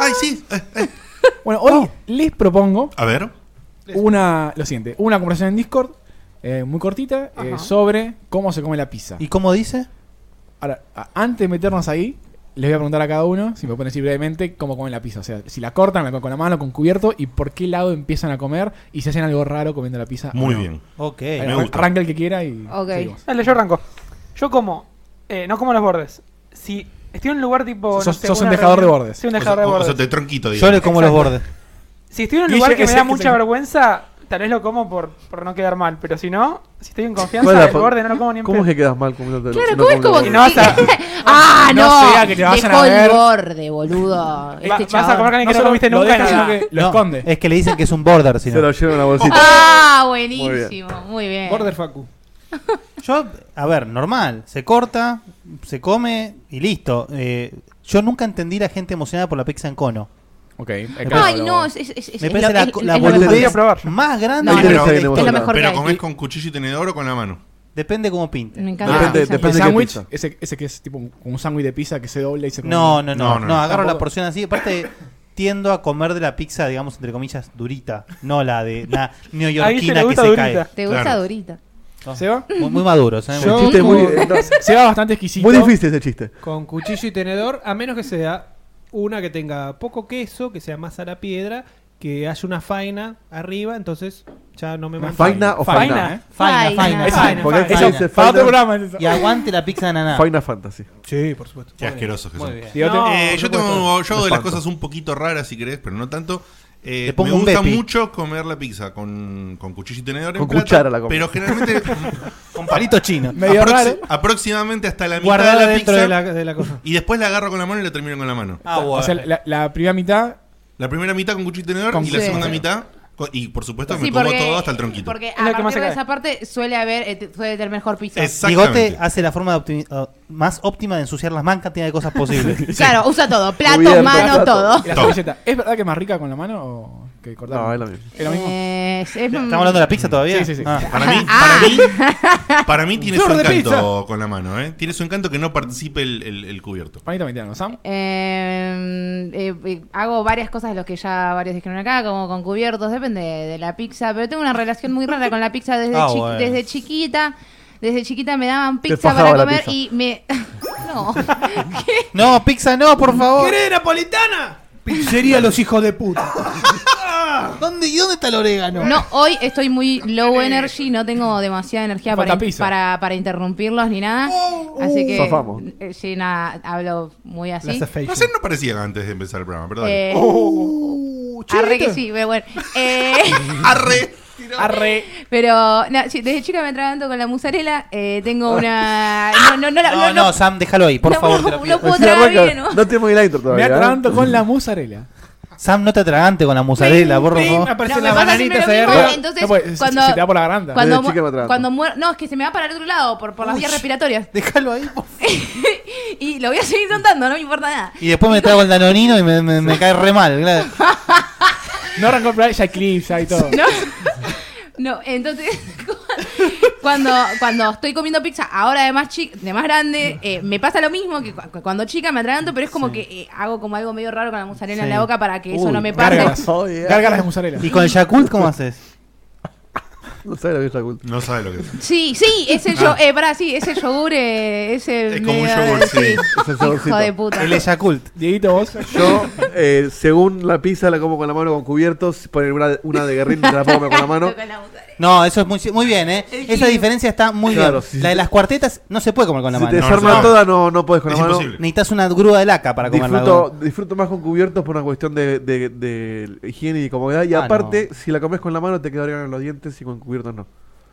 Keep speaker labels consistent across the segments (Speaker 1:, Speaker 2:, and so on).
Speaker 1: Ay, sí. eh, eh.
Speaker 2: Bueno, hoy les propongo
Speaker 1: A ver.
Speaker 2: una, lo siguiente, una conversación en Discord eh, muy cortita eh,
Speaker 3: Ajá.
Speaker 2: sobre cómo se come la pizza.
Speaker 4: ¿Y cómo dice?
Speaker 2: Ahora, a- antes de meternos ahí, les voy a preguntar a cada uno, si me pueden decir brevemente, cómo comen la pizza. O sea, si la cortan, la comen con la mano, con cubierto, y por qué lado empiezan a comer y si hacen algo raro comiendo la pizza. o
Speaker 1: Muy
Speaker 2: no.
Speaker 1: bien.
Speaker 4: Ok.
Speaker 2: Ahí,
Speaker 1: Me
Speaker 2: arran-
Speaker 1: gusta.
Speaker 2: Arranca el que quiera y.
Speaker 3: Ok.
Speaker 2: seguimos.
Speaker 5: Dale, yo arranco. Yo como, eh, no como los bordes. Si estoy en un lugar tipo. no
Speaker 2: Sos-
Speaker 5: sé,
Speaker 2: sos un
Speaker 5: una
Speaker 2: dejador de
Speaker 5: reunión-
Speaker 2: bordes.
Speaker 5: Soy un
Speaker 1: O
Speaker 5: dejador
Speaker 1: sea,
Speaker 5: de
Speaker 1: o- o
Speaker 5: bordes.
Speaker 1: sea, te tronquito,
Speaker 4: Yo le
Speaker 1: digamos.
Speaker 4: como los bordes.
Speaker 5: Si estoy en un
Speaker 2: Guille,
Speaker 5: lugar que me
Speaker 2: ese
Speaker 5: da
Speaker 2: que
Speaker 5: mucha
Speaker 2: se-
Speaker 5: vergüenza, tal vez lo como por, por no quedar mal. Pero si no, si estoy en confianza,
Speaker 6: Bueno,
Speaker 5: el
Speaker 6: por-
Speaker 5: borde no lo como ni en
Speaker 6: ¿Cómo es
Speaker 5: pedo.
Speaker 6: que quedas mal comiéndote
Speaker 3: Claro,
Speaker 6: no
Speaker 3: ¿cómo es
Speaker 6: comiendo
Speaker 3: como
Speaker 5: Y
Speaker 3: que-
Speaker 6: los
Speaker 5: no vas a-
Speaker 3: ¡Ah,
Speaker 2: No
Speaker 3: no!
Speaker 2: sea que te vayan
Speaker 3: Dejó
Speaker 2: a ver.
Speaker 3: el borde, boludo.
Speaker 5: Va-
Speaker 3: Este
Speaker 5: vas a comer
Speaker 3: chaval.
Speaker 5: carne que
Speaker 2: No
Speaker 5: no,
Speaker 2: solo
Speaker 5: comiste
Speaker 2: lo
Speaker 5: nunca.
Speaker 2: deja,
Speaker 5: nada.
Speaker 2: sino que lo
Speaker 4: No,
Speaker 2: esconde.
Speaker 4: Es que le dicen que es un border, si
Speaker 6: Se
Speaker 4: no.
Speaker 6: lo lleva en una bolsita.
Speaker 3: ¡Ah,
Speaker 6: Muy
Speaker 3: buenísimo! Muy bien.
Speaker 2: Border Facu.
Speaker 4: Yo, a ver, normal. Se corta, se come y listo. Eh, yo nunca entendí la gente emocionada por la pizza en cono.
Speaker 2: Ok. acá
Speaker 3: Ay,
Speaker 2: lo-
Speaker 3: no, es, es, es, es-
Speaker 4: Me
Speaker 3: es
Speaker 4: parece
Speaker 3: lo-
Speaker 4: la,
Speaker 3: es-
Speaker 4: la
Speaker 3: es lo mejor.
Speaker 4: boludez
Speaker 5: Quería probar yo.
Speaker 4: más grande
Speaker 3: No, no,
Speaker 4: de la
Speaker 1: Pero-
Speaker 4: historia.
Speaker 3: es lo mejor.
Speaker 1: Pero
Speaker 3: que
Speaker 1: comés
Speaker 3: hay.
Speaker 1: con cuchillo y tenedor o con la mano.
Speaker 4: Depende cómo pinte.
Speaker 3: Me
Speaker 1: Ah,
Speaker 3: encanta.
Speaker 6: Depende,
Speaker 3: la pizza.
Speaker 2: El
Speaker 6: depende de qué
Speaker 2: sándwich,
Speaker 6: pizza.
Speaker 2: ese, ese que es tipo un, un sándwich de pizza que se dobla y se come.
Speaker 4: No, no, no.
Speaker 1: No,
Speaker 4: No,
Speaker 1: no,
Speaker 4: agarro
Speaker 2: Tampoco.
Speaker 4: la porción así. Aparte, tiendo a comer de la pizza, digamos, entre comillas, durita. No la de la
Speaker 5: A
Speaker 2: este
Speaker 5: Guille le
Speaker 4: neoyorquina que
Speaker 5: gusta
Speaker 4: se
Speaker 5: durita.
Speaker 3: ¿Te gusta
Speaker 1: Claro.
Speaker 3: Dorita?
Speaker 2: Ah. ¿Se va?
Speaker 4: cae. Muy, muy maduros, ¿eh?
Speaker 7: Yo-
Speaker 6: El chiste es muy,
Speaker 7: como-
Speaker 6: eh, no,
Speaker 2: Se va bastante exquisito.
Speaker 6: muy difícil ese chiste.
Speaker 7: Con cuchillo y tenedor, a menos que sea una que tenga poco queso, que sea más a la piedra, que haya una faina arriba, entonces ya no me
Speaker 6: Una
Speaker 7: mata.
Speaker 6: Faina o
Speaker 2: Faina,
Speaker 6: faina.
Speaker 2: ¿eh?
Speaker 4: Faina, faina,
Speaker 2: Ese-
Speaker 4: faina,
Speaker 2: porque
Speaker 7: faina.
Speaker 2: ese-
Speaker 6: Ese
Speaker 2: para otro
Speaker 6: faina-
Speaker 2: programa es eso.
Speaker 4: Y aguante la pizza de naná.
Speaker 6: Faina Fantasy.
Speaker 7: Sí, por supuesto.
Speaker 1: Qué asquerosos que son.
Speaker 2: Digo,
Speaker 5: No.
Speaker 2: te-
Speaker 1: Eh,
Speaker 7: por
Speaker 1: yo
Speaker 7: supuesto.
Speaker 1: tengo, yo hago de las
Speaker 6: Espanto.
Speaker 1: cosas un poquito raras si querés, pero no tanto. Eh,
Speaker 4: Le pongo
Speaker 1: me
Speaker 4: un
Speaker 1: gusta
Speaker 4: Bepi.
Speaker 1: mucho comer la pizza con, con cuchillo y tenedor. en
Speaker 6: Con
Speaker 1: plato,
Speaker 6: cuchara la como.
Speaker 1: Pero generalmente
Speaker 4: Con palito chino.
Speaker 2: Medio
Speaker 1: aproxi-
Speaker 2: raro.
Speaker 1: aproximadamente hasta la mitad
Speaker 7: Guardada
Speaker 1: de la
Speaker 7: dentro
Speaker 1: pizza.
Speaker 7: de la, de la cosa.
Speaker 1: Y después la agarro con la mano y la termino con la mano.
Speaker 4: Ah,
Speaker 2: O sea, la, la primera mitad.
Speaker 1: La primera mitad con cuchillo y tenedor
Speaker 2: Con
Speaker 1: y la
Speaker 3: sí.
Speaker 1: segunda mitad. con- Y por supuesto me como todo hasta el tronquito.
Speaker 3: Porque ah,
Speaker 5: lo
Speaker 3: a
Speaker 5: que
Speaker 3: partir
Speaker 5: más se
Speaker 3: de
Speaker 5: cae.
Speaker 3: esa parte suele haber, eh, te- suele tener mejor pizza.
Speaker 4: Bigote
Speaker 1: Exactamente.
Speaker 4: hace la forma de optimi- uh, más óptima de ensuciar las más cantidad de cosas posibles.
Speaker 3: Claro, usa todo. Plato,
Speaker 6: Cubierto,
Speaker 3: mano,
Speaker 6: plato.
Speaker 3: todo.
Speaker 2: y la
Speaker 1: Todo.
Speaker 2: servilleta. ¿Es verdad que es más rica con la mano o que cortar?
Speaker 6: No, es lo mismo.
Speaker 2: ¿Es lo mismo?
Speaker 3: Eh, es- es-
Speaker 4: ¿Estamos hablando de la pizza todavía?
Speaker 2: Sí, sí, sí.
Speaker 4: Ah.
Speaker 1: Para mí, para mí, para mí tiene su
Speaker 2: Flor de
Speaker 1: encanto con la mano, ¿eh? Tiene su encanto que no participe el, el- el cubierto.
Speaker 2: Panita mentira, Sam?
Speaker 3: Eh, eh, eh, hago varias cosas de los que ya varios dijeron acá, como con cubiertos, depende de, de la pizza, pero tengo una relación muy rara con la pizza desde,
Speaker 4: Ah,
Speaker 3: chi-
Speaker 4: bueno.
Speaker 3: desde chiquita. Desde chiquita me daban pizza
Speaker 6: fajaba
Speaker 3: para
Speaker 6: la
Speaker 3: comer
Speaker 6: pizza.
Speaker 3: y me... no.
Speaker 4: No, pizza no, por favor.
Speaker 7: ¿Querés napolitana? Pizzería los hijos de puta.
Speaker 4: ¿Dónde, ¿Y dónde está el orégano?
Speaker 3: No, hoy estoy muy low energy, no tengo demasiada energía
Speaker 2: Falta
Speaker 3: para, in-
Speaker 2: pizza.
Speaker 3: para, para interrumpirlos ni nada.
Speaker 4: Oh,
Speaker 3: Así que...
Speaker 6: Zafamos.
Speaker 3: eh, Sí, nada, hablo muy así.
Speaker 1: No sé, no parecía antes de empezar el programa, perdón.
Speaker 3: Eh, arre que sí, pero bueno. Eh,
Speaker 1: Arre.
Speaker 2: ¡Oh! Arre.
Speaker 3: Pero no, sí, desde chica me atraganto con la mozzarella. eh, tengo una. No, no, no, la-
Speaker 4: No, no, Sam, déjalo ahí, por
Speaker 3: no,
Speaker 4: favor.
Speaker 3: no,
Speaker 4: te lo pido.
Speaker 3: no puedo
Speaker 6: Sí,
Speaker 3: tragar
Speaker 6: arranca.
Speaker 3: bien, ¿no?
Speaker 6: No tenemos el intro
Speaker 2: Me
Speaker 6: todavía. ¿eh?
Speaker 2: atraganto con la mozzarella.
Speaker 4: Sam, no te atragantes con la mozzarella, por
Speaker 7: Prim,
Speaker 4: favor.
Speaker 3: No,
Speaker 7: aparecen
Speaker 3: me
Speaker 7: las
Speaker 3: pasa siempre
Speaker 7: bananitas
Speaker 3: lo
Speaker 7: ahí
Speaker 3: mismo,
Speaker 7: arriba.
Speaker 3: entonces
Speaker 2: No, pues, se-
Speaker 3: cuando,
Speaker 2: se te da por la garganta.
Speaker 3: cuando,
Speaker 6: Desde chica me atraganto.
Speaker 3: cuando muero, no, es que se me va para el otro lado por, por las vías respiratorias
Speaker 4: Déjalo ahí, por favor.
Speaker 3: y lo voy a seguir contando, no me importa nada.
Speaker 4: Y después me traigo el danonino y me, me- me cae re mal. claro.
Speaker 2: No arrancó el ya hay clips, ya hay todo.
Speaker 3: No, no entonces cuando, cuando estoy comiendo pizza, ahora de más chica, de más grande, eh, me pasa lo mismo que cu- cuando chica me atraganto, pero es como que eh, hago como algo medio raro con la mozzarella en
Speaker 4: Sí.
Speaker 3: la boca para que eso
Speaker 4: Uy,
Speaker 3: no me pase.
Speaker 2: Gárgaras.
Speaker 6: Oh, yeah.
Speaker 2: Gárgaras de mozzarella.
Speaker 4: ¿Y con el Yakult cómo haces?
Speaker 6: No sabe la vieja culta.
Speaker 1: No sabe lo que es.
Speaker 3: Sí, sí, ese
Speaker 4: Ah.
Speaker 3: yo, eh, pará, sí, ese yogur, eh, ese
Speaker 1: Es como un
Speaker 3: medio-
Speaker 1: yogur, sí.
Speaker 6: Es el
Speaker 3: Hijo
Speaker 6: saborcito.
Speaker 3: de puta.
Speaker 4: El Yakult.
Speaker 2: Dieguito, vos.
Speaker 6: Yo, eh, según la pizza, la como con la mano con cubiertos. Poner una, una de guerrín, te la pongo con la mano.
Speaker 4: No, eso es muy, muy bien, ¿eh? Esa diferencia está muy
Speaker 6: Claro,
Speaker 4: bien.
Speaker 6: sí.
Speaker 4: la de las cuartetas no se puede comer con la
Speaker 6: Si te
Speaker 4: mano.
Speaker 1: No,
Speaker 6: desarma
Speaker 1: no.
Speaker 6: toda, no, no podés con
Speaker 1: Es
Speaker 6: la mano.
Speaker 1: imposible.
Speaker 4: Necesitas una grúa de laca para comerla.
Speaker 6: Disfruto,
Speaker 4: ¿no?
Speaker 6: disfruto más con cubiertos por una cuestión de, de- de higiene y comodidad. Y
Speaker 4: Ah,
Speaker 6: aparte,
Speaker 4: no.
Speaker 6: si la comes con la mano, te queda orégano en los dientes y con cubiertos no.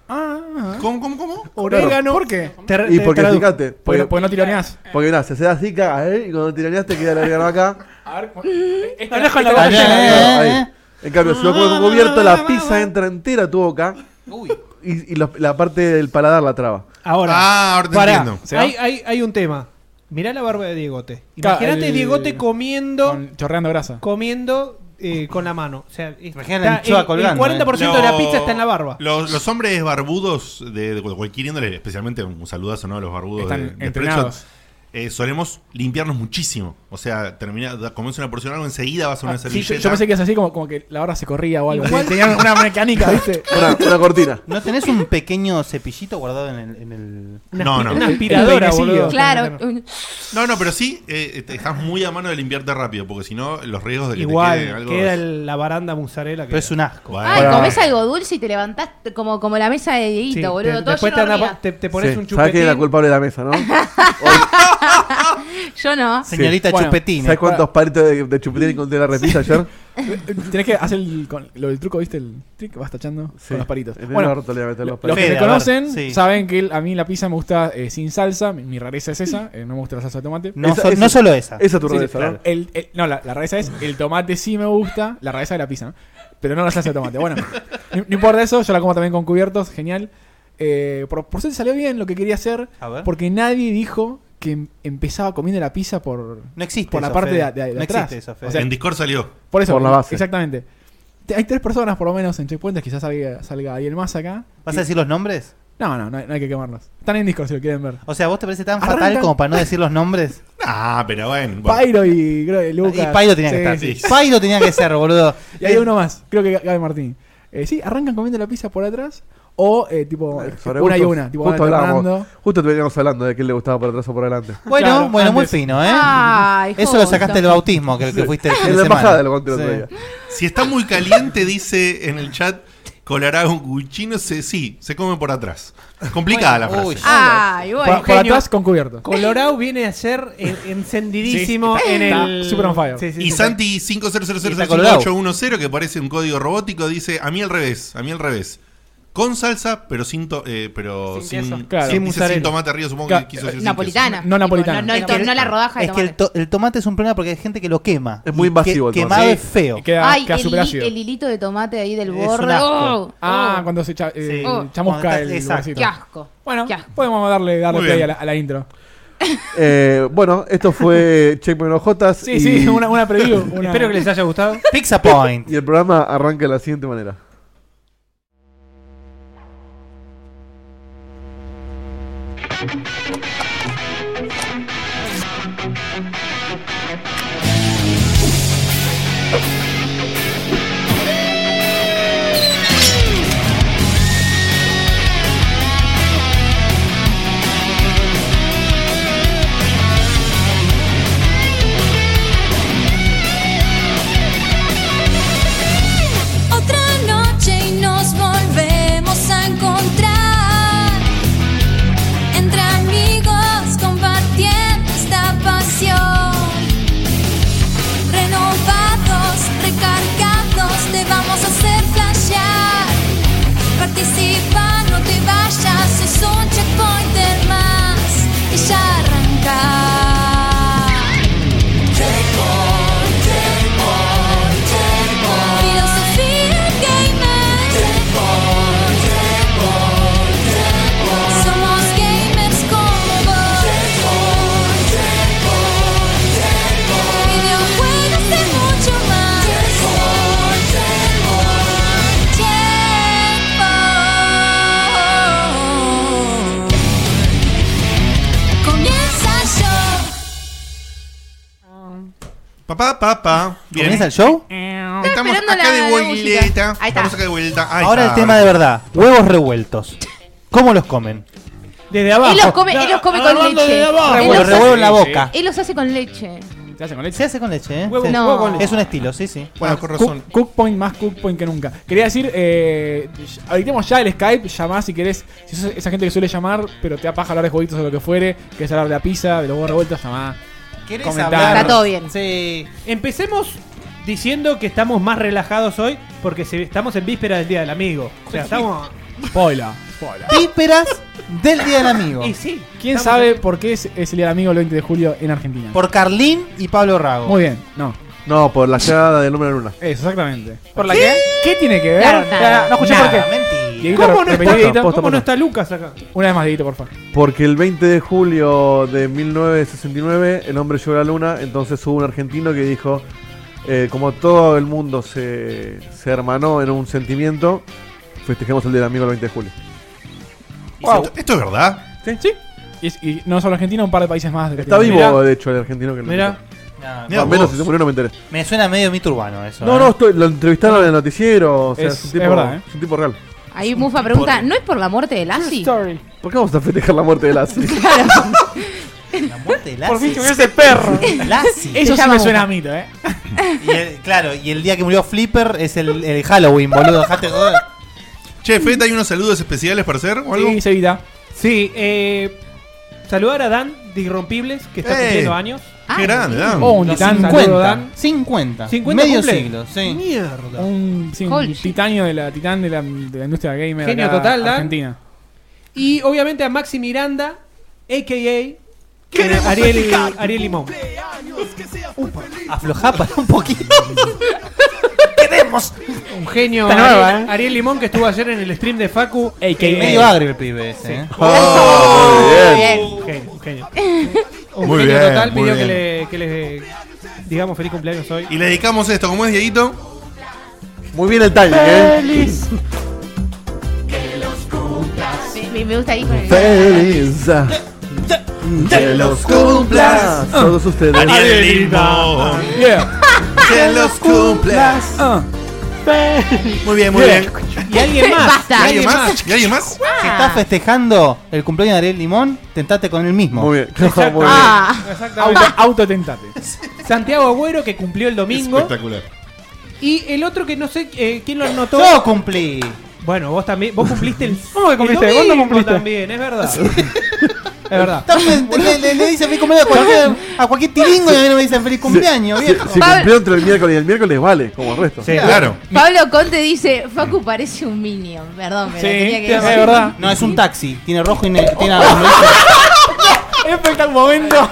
Speaker 2: Ah,
Speaker 1: ¿Cómo, cómo, cómo?
Speaker 2: orégano. ¿Por qué?
Speaker 7: Te-
Speaker 6: Y
Speaker 7: te
Speaker 6: porque,
Speaker 7: traduzco.
Speaker 6: fíjate,
Speaker 2: Porque,
Speaker 6: porque,
Speaker 2: porque no tironeás.
Speaker 6: porque mirá, si haces así, cagas, ¿eh? Y cuando tiraneas, te queda el orégano acá.
Speaker 2: A ver,
Speaker 5: No, no es con la boca
Speaker 4: Allá,
Speaker 5: llena.
Speaker 4: eh,
Speaker 6: Ahí.
Speaker 4: eh.
Speaker 6: En cambio, si lo comes con cubierto, la pizza entra entera a tu boca. Y, y la, la parte del paladar la traba.
Speaker 7: Ahora,
Speaker 1: Ah, ahora te
Speaker 7: pará,
Speaker 1: entiendo.
Speaker 2: ¿Se va?
Speaker 7: Hay, hay, hay un tema. Mirá la barba de Diegote.
Speaker 2: Claro,
Speaker 7: Imagínate
Speaker 2: el-
Speaker 7: Diegote comiendo
Speaker 2: Con, chorreando grasa.
Speaker 7: comiendo eh, con la mano. O sea, está-
Speaker 4: Imagina la anchoa
Speaker 7: el- el,
Speaker 4: colgando, eh.
Speaker 7: 40% de la
Speaker 1: Lo-
Speaker 7: pizza está en la barba.
Speaker 1: Los, los hombres barbudos de, de cualquier índole, especialmente un saludazo, ¿no? Los barbudos
Speaker 2: Están
Speaker 1: de, de
Speaker 2: entrenados.
Speaker 1: Pretzel, eh, solemos limpiarnos muchísimo. O sea, termina, da- comes una porción o algo, enseguida vas a una
Speaker 2: Ah, sí,
Speaker 1: servilleta.
Speaker 2: yo, yo pensé que es así como, como que la hora se corría o algo.
Speaker 1: Igual-
Speaker 2: Tenían una mecánica, ¿viste?
Speaker 6: Una, una cortina.
Speaker 4: ¿No tenés un pequeño cepillito guardado en el. en el-
Speaker 1: No, no.
Speaker 7: Una aspiradora,
Speaker 2: El peinecillo.
Speaker 7: boludo.
Speaker 3: Claro. un-
Speaker 1: No, no, pero sí, eh, te estás muy a mano de limpiarte rápido, porque si no, los riesgos de que te quede
Speaker 7: Igual,
Speaker 1: algo.
Speaker 7: queda el- la baranda musarela.
Speaker 4: Pero es un asco.
Speaker 1: Bueno.
Speaker 3: Ay,
Speaker 6: Para-
Speaker 4: Ah.
Speaker 3: comés algo dulce y te levantás t- como, como la mesa de Dieguito,
Speaker 7: Sí, te-
Speaker 3: boludo. Todo
Speaker 7: después
Speaker 3: lleno
Speaker 7: te,
Speaker 3: de
Speaker 7: anda-
Speaker 3: hormigas.
Speaker 7: te- te pones
Speaker 6: Sí. ¿Sabes
Speaker 7: un
Speaker 6: quién
Speaker 7: chupetín.
Speaker 6: es la culpable de la mesa, no?
Speaker 3: Yo no.
Speaker 4: Señorita
Speaker 2: Sí. Bueno,
Speaker 4: Chupetina.
Speaker 6: ¿Sabes cuántos palitos de, de chupetín encontré en la repisa ayer?
Speaker 2: Tenés que hacer el- con- lo del truco, ¿viste? El trick, vas tachando
Speaker 6: Sí.
Speaker 2: con los palitos.
Speaker 6: En el
Speaker 2: Bueno,
Speaker 6: orto le voy a meter los
Speaker 2: Los
Speaker 6: palitos.
Speaker 2: que
Speaker 4: Fede,
Speaker 2: me
Speaker 4: a ver,
Speaker 2: conocen
Speaker 4: sí.
Speaker 2: saben que el- a mí la pizza me gusta eh, sin salsa, mi, mi rareza es esa, eh, no me gusta la salsa de tomate.
Speaker 4: No,
Speaker 6: Esa-
Speaker 4: so-
Speaker 6: esa-
Speaker 4: no solo esa.
Speaker 6: Esa es tu
Speaker 2: Sí,
Speaker 6: rareza,
Speaker 4: claro.
Speaker 6: ¿no?
Speaker 2: El- el- no, la, la rareza es el tomate sí me gusta, la rareza de la pizza, ¿no? pero no la salsa de tomate. Bueno, no no importa eso, yo la como también con cubiertos, genial. Eh, por, por suerte salió bien lo que quería hacer,
Speaker 4: A ver.
Speaker 2: porque nadie dijo que em- empezaba comiendo la pizza por,
Speaker 4: No existe.
Speaker 2: por la
Speaker 4: eso,
Speaker 2: parte
Speaker 4: Fede.
Speaker 2: de, de- de
Speaker 4: No
Speaker 2: atrás.
Speaker 4: existe eso, Fede.
Speaker 2: O sea,
Speaker 1: En Discord salió.
Speaker 2: por eso,
Speaker 6: Por la base.
Speaker 2: exactamente. Te- Hay tres personas por lo menos en Checkpoint, quizás salga, salga alguien más acá.
Speaker 4: ¿Vas a decir los nombres?
Speaker 2: No, no, no hay, no hay que quemarlos. Están en Discord si lo quieren ver.
Speaker 4: O sea, ¿vos te parece tan fatal
Speaker 2: Arrancan-
Speaker 4: como para no decir los nombres?
Speaker 1: Ah, pero bueno. bueno.
Speaker 2: Pairo y creo que Lucas.
Speaker 4: Y Pairo tenía que
Speaker 2: Sí,
Speaker 4: estar.
Speaker 2: sí.
Speaker 1: sí.
Speaker 4: Pairo tenía que ser, boludo.
Speaker 2: Y hay uno más, creo que Gaby Martín. Eh, sí, arrancan comiendo la pizza por atrás o eh, tipo
Speaker 6: Sobre
Speaker 2: una y
Speaker 6: gustos,
Speaker 2: una, tipo
Speaker 6: justo
Speaker 2: van
Speaker 6: hablábamos.
Speaker 2: alternando.
Speaker 6: Justo te veníamos hablando de que le gustaba por atrás o por adelante.
Speaker 4: Bueno,
Speaker 7: Claro,
Speaker 4: bueno, muy
Speaker 7: antes. Ah.
Speaker 4: fino, ¿eh?
Speaker 3: Ay,
Speaker 4: Eso lo
Speaker 3: justo.
Speaker 4: sacaste del bautismo que, que fuiste el fin
Speaker 6: En
Speaker 4: de
Speaker 6: la
Speaker 4: semana.
Speaker 6: embajada lo conté el otro
Speaker 4: Sí.
Speaker 6: día.
Speaker 1: Si está muy caliente, dice en el chat, colará un cuchino. Se, sí, se come por atrás. Complicada la
Speaker 4: Bueno,
Speaker 1: frase.
Speaker 4: uy, ya.
Speaker 3: Ay,
Speaker 2: Por,
Speaker 3: bueno.
Speaker 2: por atrás con cubierto.
Speaker 7: Colorado viene a ser en- encendidísimo en
Speaker 2: Está
Speaker 7: el.
Speaker 2: super on fire.
Speaker 7: Sí, sí,
Speaker 1: Y
Speaker 7: sí.
Speaker 1: Santi
Speaker 4: Y está colorado.
Speaker 1: 5000810 que parece un código robótico, dice a mí al revés, a mí al revés. Con salsa, pero sin to- eh, pero sin,
Speaker 7: Sin queso.
Speaker 2: Claro.
Speaker 1: sin-
Speaker 2: Sin
Speaker 1: dice
Speaker 7: mozzarella.
Speaker 1: sin tomate arriba, supongo
Speaker 2: Claro.
Speaker 1: que quiso decir sin
Speaker 3: Napolitana.
Speaker 2: No napolitana.
Speaker 3: Tipo, No, no, el to- no la rodaja de
Speaker 4: Es que el,
Speaker 3: tomate.
Speaker 4: to- el tomate es un problema porque hay gente que lo quema.
Speaker 6: Es muy
Speaker 4: Y
Speaker 6: invasivo el tomate.
Speaker 4: Quemado
Speaker 2: Sí.
Speaker 4: es feo.
Speaker 2: Y queda,
Speaker 3: Ay,
Speaker 2: queda
Speaker 3: el,
Speaker 2: super
Speaker 3: hi-
Speaker 2: ácido.
Speaker 3: el hilito de tomate ahí del
Speaker 4: Es un
Speaker 3: borde.
Speaker 4: asco.
Speaker 3: Oh,
Speaker 2: Ah,
Speaker 3: oh.
Speaker 2: cuando se echa- eh,
Speaker 4: Sí.
Speaker 2: Oh. chamusca
Speaker 4: Cuando
Speaker 2: el
Speaker 4: está- exacto.
Speaker 2: lugarcito.
Speaker 3: Qué asco.
Speaker 2: Bueno,
Speaker 3: Qué asco.
Speaker 2: podemos darle, darle
Speaker 1: Muy
Speaker 2: play
Speaker 1: bien.
Speaker 2: a la, a la intro.
Speaker 6: Eh, bueno, esto fue Checkpoint Ojotas.
Speaker 2: Sí,
Speaker 6: y,
Speaker 2: sí, una, una preview. una-
Speaker 7: Espero que les haya gustado.
Speaker 4: Pizza Point.
Speaker 6: y el programa arranca de la siguiente manera.
Speaker 8: Otra noche y nos volvemos a encontrar entre amigos compartiendo esta pasión. Renovados, recargados, te vamos a hacer flashear. Participa, no te vayas, es un checkpointer más y ya arrancar. Filosofía gamer. Somos gamers como vos. Videojuegos y mucho más. Checkpoint. Comienza yo.
Speaker 1: Papá, papá. Bien.
Speaker 4: ¿Comienza el show?
Speaker 1: Estamos
Speaker 3: esperando la-
Speaker 1: acá
Speaker 3: la
Speaker 1: de
Speaker 3: música. Ahí
Speaker 1: vuelta.
Speaker 3: está.
Speaker 1: Estamos acá de vuelta. Ahí
Speaker 4: Ahora el
Speaker 1: está.
Speaker 4: tema de verdad. Huevos revueltos. ¿Cómo los comen?
Speaker 7: Desde abajo.
Speaker 3: Él los come, él los come con
Speaker 7: agarrándole
Speaker 3: leche.
Speaker 7: de abajo.
Speaker 3: Él
Speaker 4: Lo
Speaker 3: los, hace,
Speaker 4: revuelvo en la boca.
Speaker 3: él los hace con leche.
Speaker 2: ¿Se hace con
Speaker 4: Se
Speaker 2: leche?
Speaker 4: hace con leche, ¿eh?
Speaker 7: Huevo,
Speaker 4: Sí.
Speaker 3: No.
Speaker 7: huevo con leche.
Speaker 4: Es un estilo, sí, sí.
Speaker 1: Bueno, con
Speaker 2: Cook,
Speaker 1: razón.
Speaker 2: Cook Point más Cook Point que nunca. Quería decir, eh, habilitemos ya el Skype, llamá si querés. Si sos esa gente que suele llamar, pero te da paja hablar de jueguitos o lo que fuere, querés hablar de la pizza, de los huevos revueltos, llamá.
Speaker 4: ¿Querés
Speaker 2: Comentar.
Speaker 4: hablar?
Speaker 3: Está todo bien.
Speaker 4: Sí.
Speaker 7: Empecemos diciendo que estamos más relajados hoy porque se- estamos en víspera del Día del Amigo. O sea, estamos.
Speaker 2: Spoiler. Spoiler.
Speaker 4: Vísperas del Día del Amigo.
Speaker 7: Y sí.
Speaker 2: ¿Quién
Speaker 7: estamos
Speaker 2: sabe
Speaker 7: en-
Speaker 2: por qué es, es el día del amigo el 20 de julio en Argentina?
Speaker 4: Por Carlín y Pablo Rago.
Speaker 2: Muy bien, no.
Speaker 6: No, por la llegada del número de luna.
Speaker 2: Eso, exactamente.
Speaker 7: ¿Por la qué?
Speaker 2: ¿Qué tiene que ver?
Speaker 3: Claro, nada.
Speaker 2: no escuché
Speaker 4: Nada,
Speaker 2: por qué.
Speaker 4: mentira.
Speaker 2: Dieguito,
Speaker 7: ¿Cómo no,
Speaker 2: repetí,
Speaker 7: está,
Speaker 2: Dieguito.
Speaker 6: posta,
Speaker 7: ¿Cómo no
Speaker 6: posta.
Speaker 7: está Lucas acá?
Speaker 2: Una vez más, Dieguito, por favor.
Speaker 6: Porque el 20 de julio de 1969 el hombre llegó a la luna, entonces hubo un argentino que dijo, eh, como todo el mundo se, se hermanó en un sentimiento, festejemos el del amigo el 20 de julio.
Speaker 1: ¿Esto, esto es verdad?
Speaker 2: ¿Sí? ¿Sí? Y, es- y no solo Argentina, un par de países más. de
Speaker 6: Está vivo,
Speaker 2: Latinoamérica.
Speaker 6: de hecho, el argentino que lo
Speaker 7: Mira,
Speaker 4: No,
Speaker 1: Mirá
Speaker 6: Más o menos
Speaker 1: vos.
Speaker 6: si se murió no me enteré.
Speaker 4: me suena medio mito urbano eso.
Speaker 6: No,
Speaker 4: ¿eh?
Speaker 6: no, estoy- lo entrevistaron en el noticiero. O sea,
Speaker 2: Es-
Speaker 6: es, un tipo,
Speaker 2: es verdad, ¿eh?
Speaker 6: es un tipo real.
Speaker 3: Ahí Mufa pregunta, ¿no es por la muerte de Lassie?
Speaker 5: Story.
Speaker 6: ¿Por qué vamos a festejar la muerte de Lassie?
Speaker 4: La muerte de Lassie.
Speaker 5: Por fin que ese perro.
Speaker 4: Lassie.
Speaker 2: Eso
Speaker 3: Se
Speaker 2: sí
Speaker 3: llama
Speaker 2: me suena
Speaker 3: Mufa.
Speaker 2: a mito, ¿eh?
Speaker 4: Y el- claro, y el día que murió Flipper es el, el Halloween, boludo. dejate joder.
Speaker 1: Che, Feta, ¿hay unos saludos especiales para hacer o algo?
Speaker 2: Sí, se evita.
Speaker 7: Sí, eh, saludar a Dan de Irrompibles, que está
Speaker 1: Eh.
Speaker 7: cumpliendo años.
Speaker 1: Qué grande, Dan.
Speaker 2: Oh, un
Speaker 7: Ah, Los
Speaker 2: titán.
Speaker 7: cincuenta.
Speaker 2: saludo, Dan.
Speaker 4: 50.
Speaker 7: 50
Speaker 4: medio
Speaker 7: cumple.
Speaker 4: siglo, sí.
Speaker 7: Mierda.
Speaker 2: Un, sí, un
Speaker 3: Holy shit.
Speaker 2: titanio de la, titán de la, de la industria gamer.
Speaker 7: Genio
Speaker 2: acá,
Speaker 7: total, Dan.
Speaker 2: Argentina.
Speaker 7: Y obviamente a Maxi Miranda, a.k.a. Ariel, Ariel Limón.
Speaker 4: Aflojá para un poquito. Queremos.
Speaker 7: Un genio.
Speaker 5: Está nueva,
Speaker 7: Ariel,
Speaker 5: ¿eh?
Speaker 7: Ariel Limón que estuvo ayer en el stream de Facu. Eh,
Speaker 2: AKA.
Speaker 4: Medio agrio el pibe ese. ¿eh?
Speaker 1: Oh, muy bien.
Speaker 7: Un genio, un genio. Un
Speaker 1: Muy
Speaker 7: genio
Speaker 1: bien,
Speaker 7: total
Speaker 1: muy
Speaker 7: pidió que
Speaker 1: bien.
Speaker 7: le, que le digamos feliz cumpleaños hoy.
Speaker 1: Y le dedicamos esto, ¿cómo es, Dieguito?
Speaker 6: Muy bien el timing, ¿eh?
Speaker 3: Me, me- me gusta ahí con el...
Speaker 6: Feliz. ah, Que los cumplas todos ustedes.
Speaker 1: Ariel Limón.
Speaker 2: Yeah.
Speaker 1: Que los cumplas.
Speaker 2: Ah.
Speaker 1: Muy bien, muy bien.
Speaker 7: Y alguien más.
Speaker 1: ¿Y
Speaker 3: Basta.
Speaker 1: alguien más? ¿Y alguien más?
Speaker 4: Si estás festejando el cumpleaños de Ariel Limón, tentate con él mismo.
Speaker 6: Muy bien.
Speaker 7: Exacto.
Speaker 6: muy bien.
Speaker 3: Ah,
Speaker 2: Auto, autotentate.
Speaker 7: Santiago Agüero que cumplió el domingo.
Speaker 1: Espectacular.
Speaker 7: Y el otro que no sé eh, quién lo anotó.
Speaker 4: Yo cumplí.
Speaker 7: Bueno, vos también. Vos cumpliste el.
Speaker 5: ¿Cómo que
Speaker 7: el
Speaker 5: cumpliste? ¿Vos no
Speaker 7: domingo
Speaker 5: cumpliste?
Speaker 7: también, es verdad. es verdad.
Speaker 4: También le, le- le dice feliz cumpleaños a cualquier, a cualquier tiringo y a mí no me dicen feliz cumpleaños,
Speaker 6: Si,
Speaker 4: viejo.
Speaker 6: si cumplió entre el miércoles y el miércoles, vale, como el resto.
Speaker 7: Sí.
Speaker 1: Claro.
Speaker 3: Pablo Conte dice, Facu parece un minion. Perdón, pero
Speaker 2: Sí,
Speaker 3: tenía que
Speaker 2: es
Speaker 3: decir.
Speaker 2: verdad.
Speaker 4: No, es Ah. un taxi. Tiene rojo y negro. Tiene algo.
Speaker 2: Espectacular momento.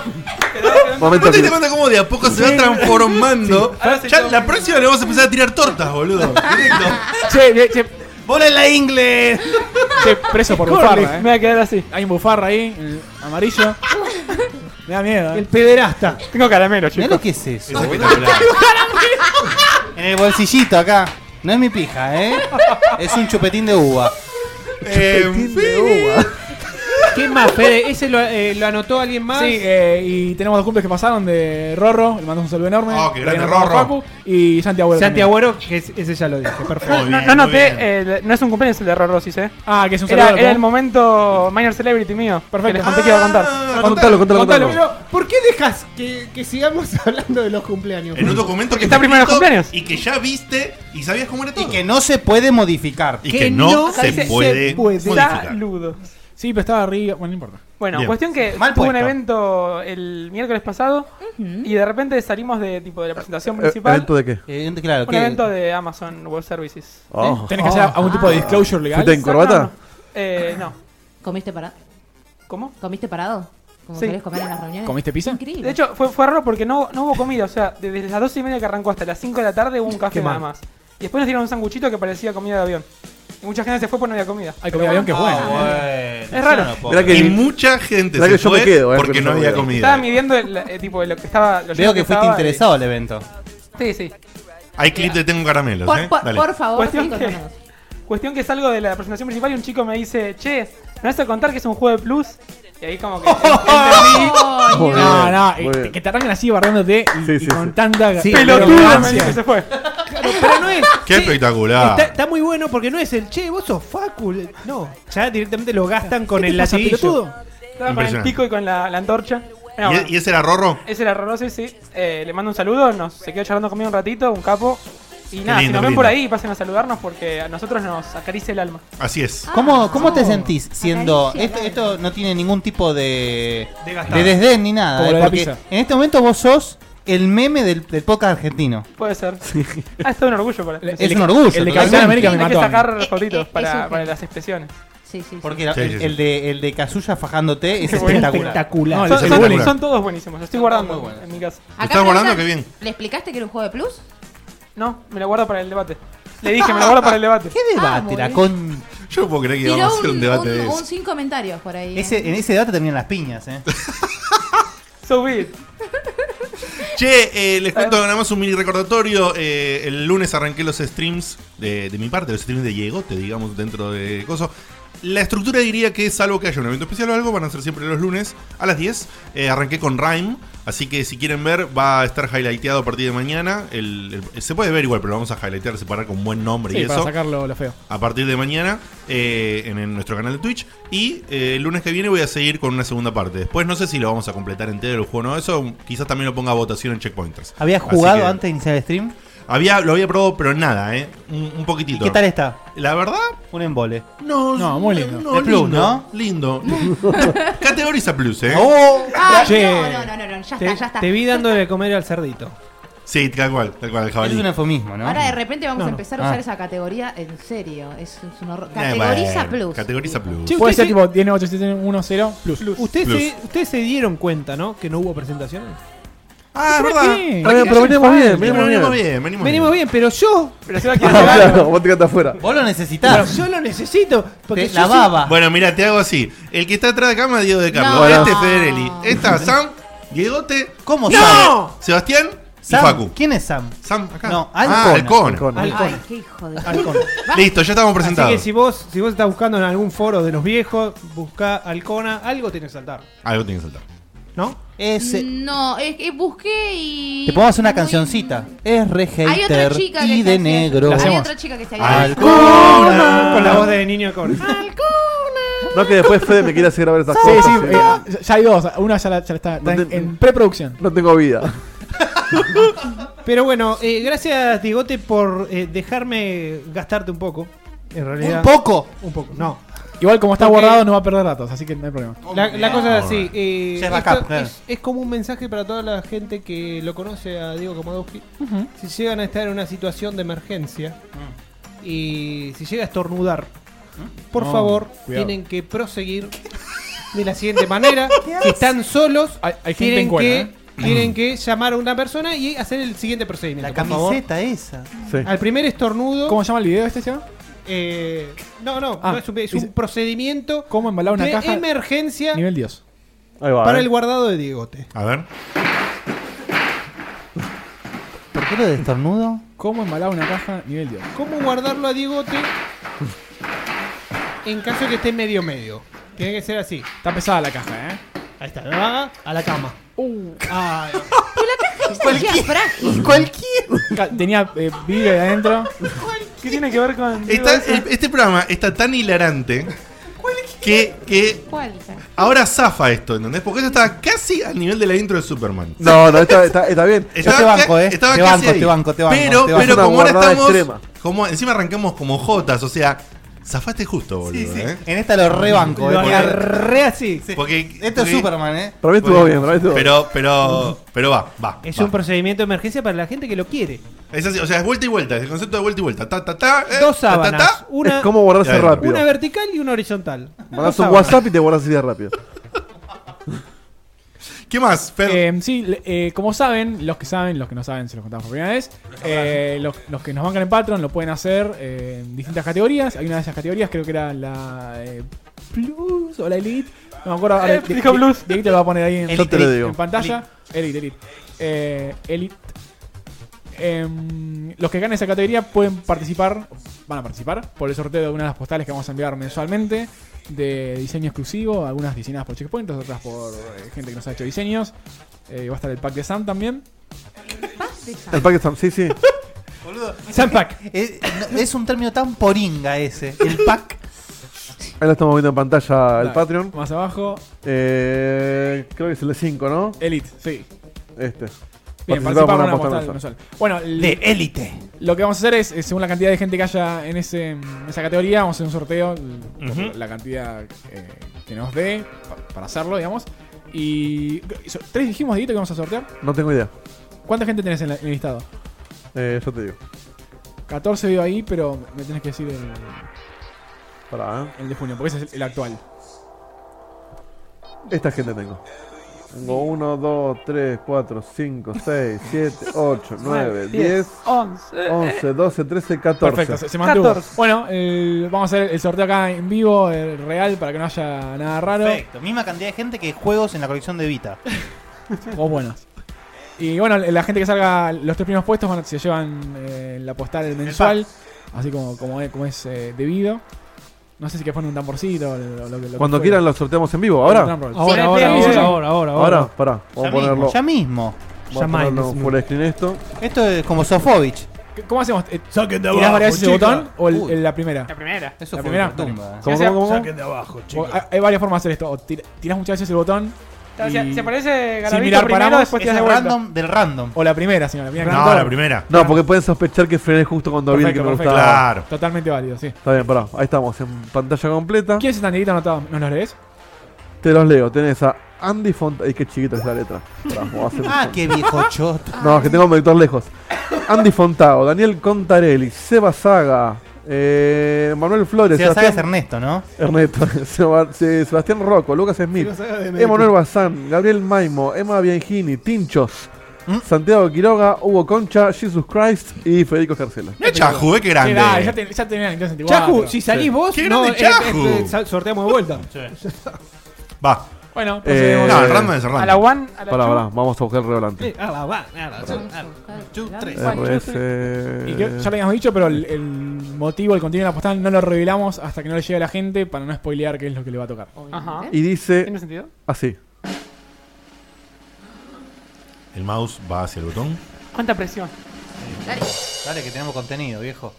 Speaker 6: Momento
Speaker 1: Aparte te
Speaker 6: final.
Speaker 1: manda como de a poco se va transformando.
Speaker 7: Ahora se
Speaker 1: Ya
Speaker 7: toma-
Speaker 1: la próxima le vamos a empezar a tirar tortas, boludo. Directo.
Speaker 2: Che, che, che,
Speaker 4: ¡Bola en la ingle!
Speaker 2: che, preso por
Speaker 5: Corley,
Speaker 2: bufarra,
Speaker 5: Me
Speaker 2: eh.
Speaker 5: voy a quedar así.
Speaker 2: Hay un bufarra ahí, el amarillo. Me da miedo,
Speaker 7: El
Speaker 2: eh.
Speaker 7: pederasta.
Speaker 5: Tengo caramelo,
Speaker 4: Mirá
Speaker 5: chicos.
Speaker 4: lo que es eso.
Speaker 1: Es espectacular.
Speaker 4: En el bolsillito acá. No es mi pija, ¿eh? Es un chupetín de uva.
Speaker 1: Eh,
Speaker 7: ¿Quién más, Fede? Ese lo, eh, lo anotó alguien más.
Speaker 2: Sí, eh, y tenemos dos cumples que pasaron de Rorro, le mandamos un saludo enorme.
Speaker 1: Oh, qué grande
Speaker 2: Mariano
Speaker 1: Rorro.
Speaker 2: Facu, Y Santiago Agüero
Speaker 7: Santi
Speaker 2: también.
Speaker 7: Agüero, que es- ese ya lo dije, perfecto.
Speaker 1: Muy
Speaker 5: No,
Speaker 1: bien,
Speaker 5: no
Speaker 1: muy bien.
Speaker 5: noté, eh, le- no es un cumpleaños el de Rorosis, eh.
Speaker 2: Ah, que es un
Speaker 5: Era,
Speaker 2: saludo.
Speaker 5: era
Speaker 2: ¿no?
Speaker 5: el momento minor celebrity mío.
Speaker 2: Perfecto.
Speaker 5: Que les conté que iba a contar.
Speaker 1: Ah,
Speaker 6: Contalo, contalo,
Speaker 7: Contalo,
Speaker 6: contalo.
Speaker 7: pero-
Speaker 9: ¿Por qué dejas que, que sigamos hablando de los cumpleaños?
Speaker 1: En un documento que
Speaker 5: Está
Speaker 1: fue
Speaker 5: primero
Speaker 1: escrito
Speaker 5: cumpleaños.
Speaker 1: Y que ya viste y sabías cómo era todo.
Speaker 4: Y que no se puede modificar.
Speaker 1: Y que no, se, puede modificar.
Speaker 5: Saludos.
Speaker 2: Sí, pero estaba arriba. Bueno, no importa.
Speaker 5: Bueno,
Speaker 1: Bien.
Speaker 5: cuestión que
Speaker 4: Mal
Speaker 5: tuve un
Speaker 4: puesto.
Speaker 5: evento el miércoles pasado y de repente salimos de tipo de la presentación
Speaker 6: Eh,
Speaker 5: principal.
Speaker 6: ¿Evento de qué?
Speaker 4: Eh, claro,
Speaker 5: un
Speaker 4: que-
Speaker 5: evento de Amazon Web Services.
Speaker 6: Oh.
Speaker 2: Eh, Tenés que hacer algún tipo de disclosure
Speaker 6: ¿Fuiste en
Speaker 2: legal.
Speaker 6: corbata?
Speaker 5: Eh, no.
Speaker 3: ¿Comiste parado?
Speaker 5: ¿Cómo?
Speaker 3: ¿Comiste parado? Como
Speaker 5: Sí.
Speaker 3: querés comer en las reuniones.
Speaker 2: ¿Comiste pizza?
Speaker 3: Increíble.
Speaker 5: De hecho, fue, fue raro porque no, no hubo comida. O sea, desde las 12 y media que arrancó hasta las 5 de la tarde hubo un café nada más. Y después nos dieron un sanguchito que parecía comida de avión. Y mucha gente se fue porque no había comida.
Speaker 2: Hay comida de avión que es
Speaker 4: Ah,
Speaker 2: bueno.
Speaker 4: bueno.
Speaker 5: Es raro.
Speaker 4: Yo no puedo
Speaker 6: Mirá
Speaker 4: creer.
Speaker 1: Y
Speaker 6: que
Speaker 1: mucha gente
Speaker 6: Mirá
Speaker 1: se
Speaker 6: que yo me
Speaker 1: fue
Speaker 6: quedo, eh,
Speaker 1: porque
Speaker 6: con
Speaker 1: no
Speaker 6: esa
Speaker 1: había
Speaker 6: idea.
Speaker 5: Estaba
Speaker 1: comida.
Speaker 5: midiendo el, eh, tipo, lo que estaba. lo lleno
Speaker 4: Veo que fuiste
Speaker 5: estaba y-
Speaker 4: interesado al evento.
Speaker 5: Sí, sí.
Speaker 1: Hay clip de Tengo Caramelos,
Speaker 3: por,
Speaker 1: ¿eh?
Speaker 3: por-
Speaker 1: Dale.
Speaker 3: por favor,
Speaker 5: Cuestión
Speaker 3: sí,
Speaker 5: que-
Speaker 3: contanos.
Speaker 5: Cuestión que salgo de la presentación principal y un chico me dice, che, ¿me vas a contar que es un juego de plus? Y ahí como que entendí.
Speaker 6: Muy bien,
Speaker 2: No, no,
Speaker 6: muy
Speaker 2: y te-
Speaker 6: bien.
Speaker 2: que te arranquen así barriéndote y,
Speaker 6: Sí,
Speaker 2: y
Speaker 6: sí,
Speaker 2: con
Speaker 6: sí.
Speaker 2: tanta
Speaker 4: Sí,
Speaker 5: Pelotudo me
Speaker 2: arrogancia.
Speaker 5: dijo que se fue.
Speaker 7: Pero no es.
Speaker 1: Qué
Speaker 7: sí,
Speaker 1: espectacular.
Speaker 7: Está, está muy bueno porque no es el che, vos sos Facu. No, ya directamente lo gastan con
Speaker 2: ¿Qué
Speaker 7: el
Speaker 2: te pasa,
Speaker 7: latiguillo.
Speaker 2: pelotudo?
Speaker 5: Estaba con el
Speaker 1: Impresionante.
Speaker 5: pico y con la, la antorcha. No,
Speaker 1: ¿Y, y ese era Rorro?
Speaker 5: Ese era Rorosi, sí. Eh, le mando un saludo, nos se quedó charlando conmigo un ratito, un capo. Y nada,
Speaker 1: lindo,
Speaker 5: si nos ven
Speaker 1: lindo.
Speaker 5: por ahí, pasen a saludarnos porque a nosotros nos acaricia el alma.
Speaker 1: Así es.
Speaker 4: Ah, ¿Cómo, cómo
Speaker 5: oh.
Speaker 4: te sentís siendo...
Speaker 3: Acaricia,
Speaker 4: Esto,
Speaker 3: dale.
Speaker 4: esto no tiene ningún tipo de,
Speaker 7: De
Speaker 4: de
Speaker 7: gastar.
Speaker 4: desdén ni nada.
Speaker 2: Como
Speaker 4: eh,
Speaker 2: lo de la
Speaker 4: porque
Speaker 2: pizza.
Speaker 4: en este momento vos sos el meme del, del podcast argentino.
Speaker 5: Puede ser. Ah, es todo un orgullo para
Speaker 2: Le-
Speaker 5: mí.
Speaker 4: Es
Speaker 2: de-
Speaker 4: un orgullo.
Speaker 2: el de
Speaker 4: totalmente.
Speaker 2: Capitán América
Speaker 5: Hay
Speaker 2: me
Speaker 5: que
Speaker 2: mató. a mí.
Speaker 5: sacar
Speaker 3: Eh,
Speaker 5: fotitos
Speaker 3: eh, es
Speaker 5: para,
Speaker 3: un
Speaker 5: para
Speaker 3: genio.
Speaker 5: las expresiones.
Speaker 3: Sí, sí, sí.
Speaker 4: Porque la-
Speaker 1: Sí, sí,
Speaker 4: el,
Speaker 1: sí.
Speaker 4: el de, el de Kazuya fajándote es
Speaker 5: Qué bueno.
Speaker 4: espectacular.
Speaker 2: No, el-
Speaker 7: Espectacular.
Speaker 5: Son,
Speaker 1: es
Speaker 5: son-
Speaker 1: espectacular.
Speaker 5: son todos buenísimos, los estoy guardando
Speaker 4: Muy buenos.
Speaker 5: en mi casa.
Speaker 1: ¿Lo estás guardando?
Speaker 3: preguntan,
Speaker 1: Qué bien.
Speaker 3: ¿Le explicaste que era un juego de plus?
Speaker 5: No, me lo guardo para el debate. Le dije, me lo guardo para el debate.
Speaker 4: ¿Qué debate?
Speaker 3: Ah, muy
Speaker 4: la
Speaker 3: bien.
Speaker 4: con...
Speaker 1: eh. Yo no puedo creer que
Speaker 3: Tiró
Speaker 1: íbamos a hacer un debate
Speaker 3: un-
Speaker 1: de
Speaker 3: un
Speaker 1: eso.
Speaker 3: sin comentarios por ahí. eh.
Speaker 4: ese, en ese debate terminan las piñas, ¿eh?
Speaker 5: So be it.
Speaker 1: Che, eh, les cuento nada más un mini recordatorio. Eh, el lunes arranqué los streams de, de mi parte, los streams de Diegote, digamos, dentro de Coso. La estructura diría que, salvo que haya un evento especial o algo, van a ser siempre los lunes a las 10. Eh, arranqué con Rhyme, así que si quieren ver, va a estar highlighteado a partir de mañana. El- el- se puede ver igual, pero lo vamos a highlightear, separar con buen nombre y
Speaker 2: Sí, para
Speaker 1: eso.
Speaker 2: sacarlo lo feo.
Speaker 1: A partir de mañana eh, en, en nuestro canal de Twitch. Y eh, el lunes que viene voy a seguir con una segunda parte. Después no sé si lo vamos a completar entero el juego o no. Eso quizás también lo ponga a votación en Checkpointers.
Speaker 4: ¿Habías
Speaker 1: Así
Speaker 4: jugado
Speaker 1: que-
Speaker 4: antes de iniciar el stream?
Speaker 1: Había, lo había probado, pero nada, ¿eh? Un, un poquitito.
Speaker 4: ¿Qué tal está?
Speaker 1: La verdad,
Speaker 4: Un embole.
Speaker 1: no.
Speaker 2: No, muy lindo.
Speaker 1: No,
Speaker 4: Es plus,
Speaker 1: lindo,
Speaker 4: ¿no?
Speaker 1: Lindo. Categoriza plus, ¿eh?
Speaker 3: Ah,
Speaker 7: Oh, Che.
Speaker 3: no, no, no, no, no, ya está,
Speaker 7: Te,
Speaker 3: ya está.
Speaker 7: te vi dándole de comer al cerdito.
Speaker 1: Sí, tal cual, tal cual, el
Speaker 4: Es
Speaker 1: jabalí.
Speaker 4: un eufemismo, ¿no?
Speaker 3: Ahora de repente vamos
Speaker 7: No,
Speaker 3: a
Speaker 7: no.
Speaker 3: empezar a usar
Speaker 4: Ah.
Speaker 3: esa categoría en serio. Es, es un horror.
Speaker 1: Eh,
Speaker 3: Categoriza
Speaker 1: bueno,
Speaker 3: plus.
Speaker 1: Categoriza plus.
Speaker 7: Che,
Speaker 2: Puede
Speaker 7: usted
Speaker 2: ser
Speaker 7: sí-
Speaker 2: tipo 10, 9, 8, 7, 1, 0, plus.
Speaker 7: Ustedes
Speaker 1: Plus.
Speaker 7: se, ustedes se dieron cuenta, ¿no? Que no hubo presentaciones.
Speaker 1: Ah,
Speaker 2: ¿Pero qué?
Speaker 6: Ah, bien, pero venimos bien, venimos bien.
Speaker 1: Venimos bien, venimos
Speaker 7: Venimos bien, pero yo,
Speaker 5: Pero se va a quedar
Speaker 6: Ah,
Speaker 5: pegado.
Speaker 6: claro, vos te quedaste afuera.
Speaker 4: Vos lo
Speaker 7: pero
Speaker 4: necesitás.
Speaker 7: yo lo necesito. Porque
Speaker 4: Te-
Speaker 7: yo
Speaker 4: la
Speaker 7: sí-
Speaker 4: baba.
Speaker 1: Bueno, mira, te hago así. El que está atrás de acá me Diego de Carlos.
Speaker 3: No.
Speaker 1: Este es Federelli. Esta, Sam, Diegote,
Speaker 4: ¿Cómo sabe?
Speaker 1: Sam, Sebastián
Speaker 4: Sam,
Speaker 1: y Facu.
Speaker 4: ¿Quién es Sam?
Speaker 1: Sam, acá.
Speaker 4: No,
Speaker 1: Ah,
Speaker 4: Alcona.
Speaker 1: Alcona.
Speaker 6: Con-
Speaker 7: Alcón.
Speaker 3: Ay, qué hijo de.
Speaker 7: Alcón.
Speaker 1: Listo, ya estamos
Speaker 7: Así
Speaker 1: presentados.
Speaker 7: que si vos, si vos estás buscando en algún foro de los viejos, busca Alcona, algo tiene que saltar,
Speaker 1: Algo tiene que saltar.
Speaker 7: ¿no?
Speaker 1: Eh,
Speaker 4: Ese.
Speaker 3: No, es que busqué y.
Speaker 4: eh, Te podemos hacer una
Speaker 3: muy-
Speaker 4: cancioncita. Es re
Speaker 3: Hay otra
Speaker 4: hater
Speaker 3: chica que
Speaker 4: y
Speaker 3: se
Speaker 4: de
Speaker 3: hace-
Speaker 4: negro.
Speaker 2: La
Speaker 3: Hay
Speaker 2: hacemos.
Speaker 3: otra chica que se había.
Speaker 4: Alcona.
Speaker 7: Con la voz de niño con.
Speaker 6: No, que después Fede me quiere hacer grabar esas
Speaker 2: Sí,
Speaker 6: cosas.
Speaker 2: sí,
Speaker 6: Ah, sí.
Speaker 2: eh, ya hay dos. Una ya, la- ya está, está en,
Speaker 6: te-
Speaker 2: en preproducción.
Speaker 6: No tengo vida.
Speaker 7: Pero bueno, eh, gracias, Digote, por eh, dejarme gastarte un poco. En realidad.
Speaker 4: Un poco.
Speaker 7: Un poco, no.
Speaker 2: Igual como está
Speaker 7: Porque-
Speaker 2: guardado no va a perder datos, así que no hay problema.
Speaker 7: La, la cosa es así. eh,
Speaker 4: Ya es backup,
Speaker 7: esto
Speaker 4: claro.
Speaker 7: es, es como un mensaje para toda la gente que lo conoce a Diego Komodowski. Si llegan a estar en una situación de emergencia y si llega a estornudar, por
Speaker 2: Mm. No,
Speaker 7: favor,
Speaker 2: cuidado.
Speaker 7: tienen que proseguir de la siguiente manera. si están solos,
Speaker 2: Hay- hay gente
Speaker 7: tienen,
Speaker 2: encuera,
Speaker 7: que,
Speaker 2: ¿eh?
Speaker 7: tienen que llamar a una persona y hacer el siguiente procedimiento.
Speaker 4: La
Speaker 7: por favor.
Speaker 4: camiseta esa.
Speaker 6: Sí.
Speaker 7: Al primer estornudo.
Speaker 2: ¿Cómo se llama el video este, Seba?
Speaker 7: Eh, no, no,
Speaker 2: Ah,
Speaker 7: no es un, es un
Speaker 2: dice-
Speaker 7: procedimiento
Speaker 2: ¿Cómo embalar una
Speaker 7: de
Speaker 2: caja?
Speaker 7: emergencia
Speaker 2: Nivel Dios.
Speaker 6: Ahí va.
Speaker 7: para
Speaker 6: eh.
Speaker 7: el guardado de Diegote.
Speaker 1: A ver.
Speaker 4: ¿Por qué lo de estornudo?
Speaker 2: ¿Cómo embalar una caja? Nivel Dios.
Speaker 7: ¿Cómo guardarlo a Diegote en caso que esté medio medio? Tiene que ser así.
Speaker 2: Está pesada la caja, ¿eh?
Speaker 7: Ahí está, Ah, ¿verdad? a la cama.
Speaker 8: Uh.
Speaker 7: Ay,
Speaker 3: Cualquier frágil.
Speaker 2: Ca- Tenía eh, vidrio ahí adentro.
Speaker 5: ¿Qué tiene que ver con.?
Speaker 1: Está- el- este programa está tan hilarante que, que
Speaker 3: Cualquier.
Speaker 1: ahora zafa esto, ¿entendés? Porque eso estaba casi al nivel de la intro de Superman.
Speaker 6: No, no, está, está, está bien.
Speaker 4: te banco, eh.
Speaker 1: estaba
Speaker 4: Te
Speaker 1: casi
Speaker 4: banco,
Speaker 1: ahí.
Speaker 4: te banco, te banco,
Speaker 1: Pero,
Speaker 4: te banco.
Speaker 1: pero
Speaker 6: Una
Speaker 1: como ahora
Speaker 6: guardada
Speaker 1: estamos.
Speaker 6: extrema.
Speaker 1: Como, encima arrancamos como Jotas, o sea, zafaste justo, boludo. ¿eh?
Speaker 4: En esta lo rebanco,
Speaker 7: lo
Speaker 4: eh. porque-
Speaker 7: agarré así.
Speaker 1: Porque,
Speaker 4: Esto es
Speaker 1: porque-
Speaker 4: Superman, eh.
Speaker 6: Para mí estuvo
Speaker 1: Bueno,
Speaker 6: bien, para mí estuvo bien.
Speaker 1: Pero, pero, pero va, va.
Speaker 7: Es
Speaker 1: va.
Speaker 7: un procedimiento de emergencia para la gente que lo quiere.
Speaker 1: Es así, o sea, es vuelta y vuelta, es el concepto de vuelta y vuelta. Ta, ta, ta, eh,
Speaker 7: Dos
Speaker 1: ta, ta,
Speaker 7: sábanas,
Speaker 1: ta.
Speaker 7: una,
Speaker 6: Es como guardarse
Speaker 1: Ya, ya.
Speaker 6: rápido.
Speaker 7: una vertical y una horizontal. Dos
Speaker 6: Mandás un
Speaker 7: sábanas.
Speaker 6: WhatsApp y te guardas ideas rápido.
Speaker 1: ¿Qué más, Fer?
Speaker 2: Eh, sí, le- eh, como saben, los que saben, los que no saben, se los contamos por primera vez. Eh, los, los que nos bancan en Patreon lo pueden hacer eh, en distintas categorías. Hay una de esas categorías, creo que era la eh, Plus o la Elite. No me acuerdo. ahora
Speaker 5: Eh,
Speaker 2: Di-
Speaker 5: dijo
Speaker 2: Di-
Speaker 5: Blues.
Speaker 2: Dieguito lo va a poner ahí en,
Speaker 6: Yo te lo digo.
Speaker 2: en pantalla. Elite, Elite. Eh, elite. Em, los que ganen esa categoría pueden participar, van a participar por el sorteo de una de las postales que vamos a enviar mensualmente de diseño exclusivo, algunas diseñadas por Checkpoint, otras por eh, gente que nos ha hecho diseños. Eh, va a estar el pack de Sam también.
Speaker 6: El Pakistan, sí, sí.
Speaker 2: Sam Pack.
Speaker 4: Es, no- es un término tan poringa ese. El pack.
Speaker 6: Ahí lo estamos viendo en pantalla el
Speaker 2: Dale.
Speaker 6: Patreon.
Speaker 2: Más abajo,
Speaker 6: Eh, creo que es el de 5, ¿no?
Speaker 2: Elite, sí.
Speaker 6: Este.
Speaker 2: Bien,
Speaker 6: Participar por
Speaker 2: participar por
Speaker 6: una
Speaker 2: una
Speaker 6: postal
Speaker 2: postal mensual. Bueno, el-
Speaker 4: De élite.
Speaker 2: Lo que vamos a hacer es, eh, según la cantidad de gente que haya en, ese, en esa categoría, vamos a hacer un sorteo l- por
Speaker 1: Ujú.
Speaker 2: la cantidad eh, que nos dé pa- para hacerlo, digamos. Y. so- ¿Tres dijimos, Dieguito, que vamos a sortear?
Speaker 6: No tengo idea.
Speaker 2: ¿Cuánta gente tenés en, la- en el listado?
Speaker 6: Eh, yo te digo.
Speaker 2: 14 veo ahí, pero me tenés que decir el,
Speaker 6: Pará, ¿eh?
Speaker 2: el de junio, porque ese es el, el actual.
Speaker 6: Esta gente tengo. Tengo 1, 2, 3, 4, 5, 6, 7, 8, 9, 10,
Speaker 5: 11.
Speaker 6: 11, 12, 13, 14.
Speaker 2: Perfecto, se, se mantuvo.
Speaker 5: 14.
Speaker 2: Bueno, el- vamos a hacer el sorteo acá en vivo, el real, para que no haya nada raro.
Speaker 4: Perfecto. Misma cantidad de gente que juegos en la colección de Vita.
Speaker 2: O buenas. Oh, Y bueno, la gente que salga los tres primeros puestos van a- se llevan eh, la postal mensual, así como, como es, como es, eh, debido. No sé si que poner un tamborcito o lo, lo que- lo que
Speaker 6: Cuando
Speaker 2: fuera.
Speaker 6: quieran lo sorteamos en vivo. Ahora.
Speaker 2: Drum roll.
Speaker 5: Sí,
Speaker 10: Ahora, ahora,
Speaker 5: sí, sí, sí.
Speaker 10: ahora, ahora, ahora,
Speaker 6: Ahora, pará. Vamos
Speaker 4: Ya
Speaker 6: a ponerlo.
Speaker 4: mismo, ya mismo.
Speaker 6: Vamos a
Speaker 10: Ya
Speaker 6: ponerlo
Speaker 10: mismo.
Speaker 6: full screen esto.
Speaker 4: Esto es como Sofovich.
Speaker 2: ¿Cómo hacemos? Eh,
Speaker 9: Saquen de
Speaker 2: ¿Tirás varias veces el
Speaker 9: chica.
Speaker 2: botón o el-
Speaker 4: Uy.
Speaker 2: el- la primera?
Speaker 5: La primera.
Speaker 4: Eso
Speaker 2: La
Speaker 4: fue
Speaker 2: primera.
Speaker 4: una tumba.
Speaker 6: ¿Cómo,
Speaker 5: sea,
Speaker 6: cómo, cómo?
Speaker 9: de abajo,
Speaker 2: O- hay- Hay varias formas de hacer esto. O tira- tirás muchas veces el botón.
Speaker 5: O sea,
Speaker 2: y-
Speaker 5: si aparece Garabito
Speaker 2: mirar,
Speaker 5: primero,
Speaker 2: paramos,
Speaker 5: después
Speaker 4: Es
Speaker 5: tiras de
Speaker 4: el
Speaker 5: vuelta.
Speaker 4: random del random.
Speaker 2: O la primera, señora. la primera.
Speaker 1: No, la primera.
Speaker 6: No, porque pueden sospechar que frené justo cuando vi el que
Speaker 2: Perfecto,
Speaker 6: me
Speaker 2: perfecto.
Speaker 6: gustaba.
Speaker 1: Claro.
Speaker 2: Totalmente válido, sí.
Speaker 6: Está bien, pará. Ahí estamos, en pantalla completa.
Speaker 2: ¿Quiénes están negritos anotados? ¿Nos los lees?
Speaker 6: Te los leo. Tenés a Andy Font. Ay, qué chiquita es la letra. Pará, vamos a hacer-
Speaker 4: Ah, qué viejo choto.
Speaker 6: No, que tengo un vector lejos. Andy Fontao, Daniel Contarelli, Seba Saga, eh, Manuel Flores,
Speaker 4: Si la sabes
Speaker 6: Sebastián,
Speaker 4: Ernesto, ¿no?
Speaker 6: Ernesto, Seba- Se- Sebastián Rocco, Lucas Smith, Emanuel Bazán, Gabriel Maimo, Emma Biangini, Tinchos,
Speaker 4: ¿Mm?
Speaker 6: Santiago Quiroga, Hugo Concha, Jesus Christ y Federico Carcela.
Speaker 1: Mira Chahu, ve qué
Speaker 2: Sí, dale, ya,
Speaker 1: grande.
Speaker 2: te, ya tenía Nintendo 64.
Speaker 7: Chacu, si salís vos,
Speaker 1: ¡Qué
Speaker 7: no,
Speaker 1: grande
Speaker 7: eh,
Speaker 1: Chacu!
Speaker 7: eh, sal- sorteamos de vuelta.
Speaker 1: Va.
Speaker 2: Bueno,
Speaker 6: Eh,
Speaker 2: procedemos.
Speaker 1: No, el random es el
Speaker 5: A la
Speaker 1: random.
Speaker 5: one, a la
Speaker 6: Pará,
Speaker 5: two.
Speaker 6: pará, vamos a buscar el revolante.
Speaker 7: Eh, ah, va, va, nada, son- ah,
Speaker 6: RS.
Speaker 2: Y que ya lo habíamos dicho, pero el, el motivo, el contenido de la postal no lo revelamos hasta que no le llegue a la gente para no spoilear qué es lo que le va a tocar.
Speaker 5: Ajá.
Speaker 6: Y dice
Speaker 5: ¿Tiene sentido?
Speaker 6: así.
Speaker 1: El mouse va hacia el botón.
Speaker 5: ¿Cuánta presión?
Speaker 4: Dale, que tenemos contenido, viejo.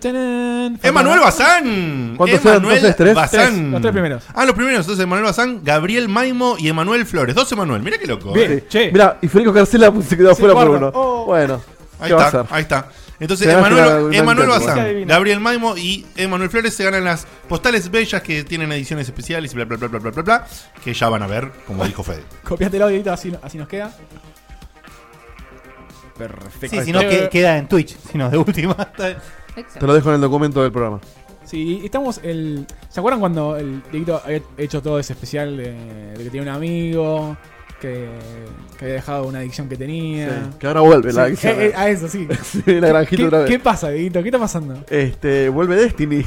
Speaker 2: ¡Tarán!
Speaker 1: Emanuel Bazán.
Speaker 6: ¿Cuántos
Speaker 1: Emanuel
Speaker 6: eran? ¿Entonces tres?
Speaker 1: Bazán.
Speaker 2: Tres, los tres primeros.
Speaker 1: Ah, los primeros. Entonces, Emanuel Bazán, Gabriel Maimo y Emanuel Flores. Dos Emanuel. Mira qué loco. eh.
Speaker 7: Bien, che.
Speaker 6: Mira, y Federico Carcela se quedó afuera por
Speaker 2: guarda.
Speaker 6: uno. Bueno,
Speaker 1: Ahí
Speaker 6: ¿qué va a
Speaker 1: está,
Speaker 6: hacer?
Speaker 1: ahí está. Entonces,
Speaker 6: Se van a llegar a
Speaker 1: Emanuel,
Speaker 6: una
Speaker 1: Emanuel
Speaker 6: interna.
Speaker 1: Bazán,
Speaker 5: Divina.
Speaker 1: Gabriel Maimo y Emanuel Flores se ganan las postales bellas que tienen ediciones especiales y bla, bla, bla, bla, bla, bla, bla, que ya van a ver, como dijo Fede.
Speaker 2: Copiate el audio, Dieguito, así, así nos queda.
Speaker 4: Sí, si no, que-
Speaker 2: Eh,
Speaker 4: queda en Twitch. Si no, de última.
Speaker 6: Te lo dejo en el documento del programa.
Speaker 2: Sí, y estamos el. ¿Se acuerdan cuando el Dieguito había hecho todo ese especial de, de que tenía un amigo? Que, que había dejado una adicción que tenía.
Speaker 6: Sí, que ahora vuelve la
Speaker 2: Sí,
Speaker 6: adicción.
Speaker 2: eh, eh, a eso, sí.
Speaker 6: Sí, la granjita
Speaker 2: ¿Qué,
Speaker 6: otra
Speaker 2: qué
Speaker 6: vez.
Speaker 2: pasa, Dieguito? ¿Qué está pasando?
Speaker 6: Este, vuelve Destiny.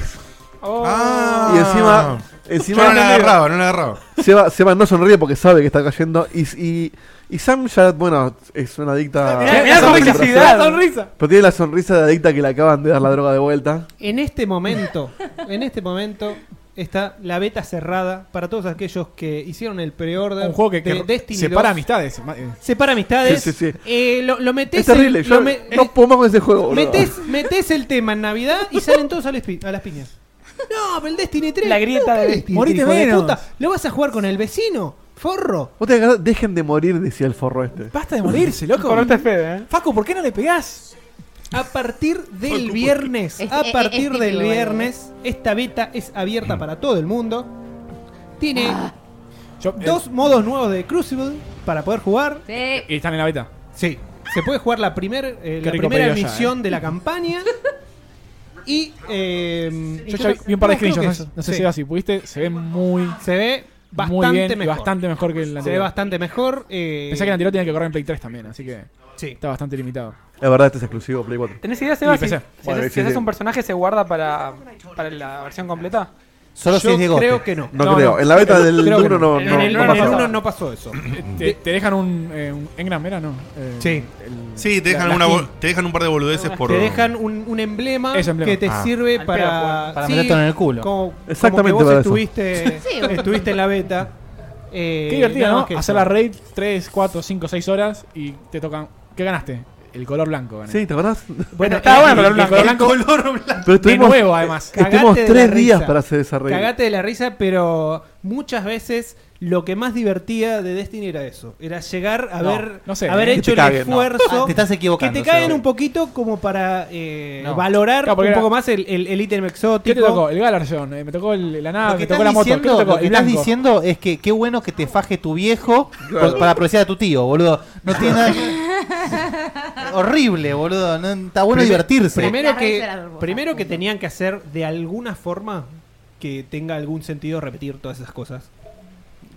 Speaker 5: Oh,
Speaker 1: Ah.
Speaker 6: Y encima,
Speaker 1: Yo no la
Speaker 6: encima
Speaker 1: agarraba, no la agarraba.
Speaker 6: Seba, Seba no sonríe porque sabe que está cayendo. Y, y, y Sam ya, bueno, es una adicta.
Speaker 5: Mirá, mirá
Speaker 6: a
Speaker 5: la
Speaker 6: la
Speaker 5: sonrisa,
Speaker 6: recuperación,
Speaker 5: Zidane.
Speaker 2: ¡La sonrisa!
Speaker 6: Pero tiene la sonrisa de adicta que le acaban de dar la droga de vuelta.
Speaker 7: En este momento, en este momento está la beta cerrada para todos aquellos que hicieron el pre-order
Speaker 2: Un juego que,
Speaker 7: de
Speaker 2: que
Speaker 7: Destiny
Speaker 2: separa
Speaker 7: 2.
Speaker 2: amistades. ma- eh.
Speaker 7: Separa amistades.
Speaker 6: Sí, sí, sí.
Speaker 7: Eh, lo, lo metés
Speaker 6: es terrible.
Speaker 7: el,
Speaker 6: yo
Speaker 7: lo me-
Speaker 6: no
Speaker 7: eh,
Speaker 6: puedo más con ese juego, boludo.
Speaker 7: metés, metés el tema en Navidad y salen todos a, las pi- a las piñas. No, pero el Destiny 3.
Speaker 5: La grieta
Speaker 7: no,
Speaker 5: de
Speaker 7: ¿qué
Speaker 5: Destiny,
Speaker 7: Destiny
Speaker 2: morite
Speaker 7: 3, hijo de
Speaker 2: menos.
Speaker 7: puta? ¿Lo vas a jugar con el vecino? Forro.
Speaker 6: Vos te agarrás- dejen de morir, decía el forro este.
Speaker 2: Basta de morirse, loco.
Speaker 5: correcto es Fede, ¿eh?
Speaker 2: Facu, ¿por qué no le pegás?
Speaker 7: A partir del viernes,
Speaker 3: Es-
Speaker 7: a
Speaker 3: es- ¿eh?
Speaker 7: partir
Speaker 3: es
Speaker 7: del
Speaker 3: típico,
Speaker 7: viernes, esta beta es
Speaker 5: Mm.
Speaker 7: abierta para todo el mundo. Tiene
Speaker 3: Ah.
Speaker 2: Yo, eh,
Speaker 7: dos modos nuevos de Crucible para poder jugar.
Speaker 3: Sí. Eh,
Speaker 2: Y están en la beta.
Speaker 7: Sí. Se puede jugar la, primer, eh, la
Speaker 2: rico eh.
Speaker 7: primera
Speaker 2: pedido ya,
Speaker 7: misión de la campaña. Y eh,
Speaker 2: Yo ya vi un par de
Speaker 7: no, creo
Speaker 2: screenshots.
Speaker 7: que
Speaker 2: No, no sé
Speaker 7: sí.
Speaker 2: si así pudiste. Se ve muy,
Speaker 7: Se ve bastante
Speaker 2: muy bien y
Speaker 7: mejor.
Speaker 2: bastante mejor que el
Speaker 7: se ve
Speaker 2: anterior.
Speaker 7: bastante mejor. eh,
Speaker 2: Pensé que el anterior tenía que correr en Play 3 también, así que
Speaker 7: sí.
Speaker 2: está bastante limitado.
Speaker 6: La verdad, este es exclusivo Play 4.
Speaker 5: ¿Tenés idea, Seba?
Speaker 2: Y
Speaker 5: Si, si,
Speaker 2: PC.
Speaker 6: Bueno,
Speaker 5: haces,
Speaker 6: sí,
Speaker 5: si haces
Speaker 6: sí.
Speaker 5: un personaje, ¿se guarda para, para la versión completa?
Speaker 4: Solo si
Speaker 7: Yo
Speaker 4: es Diego.
Speaker 7: creo que no.
Speaker 6: No,
Speaker 2: No,
Speaker 6: creo.
Speaker 2: no.
Speaker 6: En la beta del
Speaker 7: Creo que
Speaker 6: 1 no, no,
Speaker 5: En
Speaker 6: no,
Speaker 5: el
Speaker 6: no
Speaker 7: En
Speaker 5: uno
Speaker 7: el
Speaker 6: pasaba.
Speaker 7: uno no pasó eso.
Speaker 2: Eh,
Speaker 7: Eh,
Speaker 2: Te, te dejan un, eh, un Engram, ¿era no? Eh,
Speaker 7: Sí.
Speaker 2: el-
Speaker 1: Sí, te dejan,
Speaker 7: La- la
Speaker 1: una bo-
Speaker 7: skin.
Speaker 1: te dejan un par de boludeces por.
Speaker 7: Te dejan un, un emblema,
Speaker 2: Ese emblema.
Speaker 7: que te
Speaker 1: Ah.
Speaker 7: sirve
Speaker 5: Al
Speaker 7: para,
Speaker 5: pedo,
Speaker 4: para metértelo en el culo.
Speaker 7: Como,
Speaker 6: Exactamente
Speaker 7: como que
Speaker 6: para eso.
Speaker 7: vos estuviste,
Speaker 3: Sí.
Speaker 7: estuviste en la beta. eh,
Speaker 2: Qué divertido,
Speaker 7: nada
Speaker 2: ¿no?
Speaker 7: más que
Speaker 2: Hacer
Speaker 7: eso.
Speaker 2: la raid 3, 4, 5, 6 horas y te tocan. ¿Qué ganaste? El color blanco gané.
Speaker 6: Sí, ¿te acordás?
Speaker 7: Bueno,
Speaker 2: Estaba
Speaker 7: eh,
Speaker 2: bueno, pero
Speaker 7: eh,
Speaker 2: blanco,
Speaker 7: eh,
Speaker 2: blanco.
Speaker 6: Pero
Speaker 2: De
Speaker 6: estuvimos,
Speaker 2: nuevo, además.
Speaker 7: Cagate
Speaker 6: estuvimos
Speaker 7: de
Speaker 6: tres
Speaker 7: la
Speaker 6: días
Speaker 7: risa.
Speaker 6: para hacer esa regla.
Speaker 7: Cagate de la risa, pero muchas veces lo que más divertía de Destiny era eso. Era llegar a
Speaker 2: No,
Speaker 7: haber,
Speaker 2: no sé,
Speaker 7: haber
Speaker 2: eh.
Speaker 6: Que te
Speaker 7: hecho el
Speaker 6: caguen, no.
Speaker 7: esfuerzo.
Speaker 4: Ah, te estás
Speaker 7: que
Speaker 4: equivocando.
Speaker 7: te caguen
Speaker 4: Seba.
Speaker 7: un poquito como para eh,
Speaker 4: No.
Speaker 7: valorar
Speaker 2: Claro,
Speaker 7: un
Speaker 2: porque
Speaker 7: poco
Speaker 2: era-
Speaker 7: más el, el, el ítem
Speaker 2: ¿Qué
Speaker 7: exótico.
Speaker 2: te tocó? El Galarjon, eh, me tocó el- la
Speaker 4: Lo
Speaker 2: nave,
Speaker 4: que
Speaker 2: me
Speaker 4: estás,
Speaker 2: tocó la moto. ¿Qué
Speaker 4: diciendo,
Speaker 2: te tocó?
Speaker 4: lo que
Speaker 2: el
Speaker 4: estás
Speaker 2: blanco.
Speaker 4: diciendo es que qué bueno que te faje tu viejo por- para apreciar a tu tío, boludo. No tiene nada que- Horrible, boludo. No, está bueno
Speaker 7: Primer-
Speaker 4: divertirse.
Speaker 7: Primero
Speaker 3: Las raíces
Speaker 7: que,
Speaker 3: de la hermosa.
Speaker 7: primero que tenían que hacer de alguna forma que tenga algún sentido repetir todas esas cosas.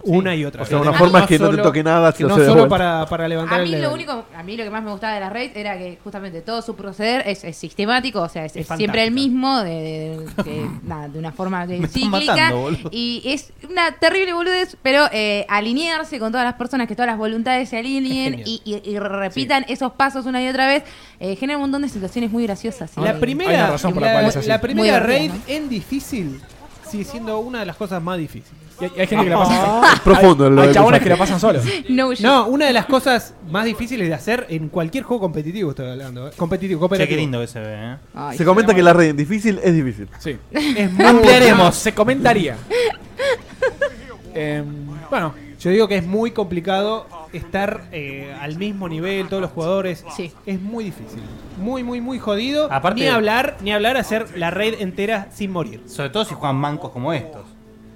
Speaker 7: una y otra
Speaker 6: O sea,
Speaker 7: vez.
Speaker 6: una
Speaker 3: Ah,
Speaker 6: forma
Speaker 7: no
Speaker 6: es que no te
Speaker 7: solo-
Speaker 6: toque nada,
Speaker 7: que
Speaker 6: si no
Speaker 7: no
Speaker 6: se
Speaker 7: solo
Speaker 6: devuelve.
Speaker 7: para, para levantar
Speaker 3: A
Speaker 7: el
Speaker 3: mí, lo
Speaker 7: level.
Speaker 3: único, a mí lo que más me gustaba de las raids era que justamente todo su proceder es, es sistemático, o sea, es, es siempre el mismo, de, de- de- nada, de una forma de
Speaker 4: Me están
Speaker 3: eh, cíclica.
Speaker 4: matando, boludo.
Speaker 3: y es una terrible boludez, pero eh, alinearse con todas las personas, que todas las voluntades se alineen y, y- y repitan esos pasos una y otra vez, eh, genera un montón de situaciones muy graciosas. y-
Speaker 7: La
Speaker 2: Hay
Speaker 7: primera,
Speaker 2: una razón por la
Speaker 7: la,
Speaker 2: cual es así.
Speaker 7: la primera
Speaker 3: Muy
Speaker 7: raid
Speaker 3: divertida,
Speaker 7: en difícil sigue siendo una de las cosas más difíciles. Ah.
Speaker 2: Y hay, y hay gente que la pasa.
Speaker 6: Profundo lo
Speaker 2: Hay
Speaker 6: de
Speaker 2: chabones
Speaker 6: Kuzaki.
Speaker 2: que la pasan solos.
Speaker 3: No, shit.
Speaker 7: No, una de las cosas más difíciles de hacer en cualquier juego competitivo estoy hablando. ¿eh? Competitivo,
Speaker 4: Che,
Speaker 7: cooperativo.
Speaker 4: qué lindo que se ve, ¿eh?
Speaker 3: Ay,
Speaker 6: Se comenta que la red difícil es difícil.
Speaker 2: Sí.
Speaker 7: Es muy-
Speaker 2: Ampliaremos. Se comentaría. Em, bueno,
Speaker 7: Eh, yo digo que es muy complicado estar eh, al mismo nivel todos los jugadores.
Speaker 3: Sí.
Speaker 7: Es muy difícil. Muy, muy, muy jodido.
Speaker 4: Aparte-
Speaker 7: ni hablar, ni hablar hacer la raid entera sin morir.
Speaker 4: Sobre todo si juegan mancos como estos.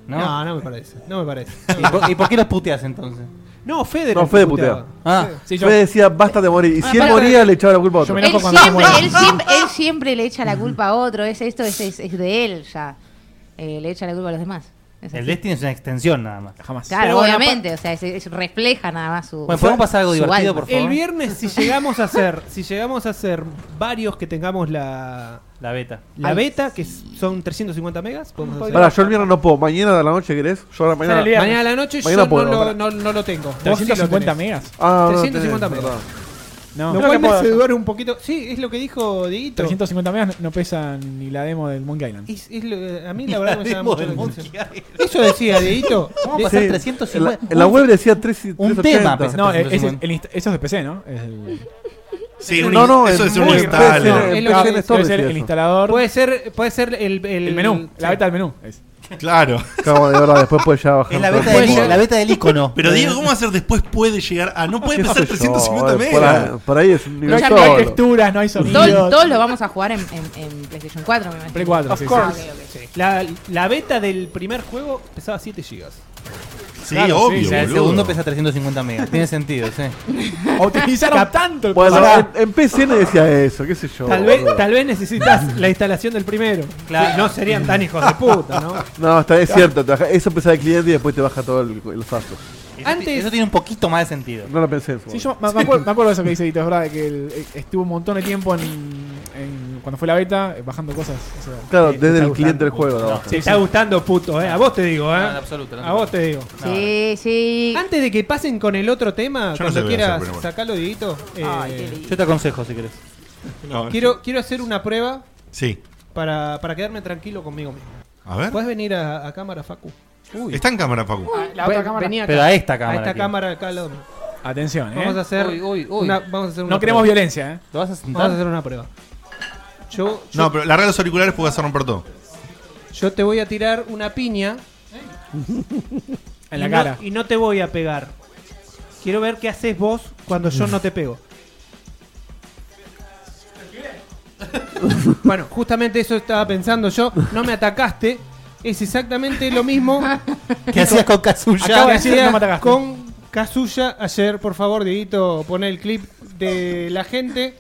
Speaker 4: ¿No?
Speaker 7: No, no, me parece. No me parece.
Speaker 4: ¿Y, por, y por qué los puteas entonces?
Speaker 7: No, Fede.
Speaker 6: No, Fede puteaba.
Speaker 4: Ah,
Speaker 2: sí, yo,
Speaker 6: Yo decía, basta de morir. Y si él
Speaker 3: pará,
Speaker 6: moría, le echaba la culpa a
Speaker 2: yo
Speaker 6: otro.
Speaker 2: me
Speaker 3: Él
Speaker 2: enojo cuando se
Speaker 3: siempre,
Speaker 2: muere.
Speaker 3: él, siempre, él siempre le echa la culpa a otro, es esto es, es- es de él ya. Eh, le echa la culpa a los demás. Es
Speaker 4: el
Speaker 3: así.
Speaker 4: Destiny es una extensión nada más.
Speaker 2: Jamás.
Speaker 3: Claro,
Speaker 7: Pero bueno,
Speaker 3: obviamente, o sea, es- es- refleja nada más su.
Speaker 4: Bueno, ¿podemos pasar algo
Speaker 3: su
Speaker 4: divertido,
Speaker 3: alma.
Speaker 4: por favor?
Speaker 7: El viernes, si llegamos a hacer, si llegamos a hacer varios que tengamos la,
Speaker 4: La beta.
Speaker 7: la beta, que s- son 350 megas, podemos hacer.
Speaker 6: Pará, yo el viernes no puedo. Mañana de la noche, ¿querés? Yo ahora mañana.
Speaker 5: Sale el
Speaker 7: Mañana a la noche
Speaker 6: Mañana
Speaker 7: yo
Speaker 6: puedo,
Speaker 7: no, lo,
Speaker 6: pará.
Speaker 7: no, no lo tengo. Vos sí lo
Speaker 2: 350
Speaker 7: tenés.
Speaker 2: megas.
Speaker 6: Ah, no,
Speaker 7: 350
Speaker 6: tenés,
Speaker 7: metros.
Speaker 6: perdón.
Speaker 2: No.
Speaker 5: Creo
Speaker 7: Lo
Speaker 5: que
Speaker 7: cual me
Speaker 5: puedo
Speaker 7: hace
Speaker 5: hacer.
Speaker 7: dudar un poquito. Sí, es lo que dijo Dieguito.
Speaker 2: 350 megas no- no pesa ni la demo del Monkey Island.
Speaker 7: Es- es lo- eh, a mí la verdad me llama
Speaker 4: Demo
Speaker 7: mucho
Speaker 4: del
Speaker 7: la
Speaker 4: Monkey
Speaker 7: atención.
Speaker 4: Island.
Speaker 7: Eso decía Dieguito.
Speaker 4: ¿Cómo
Speaker 7: De-
Speaker 4: pasar
Speaker 6: Sí,
Speaker 4: 350?
Speaker 6: En la, en la web decía 3,
Speaker 4: Un
Speaker 6: 380.
Speaker 4: tema, pesa
Speaker 2: No, eh, ese es
Speaker 4: 350.
Speaker 2: el inst- eso es de PC, ¿no? Es el-
Speaker 1: Sí, un
Speaker 6: No, no,
Speaker 1: ins- eso
Speaker 6: es
Speaker 1: es un
Speaker 6: muy
Speaker 1: instalo.
Speaker 6: especial.
Speaker 7: Es lo que-
Speaker 6: en Store
Speaker 2: debe ser
Speaker 6: decía
Speaker 2: el
Speaker 6: eso.
Speaker 2: instalador.
Speaker 7: Puede ser, puede ser el, el,
Speaker 2: el menú, la beta del menú. es.
Speaker 1: Claro.
Speaker 6: Cabo, de verdad, después puede ya bajar.
Speaker 4: Es la
Speaker 6: todo
Speaker 4: beta,
Speaker 6: el
Speaker 4: del,
Speaker 6: juego.
Speaker 4: la beta del icono.
Speaker 1: Pero Diego, ¿cómo hacer después puede llegar a. No puede
Speaker 6: ¿Qué
Speaker 1: pasar
Speaker 6: sé yo?
Speaker 1: 350
Speaker 6: Eh, por ahí-
Speaker 1: megas.
Speaker 6: Por ahí es un
Speaker 2: No
Speaker 6: nivel
Speaker 2: hay,
Speaker 3: Ya
Speaker 2: no hay
Speaker 6: solo.
Speaker 2: texturas, no hay sonido.
Speaker 3: Todos, todos lo vamos a jugar en, en- en PlayStation 4, me imagino.
Speaker 2: Play 4, sí,
Speaker 5: Of
Speaker 2: sí.
Speaker 3: Ah,
Speaker 5: course.
Speaker 3: ok, ok.
Speaker 7: La, la beta del primer juego pesaba 7 gigas.
Speaker 1: Sí,
Speaker 2: Claro, sí,
Speaker 1: obvio.
Speaker 4: O sea, el
Speaker 1: boludo.
Speaker 4: segundo pesa 350 megas. Tiene sentido, sí.
Speaker 2: Optimizaron tanto el
Speaker 6: Bueno,
Speaker 2: procesador.
Speaker 6: en, en PCN decía eso, qué sé yo.
Speaker 7: Tal vez,
Speaker 6: boludo.
Speaker 7: tal vez necesitas la instalación del primero.
Speaker 4: Claro.
Speaker 7: Sí, No serían tan hijos de puta, ¿no?
Speaker 6: No, está, es cierto, te baja- eso pesa el cliente y después te baja todo el, el faso.
Speaker 4: Eso
Speaker 7: Antes-
Speaker 4: ti- Eso tiene un poquito más de sentido.
Speaker 6: No lo pensé en su
Speaker 2: Sí,
Speaker 6: momento.
Speaker 2: yo me, me acuerdo, me acuerdo de eso que dice Vito, es verdad, de que el- eh, estuvo un montón de tiempo en, en- cuando fue la beta eh, bajando cosas. o sea,
Speaker 6: Claro,
Speaker 2: eh,
Speaker 6: desde
Speaker 2: está
Speaker 6: el cliente del
Speaker 2: gustando.
Speaker 6: juego. ¿no?
Speaker 7: Te está gustando, puto, ¿eh? A vos te digo,
Speaker 4: No, en
Speaker 7: ¿eh?
Speaker 4: absoluto. no te
Speaker 7: A vos te
Speaker 4: preocupes.
Speaker 7: digo.
Speaker 4: No,
Speaker 3: Sí, sí.
Speaker 7: Antes de que pasen con el otro tema,
Speaker 1: no sé
Speaker 7: cuando
Speaker 1: qué voy a
Speaker 7: quieras
Speaker 1: hacer, pero bueno.
Speaker 7: sacarlo, Dieguito, eh,
Speaker 3: Ay, qué lindo.
Speaker 4: Yo te aconsejo si querés.
Speaker 1: No,
Speaker 7: quiero, quiero hacer una prueba
Speaker 1: Sí.
Speaker 7: para, para quedarme tranquilo conmigo mismo.
Speaker 1: A ver.
Speaker 7: ¿Puedes venir a, a cámara, Facu? Uy.
Speaker 1: Está en cámara, Facu.
Speaker 5: Ah, La otra
Speaker 7: Ven-
Speaker 5: cámara.
Speaker 7: vení acá.
Speaker 4: Pero a esta
Speaker 7: a
Speaker 4: cámara.
Speaker 7: esta
Speaker 4: tío.
Speaker 7: cámara acá al lado mío.
Speaker 2: Atención,
Speaker 7: Vamos a
Speaker 2: ¿eh?
Speaker 7: hacer
Speaker 4: Uy, uy, uy.
Speaker 7: una- vamos a hacer una
Speaker 2: No queremos
Speaker 7: prueba.
Speaker 2: violencia, ¿eh?
Speaker 4: ¿Lo vas a
Speaker 7: Vamos a
Speaker 4: sentar?
Speaker 7: hacer una prueba. Yo, yo,
Speaker 1: No, pero larga los auriculares porque vas a romper todo.
Speaker 7: yo te voy a tirar una piña
Speaker 2: En
Speaker 7: y
Speaker 2: la
Speaker 7: no-
Speaker 2: cara.
Speaker 7: y no te voy a pegar. Quiero ver qué haces vos cuando yo no te pego. Bueno, justamente eso estaba pensando yo. No me atacaste. Es exactamente lo mismo
Speaker 4: ¿Qué hacías con Kazuya?
Speaker 2: Acaba
Speaker 7: que
Speaker 2: de decir,
Speaker 7: hacía
Speaker 2: no me atacaste.
Speaker 7: con Kazuya ayer. Por favor, Dieguito, pon el clip de la gente.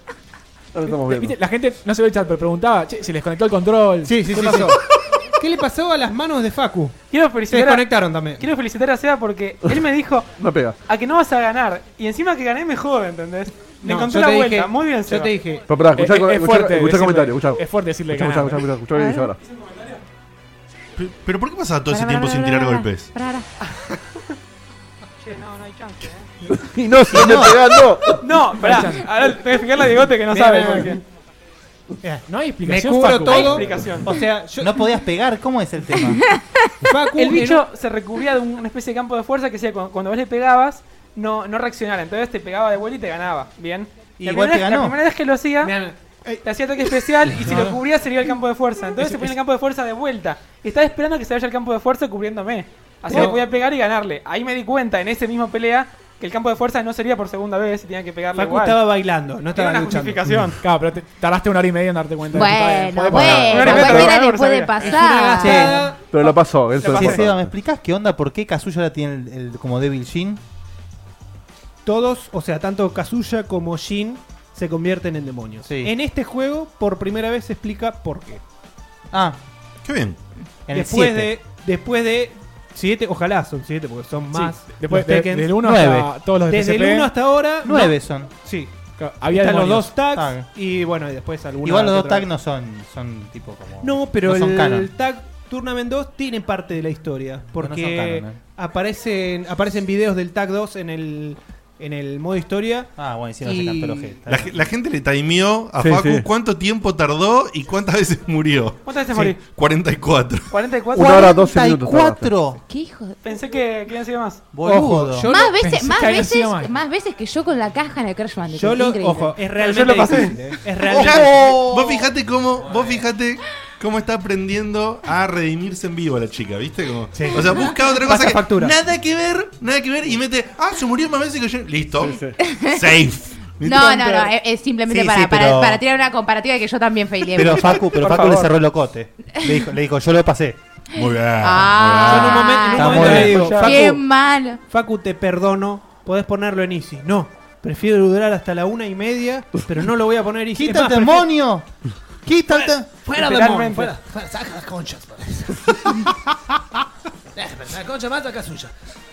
Speaker 6: Ahora estamos viendo.
Speaker 2: Viste, La gente no se ve el chat, pero preguntaba, che, se les conectó el control.
Speaker 7: Sí, sí, sí.
Speaker 2: ¿Qué
Speaker 7: sí.
Speaker 2: pasó?
Speaker 7: ¿Qué le pasó a las manos de Facu?
Speaker 5: Quiero
Speaker 7: Se
Speaker 5: felicitar, a,
Speaker 7: desconectaron también.
Speaker 5: quiero felicitar a Seba porque él me dijo
Speaker 6: No pega.
Speaker 5: a que no vas a ganar. Y encima que gané me jode, ¿entendés? Me
Speaker 7: No,
Speaker 5: encontré
Speaker 7: yo
Speaker 5: la
Speaker 7: te
Speaker 5: vuelta.
Speaker 7: dije-
Speaker 5: Muy bien,
Speaker 7: Yo
Speaker 5: Seba.
Speaker 7: te dije,
Speaker 6: Pero pará,
Speaker 2: Eh,
Speaker 6: escuchá
Speaker 2: eh,
Speaker 6: el
Speaker 2: es fuerte decirle-
Speaker 6: comentario. Escuchá,
Speaker 2: Es fuerte decirle ¿eh?
Speaker 6: escuchá,
Speaker 2: ganar.
Speaker 6: escuchá, escuchá, escuchá lo que dice ahora.
Speaker 1: Pe- ¿Pero por qué pasaba todo ese
Speaker 3: Pará,
Speaker 1: tiempo
Speaker 3: pará,
Speaker 1: sin
Speaker 3: pará,
Speaker 1: tirar
Speaker 3: pará,
Speaker 1: golpes?
Speaker 3: pará, pará.
Speaker 6: Y no, si no pega, no.
Speaker 5: eh. No, pará. Ahora te voy a explicar la bigote que no
Speaker 7: Bien,
Speaker 5: sabe
Speaker 7: bien,
Speaker 5: por
Speaker 7: bien.
Speaker 5: qué.
Speaker 7: eh,
Speaker 2: No hay
Speaker 7: me
Speaker 2: explicación.
Speaker 7: cubro
Speaker 2: Facu.
Speaker 5: Hay
Speaker 7: todo.
Speaker 5: explicación.
Speaker 7: O sea, yo,
Speaker 4: No podías pegar, ¿cómo es el tema?
Speaker 7: Facu,
Speaker 5: El
Speaker 7: en-
Speaker 5: bicho se recubría de un- una especie de campo de fuerza que decía cuando, cuando vos le pegabas, no, no reaccionara. Entonces te pegaba de vuelta y te ganaba. Bien.
Speaker 4: Y
Speaker 5: la,
Speaker 4: igual
Speaker 5: primera,
Speaker 4: te
Speaker 5: vez-
Speaker 4: ganó.
Speaker 5: la primera vez que lo hacía,
Speaker 7: Mirá, mirá.
Speaker 5: te hacía ataque especial y si lo cubría sería el campo de fuerza. Entonces
Speaker 2: Es-
Speaker 5: se ponía en
Speaker 2: es-
Speaker 5: el campo de fuerza de vuelta. Y estaba esperando que se vaya el campo de fuerza cubriéndome. Así
Speaker 7: No.
Speaker 5: que podía pegar y ganarle. Ahí me di cuenta en ese mismo pelea que el campo de fuerza no sería por segunda vez y tenía que pegarle
Speaker 7: Facu
Speaker 5: igual.
Speaker 7: estaba bailando, no
Speaker 5: Era
Speaker 7: estaba
Speaker 5: una
Speaker 7: luchando.
Speaker 5: justificación.
Speaker 2: Claro, pero te- tardaste una hora y media en darte cuenta. de que está bien.
Speaker 3: Bueno,
Speaker 2: Puede pasar.
Speaker 5: Bueno,
Speaker 3: bueno,
Speaker 5: pero-
Speaker 3: cualquiera
Speaker 5: pero-
Speaker 3: le puede
Speaker 5: pero-
Speaker 3: pasar.
Speaker 4: Sí.
Speaker 7: Gastada,
Speaker 6: Pero lo pasó, eso
Speaker 4: Che,
Speaker 6: lo
Speaker 4: Seba, ¿me
Speaker 6: pasó.
Speaker 4: explicás qué onda? ¿Por qué Kazuya ahora tiene el, el- como Devil Shin?
Speaker 7: Todos, o sea, tanto Kazuya como Jin se convierten en demonios.
Speaker 4: Sí.
Speaker 7: En este juego, por primera vez se explica por qué.
Speaker 4: Ah,
Speaker 1: Qué bien.
Speaker 4: en
Speaker 7: después,
Speaker 4: el 7.
Speaker 7: de, después de Siete, ojalá son siete, porque son más.
Speaker 2: Después,
Speaker 7: los
Speaker 2: de-
Speaker 7: Tekken.
Speaker 2: del 1
Speaker 4: Nueve.
Speaker 2: hasta todos los de
Speaker 7: Desde
Speaker 2: PSP.
Speaker 7: el 1 hasta ahora. no.
Speaker 4: Nueve son.
Speaker 7: Sí.
Speaker 2: Claro, Había
Speaker 7: Están los
Speaker 2: demonios.
Speaker 7: dos tags
Speaker 4: Ah.
Speaker 7: y bueno, y después algunos.
Speaker 4: Igual los dos tags no son, son tipo como.
Speaker 7: No, pero
Speaker 4: no son
Speaker 7: el
Speaker 4: canon.
Speaker 7: tag Tournament 2 tiene parte de la historia. Porque
Speaker 4: Pero no son canon, eh.
Speaker 7: aparecen, aparecen videos del tag 2 en el, en el modo historia.
Speaker 4: Ah, bueno, hicieron
Speaker 7: Y-
Speaker 4: ese cantología.
Speaker 1: La, ge- la gente le timeó a
Speaker 6: Sí,
Speaker 1: Facu
Speaker 6: sí.
Speaker 1: cuánto tiempo tardó y cuántas veces murió.
Speaker 5: ¿Cuántas veces
Speaker 7: Sí.
Speaker 5: morí?
Speaker 1: 44.
Speaker 5: 44.
Speaker 6: Una hora 12 minutos.
Speaker 3: ¿Qué hijo de.?
Speaker 5: Pensé que querían seguir más.
Speaker 4: Boludo.
Speaker 7: Ojo, yo
Speaker 3: Más
Speaker 7: lo-
Speaker 3: veces,
Speaker 2: pensé
Speaker 3: más
Speaker 2: que había
Speaker 3: veces,
Speaker 2: sido más.
Speaker 3: más veces que yo con la caja en el Crash Bandicoot.
Speaker 7: Yo lo.
Speaker 3: Increíble.
Speaker 7: Ojo, es realmente.
Speaker 5: yo lo pasé.
Speaker 7: difícil, eh. Es
Speaker 1: Ya,
Speaker 7: realmente.
Speaker 1: Vos fijate cómo, vos fijate cómo está aprendiendo a redimirse en vivo la chica, ¿viste? Como- O sea, busca otra cosa
Speaker 7: Pasa
Speaker 1: que
Speaker 7: factura.
Speaker 1: nada que ver, nada que ver y mete, ah, se murió más veces que yo. Listo. Safe.
Speaker 3: No, no, no, es, es simplemente
Speaker 4: Sí,
Speaker 3: para,
Speaker 4: sí,
Speaker 3: para,
Speaker 4: pero-
Speaker 3: para tirar una comparativa de que yo también failé.
Speaker 4: Pero Facu, pero
Speaker 5: Por
Speaker 4: Facu le
Speaker 5: favor.
Speaker 4: cerró el locote. Le dijo, le dijo, yo lo pasé.
Speaker 1: Muy bien.
Speaker 3: Ah.
Speaker 7: Yo en un momen- en un
Speaker 4: Está
Speaker 7: momento
Speaker 4: muy
Speaker 7: le
Speaker 4: bien.
Speaker 7: digo,
Speaker 3: Qué
Speaker 7: Facu,
Speaker 3: malo.
Speaker 7: Facu, te perdono. Podés ponerlo en Easy. No. Prefiero durar hasta la una y media, pero no lo voy a poner Easy. Es
Speaker 4: ¡Quita el
Speaker 7: más, prefiero-
Speaker 4: demonio! ¡Quita el demonio!
Speaker 9: Fuera,
Speaker 5: Literalmente.
Speaker 9: demonio, fuera. fuera, Saca las conchas, por eso. Déjame, la concha más acá suya.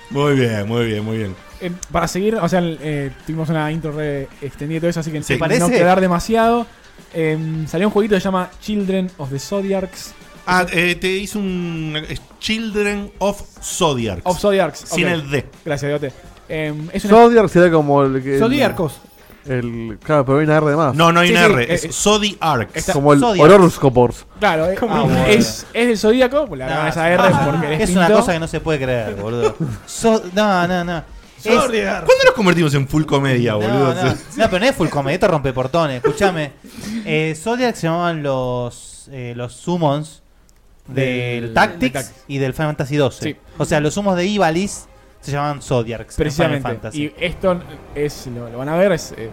Speaker 1: Muy bien, muy bien, muy bien.
Speaker 2: Eh, para seguir, o sea, el- eh, tuvimos una intro re extendida y todo eso, así que
Speaker 1: Sí.
Speaker 2: no
Speaker 4: ¿Te parece?
Speaker 2: quedar demasiado. Eh, salió un jueguito que se llama Children of the Zodiacs.
Speaker 1: Ah, eh, te hice un es Children of Zodiac.
Speaker 2: Of Zodiacs.
Speaker 1: Sin
Speaker 2: ok.
Speaker 1: el D.
Speaker 2: Gracias, Diote. Eh, es una.
Speaker 6: Zodiac sería como el que. el-
Speaker 7: Zodíacos.
Speaker 6: El, claro, pero hay una R de más.
Speaker 1: No, no hay
Speaker 2: Sí,
Speaker 1: una
Speaker 2: sí,
Speaker 1: R,
Speaker 2: eh, eh.
Speaker 1: es Zodiac.
Speaker 2: Está-
Speaker 6: Como el
Speaker 4: Zodiac.
Speaker 6: horóscopos.
Speaker 2: claro, eh,
Speaker 4: Ah, bueno.
Speaker 2: es, es del Zodíaco. pues Le agarran
Speaker 4: Nah,
Speaker 2: esa R porque les
Speaker 4: es una
Speaker 2: pintó.
Speaker 4: cosa que no se puede creer, boludo. So- no, no, no. Es-
Speaker 1: ¿Cuándo nos convertimos en full comedia,
Speaker 4: no,
Speaker 1: boludo?
Speaker 4: no. No, pero no es full comedy, esto rompe portones. Escúchame. Eh, Zodiac se llamaban los, eh, los summons del,
Speaker 2: Del-
Speaker 4: Tactics
Speaker 2: del Tactics.
Speaker 4: y del Final Fantasy XII.
Speaker 2: Sí.
Speaker 4: O sea, los summons de Ivalis se llamaban Zodiacs. en Final
Speaker 2: Precisamente.
Speaker 4: Fantasy.
Speaker 2: Y esto es, lo, lo van a ver, es eh,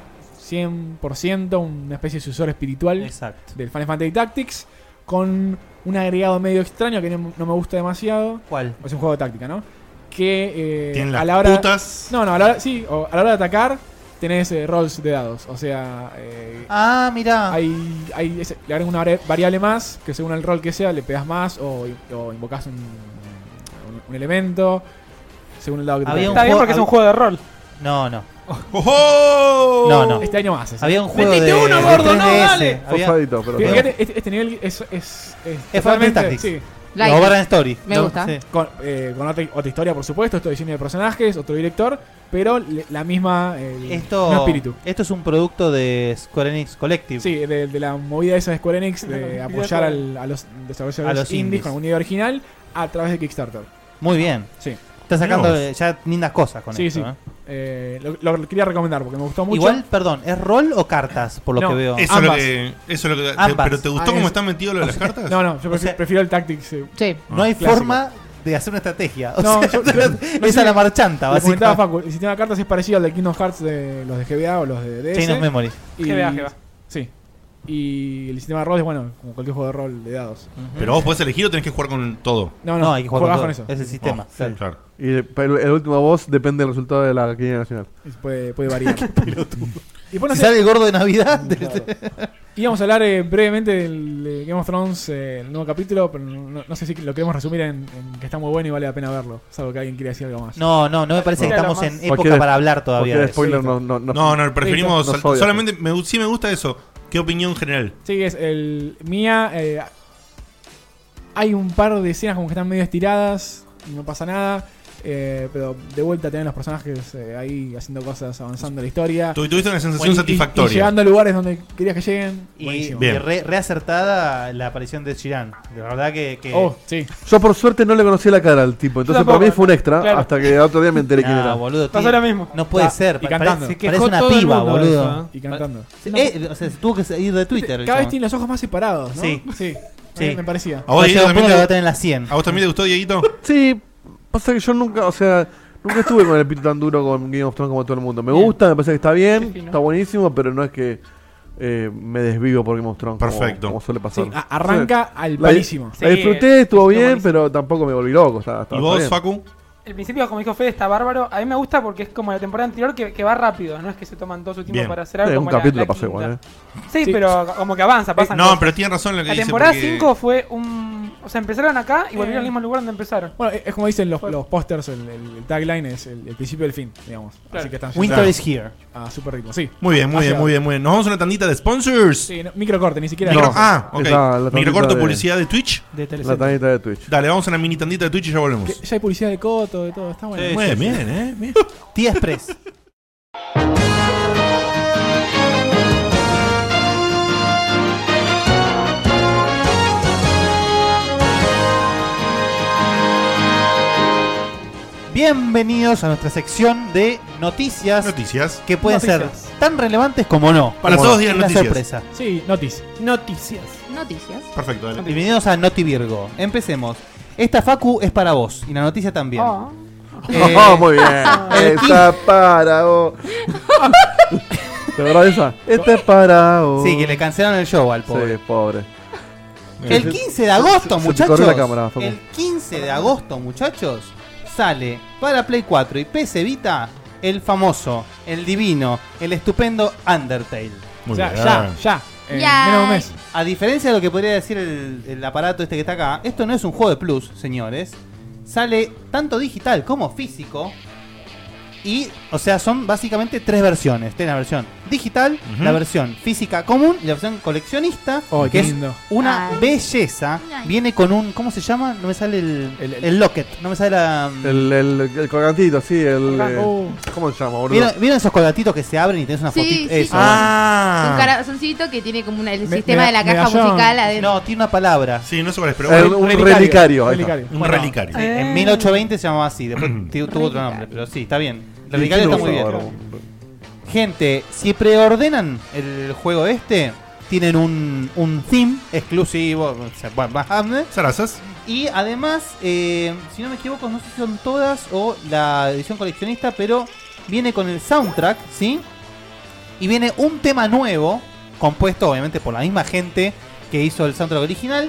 Speaker 2: 100% una especie de sucesor espiritual
Speaker 4: Exacto.
Speaker 2: del Final Fantasy Tactics con un agregado medio extraño que no, no me gusta demasiado.
Speaker 4: ¿Cuál?
Speaker 2: Es un juego de táctica, ¿no? Que eh,
Speaker 1: Tienen
Speaker 2: a
Speaker 1: las
Speaker 2: la hora.
Speaker 1: putas.
Speaker 2: No, no, a la hora, sí, o a la hora de atacar tenés eh, rolls de dados. O sea, eh,
Speaker 4: Ah, mirá.
Speaker 2: hay, hay ese- le agregas una vari- variable más que según el rol que sea le pegas más o, o invocas un, un- un elemento según el dado que te
Speaker 4: Había
Speaker 2: toque.
Speaker 4: un
Speaker 5: Está bien
Speaker 4: juego-
Speaker 5: porque es un
Speaker 4: hab-
Speaker 5: juego de rol.
Speaker 4: No, no.
Speaker 1: ¡Ojo!
Speaker 4: No, no.
Speaker 2: Este año más. así.
Speaker 4: Había un juego de,
Speaker 9: uno,
Speaker 4: de
Speaker 9: gordo, no,
Speaker 4: 3DS.
Speaker 9: dale.
Speaker 4: Había-
Speaker 6: Fosadito, pero.
Speaker 2: Fíjate, este, este nivel es. Es, es,
Speaker 4: Es
Speaker 2: totalmente-
Speaker 4: Fantasy Tactics.
Speaker 2: sí.
Speaker 3: Like.
Speaker 4: Los Overland Story.
Speaker 3: Me gusta.
Speaker 4: Sí.
Speaker 2: Con, eh, con otra, otra historia, por supuesto, otro diseño de personajes, otro director, pero le- la misma. el mismo
Speaker 4: Esto,
Speaker 2: espíritu.
Speaker 4: esto es un producto de Square Enix Collective. pues.
Speaker 2: Sí, de, de la movida esa de Square Enix de
Speaker 5: Mirá
Speaker 2: apoyar
Speaker 5: todo.
Speaker 2: al- a los desarrolladores
Speaker 4: A los
Speaker 2: indies,
Speaker 4: indies.
Speaker 2: con una idea original a través de Kickstarter.
Speaker 4: Muy bien.
Speaker 2: Sí.
Speaker 4: Está sacando
Speaker 1: Mirá
Speaker 4: eh, ya lindas cosas con
Speaker 2: Sí,
Speaker 4: esto.
Speaker 2: sí.
Speaker 4: ¿eh?
Speaker 2: Eh, lo, lo quería recomendar porque me gustó mucho.
Speaker 4: Igual, perdón, ¿es rol o cartas? Por lo
Speaker 2: No,
Speaker 4: que veo.
Speaker 1: Eso es lo
Speaker 2: Ambas.
Speaker 1: que. Eso es lo que te-
Speaker 4: Ambas.
Speaker 1: pero ¿te gustó
Speaker 2: Ah,
Speaker 1: cómo
Speaker 2: es-
Speaker 1: están metidos lo de las cartas? Ah,
Speaker 2: No, no, yo prefi-
Speaker 4: sea-
Speaker 2: prefiero el Tactics. eh.
Speaker 3: Sí.
Speaker 4: no hay
Speaker 2: clásico.
Speaker 4: forma de hacer una estrategia. O
Speaker 2: No,
Speaker 4: sea,
Speaker 2: yo- yo- no sé
Speaker 4: es a
Speaker 2: si-
Speaker 4: la marchanta,
Speaker 2: Lo comentaba
Speaker 4: básicamente.
Speaker 2: Facu, el sistema de cartas es parecido al de Kingdom Hearts de los de GBA o los de DS.
Speaker 4: Chain of Memory.
Speaker 2: y,
Speaker 5: GBA, GBA.
Speaker 2: Sí. Y el sistema de rol es bueno, como cualquier juego de rol de dados.
Speaker 1: Pero vos podés elegir o tenés que jugar con todo.
Speaker 2: No, no,
Speaker 4: No, hay que jugar
Speaker 2: jugás
Speaker 4: con,
Speaker 2: con
Speaker 4: todo.
Speaker 2: eso.
Speaker 4: Es el sistema.
Speaker 1: Oh,
Speaker 4: claro.
Speaker 1: claro.
Speaker 6: Y el, pero el último boss depende del resultado de la quiniela nacional.
Speaker 2: Y Puede, puede variar. y pues no
Speaker 4: Si
Speaker 2: sé,
Speaker 4: sale el gordo de Navidad.
Speaker 2: íbamos a hablar eh, brevemente del de Game of Thrones, eh, el nuevo capítulo, pero no, no sé si lo queremos resumir en, en que está muy bueno y vale la pena verlo. Salvo que alguien quiera decir algo más.
Speaker 4: No, no, no me parece que
Speaker 5: Mira,
Speaker 4: estamos
Speaker 5: nomás.
Speaker 4: en
Speaker 6: ¿O
Speaker 4: época
Speaker 6: quieres-
Speaker 4: para hablar todavía. de
Speaker 6: Porque
Speaker 4: eso.
Speaker 6: spoiler no, no, no.
Speaker 1: No, no, preferimos.
Speaker 6: No
Speaker 1: sal-
Speaker 6: soy así.
Speaker 1: solamente me, gu- sí me gusta eso. ¿Qué opinión general?
Speaker 2: Sí, es el. Mía. eh, hay un par de escenas como que están medio estiradas. No pasa nada. eh, pero de vuelta tienen los personajes eh, ahí haciendo cosas, avanzando la historia.
Speaker 1: Tu- Tuviste una sensación
Speaker 2: Y- y-
Speaker 1: satisfactoria.
Speaker 2: Y, llegando a lugares donde querías que lleguen.
Speaker 4: Y,
Speaker 2: Buenísimo.
Speaker 1: Bien.
Speaker 4: y re- reacertada la aparición de Shiran. La verdad que. que-
Speaker 2: Oh, sí.
Speaker 6: Yo por suerte no le conocía la cara al tipo, entonces
Speaker 5: tampoco,
Speaker 6: para mí fue un extra,
Speaker 5: claro.
Speaker 6: hasta que el otro día me enteré quién
Speaker 4: Nah,
Speaker 6: era.
Speaker 4: Ah, boludo,
Speaker 5: Pasó
Speaker 4: tío.
Speaker 5: lo mismo.
Speaker 4: No puede
Speaker 2: Ah,
Speaker 4: ser.
Speaker 2: y
Speaker 4: pa-
Speaker 2: cantando.
Speaker 4: Parece,
Speaker 2: Se
Speaker 4: parece una
Speaker 5: todo el
Speaker 4: piba,
Speaker 5: mundo de
Speaker 4: boludo.
Speaker 5: eso,
Speaker 2: Y cantando.
Speaker 4: Eh, o sea, se tuvo que ir de Twitter. el
Speaker 2: Cada vez
Speaker 4: chabón.
Speaker 2: tiene los ojos más separados, ¿no?
Speaker 4: Sí.
Speaker 2: Sí.
Speaker 4: Sí.
Speaker 2: Me- Me parecía.
Speaker 1: ¿A vos,
Speaker 4: Va a llegar un punto
Speaker 1: Dieguito, también
Speaker 4: que va a
Speaker 1: te,
Speaker 4: tener las 100.
Speaker 1: ¿A vos también te gustó, Dieguito?
Speaker 6: Sí, pasa que yo nunca, o sea, nunca estuve con el pito tan duro con Game of Thrones como todo el mundo. Me gusta, me parece que está bien,
Speaker 5: fino.
Speaker 6: está buenísimo, pero no es que eh, me desvivo por Game of Thrones como-
Speaker 1: Perfecto.
Speaker 6: Como, suele
Speaker 2: Sí,
Speaker 6: pasar.
Speaker 2: a- arranca al
Speaker 6: La-
Speaker 2: palísimo.
Speaker 5: Sí,
Speaker 6: La disfruté, estuvo bien,
Speaker 5: buenísimo.
Speaker 6: pero tampoco me volví loco. Está, está-
Speaker 1: ¿Y
Speaker 6: está
Speaker 1: vos,
Speaker 6: bien.
Speaker 1: Facu?
Speaker 5: El principio, como dijo Fede, está bárbaro. A mí me gusta porque es como la temporada anterior que, que va rápido. No es que se toman todo su tiempo
Speaker 1: Bien.
Speaker 5: para hacer algo.
Speaker 6: Eh, un
Speaker 5: como la-
Speaker 6: capítulo
Speaker 5: la
Speaker 6: pasé
Speaker 5: quinta.
Speaker 6: igual, eh.
Speaker 5: Sí,
Speaker 2: Sí.
Speaker 5: pero como que avanza, pasan
Speaker 1: Eh, No,
Speaker 5: cosas.
Speaker 1: pero tienes razón en lo que
Speaker 5: La
Speaker 1: dice.
Speaker 5: temporada
Speaker 1: porque
Speaker 5: 5 fue un, O sea, empezaron acá y volvieron al mismo lugar donde empezaron.
Speaker 2: Eh. Bueno, es es como dicen los, los pósters, el, el- el tagline es el, el principio del fin, digamos. Así que están yendo
Speaker 4: Winter
Speaker 1: Claro.
Speaker 4: is here.
Speaker 2: a Ah, super ritmo, sí.
Speaker 1: Muy bien, muy bien,
Speaker 2: Hacia-
Speaker 1: muy bien, muy bien. Nos vamos a una tandita de sponsors.
Speaker 2: Sí, no, microcorte, ni siquiera.
Speaker 1: Micro-
Speaker 6: No.
Speaker 1: ah, ok.
Speaker 6: Esa, la tandita
Speaker 1: Microcorto,
Speaker 6: de-
Speaker 1: publicidad de Twitch.
Speaker 5: De
Speaker 6: La
Speaker 5: Telecentro.
Speaker 6: tanita de Twitch.
Speaker 1: Dale, vamos a una mini tandita de Twitch y ya volvemos.
Speaker 2: Que Ya hay publicidad de Coto, de todo, está bueno.
Speaker 1: Muy bien, eh. bien.
Speaker 4: Tía Express. Bienvenidos a nuestra sección de noticias
Speaker 1: Noticias.
Speaker 4: que pueden
Speaker 5: Noticias.
Speaker 4: ser tan relevantes como no.
Speaker 1: Para
Speaker 4: Como
Speaker 1: todos
Speaker 4: no.
Speaker 1: digan
Speaker 4: Es la
Speaker 1: noticias.
Speaker 4: sorpresa.
Speaker 2: Sí, notice.
Speaker 7: Noticias.
Speaker 3: Noticias.
Speaker 1: Perfecto, dale.
Speaker 4: Bienvenidos a Noti Virgo. Empecemos. Esta Facu es para vos y la noticia también.
Speaker 5: Ah.
Speaker 4: Eh,
Speaker 6: Oh, muy bien.
Speaker 4: el
Speaker 6: Esta para vos. ¿Te acordás de esa? Esta es para vos.
Speaker 4: sí, que le cancelaron el show al pobre.
Speaker 6: Sí, pobre.
Speaker 4: El 15 de agosto,
Speaker 6: Se- se
Speaker 4: muchachos.
Speaker 6: picó de la cámara, Facu.
Speaker 4: el 15 de agosto, muchachos, sale para Play 4 y PC Vita el famoso, el divino, el estupendo Undertale.
Speaker 1: Muy
Speaker 2: o sea,
Speaker 1: bien.
Speaker 2: ya, ya. En
Speaker 3: Ya.
Speaker 2: menos de un mes.
Speaker 4: A diferencia de lo que podría decir el, el aparato este que está acá, esto no es un juego de plus, señores. Sale tanto digital como físico. Y, o sea, son básicamente tres versiones. Tiene la versión digital,
Speaker 1: Ujú.
Speaker 4: la versión física común y la versión coleccionista.
Speaker 2: Oh,
Speaker 4: que
Speaker 2: qué
Speaker 4: es
Speaker 2: lindo.
Speaker 4: una
Speaker 3: Ay.
Speaker 4: belleza.
Speaker 3: Ay.
Speaker 4: Viene con un. ¿Cómo se llama? No me sale el.
Speaker 2: El-
Speaker 4: El,
Speaker 2: el-
Speaker 4: locket. No me sale la.
Speaker 6: El, el, el colgantito, sí. El,
Speaker 3: Ah,
Speaker 6: eh,
Speaker 2: Oh.
Speaker 6: ¿Cómo se llama, boludo?
Speaker 4: ¿Vieron, vieron esos colgatitos que se abren y tenés una
Speaker 3: Sí,
Speaker 4: fotito?
Speaker 3: sí,
Speaker 4: Eso.
Speaker 3: sí. Un
Speaker 1: Ah.
Speaker 3: corazoncito que tiene como una- el
Speaker 2: Me-
Speaker 3: sistema
Speaker 2: me-
Speaker 3: de la caja
Speaker 2: medallón.
Speaker 3: musical adentro.
Speaker 4: No, tiene una palabra.
Speaker 1: Sí, no sé cuál es, pero
Speaker 6: El-
Speaker 1: un-
Speaker 6: un relicario. ahí está.
Speaker 2: Relicario.
Speaker 1: un
Speaker 4: Bueno.
Speaker 1: relicario. Mm.
Speaker 5: Eh.
Speaker 4: En 1820 se llamaba así, después tu- tuvo otro nombre, pero sí, está bien. El relicario está muy bien. Gente, si preordenan el juego este, tienen un, un theme exclusivo, o sea, bueno, bajable.
Speaker 1: Sarazas.
Speaker 4: y además, eh, si no me equivoco, no sé si son todas o la edición coleccionista, pero viene con el soundtrack, ¿sí? Y viene un tema nuevo, compuesto obviamente por la misma gente que hizo el soundtrack original.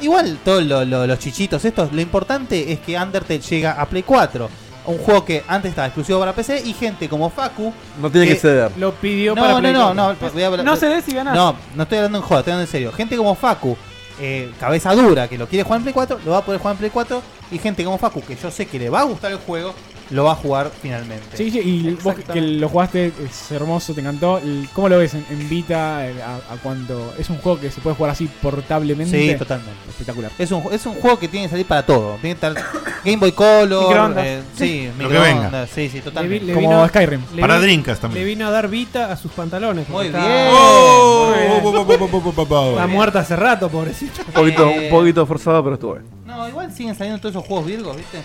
Speaker 4: Igual, todos lo- lo- los chichitos estos, lo importante es que Undertale llega a Play 4. Un juego que antes estaba exclusivo para PC y gente como Facu.
Speaker 6: No tiene que
Speaker 4: Eh,
Speaker 6: ceder.
Speaker 2: Lo pidió
Speaker 4: No,
Speaker 2: para
Speaker 4: no,
Speaker 2: Play
Speaker 4: no,
Speaker 2: Control.
Speaker 4: no, pues voy a hablar-
Speaker 5: No se ve si ganás.
Speaker 4: no, no estoy hablando en joda, estoy hablando en serio. Gente como Facu, eh, cabeza dura, que lo quiere jugar en Play 4, lo va a poder jugar en Play 4. Y gente como Facu, que yo sé que le va a gustar el juego, lo va a jugar finalmente.
Speaker 2: Sí, sí, y vos que- que lo jugaste, es hermoso, te encantó. El- ¿Cómo lo ves en, en Vita? El- A, a cuánto? Es un juego que se puede jugar así portablemente.
Speaker 4: Sí, totalmente.
Speaker 2: Espectacular.
Speaker 4: Es un, es un juego que tiene que salir para todo. Tiene que estar Game Boy Color,
Speaker 5: Microondas.
Speaker 4: eh, sí,
Speaker 1: Lo que
Speaker 4: microondas, sí, sí, totalmente.
Speaker 7: Le
Speaker 2: Como
Speaker 7: vino-
Speaker 2: Skyrim.
Speaker 7: Le
Speaker 1: Para
Speaker 7: vi-
Speaker 1: drinkas
Speaker 7: Le
Speaker 1: también.
Speaker 7: vino a dar vita a sus pantalones.
Speaker 4: Muy
Speaker 7: porque está-
Speaker 4: bien.
Speaker 1: Oh,
Speaker 5: Muy bien.
Speaker 1: bo, bo, bo, bo, bo, bo, bo.
Speaker 7: Está muerta hace rato, pobrecito.
Speaker 6: Un poquito,
Speaker 4: Eh.
Speaker 6: un poquito forzado, pero estuve.
Speaker 4: No, igual siguen saliendo todos esos juegos virgos, ¿viste?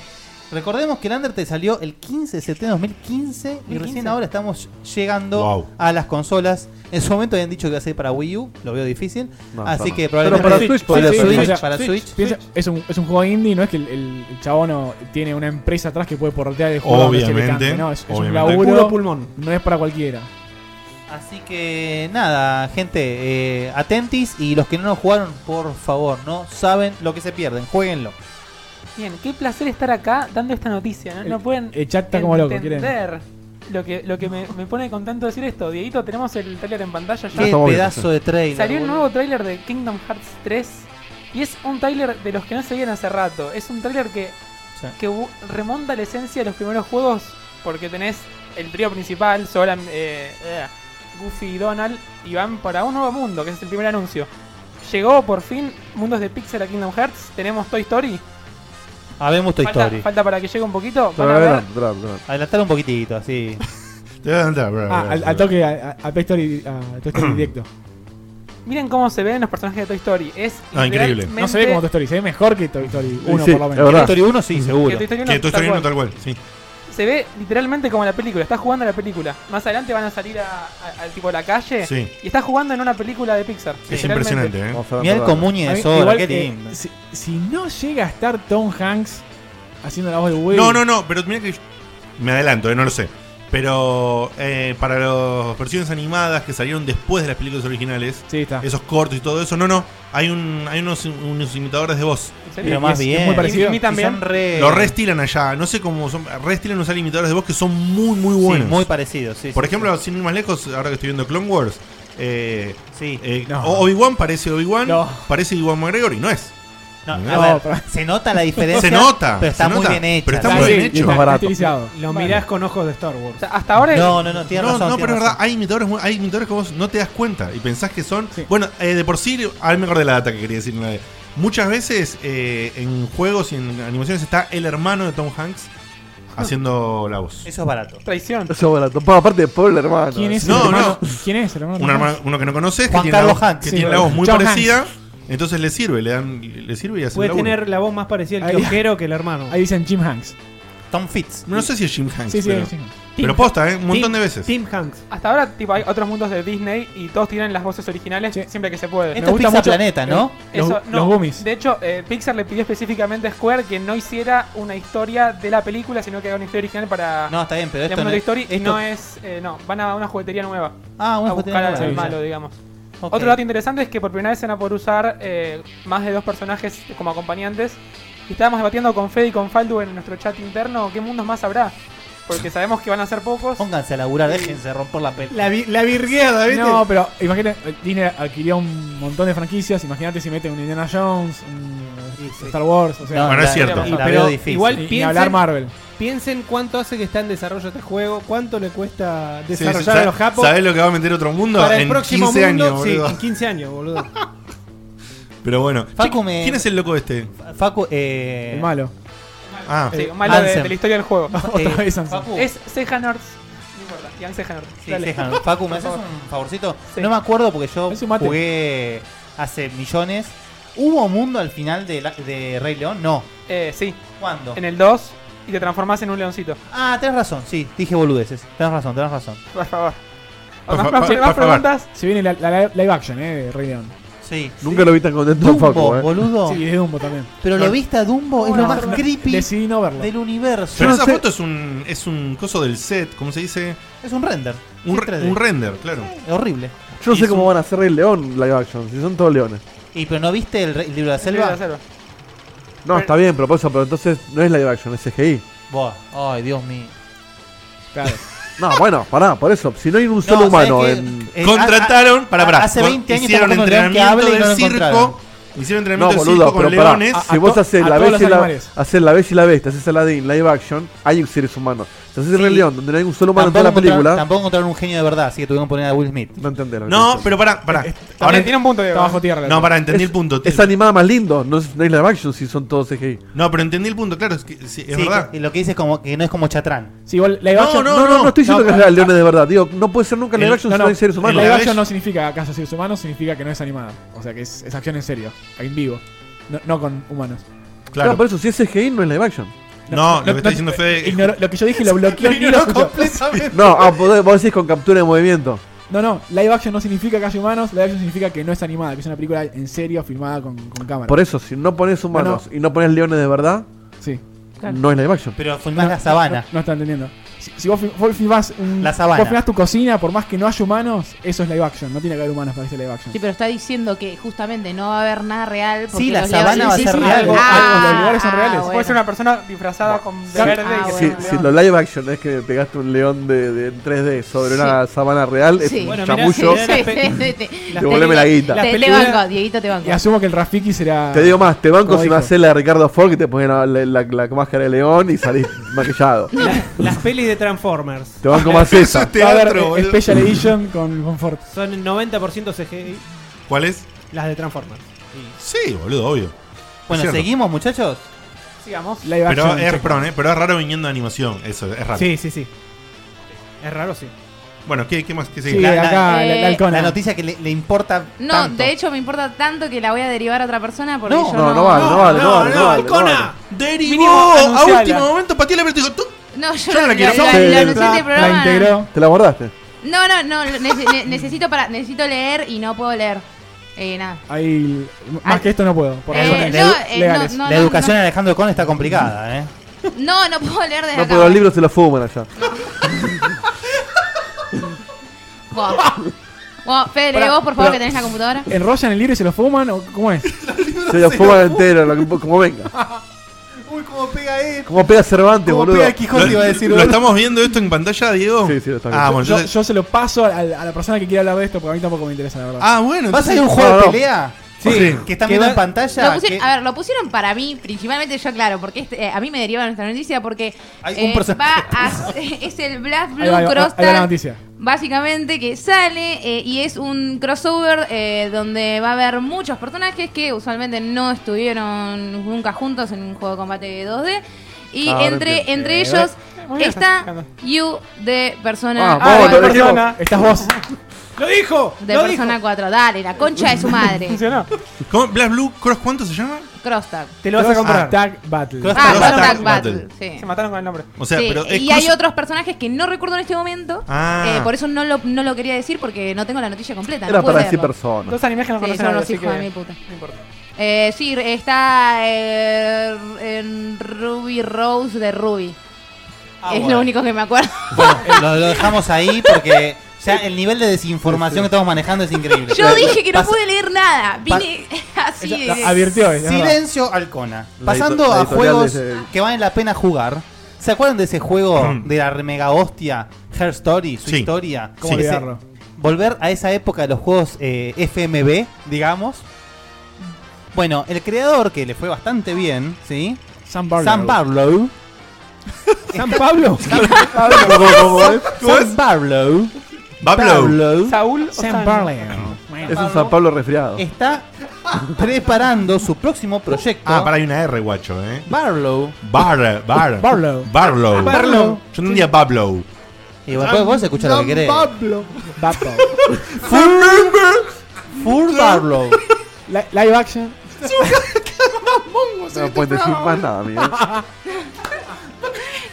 Speaker 4: Recordemos que el Undertale salió el 15 de septiembre de 2015 y recién ahora estamos llegando
Speaker 1: Wow.
Speaker 4: a las consolas. En su momento habían dicho que iba a salir para Wii U, lo veo difícil.
Speaker 6: No,
Speaker 4: así
Speaker 6: está
Speaker 4: que
Speaker 6: mal. Pero
Speaker 4: probablemente
Speaker 6: para Switch
Speaker 4: para
Speaker 2: sí, sí,
Speaker 4: Switch,
Speaker 2: sí, sí, sí.
Speaker 4: para Switch.
Speaker 2: Piensa, es, un, es un juego indie, no es que el, el- el chabón no tiene una empresa atrás que puede portear el juego. donde se le
Speaker 1: Obviamente,
Speaker 2: cante, no, es, es un
Speaker 1: obviamente.
Speaker 2: laburo.
Speaker 7: Puro pulmón.
Speaker 2: No es para cualquiera.
Speaker 4: Así que nada, gente, eh, atentis y los que no lo jugaron, por favor, no saben lo que se pierden, jueguenlo.
Speaker 5: Bien, qué placer estar acá dando esta noticia. No,
Speaker 2: El-
Speaker 5: no pueden
Speaker 2: El chat está como loco, ¿quieren?
Speaker 5: entender lo que, lo que me, me pone contento decir esto. Dieguito, tenemos el trailer en pantalla ya.
Speaker 4: Qué
Speaker 6: estamos bien,
Speaker 4: pedazo de trailer.
Speaker 5: Salió un
Speaker 4: boludo.
Speaker 5: nuevo tráiler de Kingdom Hearts 3 y es un tráiler de los que no se veían hace rato. Es un tráiler que,
Speaker 4: Sí.
Speaker 5: que bu- remonta la esencia de los primeros juegos porque tenés el trío principal, Sora, eh, eh, Goofy y Donald, y van para un nuevo mundo, que es el primer anuncio. Llegó por fin mundos de Pixar a Kingdom Hearts, tenemos Toy Story.
Speaker 4: Habemos Toy
Speaker 5: falta,
Speaker 4: Story.
Speaker 5: falta para que llegue un poquito. Van a ver,
Speaker 6: Drop, drop, drop.
Speaker 4: Adelantar un poquitito, así.
Speaker 2: Ah, al, al toque, a, a- a Toy Story, a Toy Story directo.
Speaker 5: miren cómo se ven los personajes de Toy Story. Es
Speaker 1: Ah, increíble.
Speaker 2: No se ve como Toy Story, se ve mejor que Toy Story
Speaker 6: Sí,
Speaker 2: 1
Speaker 6: sí,
Speaker 2: por lo
Speaker 6: es
Speaker 2: menos.
Speaker 4: Toy
Speaker 6: verdad.
Speaker 4: Story 1 sí, seguro.
Speaker 5: Que Toy
Speaker 1: Que
Speaker 5: Story
Speaker 1: Toy
Speaker 5: uno, tal
Speaker 1: Story
Speaker 5: cual.
Speaker 1: no tal cual, sí.
Speaker 5: se ve literalmente como la película, está jugando a la película. Más adelante van a salir a- a- al tipo a la calle
Speaker 1: Sí.
Speaker 5: y está jugando en una película de Pixar.
Speaker 1: Es
Speaker 5: Literalmente.
Speaker 1: impresionante, ¿eh?
Speaker 6: Vamos a ver,
Speaker 4: Mira el
Speaker 6: vamos a ver.
Speaker 4: comuñe
Speaker 2: A mí,
Speaker 4: de Sora,
Speaker 2: igual,
Speaker 4: qué
Speaker 2: eh,
Speaker 4: lindo.
Speaker 2: si, si no llega a estar Tom Hanks haciendo la voz de Woody.
Speaker 1: No, no, no, pero mira que yo- me adelanto, eh, no lo sé. Pero eh, para las versiones animadas que salieron después de las películas originales,
Speaker 2: Sí, está.
Speaker 1: esos cortos y todo eso, no, no, hay un hay unos, unos imitadores de voz.
Speaker 4: Pero
Speaker 5: ¿En serio?
Speaker 2: Y
Speaker 4: más
Speaker 2: es- es
Speaker 4: bien.
Speaker 2: muy parecido.
Speaker 5: Y- y también-
Speaker 4: Son re-
Speaker 1: Lo restilan allá, no sé cómo son, restilan usar imitadores de voz que son muy muy
Speaker 4: Sí,
Speaker 1: buenos.
Speaker 4: muy parecido, sí.
Speaker 1: Por
Speaker 4: sí,
Speaker 1: ejemplo, sin ir más lejos, ahora que estoy viendo Clone Wars, eh,
Speaker 4: sí. Sí.
Speaker 1: eh,
Speaker 2: No.
Speaker 1: Obi-Wan parece Obi-Wan,
Speaker 2: No.
Speaker 1: parece Obi-Wan McGregor y no es.
Speaker 4: No,
Speaker 1: No,
Speaker 4: a ver,
Speaker 2: pero-
Speaker 4: se nota la diferencia.
Speaker 1: Se nota,
Speaker 4: Pero está
Speaker 1: se
Speaker 4: muy
Speaker 1: nota,
Speaker 4: bien hecho.
Speaker 1: pero está
Speaker 2: Sí,
Speaker 1: muy bien
Speaker 2: y
Speaker 1: hecho.
Speaker 2: está
Speaker 6: Más barato.
Speaker 2: estilizado.
Speaker 7: Lo
Speaker 5: Vale.
Speaker 7: mirás con ojos de Star Wars.
Speaker 5: O sea, hasta ahora el-
Speaker 4: No, no, no, tiene
Speaker 1: No,
Speaker 4: razón.
Speaker 1: no,
Speaker 4: tiene
Speaker 1: pero es verdad,
Speaker 4: razón.
Speaker 1: hay imitadores, muy- hay imitadores que vos no te das cuenta y pensás que son.
Speaker 2: Sí.
Speaker 1: Bueno, eh, de por sí, a mí me acordé de la data que quería decir. una vez. Muchas veces eh, en juegos y en animaciones está el hermano de Tom Hanks haciendo la voz.
Speaker 4: Eso es barato.
Speaker 5: traición.
Speaker 6: Eso es barato. Pa- Aparte, pobre hermano.
Speaker 2: ¿Quién es
Speaker 1: No,
Speaker 2: el hermano?
Speaker 1: no.
Speaker 2: ¿Quién es el hermano?
Speaker 1: Un hermano, uno que no conoces, que
Speaker 4: Juan
Speaker 1: tiene, la
Speaker 4: Carlos
Speaker 1: voz,
Speaker 4: Hanks,
Speaker 1: que
Speaker 2: sí,
Speaker 1: tiene la
Speaker 2: bueno.
Speaker 1: voz muy
Speaker 2: Tom
Speaker 1: parecida. Entonces le sirve, le dan, le sirve y hace
Speaker 7: Puede
Speaker 1: el laburo.
Speaker 7: tener la voz más parecida al
Speaker 2: Ahí-
Speaker 7: kiosquero que el hermano.
Speaker 2: Ahí dicen Jim Hanks.
Speaker 4: Tom Fitz.
Speaker 1: No sé si es Jim Hanks,
Speaker 2: Sí, sí,
Speaker 1: pero,
Speaker 2: es Jim Hanks.
Speaker 1: pero posta, ¿eh? Un montón de veces.
Speaker 7: Tim Hanks.
Speaker 5: Hasta ahora tipo hay otros mundos de Disney y todos tienen las voces originales
Speaker 2: Sí.
Speaker 5: siempre que se puede.
Speaker 4: Esto Este es
Speaker 2: gusta
Speaker 4: Pizza
Speaker 2: mucho-
Speaker 4: Planeta, ¿no?
Speaker 2: Los-
Speaker 5: Eso, no.
Speaker 2: los Goonies.
Speaker 5: De hecho, eh, Pixar le pidió específicamente a Square que no hiciera una historia de la película, sino que haga una historia original para
Speaker 4: No, está bien, pero
Speaker 5: la
Speaker 4: esto no
Speaker 5: Monotoy
Speaker 4: es.
Speaker 5: Story. y
Speaker 4: esto-
Speaker 5: no es. eh, no, van a una juguetería nueva
Speaker 4: Ah,
Speaker 5: a
Speaker 4: bueno, pues
Speaker 5: buscar
Speaker 4: tenés
Speaker 5: al
Speaker 4: razón.
Speaker 5: malo, digamos.
Speaker 4: Ok.
Speaker 5: Otro dato interesante es que por primera vez se van a poder usar eh, más de dos personajes como acompañantes. Y estábamos debatiendo con Fede y con Faldu en nuestro chat interno qué mundos más habrá. Porque sabemos que van a ser pocos.
Speaker 4: Pónganse a laburar, déjense romper la pelota.
Speaker 7: La, vi- la virgueada, ¿viste?
Speaker 2: No, pero imagínate, eh, Disney adquirió un montón de franquicias. Imagínate si mete un Indiana Jones, un
Speaker 7: Sí, sí.
Speaker 2: Star Wars, o sea,
Speaker 4: No,
Speaker 1: Bueno, es
Speaker 4: la-
Speaker 1: cierto.
Speaker 4: La
Speaker 7: Pero
Speaker 4: veo difícil.
Speaker 7: igual-
Speaker 2: y, y
Speaker 7: piensen-
Speaker 2: hablar Marvel.
Speaker 7: Piensen cuánto hace que está en desarrollo este juego, cuánto le cuesta
Speaker 1: Sí, sí,
Speaker 7: desarrollar
Speaker 1: sa-
Speaker 7: a los japos.
Speaker 1: ¿Sabés lo que va a meter otro mundo?
Speaker 7: Para el
Speaker 1: en
Speaker 7: próximo
Speaker 1: 15
Speaker 7: mundo,
Speaker 1: años,
Speaker 7: sí,
Speaker 1: boludo.
Speaker 7: en 15 años, boludo.
Speaker 1: Pero bueno.
Speaker 4: Facu
Speaker 1: Che,
Speaker 4: me-
Speaker 1: ¿Quién es el loco este?
Speaker 4: Facu, eh.
Speaker 2: El malo.
Speaker 1: Ah,
Speaker 5: Sí,
Speaker 7: Eh,
Speaker 5: un malo de,
Speaker 4: Ansem.
Speaker 5: de la historia del juego.
Speaker 4: eh,
Speaker 2: Otra vez Ansem.
Speaker 4: Facu,
Speaker 5: Es Sejanords. No importa, Jan Sejanords.
Speaker 4: sí,
Speaker 5: Dale.
Speaker 4: déjalo. Facu, ¿me
Speaker 5: Por
Speaker 4: haces
Speaker 5: favor.
Speaker 4: un favorcito?
Speaker 5: Sí.
Speaker 4: No me acuerdo porque yo
Speaker 2: Es un mate.
Speaker 4: jugué hace millones. ¿Hubo mundo al final de, la- de Rey León? No.
Speaker 5: Eh, sí,
Speaker 4: ¿Cuándo?
Speaker 5: en el 2 y te transformás en un leoncito.
Speaker 4: Ah, tenés razón, sí, dije boludeces. Tenés razón, tenés razón.
Speaker 5: Por favor.
Speaker 1: Por
Speaker 5: más
Speaker 1: fa-
Speaker 5: más-
Speaker 1: por-
Speaker 5: más
Speaker 1: por favor.
Speaker 5: preguntas.
Speaker 2: Se viene la, la live action, eh, de Rey León.
Speaker 4: Sí.
Speaker 6: Nunca lo vi tan contento a
Speaker 4: Dumbo,
Speaker 6: Facu, eh.
Speaker 4: boludo.
Speaker 2: Sí, y de Dumbo también.
Speaker 4: Pero lo viste a Dumbo, es
Speaker 5: No,
Speaker 4: lo más
Speaker 5: no,
Speaker 4: creepy
Speaker 2: Decidí no verlo.
Speaker 4: del universo.
Speaker 1: Pero
Speaker 6: no
Speaker 1: esa
Speaker 6: sé-
Speaker 1: foto es un, es un coso del set, ¿cómo se dice?
Speaker 4: Es un render.
Speaker 1: Un,
Speaker 4: Sí,
Speaker 1: re-
Speaker 4: 3D.
Speaker 1: un render, claro.
Speaker 4: Es horrible.
Speaker 6: Yo no
Speaker 1: Y
Speaker 6: sé
Speaker 1: es
Speaker 6: cómo
Speaker 1: un-
Speaker 6: van a hacer Rey León live action, si son todos leones.
Speaker 4: ¿Y pero no viste el, re- el libro de la
Speaker 5: Libro de la
Speaker 4: selva?
Speaker 5: selva.
Speaker 6: No,
Speaker 5: Pero-
Speaker 6: está bien, pero, por eso, pero entonces no es live action, es CGI.
Speaker 4: Buah, Ay, Dios mío.
Speaker 2: Claro.
Speaker 6: No, bueno, pará, por eso. Si no hay un solo
Speaker 4: No, ¿sabes
Speaker 6: humano
Speaker 4: qué?
Speaker 6: en.
Speaker 4: Eh,
Speaker 1: Contrataron,
Speaker 4: a-
Speaker 1: para, para.
Speaker 4: Hace 20 años
Speaker 1: hicieron
Speaker 4: estamos con León que
Speaker 1: entrenamiento
Speaker 4: habla y no
Speaker 1: del
Speaker 4: lo encontraron.
Speaker 1: circo. Hicieron
Speaker 6: No,
Speaker 1: entrenamiento del
Speaker 6: boludo,
Speaker 1: circo
Speaker 6: pero
Speaker 1: con
Speaker 6: pará.
Speaker 1: leones.
Speaker 2: Ah,
Speaker 6: Si
Speaker 2: a
Speaker 6: vos
Speaker 2: to-
Speaker 6: haces
Speaker 2: a
Speaker 6: la,
Speaker 2: todos
Speaker 6: bella
Speaker 2: los
Speaker 6: y la,
Speaker 2: animales.
Speaker 6: haces la bella y la bestia, haces Aladdin live action, hay seres humanos. Si haces Rey León, donde no hay un solo humano en toda la
Speaker 4: encontraron-
Speaker 6: película,
Speaker 4: tampoco encontraron un genio de verdad, así que tuvieron que poner a Will Smith.
Speaker 6: no entendés lo que
Speaker 1: No,
Speaker 6: estoy
Speaker 1: pero para, para.
Speaker 5: Ahora
Speaker 1: Ahora
Speaker 5: tiene un punto, Diego.
Speaker 2: Está bajo
Speaker 4: ¿eh?
Speaker 2: tierra.
Speaker 1: No, para, entendí
Speaker 6: Es-
Speaker 1: el punto.
Speaker 6: diciendo. Es animada más lindo, no es, no es live action si son todos CGI.
Speaker 1: No, pero entendí el punto, claro, es, que, sí, es
Speaker 4: Sí,
Speaker 1: verdad.
Speaker 4: que- lo que dice es como que no es como Chatrán.
Speaker 2: Sí, igual live
Speaker 1: No,
Speaker 2: action.
Speaker 1: no,
Speaker 6: No, no, no, estoy diciendo
Speaker 2: no,
Speaker 6: que es
Speaker 2: para-
Speaker 6: real, leones de verdad. Digo, no puede ser nunca live
Speaker 1: El-
Speaker 6: action
Speaker 2: no,
Speaker 6: si no
Speaker 2: no,
Speaker 6: hay seres
Speaker 1: el
Speaker 6: humanos.
Speaker 2: Live
Speaker 1: la
Speaker 2: action
Speaker 1: vez-
Speaker 2: no significa acaso seres humanos, significa que no es animada. O sea que es, es acción en serio, en vivo. No, no con humanos.
Speaker 1: Claro.
Speaker 6: No, por eso, si es CGI, no es live action.
Speaker 1: No, lo que está diciendo Fede-
Speaker 2: ignoró- lo que yo dije lo bloqueó ni lo escuchó.
Speaker 6: No, ah, vos vos decís con captura de movimiento.
Speaker 2: No, no, live action no significa que haya humanos, live action significa que no es animada, que es una película en serio filmada con, con cámara.
Speaker 6: Por eso, si no pones humanos y no pones leones de verdad,
Speaker 2: Sí. Claro.
Speaker 6: no es live action.
Speaker 4: Pero filmás la sabana.
Speaker 2: No, no está entendiendo. Si, si vos, fi- vos filmás un-
Speaker 4: La sabana.
Speaker 2: vos filmás tu cocina, por más que no haya humanos, eso es live action. No tiene que haber humanos para que sea live action.
Speaker 3: Sí, pero está diciendo que justamente no va a haber nada real. porque
Speaker 4: Sí, la
Speaker 3: los
Speaker 4: sabana
Speaker 3: leones-
Speaker 4: va a
Speaker 3: Sí,
Speaker 4: ser
Speaker 3: sí,
Speaker 4: real.
Speaker 3: algo-
Speaker 2: Ah, los lugares son reales.
Speaker 3: bueno.
Speaker 5: Puede ser una persona disfrazada con de verde
Speaker 3: Ah,
Speaker 5: y
Speaker 3: bueno.
Speaker 6: Si, si lo live action es que pegaste un león de, de- en 3D sobre una sabana real, es
Speaker 3: Sí.
Speaker 6: un
Speaker 3: Bueno,
Speaker 7: mirá,
Speaker 6: chamullo.
Speaker 7: sí,
Speaker 3: Sí, sí, sí, sí.
Speaker 6: Devolveme la guita.
Speaker 7: Las
Speaker 3: Te, te
Speaker 7: películas-
Speaker 3: banco, Dieguito, te banco.
Speaker 2: Y asumo que el Rafiki será.
Speaker 6: Te digo más, te banco
Speaker 2: Como
Speaker 6: si me
Speaker 2: dijo.
Speaker 6: haces la de Ricardo Ford que te ponen la, la- la- la máscara de león y salís maquillado.
Speaker 7: La- las pelis de Transformers
Speaker 6: Te banco más esa.
Speaker 2: Va a haber, eh,
Speaker 1: boludo.
Speaker 2: Special Edition con, con Ford.
Speaker 7: son el 90% CGI,
Speaker 1: ¿Cuál es?
Speaker 7: las de Transformers.
Speaker 1: Sí, boludo, obvio.
Speaker 4: Bueno,
Speaker 1: cierto.
Speaker 4: ¿seguimos, muchachos?
Speaker 5: Sigamos.
Speaker 2: Live
Speaker 1: Pero
Speaker 2: action.
Speaker 1: es,
Speaker 2: check.
Speaker 1: perdón, eh, pero es raro viniendo de animación, eso, es raro.
Speaker 7: Sí, sí, sí. Es raro, sí.
Speaker 1: Bueno, ¿qué, qué más? ¿Qué
Speaker 2: Sí,
Speaker 1: sigue?
Speaker 4: La- la-
Speaker 2: acá la, la
Speaker 3: eh,
Speaker 2: halcona.
Speaker 4: La noticia que le, le importa.
Speaker 3: No,
Speaker 4: tanto.
Speaker 3: de hecho me importa tanto que la voy a derivar a otra persona porque
Speaker 4: No,
Speaker 3: yo
Speaker 6: no,
Speaker 3: no...
Speaker 6: no vale, no vale, no vale. No vale, no vale.
Speaker 7: ¡Halcona!
Speaker 1: ¡Derivó!
Speaker 5: Mínimo,
Speaker 1: A
Speaker 5: anunciala.
Speaker 1: último momento, pateó la pelota y dijo, tú.
Speaker 3: No, yo,
Speaker 1: Yo no
Speaker 3: la,
Speaker 1: la quiero.
Speaker 3: la-
Speaker 6: Sí,
Speaker 3: la- la
Speaker 6: la-
Speaker 3: anuncié
Speaker 2: la,
Speaker 3: este programa.
Speaker 2: la integró.
Speaker 6: Te la guardaste.
Speaker 3: No, no, no, lo nece- ne- necesito para necesito leer y no puedo leer. Eh, nada.
Speaker 2: Ahí.
Speaker 3: Ah.
Speaker 2: Más que esto no puedo. Por
Speaker 3: Eh,
Speaker 2: razones
Speaker 4: la
Speaker 3: no,
Speaker 4: edu-
Speaker 3: eh,
Speaker 2: legales.
Speaker 3: no, no,
Speaker 4: la
Speaker 3: no,
Speaker 4: educación de Alejandro Con está complicada, ¿eh?
Speaker 3: No, no puedo leer desde
Speaker 6: No,
Speaker 3: acá.
Speaker 6: pero los libros se los fuman allá.
Speaker 3: Vos. Vos, Fede, lee
Speaker 2: Pará,
Speaker 3: vos, por favor,
Speaker 2: pero-
Speaker 3: que tenés la computadora.
Speaker 2: ¿Enrollan el libro y se lo fuman? ¿O cómo es?
Speaker 6: Se los fuman entero, lo que- como venga.
Speaker 9: Uy, cómo pega él.
Speaker 6: Como pega Cervantes,
Speaker 9: Como
Speaker 6: boludo.
Speaker 9: pega Quijote,
Speaker 1: ¿Lo,
Speaker 9: iba a decir.
Speaker 1: ¿lo
Speaker 9: boludo.
Speaker 1: estamos viendo esto en pantalla, Diego?
Speaker 6: Sí, sí, lo estamos
Speaker 1: Ah,
Speaker 6: viendo.
Speaker 1: bueno,
Speaker 2: Yo,
Speaker 1: yo-
Speaker 2: yo se lo paso a, a la persona que quiera hablar de esto porque a mí tampoco me interesa, la verdad.
Speaker 1: ah, bueno.
Speaker 4: ¿Vas a ir a
Speaker 1: entonces-
Speaker 4: un juego
Speaker 6: No,
Speaker 4: de
Speaker 6: no.
Speaker 4: pelea? Sí,
Speaker 1: Sí.
Speaker 4: que están
Speaker 7: Que
Speaker 4: viendo
Speaker 7: da-
Speaker 4: en pantalla.
Speaker 3: Lo pusieron-
Speaker 4: que-
Speaker 3: a ver, lo pusieron para mí, principalmente yo, claro, porque este- eh, a mí me derivaron esta noticia porque
Speaker 4: Hay
Speaker 3: eh,
Speaker 4: un porcentaje.
Speaker 3: va a- es el Black
Speaker 2: Ahí va, ahí
Speaker 3: Blue
Speaker 2: va,
Speaker 3: Cross
Speaker 2: ahí va la
Speaker 3: Tag,
Speaker 2: noticia.
Speaker 3: básicamente que sale eh, y es un crossover eh, donde va a haber muchos personajes que usualmente no estuvieron nunca juntos en un juego de combate 2D y
Speaker 6: Ahora
Speaker 3: entre
Speaker 6: empieza.
Speaker 3: entre ellos
Speaker 5: Muy bien,
Speaker 3: está
Speaker 5: estás sacando.
Speaker 3: You de Persona
Speaker 6: Vamos,
Speaker 5: Ah,
Speaker 6: lo
Speaker 5: de
Speaker 6: dijimos.
Speaker 5: persona.
Speaker 2: Estás vos.
Speaker 7: ¡Lo dijo!
Speaker 3: de
Speaker 7: ¡Lo
Speaker 3: Persona 4, dale, la concha de su madre.
Speaker 5: Funcionó.
Speaker 1: ¿Cómo? ¿Black Blue Cross cuánto se llama?
Speaker 3: Cross Tag.
Speaker 7: dijo! Te lo vas a comprar.
Speaker 2: Tag Battle.
Speaker 4: Cross-
Speaker 3: Ah,
Speaker 1: Cross
Speaker 3: Cross
Speaker 1: Tag
Speaker 3: Tag Battle.
Speaker 1: Battle.
Speaker 3: Sí.
Speaker 5: Se mataron con el nombre.
Speaker 1: O sea,
Speaker 3: Sí,
Speaker 1: pero es
Speaker 3: y hay
Speaker 1: cruz-
Speaker 3: otros personajes que no recuerdo en este momento.
Speaker 1: Ah.
Speaker 3: Eh, por eso no lo, no lo quería decir porque no tengo la noticia completa.
Speaker 6: Era
Speaker 3: no pude
Speaker 6: para decir
Speaker 3: verlo.
Speaker 6: personas.
Speaker 5: Dos animes que no
Speaker 3: Sí,
Speaker 9: este,
Speaker 5: conocen
Speaker 3: son
Speaker 5: a nadie,
Speaker 3: unos
Speaker 5: así
Speaker 3: hijos
Speaker 5: que-
Speaker 3: de mil puta.
Speaker 5: No importa.
Speaker 3: Eh, sí, está eh, en Ruby Rose de Ruby.
Speaker 4: Ah,
Speaker 3: es
Speaker 4: bueno.
Speaker 3: lo único que me acuerdo.
Speaker 4: Bueno, eh, lo, lo dejamos ahí porque ya el nivel de desinformación que estamos manejando es increíble.
Speaker 3: Yo dije que no
Speaker 4: Pasa-
Speaker 3: pude leer nada. Vine así.
Speaker 2: La-
Speaker 3: de-
Speaker 2: Advirtió. es verdad.
Speaker 4: Silencio Alcona.
Speaker 6: La
Speaker 4: Pasando
Speaker 6: edito- la
Speaker 4: a
Speaker 6: editorial eh,
Speaker 4: juegos
Speaker 6: de ese-
Speaker 4: que valen la pena jugar. ¿Se acuerdan de ese juego
Speaker 2: Mm.
Speaker 4: de la mega hostia? Her Story, su
Speaker 1: Sí.
Speaker 4: historia.
Speaker 2: ¿Cómo
Speaker 4: Ese-
Speaker 2: olvidarlo?
Speaker 4: volver a esa época de los juegos eh, FMB, digamos. Bueno, el creador que le fue bastante bien, ¿sí?
Speaker 2: Sam Barlow.
Speaker 4: Sam Barlow.
Speaker 7: ¿San Pablo?
Speaker 4: Sam Barlow.
Speaker 1: Bablo.
Speaker 5: Saúl o
Speaker 2: Sam
Speaker 5: San?
Speaker 2: Barlow.
Speaker 6: Es un San Pablo resfriado.
Speaker 4: Está preparando su próximo proyecto.
Speaker 1: Ah, para hay una R, guacho, eh.
Speaker 4: Barlow.
Speaker 1: Bar, bar.
Speaker 2: Barlow.
Speaker 1: Barlow.
Speaker 7: Barlow.
Speaker 1: Yo entendía Bablo.
Speaker 4: Y vos, vos escuchás lo que querés.
Speaker 9: Pablo.
Speaker 2: Battle.
Speaker 4: Fur Barlow.
Speaker 2: Li- Live action.
Speaker 6: No pueden decir más nada, amigo.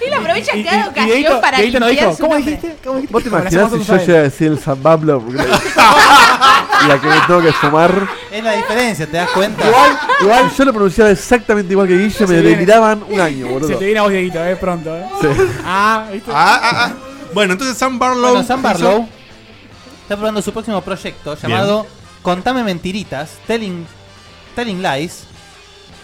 Speaker 3: Y lo aprovechan
Speaker 2: Y- y-
Speaker 3: cada
Speaker 2: y Dieguito-
Speaker 3: ocasión para
Speaker 2: Dieguito nos
Speaker 3: limpiar
Speaker 2: dijo,
Speaker 3: su
Speaker 2: ¿Cómo
Speaker 3: nombre".
Speaker 2: dijiste? ¿Cómo dijiste?
Speaker 6: ¿Vos te
Speaker 2: Con la
Speaker 6: imaginás
Speaker 2: semana
Speaker 6: si yo
Speaker 2: pasada.
Speaker 6: llego a decir el San Pablo? la que me tengo que sumar.
Speaker 4: Es la diferencia, ¿te das cuenta?
Speaker 6: Igual, igual yo lo pronunciaba exactamente igual que Guille, me
Speaker 2: Se viene.
Speaker 6: deliraban un año,
Speaker 2: Se
Speaker 6: boludo.
Speaker 2: te viene a vos, Dieguito, eh, pronto, eh.
Speaker 6: Sí.
Speaker 2: Ah, ¿viste?
Speaker 1: Ah, ah, ah. Bueno, entonces Sam Barlow.
Speaker 4: Bueno, Sam Barlow está probando su próximo proyecto llamado Contame Mentiritas, Telling, Telling Lies,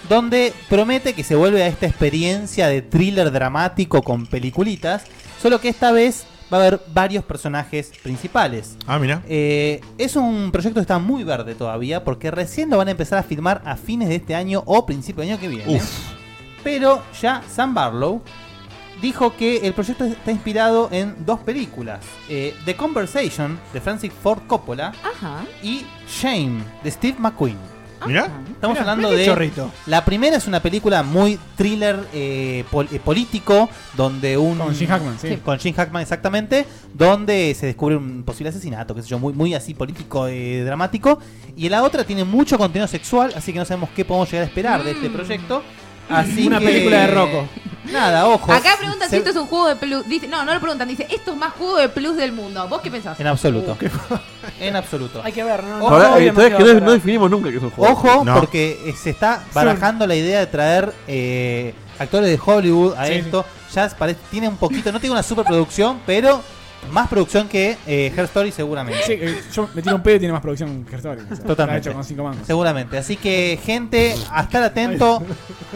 Speaker 4: donde promete que se vuelve a esta experiencia de thriller dramático con peliculitas, solo que esta vez va a haber varios personajes principales.
Speaker 1: Ah, mira.
Speaker 4: Eh, es un proyecto que está muy verde todavía, porque recién lo van a empezar a filmar a fines de este año o principio del año que viene.
Speaker 1: Uf.
Speaker 4: Pero ya Sam Barlow dijo que el proyecto está inspirado en dos películas: eh, The Conversation de Francis Ford Coppola
Speaker 3: Ajá.
Speaker 4: y Shame de Steve McQueen.
Speaker 1: Mira.
Speaker 4: Estamos hablando
Speaker 7: mirá qué
Speaker 4: de.
Speaker 7: chorrito.
Speaker 4: La primera es una película muy thriller eh, pol- eh, político, donde un.
Speaker 2: Con Jim Hackman, sí.
Speaker 4: Con Jim Hackman, exactamente. Donde se descubre un posible asesinato, qué sé yo, muy, muy así político, eh, dramático. Y la otra tiene mucho contenido sexual, así que no sabemos qué podemos llegar a esperar de este
Speaker 3: Mm.
Speaker 4: proyecto. Así
Speaker 7: Una
Speaker 4: que-
Speaker 7: película de Rocco.
Speaker 4: Nada, ojo.
Speaker 3: Acá preguntan
Speaker 4: Se-
Speaker 3: si esto es un juego de plus. Dice- no, no lo preguntan. Dice, esto es más juego de plus del mundo. ¿Vos qué pensás?
Speaker 4: En absoluto. en absoluto.
Speaker 5: Uh, Hay que ver, no, no,
Speaker 4: Ojo,
Speaker 6: Ahora,
Speaker 5: no,
Speaker 6: eh,
Speaker 5: bien,
Speaker 6: entonces
Speaker 5: no,
Speaker 6: que no,
Speaker 5: no,
Speaker 6: no definimos nunca que es un juego.
Speaker 4: Ojo,
Speaker 1: No.
Speaker 4: porque eh, se está barajando la idea de traer eh, actores de Hollywood a
Speaker 2: Sí,
Speaker 4: esto. Ya parece- tiene un poquito, no tiene una superproducción, pero más producción que eh, Her Story seguramente.
Speaker 2: Sí, eh, yo me tiro un pedo y tiene más producción que Herstory. Está
Speaker 4: Totalmente.
Speaker 2: hecho con cinco manos.
Speaker 4: Seguramente. Así que, gente, a estar atento.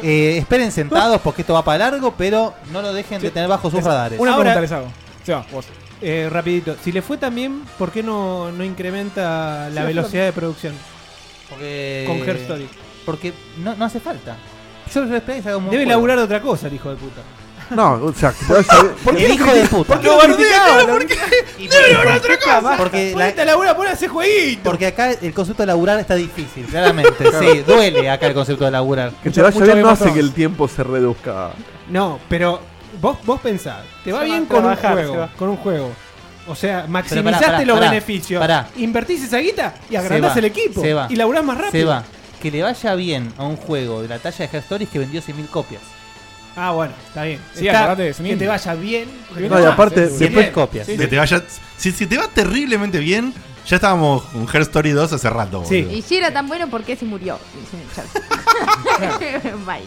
Speaker 4: eh, esperen sentados porque esto va para largo, pero no lo dejen de tener bajo sus radares.
Speaker 2: Una
Speaker 7: Ahora-
Speaker 2: pregunta les hago. Seba, vos.
Speaker 7: Eh, rapidito. Si le fue tan bien, ¿por qué no, no incrementa la velocidad de producción
Speaker 4: Porque,
Speaker 7: con Her Story?
Speaker 4: Eh, Porque no, no hace falta. Yo lo esperé que se haga un buen
Speaker 7: Debe
Speaker 4: juego.
Speaker 7: laburar de otra cosa, el hijo de puta.
Speaker 6: No, o sea, que te vaya bien.
Speaker 4: El hijo de puta. Porque,
Speaker 7: Porque
Speaker 4: la-
Speaker 7: esta labura, pon a hacer jueguito.
Speaker 4: porque acá el concepto de laburar está difícil, claramente. Sí, duele acá el concepto de laburar.
Speaker 6: Que te
Speaker 2: Mucho-
Speaker 6: vaya
Speaker 2: mucho
Speaker 6: bien no
Speaker 2: bien
Speaker 6: hace
Speaker 2: pasó.
Speaker 6: que el tiempo se reduzca.
Speaker 7: No, pero vos, vos pensás, te va
Speaker 5: Se va
Speaker 7: bien
Speaker 5: a
Speaker 7: con un
Speaker 5: trabajar, se
Speaker 7: juego,
Speaker 5: va.
Speaker 7: con un juego. O sea, maximizaste
Speaker 4: pará,
Speaker 7: los
Speaker 4: pará,
Speaker 7: beneficios.
Speaker 4: pará.
Speaker 7: Invertís esa guita y agrandás
Speaker 4: Se va,
Speaker 7: el equipo.
Speaker 4: se va.
Speaker 7: Y laburás más rápido.
Speaker 4: Se va. Que le vaya bien a un juego de la talla de Her Stories que vendió 100.000 copias.
Speaker 7: Ah, bueno, está bien.
Speaker 2: Sí,
Speaker 7: Está-
Speaker 2: acordate, es un
Speaker 7: que te
Speaker 2: indie.
Speaker 7: vaya bien. porque
Speaker 6: No, y
Speaker 7: más.
Speaker 6: aparte,
Speaker 2: sí,
Speaker 4: Después
Speaker 6: después,
Speaker 4: copias.
Speaker 1: Que te vaya- si, si te va terriblemente bien, ya estábamos con Her Story 2 hace rato.
Speaker 7: Sí.
Speaker 1: boludo.
Speaker 3: Y si era tan bueno, ¿por qué se murió? Dice Charles. Bailo.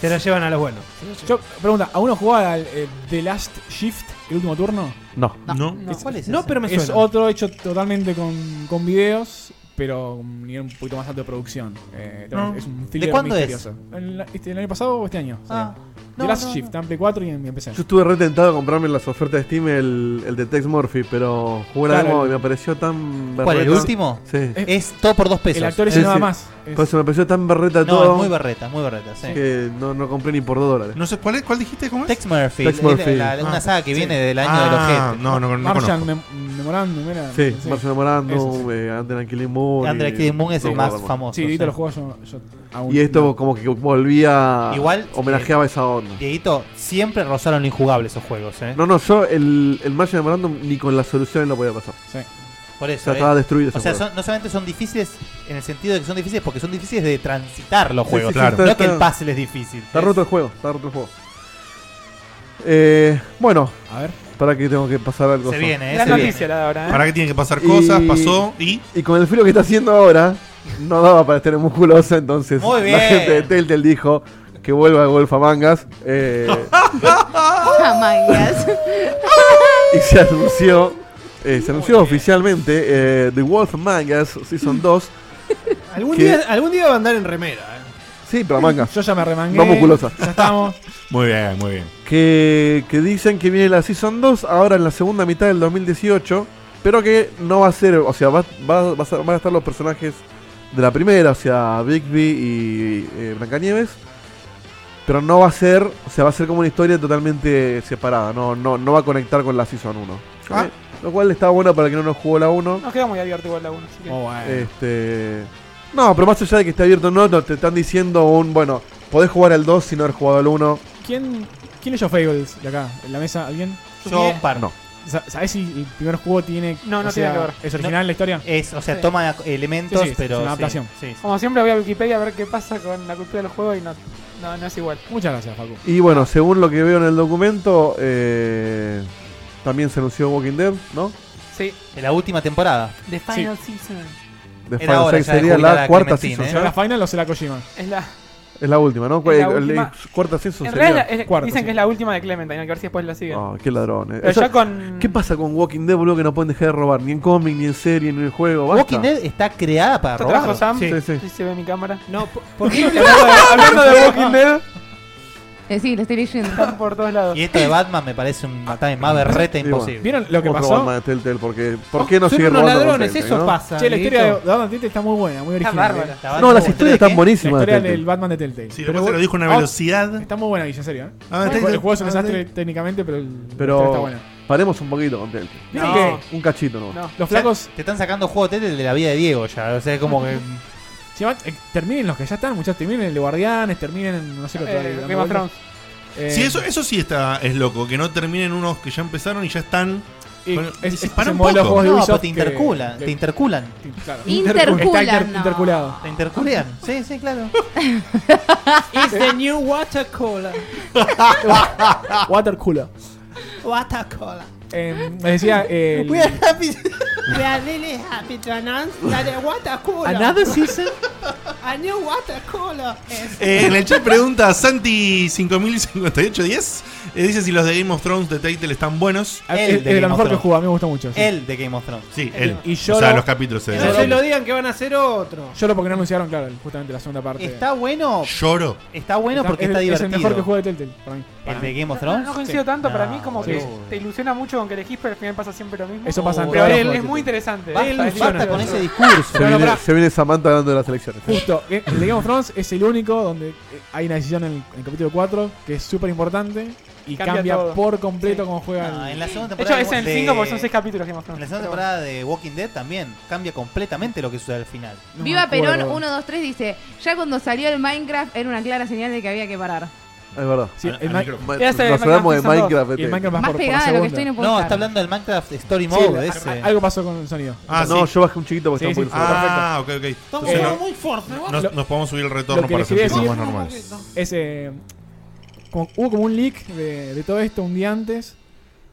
Speaker 7: Te la llevan a los buenos.
Speaker 2: Yo, pregunta, ¿a uno jugaba al, eh, The Last Shift, el último turno?
Speaker 6: no.
Speaker 1: ¿No?
Speaker 5: No.
Speaker 4: ¿Cuál es
Speaker 7: No,
Speaker 4: ese?
Speaker 7: pero me
Speaker 2: es
Speaker 7: suena.
Speaker 2: otro hecho totalmente con, con videos, pero con un nivel un poquito más alto de producción. Eh,
Speaker 4: No.
Speaker 2: Es un thriller
Speaker 4: cuándo es?
Speaker 2: misterioso. El, este, ¿El año pasado o este año?
Speaker 4: Ah.
Speaker 2: salió. The Last Shift, en Play 4 y en mi PC.
Speaker 6: Yo estuve re tentado a comprarme en las ofertas de Steam el, el de Tex Murphy, pero jugué la
Speaker 2: Claro,
Speaker 6: demo
Speaker 2: el-
Speaker 6: y me pareció tan berreta.
Speaker 4: ¿Cuál, el último?
Speaker 6: Sí.
Speaker 2: Eh,
Speaker 4: Es todo por dos pesos.
Speaker 2: El actor es
Speaker 6: Sí,
Speaker 2: nada
Speaker 6: sí.
Speaker 2: más. Es-
Speaker 6: Por eso me pareció tan berreta
Speaker 4: no,
Speaker 6: todo
Speaker 4: es muy berreta, muy berreta, sí.
Speaker 6: que no, no compré ni por dos dólares.
Speaker 1: No sé, ¿cuál, es? ¿cuál dijiste? ¿Cómo es?
Speaker 4: Tex Murphy,
Speaker 6: Tex
Speaker 4: es la-
Speaker 6: Murphy.
Speaker 4: la- una
Speaker 1: Ah,
Speaker 4: saga que
Speaker 1: sí.
Speaker 4: viene del año
Speaker 1: Ah,
Speaker 4: de los
Speaker 1: No, no, no
Speaker 2: Martian
Speaker 1: conozco.
Speaker 2: Mem- Memorandum era.
Speaker 6: Sí,
Speaker 2: no sé.
Speaker 6: Marcio Memorandum,
Speaker 2: Eso,
Speaker 6: eh, Andrea Killing Moon.
Speaker 4: gente. André
Speaker 6: y-
Speaker 4: Kidding Moon es el
Speaker 6: Sí,
Speaker 4: más
Speaker 6: bueno.
Speaker 4: famoso.
Speaker 2: Sí, edito
Speaker 4: sí.
Speaker 2: los juegos yo, yo aún
Speaker 6: Y esto
Speaker 2: no.
Speaker 6: como que volvía.
Speaker 4: Igual, eh,
Speaker 6: Homenajeaba esa onda.
Speaker 4: Dieguito, siempre rozaron lo injugable esos juegos, ¿eh?
Speaker 6: No, no, yo el, el Marcio Memorandum ni con las soluciones lo podía pasar.
Speaker 2: Sí.
Speaker 4: Por
Speaker 6: O
Speaker 4: eso.
Speaker 6: sea,
Speaker 4: ¿eh?
Speaker 6: estaba destruido ese
Speaker 4: O sea,
Speaker 6: juego.
Speaker 4: son- no solamente son difíciles en el sentido de que son difíciles porque son difíciles de transitar los
Speaker 6: Sí,
Speaker 4: juegos.
Speaker 1: sí, sí,
Speaker 4: No
Speaker 6: está-
Speaker 4: es que el
Speaker 6: está-
Speaker 4: puzzle es difícil.
Speaker 6: Está
Speaker 4: es-
Speaker 6: roto el juego, está roto el juego. Eh, bueno,
Speaker 2: A ver.
Speaker 6: para que tengo que pasar algo.
Speaker 4: Se viene, ¿eh?
Speaker 5: La
Speaker 4: se
Speaker 5: noticia
Speaker 4: viene.
Speaker 5: la de ahora, ¿eh?
Speaker 1: ¿Para qué tienen que pasar cosas?
Speaker 6: Y-
Speaker 1: Pasó y.
Speaker 6: Y con el frío que está haciendo ahora, no daba para estar en musculosa, entonces
Speaker 4: Muy bien.
Speaker 6: la gente de Telltale dijo que vuelva a Golf eh, Mangas.
Speaker 3: Ah, my God.
Speaker 6: y se anunció, eh, se anunció oficialmente eh, The Wolf Mangas Season 2.
Speaker 7: Algún
Speaker 6: ¿Qué?
Speaker 7: día, algún día va a andar en remera. eh.
Speaker 6: Sí, pero mangas.
Speaker 2: Yo ya me remangué.
Speaker 6: No musculosa.
Speaker 2: Ya estamos.
Speaker 1: Muy bien, muy bien.
Speaker 6: que, que dicen que viene la Season 2 ahora en la segunda mitad del 2018, pero que no va a ser, o sea, va, va- va a ser- van a estar los personajes de la primera, o sea, Bigby y eh, Blancanieves, pero no va a ser, o sea, va a ser como una historia totalmente separada, no, no, no va a conectar con la Season 1.
Speaker 1: Ah.
Speaker 6: Eh, Lo cual está bueno para que no nos jugó la 1.
Speaker 5: Nos queda muy abierto igual la 1. Así que...
Speaker 2: Oh, bueno.
Speaker 6: Este. No, pero más allá de que esté abierto o no, no, te están diciendo un, bueno, podés jugar al 2 sin haber jugado al 1.
Speaker 2: ¿Quién, ¿Quién leyó Fables de acá? ¿En la mesa? ¿Alguien?
Speaker 4: Yo un par.
Speaker 6: No.
Speaker 2: Sa- ¿Sabés si el primer juego tiene.
Speaker 5: No, no
Speaker 2: o sea,
Speaker 5: tiene que ver.
Speaker 2: ¿Es original la historia?
Speaker 4: Es, o sea,
Speaker 5: Sí.
Speaker 4: toma elementos,
Speaker 2: Sí, sí, es
Speaker 4: pero.
Speaker 2: una
Speaker 4: sí,
Speaker 2: adaptación.
Speaker 4: sí, sí.
Speaker 5: Como siempre voy a Wikipedia a ver qué pasa con la cultura del juego y no, no, no es igual.
Speaker 2: Muchas gracias, Facu.
Speaker 6: Y bueno, según lo que veo en el documento, eh, también se anunció Walking Dead, ¿no?
Speaker 5: Sí.
Speaker 4: En la última temporada.
Speaker 5: The Final Season.
Speaker 6: De
Speaker 4: Era
Speaker 6: Final
Speaker 4: hora
Speaker 6: Sex
Speaker 4: ya de
Speaker 6: sería
Speaker 4: jubilar
Speaker 6: la
Speaker 4: a
Speaker 6: cuarta
Speaker 4: Clementine,
Speaker 6: season.
Speaker 4: ¿eh?
Speaker 2: ¿Será la
Speaker 6: ¿ya?
Speaker 2: final o será Kojima?
Speaker 5: Es la...
Speaker 6: Es la última, ¿no?
Speaker 5: Es la
Speaker 6: El- el-
Speaker 5: última.
Speaker 6: ex- cuarta season
Speaker 5: En
Speaker 6: sería.
Speaker 5: realidad es-
Speaker 2: Cuarto,
Speaker 5: dicen
Speaker 2: sí.
Speaker 5: que es la última de Clementine, hay que ver si después la siguen.
Speaker 6: Ah, qué ladrones.
Speaker 5: Pero
Speaker 6: Eso-
Speaker 5: ya con...
Speaker 6: ¿Qué pasa con Walking Dead, boludo, que no pueden dejar de robar? Ni en cómic, ni en serie, ni en juego. basta.
Speaker 4: Walking Dead está creada para
Speaker 5: ¿Esto trajo
Speaker 4: robar.
Speaker 5: Sam?
Speaker 6: Sí,
Speaker 5: Sí,
Speaker 6: sí.
Speaker 5: sí. se ve mi cámara.
Speaker 7: No, po- ¿por qué no le-
Speaker 5: hablando, de, hablando de Walking Dead,
Speaker 3: Eh, sí, lo estoy leyendo.
Speaker 5: están por todos lados.
Speaker 4: Y esto de Batman me parece un también más berreta
Speaker 6: Y Ah, bueno.
Speaker 4: imposible.
Speaker 2: ¿Vieron lo que
Speaker 6: Otro
Speaker 2: pasó?
Speaker 6: Batman de Telltale, porque,
Speaker 5: Oh,
Speaker 6: ¿por qué no
Speaker 7: Son
Speaker 6: sigue
Speaker 7: unos
Speaker 6: robando? con
Speaker 7: ladrones,
Speaker 6: Telltale,
Speaker 7: eso
Speaker 6: no?
Speaker 7: pasa.
Speaker 2: Che, la
Speaker 7: Dieguito.
Speaker 2: historia de Batman Telltale está muy buena, muy
Speaker 5: Está
Speaker 2: original.
Speaker 5: bárbara.
Speaker 2: eh.
Speaker 6: No, las historias están
Speaker 2: La
Speaker 6: buenísimas. de
Speaker 2: historia
Speaker 6: Telltale.
Speaker 2: del Batman de Telltale.
Speaker 1: Sí, lo que
Speaker 2: Pero
Speaker 1: pasa es que lo dijo en una
Speaker 2: ah,
Speaker 1: velocidad.
Speaker 2: Está muy buena, Guille, en serio. ¿eh?
Speaker 1: Ah,
Speaker 2: El
Speaker 1: está-
Speaker 2: jue- el juego es un
Speaker 1: ah,
Speaker 2: desastre técnicamente, pero el la historia está
Speaker 6: Pero
Speaker 2: buena.
Speaker 6: paremos un poquito con Telltale.
Speaker 2: ¿Vieron
Speaker 5: No.
Speaker 2: que
Speaker 6: Un cachito, ¿no?
Speaker 5: No.
Speaker 2: los flacos
Speaker 4: Te están sacando juego de tele de la vida de Diego ya. O sea, es como que.
Speaker 2: se llaman- eh, terminen los que ya están, muchachos? Terminen el de Guardianes, terminen en, no sé qué otro ahí,
Speaker 5: Eh,
Speaker 2: dando
Speaker 5: Game of
Speaker 2: vueltas.
Speaker 5: Thrones.
Speaker 2: Eh,
Speaker 1: Sí, eso, eso sí está, es loco, que no terminen unos que ya empezaron y ya están.
Speaker 2: y
Speaker 1: bueno,
Speaker 2: es- es-
Speaker 1: dispara
Speaker 2: se
Speaker 1: un
Speaker 2: mueven los
Speaker 1: poco.
Speaker 2: juegos de
Speaker 4: No, pero
Speaker 2: Ubisoft
Speaker 4: te
Speaker 2: que-
Speaker 4: interculan.
Speaker 2: que-
Speaker 4: Te interculan.
Speaker 2: Sí, pues claro.
Speaker 3: Interculan,
Speaker 2: Está inter-
Speaker 3: no.
Speaker 2: interculado.
Speaker 4: Te interculan. Sí, sí, claro.
Speaker 7: It's the new Watercola.
Speaker 2: Waterculo.
Speaker 7: Watercola.
Speaker 2: Eh, les decía, el,
Speaker 7: We are happy. We are really happy to announce that a Watercola.
Speaker 2: Another season.
Speaker 7: A new Watercola. is-
Speaker 1: Eh, en el chat pregunta Santi505810. eh, dice si los de Game of Thrones de Telltale están buenos.
Speaker 2: Es-
Speaker 4: El
Speaker 2: es
Speaker 4: de
Speaker 2: Ah, de
Speaker 4: Game of
Speaker 2: lo mejor que
Speaker 4: Thrones.
Speaker 2: juego, a mí me gusta mucho. sí.
Speaker 4: El de Game of Thrones.
Speaker 1: Sí, él.
Speaker 2: Y
Speaker 1: o sea,
Speaker 2: lloro-
Speaker 1: los capítulos se
Speaker 7: Que No se lo
Speaker 1: lloro.
Speaker 7: digan que van a hacer otro.
Speaker 2: Lloro porque no anunciaron, claro, justamente la segunda parte.
Speaker 4: Está bueno.
Speaker 1: Lloro.
Speaker 4: Está bueno porque
Speaker 2: es,
Speaker 4: está
Speaker 2: es
Speaker 4: divertido.
Speaker 2: el mejor que juego de Telltale, para mí.
Speaker 4: ¿El de Game of
Speaker 5: No,
Speaker 4: Thrones?
Speaker 5: no coincido tanto, para
Speaker 4: No,
Speaker 5: mí como que
Speaker 4: boludo.
Speaker 5: te ilusiona mucho con que elegís, pero al final pasa siempre lo mismo.
Speaker 2: Eso pasa en
Speaker 4: Oh,
Speaker 5: pero
Speaker 2: todos los
Speaker 5: él
Speaker 2: juegos
Speaker 5: es
Speaker 2: de
Speaker 5: muy
Speaker 2: Telltale.
Speaker 5: interesante.
Speaker 4: Basta,
Speaker 5: Él
Speaker 4: basta
Speaker 5: ilusiona.
Speaker 4: con ese discurso.
Speaker 6: Se,
Speaker 2: No, no,
Speaker 6: viene,
Speaker 2: pará.
Speaker 6: se viene Samantha hablando de las elecciones.
Speaker 2: Justo, eh, el de Game of Thrones es el único donde eh, hay una decisión en el, en el capítulo 4 que es súper importante y
Speaker 5: Cambia
Speaker 2: cambia,
Speaker 5: todo.
Speaker 2: por completo cómo juega.
Speaker 4: No,
Speaker 2: el-
Speaker 4: en la segunda
Speaker 5: De hecho,
Speaker 4: temporada.
Speaker 5: es en el
Speaker 4: de-
Speaker 5: 5 porque son 6 capítulos Game of
Speaker 4: En
Speaker 2: Ah,
Speaker 5: Thrones.
Speaker 4: la segunda
Speaker 5: Pero
Speaker 4: temporada de Walking Dead también cambia completamente lo que sucede al final.
Speaker 2: no me
Speaker 3: Viva
Speaker 2: acuerdo.
Speaker 3: Perón 123 dice, ya cuando salió el Minecraft era una clara señal de que había que parar.
Speaker 6: Es verdad. Ah,
Speaker 2: Sí,
Speaker 1: Al-
Speaker 2: el
Speaker 1: al
Speaker 2: Ma-
Speaker 1: micrófono.
Speaker 5: Ya sé,
Speaker 6: Nos hablamos de
Speaker 5: Minecraft
Speaker 6: Minecraft.
Speaker 2: y el
Speaker 6: este.
Speaker 2: Minecraft más,
Speaker 3: Más
Speaker 2: por, por
Speaker 3: pegada
Speaker 2: la
Speaker 3: de lo que
Speaker 2: segunda.
Speaker 3: estoy no puedo
Speaker 4: No,
Speaker 3: estar.
Speaker 4: está hablando del Minecraft Story
Speaker 2: Sí,
Speaker 4: Mode
Speaker 2: al-
Speaker 4: ese.
Speaker 2: al- algo pasó con el sonido.
Speaker 1: Ah,
Speaker 6: no,
Speaker 1: sí.
Speaker 6: yo bajé un chiquito porque
Speaker 2: Sí,
Speaker 6: estaba
Speaker 2: sí.
Speaker 6: un poquito sobrado.
Speaker 1: Ah, ok, ok.
Speaker 7: Estamos
Speaker 1: Entonces
Speaker 2: Eh,
Speaker 1: no-
Speaker 7: muy fuertes. ¿no?
Speaker 1: nos,
Speaker 2: lo-
Speaker 1: nos podemos subir el
Speaker 2: lo
Speaker 1: retorno
Speaker 2: que
Speaker 1: para
Speaker 2: les quería
Speaker 1: sentirnos
Speaker 2: decir-
Speaker 1: más normales.
Speaker 2: Es, eh, como- hubo como un leak de, de todo esto un día antes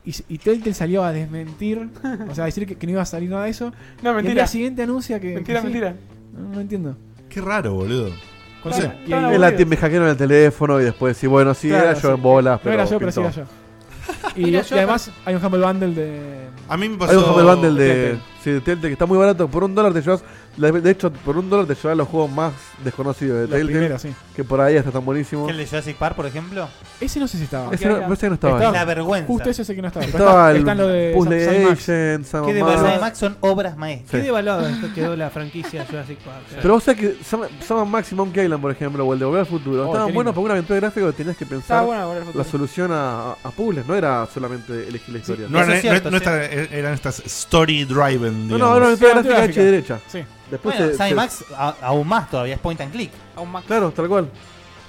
Speaker 2: y, s- y Telltale salió a desmentir, o sea, a decir que, que no iba a salir nada de eso.
Speaker 5: No,
Speaker 2: Y al día
Speaker 5: mentira.
Speaker 2: siguiente anuncia que.
Speaker 5: Mentira,
Speaker 2: que sí.
Speaker 5: mentira.
Speaker 2: No, no entiendo.
Speaker 1: Qué raro, boludo. No
Speaker 2: Claro,
Speaker 1: sé.
Speaker 2: y ahí-
Speaker 5: no,
Speaker 6: Es
Speaker 5: no,
Speaker 6: la que me hackearon el teléfono y después sí, bueno, sí,
Speaker 2: Claro,
Speaker 6: era yo
Speaker 2: sí.
Speaker 6: en bolas,
Speaker 2: No
Speaker 6: pero.
Speaker 2: era yo, pero sí
Speaker 6: pintó.
Speaker 2: era yo. Y,
Speaker 7: Era
Speaker 2: y
Speaker 7: yo,
Speaker 2: además hay un Humble Bundle de.
Speaker 1: A mí me
Speaker 2: eh,
Speaker 6: Hay un
Speaker 1: pasó.
Speaker 6: Humble Bundle de.
Speaker 2: Telltale.
Speaker 6: Sí, de Telltale, que está muy barato. Por un dólar te llevas. la- De hecho, por un dólar te llevas los juegos más desconocidos de
Speaker 2: Los
Speaker 6: Telltale.
Speaker 2: primeros, sí.
Speaker 6: Que por ahí hasta están buenísimos.
Speaker 4: ¿Qué el de Jurassic Park, por ejemplo?
Speaker 2: Ese no sé si estaba.
Speaker 6: Ese no,
Speaker 5: era-
Speaker 6: parece que no estaba. ahí.
Speaker 4: Es la vergüenza.
Speaker 2: Justo ese sé que no estaba. pero
Speaker 6: Estaba
Speaker 2: está-
Speaker 6: el
Speaker 2: están los de
Speaker 6: Puzzle
Speaker 2: Sam- Sam Max.
Speaker 6: Agent, Sam
Speaker 7: ¿Qué de
Speaker 6: Max.
Speaker 4: Los
Speaker 7: Park.
Speaker 4: de Max son obras maestras.
Speaker 7: Qué
Speaker 6: Sí.
Speaker 7: devaluada esto quedó la franquicia Jurassic Park.
Speaker 6: Pero vos sabés que Sam, Sam Max y Monkey Island, por ejemplo, o el de Volver al Futuro,
Speaker 2: Oh, qué
Speaker 6: estaban
Speaker 2: lindo.
Speaker 6: buenos para una aventura gráfica que tenías que pensar
Speaker 5: Estaba bueno para el futuro.
Speaker 6: la solución a, a, a puzzles, no era solamente elegir la historia.
Speaker 1: No,
Speaker 4: Eso
Speaker 1: eran,
Speaker 4: es cierto,
Speaker 1: no- no
Speaker 4: sí.
Speaker 1: estaban- eran estas story driven.
Speaker 6: no, no, era una
Speaker 1: digamos.
Speaker 6: aventura
Speaker 2: Sí,
Speaker 6: gráfica hecha y derecha.
Speaker 2: Sí.
Speaker 6: Después
Speaker 4: Bueno,
Speaker 6: se-
Speaker 4: Sam y
Speaker 6: se-
Speaker 4: Max a- aún más todavía, es point and click.
Speaker 5: Aún más.
Speaker 6: Claro, tal cual.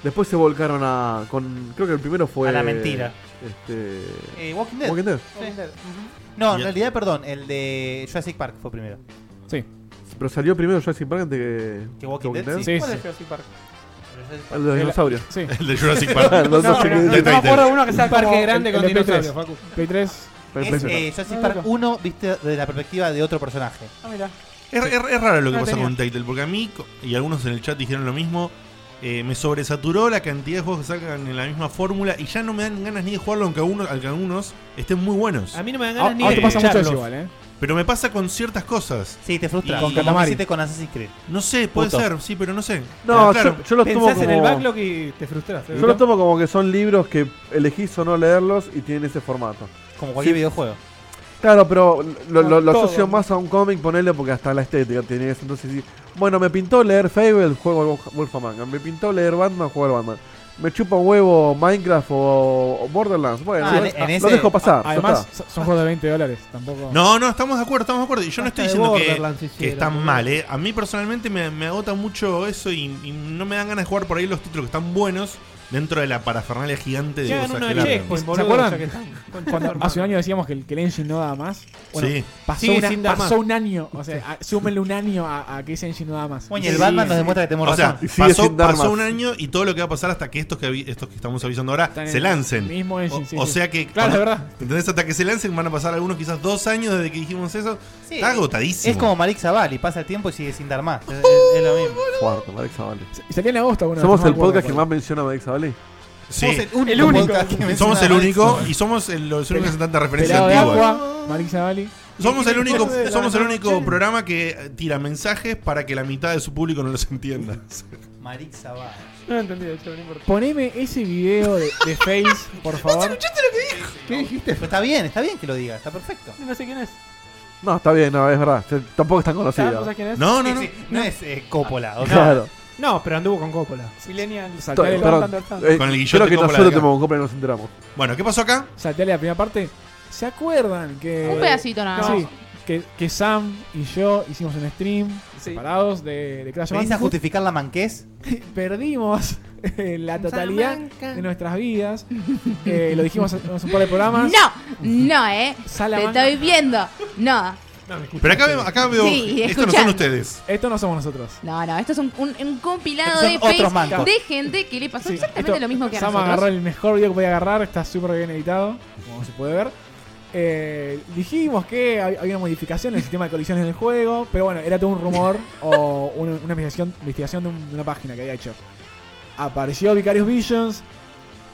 Speaker 6: Después se volcaron a. con Creo que el primero fue.
Speaker 4: A la mentira.
Speaker 6: Este.
Speaker 4: Eh, Walking Dead.
Speaker 6: Walking Dead.
Speaker 4: No, en
Speaker 1: Y-
Speaker 4: realidad, perdón, el de Jurassic Park fue primero.
Speaker 2: Sí.
Speaker 6: Pero salió primero Jurassic Park antes que.
Speaker 4: ¿Que Walking Dead? Sí.
Speaker 2: Sí,
Speaker 5: ¿Cuál
Speaker 2: sí.
Speaker 5: es Jurassic Park?
Speaker 6: El de los dinosaurios.
Speaker 2: Sí.
Speaker 1: El de Jurassic Park.
Speaker 6: No,
Speaker 5: No,
Speaker 6: sé
Speaker 5: pero
Speaker 6: qué-
Speaker 5: no,
Speaker 1: de
Speaker 5: no me
Speaker 1: Titan.
Speaker 5: acuerdo de uno que sea
Speaker 7: Un parque
Speaker 5: como-
Speaker 7: grande con
Speaker 2: el MP3.
Speaker 7: dinosaurios, Facu.
Speaker 2: Play 3.
Speaker 4: Es, eh, Jurassic
Speaker 5: No,
Speaker 4: Park
Speaker 5: no, no.
Speaker 4: 1 visto desde la perspectiva de otro personaje.
Speaker 5: Ah, mira.
Speaker 1: Es, es- es raro lo que
Speaker 5: No
Speaker 1: pasa
Speaker 5: tenía.
Speaker 1: con Title, porque a mí, co- y algunos en el chat dijeron lo mismo, eh, me sobresaturó la cantidad de juegos que sacan en la misma fórmula y ya no me dan ganas ni de jugarlo, aunque, algunos- aunque algunos estén muy buenos.
Speaker 7: A mí no me dan
Speaker 2: Ah,
Speaker 7: ganas ni
Speaker 2: Ahora te
Speaker 7: de
Speaker 2: pasa mucho eso
Speaker 7: escucharlos.
Speaker 2: igual, ¿eh?
Speaker 1: Pero me pasa con ciertas cosas.
Speaker 4: Sí, te frustra.
Speaker 1: Y con
Speaker 4: como
Speaker 2: Katamari.
Speaker 4: hiciste con Assassin's Creed.
Speaker 1: No sé, puede
Speaker 4: Puto.
Speaker 1: ser, sí, pero no sé.
Speaker 6: No,
Speaker 1: Ah, claro.
Speaker 6: yo, yo los tomo
Speaker 7: Pensás
Speaker 6: como.
Speaker 7: en el backlog y te ¿eh? frustras.
Speaker 6: Yo los tomo como que son libros que elegís o no leerlos y tienen ese formato.
Speaker 4: Como cualquier
Speaker 6: Sí.
Speaker 4: videojuego.
Speaker 6: Claro, pero lo, lo- lo
Speaker 5: Todo.
Speaker 6: asocio más a un cómic, ponerle porque hasta la estética tenés. Entonces, sí. bueno, me pintó leer Fable, juego al Wolf Wolfamanga. Me pintó leer Batman, juego al Batman. Me chupa un huevo Minecraft o, o Borderlands. Bueno,
Speaker 4: Ah,
Speaker 6: lo-
Speaker 4: en- en
Speaker 6: lo
Speaker 4: ese-
Speaker 6: dejo pasar. ya
Speaker 2: Además,
Speaker 6: está.
Speaker 2: so- son juegos de 20 dólares. Tampoco.
Speaker 1: No, no, estamos de acuerdo, estamos de acuerdo. Y yo no estoy
Speaker 7: Hasta de
Speaker 1: diciendo
Speaker 7: Borderlands
Speaker 1: que,
Speaker 7: hicieron,
Speaker 1: que están
Speaker 7: boludo.
Speaker 1: mal, ¿eh? A mí personalmente me, me agota mucho eso y, y no me dan ganas de jugar por ahí los títulos que están buenos dentro de la parafernalia gigante de
Speaker 7: Que hagan
Speaker 1: cosas
Speaker 7: uno
Speaker 1: que
Speaker 7: de
Speaker 1: largan.
Speaker 7: Checkpoint,
Speaker 2: Pues ¿Se
Speaker 7: boludo.
Speaker 2: acuerdan?
Speaker 7: ya que están. Concha
Speaker 2: Cuando hace
Speaker 7: tu
Speaker 2: un
Speaker 7: hermano.
Speaker 2: año decíamos que el, que el engine no daba más. Bueno,
Speaker 1: Sí.
Speaker 2: pasó,
Speaker 7: Sigue
Speaker 2: una-
Speaker 7: sin dar
Speaker 2: pasó
Speaker 7: más.
Speaker 2: un año. O sea, a- súmenle un año a, a que ese engine no daba más.
Speaker 4: Bueno, y el
Speaker 2: Sí,
Speaker 4: Batman nos
Speaker 2: sí.
Speaker 4: demuestra que tenemos
Speaker 1: O sea,
Speaker 4: razón.
Speaker 6: Y sigue
Speaker 1: pasó,
Speaker 6: sin dar
Speaker 1: pasó
Speaker 6: más.
Speaker 1: un año y todo lo que va a pasar hasta que estos que, avi- estos que estamos avisando
Speaker 2: Están
Speaker 1: ahora
Speaker 2: en
Speaker 1: se
Speaker 2: el
Speaker 1: lancen.
Speaker 2: mismo engine,
Speaker 1: o,
Speaker 2: sí,
Speaker 1: o
Speaker 2: sí.
Speaker 1: sea que.
Speaker 2: Claro,
Speaker 1: cuando-
Speaker 2: es verdad.
Speaker 1: ¿Entendés? Hasta que se lancen van a pasar algunos quizás dos años desde que dijimos eso.
Speaker 4: Sí.
Speaker 1: Está agotadísimo.
Speaker 4: Es como Malik Zabali, pasa el tiempo y sigue sin dar más. Es, es- es lo mismo.
Speaker 6: Fuerte, Marek Zavalli.
Speaker 2: Y Salía en agosto. bueno,
Speaker 6: Somos
Speaker 2: no me
Speaker 6: el
Speaker 2: acuerdo
Speaker 6: podcast que
Speaker 2: cuál.
Speaker 6: más menciona a Marek Zavalli.
Speaker 1: Sí.
Speaker 4: Somos único
Speaker 5: El único.
Speaker 4: podcast que
Speaker 1: Somos
Speaker 4: menciona
Speaker 1: el
Speaker 4: a Malik
Speaker 1: único
Speaker 4: Zabali.
Speaker 1: y somos el- los únicos en tanta referencia
Speaker 2: Pelado de
Speaker 1: antigua.
Speaker 2: agua, Marisa Zavalli.
Speaker 1: Somos el único,
Speaker 7: de la
Speaker 1: somos el único
Speaker 7: noche.
Speaker 1: programa que eh, tira mensajes para que la mitad de su público no los entienda.
Speaker 4: Malik Zabali.
Speaker 5: No lo entendí, de hecho, no importa.
Speaker 2: Poneme ese video de, de Face, por favor.
Speaker 7: ¿Qué dijiste?
Speaker 4: Pero está bien, está bien que lo diga, está perfecto.
Speaker 5: No sé quién es.
Speaker 6: No, está bien, no, es verdad. Se- Tampoco es tan
Speaker 5: ¿Sabes
Speaker 6: conocido.
Speaker 5: ¿Sabes quién es?
Speaker 1: No, no,
Speaker 4: Sí,
Speaker 1: no.
Speaker 4: sí, no es eh, Coppola. o sea,
Speaker 6: Claro.
Speaker 7: No, pero anduvo con Coppola.
Speaker 5: Millennial.
Speaker 2: Saltá
Speaker 6: Estoy-
Speaker 2: de
Speaker 5: Saltale,
Speaker 6: Perdón.
Speaker 5: levanta, levanta.
Speaker 6: Eh,
Speaker 1: Con el guillote
Speaker 6: Creo que
Speaker 1: Coppola
Speaker 6: nosotros
Speaker 1: de acá.
Speaker 6: tenemos un Coppola y nos enteramos.
Speaker 1: Bueno, ¿qué pasó acá?
Speaker 2: Salteale la primera parte. ¿Se acuerdan que.
Speaker 3: Un pedacito nada más.
Speaker 2: Sí, que, que Sam y yo hicimos un stream
Speaker 5: Sí.
Speaker 2: separados de, de Crash
Speaker 4: ¿Venís a
Speaker 2: Bandicoot.
Speaker 4: justificar la manqués?
Speaker 2: Perdimos eh, la totalidad de nuestras vidas. Eh, lo dijimos en un par de programas.
Speaker 3: No, no, eh. Te
Speaker 2: Salamanca.
Speaker 3: estoy viendo. No,
Speaker 1: Pero acá veo, acá veo
Speaker 3: Sí,
Speaker 1: estos no son
Speaker 3: escuchá.
Speaker 1: ustedes.
Speaker 2: Esto no somos nosotros.
Speaker 3: no, no. Esto es un, un- un compilado
Speaker 4: Estos
Speaker 3: de
Speaker 4: son otros
Speaker 3: Facebook
Speaker 4: mancos.
Speaker 3: de gente que le pasó
Speaker 2: Sí,
Speaker 3: exactamente
Speaker 2: esto-
Speaker 3: lo mismo que a
Speaker 2: Sam agarró
Speaker 3: nosotros.
Speaker 2: el mejor video que podía agarrar, está súper bien editado, como se puede ver. Eh, dijimos que hab- había una modificación en el sistema de colisiones del juego, pero bueno, era todo un rumor o una, una investigación, investigación de, un- de una página que había hecho. Apareció Vicarious Visions,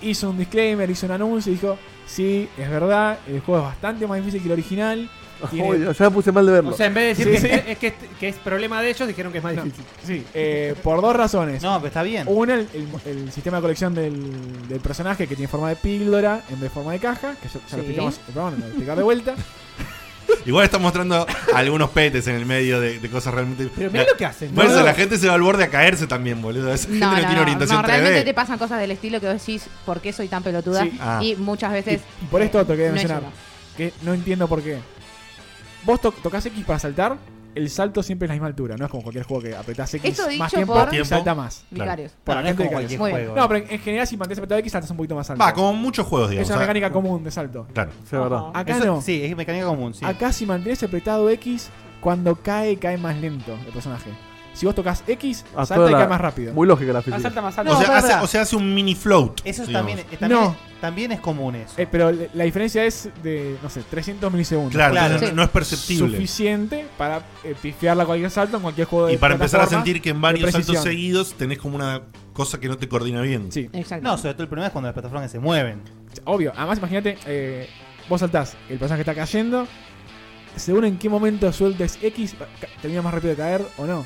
Speaker 2: hizo un disclaimer, hizo un anuncio y dijo, sí, es verdad, el juego es bastante más difícil que el original. tiene-
Speaker 6: Uy, ya me puse mal de verlo.
Speaker 7: O sea, en vez de
Speaker 2: Sí,
Speaker 7: decir que,
Speaker 2: sí.
Speaker 7: Es, que, es- que es problema de ellos, dijeron que es más difícil.
Speaker 2: sí, eh, por dos razones.
Speaker 4: No, pero está bien.
Speaker 2: Una, el, el- el sistema de colección del, del personaje que tiene forma de píldora en vez de forma de caja, que ya, ya lo
Speaker 3: Sí.
Speaker 2: explicamos, pero bueno, lo voy a explicar de vuelta.
Speaker 1: Igual están mostrando algunos petes en el medio de, de cosas realmente.
Speaker 7: Pero mirá
Speaker 1: La-
Speaker 7: lo que hacen.
Speaker 1: Por
Speaker 7: ¿no?
Speaker 1: eso la gente se va al borde a caerse también, boludo. Esa gente
Speaker 3: No,
Speaker 1: no,
Speaker 3: no,
Speaker 1: tiene
Speaker 3: no,
Speaker 1: orientación
Speaker 3: no,
Speaker 1: 3D.
Speaker 3: realmente te pasan cosas del estilo que vos decís, ¿por qué soy tan pelotuda?
Speaker 2: Sí.
Speaker 1: Ah.
Speaker 3: Y muchas veces.
Speaker 2: Y por esto te quería
Speaker 3: eh, no
Speaker 2: mencionar,
Speaker 3: ayuda.
Speaker 2: que no entiendo por qué. Vos to- tocas X para saltar, el salto siempre es la misma altura, no es como cualquier juego que apretás X
Speaker 3: Esto
Speaker 2: más
Speaker 3: dicho
Speaker 2: tiempo
Speaker 3: por-
Speaker 2: y salta más.
Speaker 1: Claro.
Speaker 3: Vicarios.
Speaker 4: Bueno, no es como cualquier
Speaker 3: Muy
Speaker 4: juego.
Speaker 2: No, pero en en general si mantienes apretado X saltas un poquito más alto.
Speaker 1: Va, como muchos juegos, digamos.
Speaker 2: es una
Speaker 1: o sea,
Speaker 2: mecánica común de salto.
Speaker 1: Claro.
Speaker 6: Sí, es verdad.
Speaker 5: Ajá.
Speaker 2: Acá
Speaker 4: Eso-
Speaker 2: no.
Speaker 4: Sí, es mecánica común, sí.
Speaker 2: Acá si mantienes apretado X, cuando cae, cae más lento el personaje. Si vos tocas X,
Speaker 6: Ah,
Speaker 2: salta
Speaker 6: toda
Speaker 2: y
Speaker 6: la-
Speaker 2: cae más rápido.
Speaker 6: Muy lógica la
Speaker 5: Ah,
Speaker 6: física.
Speaker 5: salta más
Speaker 1: o,
Speaker 5: alto.
Speaker 1: sea,
Speaker 4: no,
Speaker 1: hace,
Speaker 4: verdad.
Speaker 1: o sea, hace un mini float.
Speaker 4: Eso
Speaker 1: digamos.
Speaker 4: también, eh, también,
Speaker 2: No.
Speaker 4: también es común eso.
Speaker 2: Eh, pero le- la diferencia es de, no sé, 300 milisegundos.
Speaker 1: Claro,
Speaker 4: Claro.
Speaker 1: entonces
Speaker 3: Sí.
Speaker 1: no no es perceptible.
Speaker 2: Suficiente para eh, pifiarla a cualquier salto en cualquier juego de
Speaker 1: Y para empezar a
Speaker 2: plataforma.
Speaker 1: sentir que en varios
Speaker 2: de
Speaker 1: saltos
Speaker 2: precisión.
Speaker 1: seguidos tenés como una cosa que no te coordina bien.
Speaker 2: Sí,
Speaker 3: Exacto.
Speaker 4: No, sobre todo el problema es cuando las plataformas se mueven.
Speaker 2: obvio. Además, imagínate, eh, vos saltás, el personaje está cayendo, según en qué momento sueltes X, ca- termina más rápido de caer o no.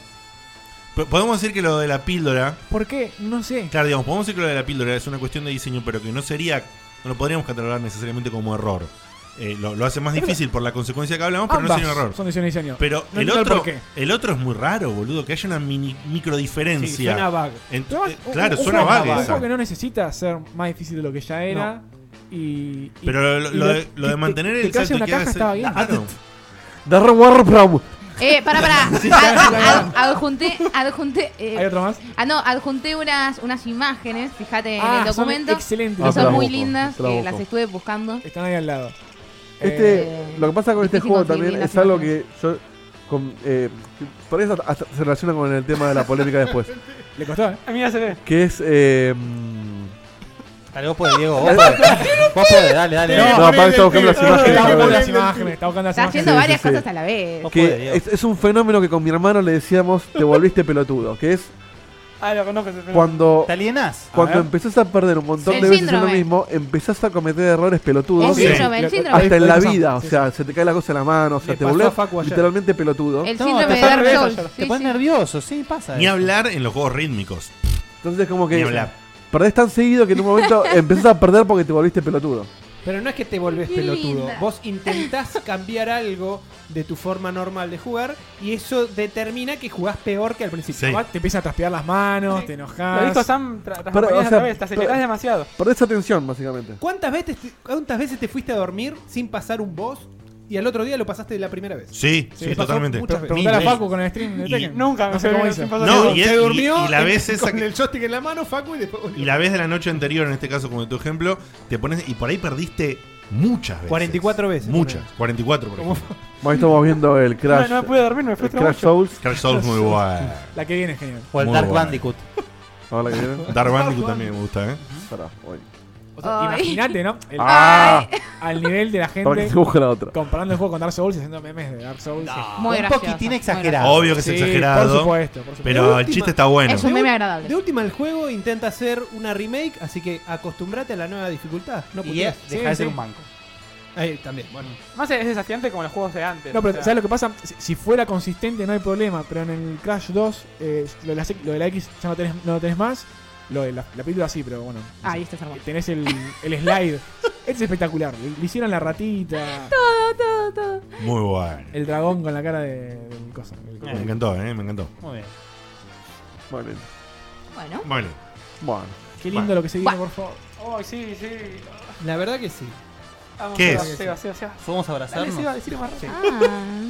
Speaker 1: P- Podemos decir que lo de la píldora,
Speaker 2: ¿Por qué? No sé.
Speaker 1: claro, digamos, podemos decir que lo de la píldora es una cuestión de diseño, pero que no sería, no lo podríamos catalogar necesariamente como error. Eh, lo, lo hace más difícil por la consecuencia que hablamos, pero no
Speaker 2: Ambas
Speaker 1: sería un error.
Speaker 2: son decisiones de diseño.
Speaker 1: Pero
Speaker 2: No
Speaker 1: el
Speaker 2: entiendo el
Speaker 1: otro,
Speaker 2: porqué.
Speaker 1: el otro es muy raro, boludo, que haya una mini, microdiferencia.
Speaker 7: Sí, suena bug.
Speaker 1: En-
Speaker 2: Pero además,
Speaker 1: eh,
Speaker 2: un-
Speaker 1: claro,
Speaker 2: un
Speaker 1: suena
Speaker 2: juego-
Speaker 1: vaga
Speaker 2: Un
Speaker 1: esa.
Speaker 2: juego que no necesita ser más difícil de lo que ya era. Y, y-
Speaker 1: Pero lo,
Speaker 2: y
Speaker 1: lo de, lo de
Speaker 2: que-
Speaker 1: mantener
Speaker 2: que-
Speaker 1: el
Speaker 2: que haya
Speaker 1: salto
Speaker 2: una
Speaker 1: que
Speaker 2: caja
Speaker 1: hace-
Speaker 2: estaba bien.
Speaker 1: Claro.
Speaker 6: Darren Warprom.
Speaker 3: Eh, para, para. adjunté, adjunté. eh,
Speaker 2: ¿Hay otro más?
Speaker 3: ah, no, adjunté unas, unas imágenes, fíjate
Speaker 2: Ah,
Speaker 3: en el
Speaker 2: son
Speaker 3: documento.
Speaker 2: excelentes.
Speaker 3: que
Speaker 6: Ah, te la
Speaker 3: son muy
Speaker 6: busco,
Speaker 3: lindas,
Speaker 6: te la
Speaker 3: eh,
Speaker 6: busco.
Speaker 3: las estuve buscando.
Speaker 2: Están ahí al lado.
Speaker 6: Este,
Speaker 2: Eh,
Speaker 6: lo que pasa con este
Speaker 3: difícil
Speaker 6: juego
Speaker 3: conseguir
Speaker 6: también
Speaker 3: las
Speaker 6: es algo
Speaker 3: imágenes.
Speaker 6: que yo. Con, eh, que por eso hasta se relaciona con el tema de la polémica después.
Speaker 2: le costó, ¿eh?
Speaker 5: Ah, mira, se ve.
Speaker 6: Que es. Eh, mm,
Speaker 4: Dale, vos podés, Diego. Vos podés, Vos podés, dale, dale. dale.
Speaker 6: no, aparte está buscando las imágenes.
Speaker 2: Está
Speaker 6: a
Speaker 2: buscando
Speaker 6: ver.
Speaker 2: las imágenes. Está buscando las
Speaker 3: Está
Speaker 2: imágenes.
Speaker 3: haciendo
Speaker 6: sí,
Speaker 3: varias
Speaker 6: sí.
Speaker 3: cosas a la vez.
Speaker 4: Vos podés,
Speaker 6: Que
Speaker 4: Diego.
Speaker 6: es, es un fenómeno que con mi hermano le decíamos, te volviste pelotudo. Que es
Speaker 5: Ah, lo conozco ese juego.
Speaker 6: cuando,
Speaker 4: Te alienás.
Speaker 6: cuando
Speaker 2: ver.
Speaker 6: empezás a perder un montón
Speaker 3: El
Speaker 6: de veces
Speaker 3: síndrome.
Speaker 6: uno mismo, empezás a cometer errores
Speaker 3: El
Speaker 6: pelotudos.
Speaker 2: Sí.
Speaker 3: síndrome, el
Speaker 2: Lo-
Speaker 3: síndrome.
Speaker 6: Hasta en la
Speaker 2: Sí, sí.
Speaker 6: vida, o
Speaker 2: Sí,
Speaker 6: sea, se te cae la cosa en la mano, o sea,
Speaker 7: Le
Speaker 6: te
Speaker 7: pasó
Speaker 6: volvés
Speaker 7: a Facu ayer.
Speaker 6: literalmente pelotudo.
Speaker 3: El
Speaker 4: No,
Speaker 3: síndrome
Speaker 4: te
Speaker 3: de
Speaker 4: pones
Speaker 3: Dark
Speaker 5: nervioso,
Speaker 3: Souls.
Speaker 5: Charlotte.
Speaker 3: Sí,
Speaker 4: Te pones
Speaker 3: sí.
Speaker 4: nervioso, sí, pasa.
Speaker 1: Ni
Speaker 4: eso.
Speaker 1: hablar en los juegos rítmicos.
Speaker 6: Entonces, como
Speaker 1: Ni
Speaker 6: que
Speaker 1: hablar.
Speaker 6: perdés tan seguido que en un momento empezás a perder porque te volviste pelotudo.
Speaker 7: Pero no es que te volvés
Speaker 3: Qué
Speaker 7: pelotudo.
Speaker 3: linda.
Speaker 7: Vos intentás cambiar algo de tu forma normal de jugar y eso determina que jugás peor que al principio.
Speaker 1: Sí.
Speaker 2: Además, Te empiezan a traspear las manos, te
Speaker 5: Lo dijo
Speaker 2: enojas.
Speaker 5: Sam tras
Speaker 6: Pero, o sea,
Speaker 5: otra vez, te acelerás
Speaker 6: pero-
Speaker 5: demasiado.
Speaker 6: Perdés atención, básicamente.
Speaker 7: ¿Cuántas veces, te, ¿Cuántas veces te fuiste a dormir sin pasar un boss y al otro día lo pasaste de la primera vez?
Speaker 1: Sí,
Speaker 2: Sí,
Speaker 1: sí,
Speaker 2: pasó
Speaker 1: totalmente.
Speaker 7: muchas veces.
Speaker 2: Preguntar a
Speaker 1: Mil
Speaker 2: Facu con el stream de
Speaker 1: Y-
Speaker 2: Tekken.
Speaker 5: Nunca
Speaker 2: no sé
Speaker 5: me
Speaker 2: cómo
Speaker 5: olvidé,
Speaker 2: hizo.
Speaker 5: sin pasar
Speaker 1: No,
Speaker 5: el-
Speaker 1: y es-
Speaker 7: se
Speaker 1: y-
Speaker 7: durmió
Speaker 1: y la vez esa
Speaker 7: con
Speaker 1: que-
Speaker 7: el joystick en la mano, Facu, y después
Speaker 1: Y la vez de la noche anterior, en este caso, como de tu ejemplo, te pones. Y por ahí perdiste muchas veces.
Speaker 7: 44 veces.
Speaker 1: Muchas. 44, por ejemplo.
Speaker 6: Ahí estamos viendo el
Speaker 5: No,
Speaker 6: Crash,
Speaker 5: no me pude dormir, me
Speaker 6: el
Speaker 5: frustró
Speaker 6: Crash
Speaker 5: mucho.
Speaker 6: Souls.
Speaker 1: Crash Souls muy bueno.
Speaker 2: La que viene es genial.
Speaker 4: O el
Speaker 1: Muy
Speaker 4: Dark
Speaker 1: bueno.
Speaker 4: Bandicut.
Speaker 6: Ahora que viene.
Speaker 1: Dark Bandicoot también me gusta, ¿eh?
Speaker 6: Pará, voy.
Speaker 2: O sea,
Speaker 3: Ay.
Speaker 2: Imagínate, ¿no? El-
Speaker 6: ¡Ah!
Speaker 2: Al nivel de la
Speaker 6: Para que
Speaker 2: gente
Speaker 6: se busque la otra.
Speaker 2: comparando el juego con Dark Souls y haciendo memes de Dark Souls.
Speaker 3: Muy
Speaker 4: Un
Speaker 3: gracioso,
Speaker 4: poquitín
Speaker 3: muy
Speaker 4: exagerado.
Speaker 1: Obvio que es
Speaker 2: Sí, Por
Speaker 1: exagerado.
Speaker 2: supuesto, por supuesto.
Speaker 1: Pero el
Speaker 7: última-
Speaker 1: chiste está bueno.
Speaker 3: Es un meme
Speaker 7: De-
Speaker 3: agradable.
Speaker 7: De última, el juego intenta hacer una remake, así que acostumbrate a la nueva dificultad. No
Speaker 4: Y es,
Speaker 7: puteas.
Speaker 4: deja
Speaker 2: Sí,
Speaker 4: de
Speaker 2: sí.
Speaker 4: ser un banco.
Speaker 7: Ahí también, bueno.
Speaker 5: Más es desafiante como los juegos de antes.
Speaker 2: No,
Speaker 5: o
Speaker 2: pero
Speaker 5: sea,
Speaker 2: ¿sabes lo que pasa? Si, si fuera consistente no hay problema, pero en el Crash 2 eh, lo, de la, lo de la X ya no tenés, no lo tenés más. Lo de la, la película sí, pero bueno. no
Speaker 3: Ahí
Speaker 2: sé.
Speaker 3: está es hermoso.
Speaker 2: Tenés el, el slide. este es espectacular. Le, le hicieron la ratita,
Speaker 3: Todo, todo, todo.
Speaker 1: Muy bueno.
Speaker 2: el dragón con la cara de, del coso, del-
Speaker 1: Me encantó, ¿eh? Me encantó.
Speaker 4: Muy bien.
Speaker 6: Bueno,
Speaker 3: Bueno.
Speaker 1: Bueno.
Speaker 6: bueno.
Speaker 2: Qué lindo lo que se viene,
Speaker 3: Buah.
Speaker 2: por favor.
Speaker 5: Ay, Oh, sí, sí.
Speaker 7: La verdad que sí.
Speaker 5: Vamos,
Speaker 1: ¿Qué
Speaker 5: Seba,
Speaker 1: es?
Speaker 5: Seba, Seba, Seba.
Speaker 4: Vamos a
Speaker 5: Dale, Seba,
Speaker 4: abrazarnos.
Speaker 5: decile más rápido.
Speaker 3: Ah.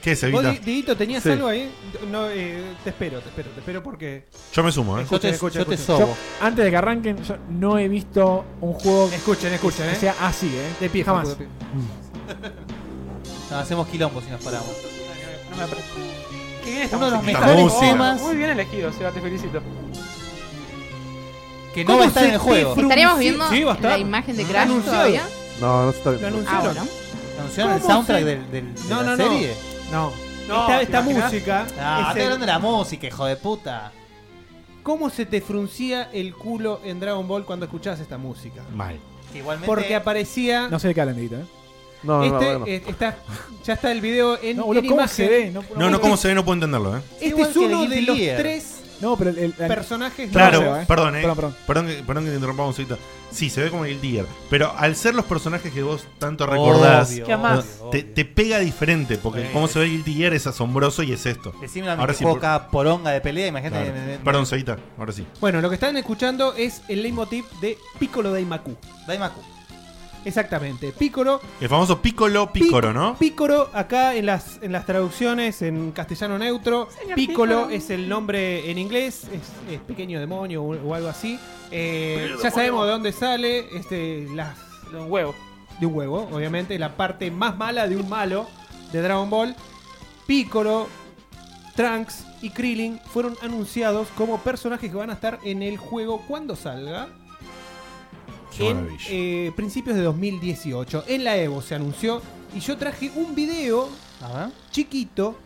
Speaker 1: ¿Qué es,
Speaker 7: Vos,
Speaker 1: Evita?
Speaker 7: Di- Dieguito, ¿tenías
Speaker 6: Sí.
Speaker 7: algo ahí? No, eh, te espero, te espero, te espero porque...
Speaker 1: Yo me sumo, ¿eh?
Speaker 4: Yo te,
Speaker 2: Escuchen,
Speaker 4: yo te
Speaker 2: escuchen.
Speaker 4: sobo.
Speaker 2: Yo, antes de que arranquen, yo no he visto un juego
Speaker 7: Escuchen, escuchen,
Speaker 2: que
Speaker 7: ¿eh?
Speaker 2: sea así, ¿eh?
Speaker 7: De pie,
Speaker 2: Jamás.
Speaker 7: Facu, de pie.
Speaker 4: Nos hacemos quilombo si nos paramos.
Speaker 5: No me apre- Qué bien esta
Speaker 4: Uno de los
Speaker 5: musiquita.
Speaker 1: mejores
Speaker 5: Oh,
Speaker 4: temas.
Speaker 5: Muy bien elegido, Seba, te felicito.
Speaker 4: Que no va a estar en el juego.
Speaker 3: ¿Estaríamos viendo
Speaker 7: Sí, va a estar.
Speaker 3: la imagen
Speaker 5: Ah,
Speaker 3: de Crash
Speaker 7: Anunciado.
Speaker 3: todavía?
Speaker 6: No, no se está
Speaker 7: Lo
Speaker 6: viendo.
Speaker 3: Ah,
Speaker 7: anunciaron.
Speaker 3: bueno.
Speaker 4: ¿Anunciaron el
Speaker 7: ¿Cómo
Speaker 4: soundtrack
Speaker 7: se-
Speaker 4: del, del, de
Speaker 7: No,
Speaker 4: la
Speaker 7: no, no.
Speaker 4: serie?
Speaker 7: No.
Speaker 5: No,
Speaker 7: esta
Speaker 5: ¿te
Speaker 7: esta
Speaker 5: imaginas?
Speaker 7: música.
Speaker 4: Ah,
Speaker 7: es
Speaker 4: estoy
Speaker 7: el-
Speaker 4: hablando de la música, hijo de puta.
Speaker 7: ¿Cómo se te fruncía el culo en Dragon Ball cuando escuchabas esta música?
Speaker 1: Mal.
Speaker 4: Igualmente.
Speaker 7: Porque aparecía.
Speaker 2: No sé de qué hablan, Dieguito, ¿eh?
Speaker 6: No, no,
Speaker 7: este,
Speaker 6: no.
Speaker 7: eh, está, ya está el video en,
Speaker 2: No, boludo,
Speaker 7: en
Speaker 2: ¿cómo
Speaker 7: imagen.
Speaker 2: se ve? No,
Speaker 1: No, no, ¿cómo se ve? No puedo entenderlo, ¿eh?
Speaker 7: Este
Speaker 4: Igual
Speaker 7: es
Speaker 4: que
Speaker 7: uno
Speaker 4: Guilty
Speaker 7: de los
Speaker 4: Gear.
Speaker 7: tres
Speaker 2: No, pero el- el- el-
Speaker 7: personajes.
Speaker 1: Claro,
Speaker 7: nuevos.
Speaker 2: ¿eh?
Speaker 1: perdón, ¿eh?
Speaker 2: Perdón, perdón.
Speaker 1: Perdón que, perdón que te interrumpamos un segundito. Sí, se ve como el Gear. Pero al ser los personajes que vos tanto recordás,
Speaker 4: Obvio,
Speaker 5: ¿Qué amás?
Speaker 4: obvio,
Speaker 1: te,
Speaker 4: obvio.
Speaker 1: te pega diferente. Porque
Speaker 4: Sí,
Speaker 1: cómo
Speaker 4: sí.
Speaker 1: se ve el Gear es asombroso y es esto.
Speaker 4: Decime a mí
Speaker 1: Ahora
Speaker 4: que
Speaker 1: sí,
Speaker 4: juego
Speaker 1: por-
Speaker 4: cada poronga de pelea, imagínate.
Speaker 1: Claro.
Speaker 4: en- en-
Speaker 1: Perdón, Seita, ahora sí.
Speaker 7: Bueno, lo que están escuchando es el leitmotiv de Piccolo Daimaku.
Speaker 4: Daimaku.
Speaker 7: Exactamente, Piccolo.
Speaker 1: El famoso Piccolo Piccolo, ¿no?
Speaker 7: Piccolo, acá en las, en las traducciones en castellano neutro.
Speaker 5: Señor
Speaker 7: Piccolo
Speaker 5: Piccolo.
Speaker 7: es el nombre en inglés, es, es pequeño demonio o, o algo así. Eh, ya sabemos de dónde sale, este, las
Speaker 5: De un huevo.
Speaker 7: de un huevo, obviamente, la parte más mala de un malo de Dragon Ball. Piccolo, Trunks y Krillin fueron anunciados como personajes que van a estar en el juego cuando salga.
Speaker 1: Qué
Speaker 7: En
Speaker 1: maravilla.
Speaker 7: eh, principios de 2018. En la Evo se anunció. Y yo traje un video
Speaker 4: A ver.
Speaker 7: chiquito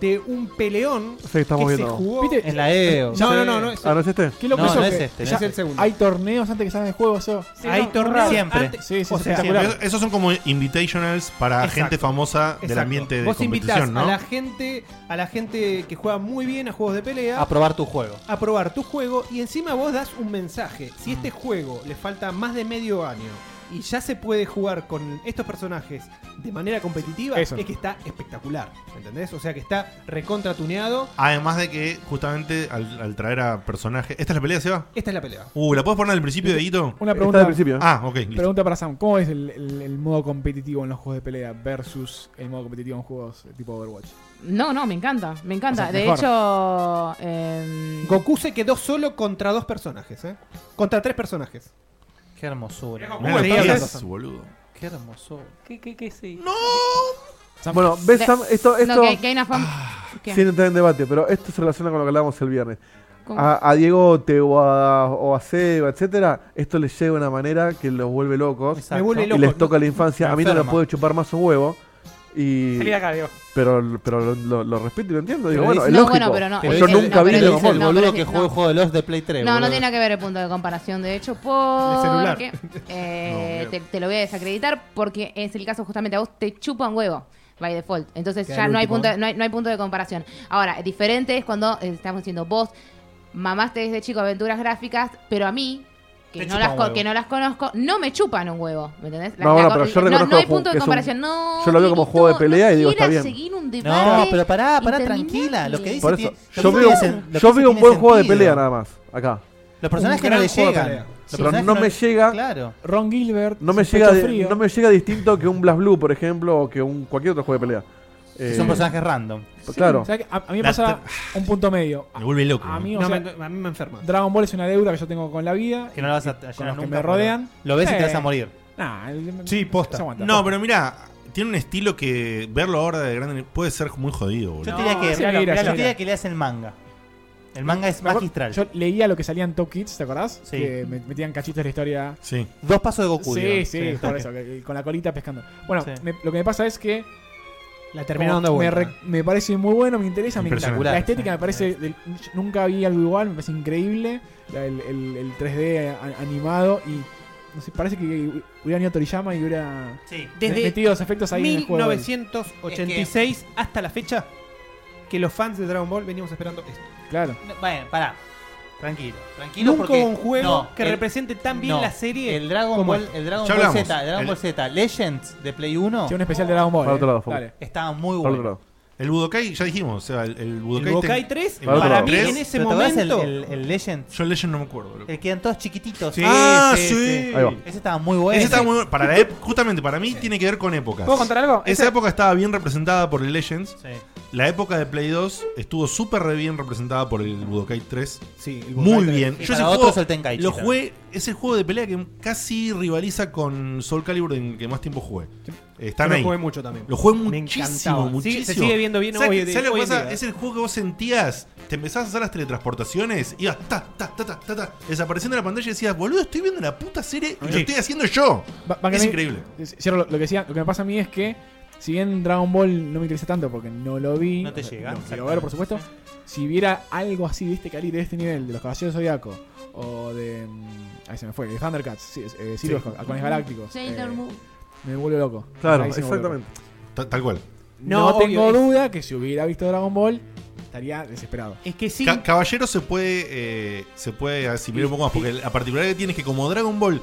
Speaker 7: de un peleón
Speaker 6: Sí, estamos
Speaker 7: que se
Speaker 6: viendo.
Speaker 7: jugó.
Speaker 2: ¿Viste?
Speaker 4: Es la EO.
Speaker 7: No, no, no, no, es-
Speaker 6: Ah, ¿no es este?
Speaker 2: Qué loco
Speaker 4: No,
Speaker 2: eso
Speaker 4: no
Speaker 2: que-
Speaker 4: es este,
Speaker 2: ya
Speaker 4: no
Speaker 7: es el segundo.
Speaker 2: Hay torneos antes que salgan de juego, eso.
Speaker 5: Sí,
Speaker 7: Hay
Speaker 5: no,
Speaker 7: torneos
Speaker 4: siempre.
Speaker 7: antes-
Speaker 2: Sí, sí,
Speaker 7: o sea,
Speaker 2: espectacular.
Speaker 1: Pero Esos son como invitationals para
Speaker 7: Exacto.
Speaker 1: gente famosa del
Speaker 7: Exacto.
Speaker 1: ambiente de
Speaker 7: Vos invitás
Speaker 1: competición,
Speaker 7: a
Speaker 1: ¿no?
Speaker 7: la gente, a la gente que juega muy bien a juegos de pelea
Speaker 4: A probar tu juego.
Speaker 7: a probar tu juego y encima vos das un mensaje. Si este juego le falta más de medio año y ya se puede jugar con estos personajes de manera competitiva,
Speaker 2: Eso.
Speaker 7: es que está espectacular. ¿Entendés? O sea que está recontratuneado.
Speaker 1: Además de que, justamente, al, al traer a personajes. ¿Esta es la pelea, Seba?
Speaker 7: Esta es la pelea.
Speaker 1: Uh, ¿la puedes poner al principio, Edito?
Speaker 2: Este, Una
Speaker 6: Está
Speaker 2: pregunta,
Speaker 6: al principio.
Speaker 1: Ah, ok, listo.
Speaker 2: pregunta para Sam. ¿Cómo es el, el- el modo competitivo en los juegos de pelea versus el modo competitivo en juegos tipo Overwatch?
Speaker 3: No, no, me encanta, me encanta.
Speaker 2: O sea,
Speaker 3: de
Speaker 2: mejor.
Speaker 3: hecho, em,
Speaker 7: Goku se quedó solo contra dos personajes, ¿eh? Contra tres personajes.
Speaker 4: Qué hermosura.
Speaker 1: Mira lo
Speaker 7: Sí,
Speaker 1: que
Speaker 7: entonces-
Speaker 1: es, boludo.
Speaker 4: Qué hermosura.
Speaker 5: ¿Qué, qué, qué sí?
Speaker 2: Sam,
Speaker 6: Bueno, ves,
Speaker 3: Le-
Speaker 6: Sam, esto, esto
Speaker 3: no, que, que hay una fam- ¿Qué?
Speaker 6: sin entrar en debate, pero esto se relaciona con lo que hablábamos el viernes.
Speaker 3: ¿Cómo?
Speaker 6: A, a Diegote o a, o a Seba, etcétera, esto les llega de una manera que los vuelve locos
Speaker 4: Exacto.
Speaker 7: Me vuelve
Speaker 6: y
Speaker 7: loco.
Speaker 6: les toca la infancia. A mí no lo
Speaker 4: Enferma.
Speaker 6: puedo chupar más un huevo. Y,
Speaker 5: Salí de acá, digo.
Speaker 6: pero pero lo, lo- lo respeto y lo entiendo. Digo,
Speaker 4: Pero
Speaker 6: bueno,
Speaker 4: dice-
Speaker 6: es
Speaker 3: No,
Speaker 6: lógico.
Speaker 3: bueno, pero no,
Speaker 6: Pues
Speaker 3: el-
Speaker 6: yo
Speaker 3: el-
Speaker 6: nunca
Speaker 3: no,
Speaker 6: vi
Speaker 3: pero
Speaker 6: lo
Speaker 3: dice-
Speaker 6: como-
Speaker 4: el
Speaker 3: no,
Speaker 4: boludo
Speaker 3: pero
Speaker 4: que
Speaker 3: dice-
Speaker 4: juega
Speaker 3: no.
Speaker 4: el juego de los de Play 3.
Speaker 3: No, no
Speaker 4: boludo.
Speaker 3: tiene nada que ver el punto de comparación. De hecho,
Speaker 7: celular.
Speaker 3: porque eh, te, te lo voy a desacreditar porque es el caso justamente a vos te chupa un huevo. By default. Entonces
Speaker 7: Queda
Speaker 3: ya
Speaker 7: el
Speaker 3: no hay,
Speaker 7: último.
Speaker 3: punto de, no, hay, no hay punto de comparación. Ahora, diferente es cuando eh, estamos diciendo vos mamaste desde chico aventuras gráficas, pero a mí, que,
Speaker 4: Te
Speaker 3: no
Speaker 4: chupa
Speaker 3: las,
Speaker 4: un
Speaker 3: co-
Speaker 4: huevo.
Speaker 3: que no las conozco, no me chupan un huevo. ¿Me entendés?
Speaker 6: No, bueno,
Speaker 3: co-
Speaker 6: pero yo
Speaker 3: no- no,
Speaker 6: reconozco
Speaker 3: hay
Speaker 6: como
Speaker 3: punto
Speaker 6: que
Speaker 3: de
Speaker 6: es un-
Speaker 3: comparación. no,
Speaker 6: yo lo veo como
Speaker 3: Dieguito,
Speaker 6: juego de pelea
Speaker 3: no
Speaker 6: y digo, está
Speaker 3: quieras
Speaker 6: bien.
Speaker 3: seguir un debate
Speaker 4: No, pero pará, pará,
Speaker 3: interminable.
Speaker 4: tranquila. Lo que dice
Speaker 6: Por eso,
Speaker 4: tiene- lo
Speaker 6: yo
Speaker 4: que
Speaker 6: veo,
Speaker 4: dice- lo que dice
Speaker 6: yo veo un
Speaker 4: tiene
Speaker 6: buen juego de
Speaker 4: sentido.
Speaker 6: pelea nada más, acá.
Speaker 4: Los personajes
Speaker 7: Un
Speaker 4: que
Speaker 7: gran
Speaker 4: no le
Speaker 7: juego de
Speaker 4: llegan.
Speaker 7: pelea.
Speaker 4: Los
Speaker 6: Sí.
Speaker 4: personajes
Speaker 6: Pero no
Speaker 4: que
Speaker 6: me
Speaker 4: le-
Speaker 6: llega-
Speaker 4: Claro.
Speaker 2: Ron Gilbert.
Speaker 6: No me,
Speaker 2: sin
Speaker 6: llega
Speaker 2: pecho
Speaker 6: de-
Speaker 2: frío.
Speaker 6: no me llega distinto que un Blast Blue, por ejemplo, o que un cualquier otro juego de pelea.
Speaker 4: Que
Speaker 6: Eh, pues,
Speaker 4: Son personajes random.
Speaker 2: Sí,
Speaker 6: Claro.
Speaker 2: ¿sabes qué? A, a mí me
Speaker 1: La
Speaker 2: pasa un punto medio.
Speaker 1: Me vuelve loco.
Speaker 2: A, a mí, o
Speaker 7: No,
Speaker 2: sea,
Speaker 7: me- a mí me enferma.
Speaker 2: Dragon Ball es una deuda que yo tengo con la vida.
Speaker 4: Que no lo vas a a
Speaker 2: con
Speaker 4: llenar
Speaker 2: los que
Speaker 4: nunca,
Speaker 2: me rodean.
Speaker 4: pero Lo ves y
Speaker 2: Eh.
Speaker 4: te vas a morir.
Speaker 2: Nah, el-
Speaker 7: Sí, posta.
Speaker 2: se aguanta.
Speaker 1: No, pero mira, tiene un estilo que verlo ahora de grande puede ser muy jodido,
Speaker 4: Yo
Speaker 1: boludo.
Speaker 5: No,
Speaker 4: te diría que,
Speaker 5: miralo,
Speaker 4: yo
Speaker 2: miralo.
Speaker 4: te diría que le hacen manga. El manga es
Speaker 2: Me acuerdo-
Speaker 4: magistral.
Speaker 2: Yo leía lo que salía en Top Kids, ¿te acordás?
Speaker 4: Sí.
Speaker 2: Que me- metían cachitos de la historia.
Speaker 1: Sí.
Speaker 4: Dos pasos de Goku.
Speaker 2: Sí, sí,
Speaker 4: digamos. está
Speaker 2: por
Speaker 4: bien.
Speaker 2: eso, que- con la colita pescando. Bueno,
Speaker 4: Sí.
Speaker 2: me- lo que me pasa es que
Speaker 7: La termina dando
Speaker 2: me,
Speaker 7: vuelta.
Speaker 2: re- me parece muy bueno, me interesa, me
Speaker 1: Impresionante.
Speaker 2: encanta. La estética me parece, del- nunca vi algo igual, me parece increíble. La- el, el- el 3D a- animado y no sé, parece que hubiera ido a Toriyama y hubiera
Speaker 4: Sí.
Speaker 7: Desde
Speaker 2: metido los efectos ahí en el juego.
Speaker 7: 1986 hasta la fecha que los fans de Dragon Ball veníamos esperando esto.
Speaker 2: Claro.
Speaker 4: No, Bueno, pará. Tranquilo. Tranquilo
Speaker 7: Nunca
Speaker 4: porque.
Speaker 7: hubo un juego
Speaker 4: no,
Speaker 7: que
Speaker 4: el-
Speaker 7: represente tan bien
Speaker 4: no,
Speaker 7: la serie.
Speaker 4: El Dragon
Speaker 7: como
Speaker 4: Ball, el Dragon
Speaker 1: Ya
Speaker 4: Ball
Speaker 1: hablamos.
Speaker 4: Z, el Dragon
Speaker 1: El-
Speaker 4: Ball Z Legends de Play 1
Speaker 2: Sí, un especial de Dragon Ball.
Speaker 6: Para otro
Speaker 2: eh.
Speaker 6: lado, Facu.
Speaker 2: Dale.
Speaker 4: estaba muy
Speaker 6: Por
Speaker 4: bueno.
Speaker 6: otro lado.
Speaker 1: El Budokai, ya dijimos, o sea, el, el
Speaker 7: El
Speaker 1: Budokai.
Speaker 7: Budokai
Speaker 1: te-
Speaker 7: 3,
Speaker 1: el
Speaker 7: para
Speaker 6: Budokai
Speaker 7: mí
Speaker 1: 3.
Speaker 7: en
Speaker 4: Pero
Speaker 7: ese
Speaker 4: ¿te acordás
Speaker 7: momento.
Speaker 4: el, el, el Legends?
Speaker 1: Yo el Legend no me acuerdo, boludo.
Speaker 4: El que eran todos chiquititos.
Speaker 7: Sí,
Speaker 1: ah,
Speaker 7: sí,
Speaker 1: sí.
Speaker 7: sí.
Speaker 6: Ahí va.
Speaker 4: Ese estaba muy bueno.
Speaker 1: Ese está muy bueno. Para la ep- justamente para mí tiene que ver con épocas.
Speaker 5: ¿Puedo contar algo?
Speaker 1: Esa
Speaker 5: Ese-
Speaker 1: época estaba bien representada por el Legends.
Speaker 4: Sí.
Speaker 1: La época de Play 2 estuvo súper re bien representada por el Budokai 3.
Speaker 7: Sí, el Budokai
Speaker 1: Muy
Speaker 7: 3.
Speaker 1: bien.
Speaker 4: Y
Speaker 1: Yo
Speaker 4: para
Speaker 1: ese
Speaker 4: otros
Speaker 1: juego
Speaker 4: el Tenkaichi
Speaker 1: lo
Speaker 4: también.
Speaker 1: jugué, es el juego de pelea que casi rivaliza con Soul Calibur en el que más tiempo jugué.
Speaker 7: Yo
Speaker 1: Están
Speaker 7: lo
Speaker 1: ahí.
Speaker 7: jugué mucho también.
Speaker 1: Lo jugué
Speaker 7: Me
Speaker 1: muchísimo,
Speaker 7: encantaba.
Speaker 1: muchísimo.
Speaker 7: Sí, se sigue viendo bien
Speaker 1: ¿Sabes
Speaker 7: hoy
Speaker 1: qué-
Speaker 7: de-
Speaker 1: ¿sabes lo
Speaker 7: hoy
Speaker 1: que
Speaker 7: en
Speaker 1: pasa?
Speaker 7: día.
Speaker 1: Es el juego que vos sentías. Te empezabas a hacer las teletransportaciones, ibas ta, ta, ta, ta, ta, ta, desapareciendo de la pantalla y decías, boludo, estoy viendo la puta serie y lo
Speaker 7: Sí.
Speaker 1: estoy haciendo yo.
Speaker 2: Va- va-
Speaker 1: es
Speaker 2: que-
Speaker 1: increíble.
Speaker 2: Cierro lo, lo que decía, lo que me pasa a mí es que si bien Dragon Ball no me interesa tanto porque no lo vi,
Speaker 4: No te llega,
Speaker 2: lo quiero ver por supuesto. Si viera algo así de este calibre, de este nivel, de los Caballeros Zodiaco o de mm, ahí se me fue, de Thundercats, sí, es- eh, Silverhawk, Halcones Galácticos,
Speaker 3: Sailor
Speaker 2: eh,
Speaker 3: Moon.
Speaker 2: me vuelvo loco.
Speaker 6: Claro,
Speaker 2: Ahí sí me vuelvo
Speaker 6: exactamente.
Speaker 1: Ta- tal cual.
Speaker 2: loco. No,
Speaker 7: No,
Speaker 2: tengo
Speaker 7: obvio, es-
Speaker 2: duda que si hubiera visto Dragon Ball estaría desesperado.
Speaker 7: Es que sí.
Speaker 1: Ca- Caballero se puede, eh, se puede asimilar un poco más, porque la particularidad que tiene es que como Dragon Ball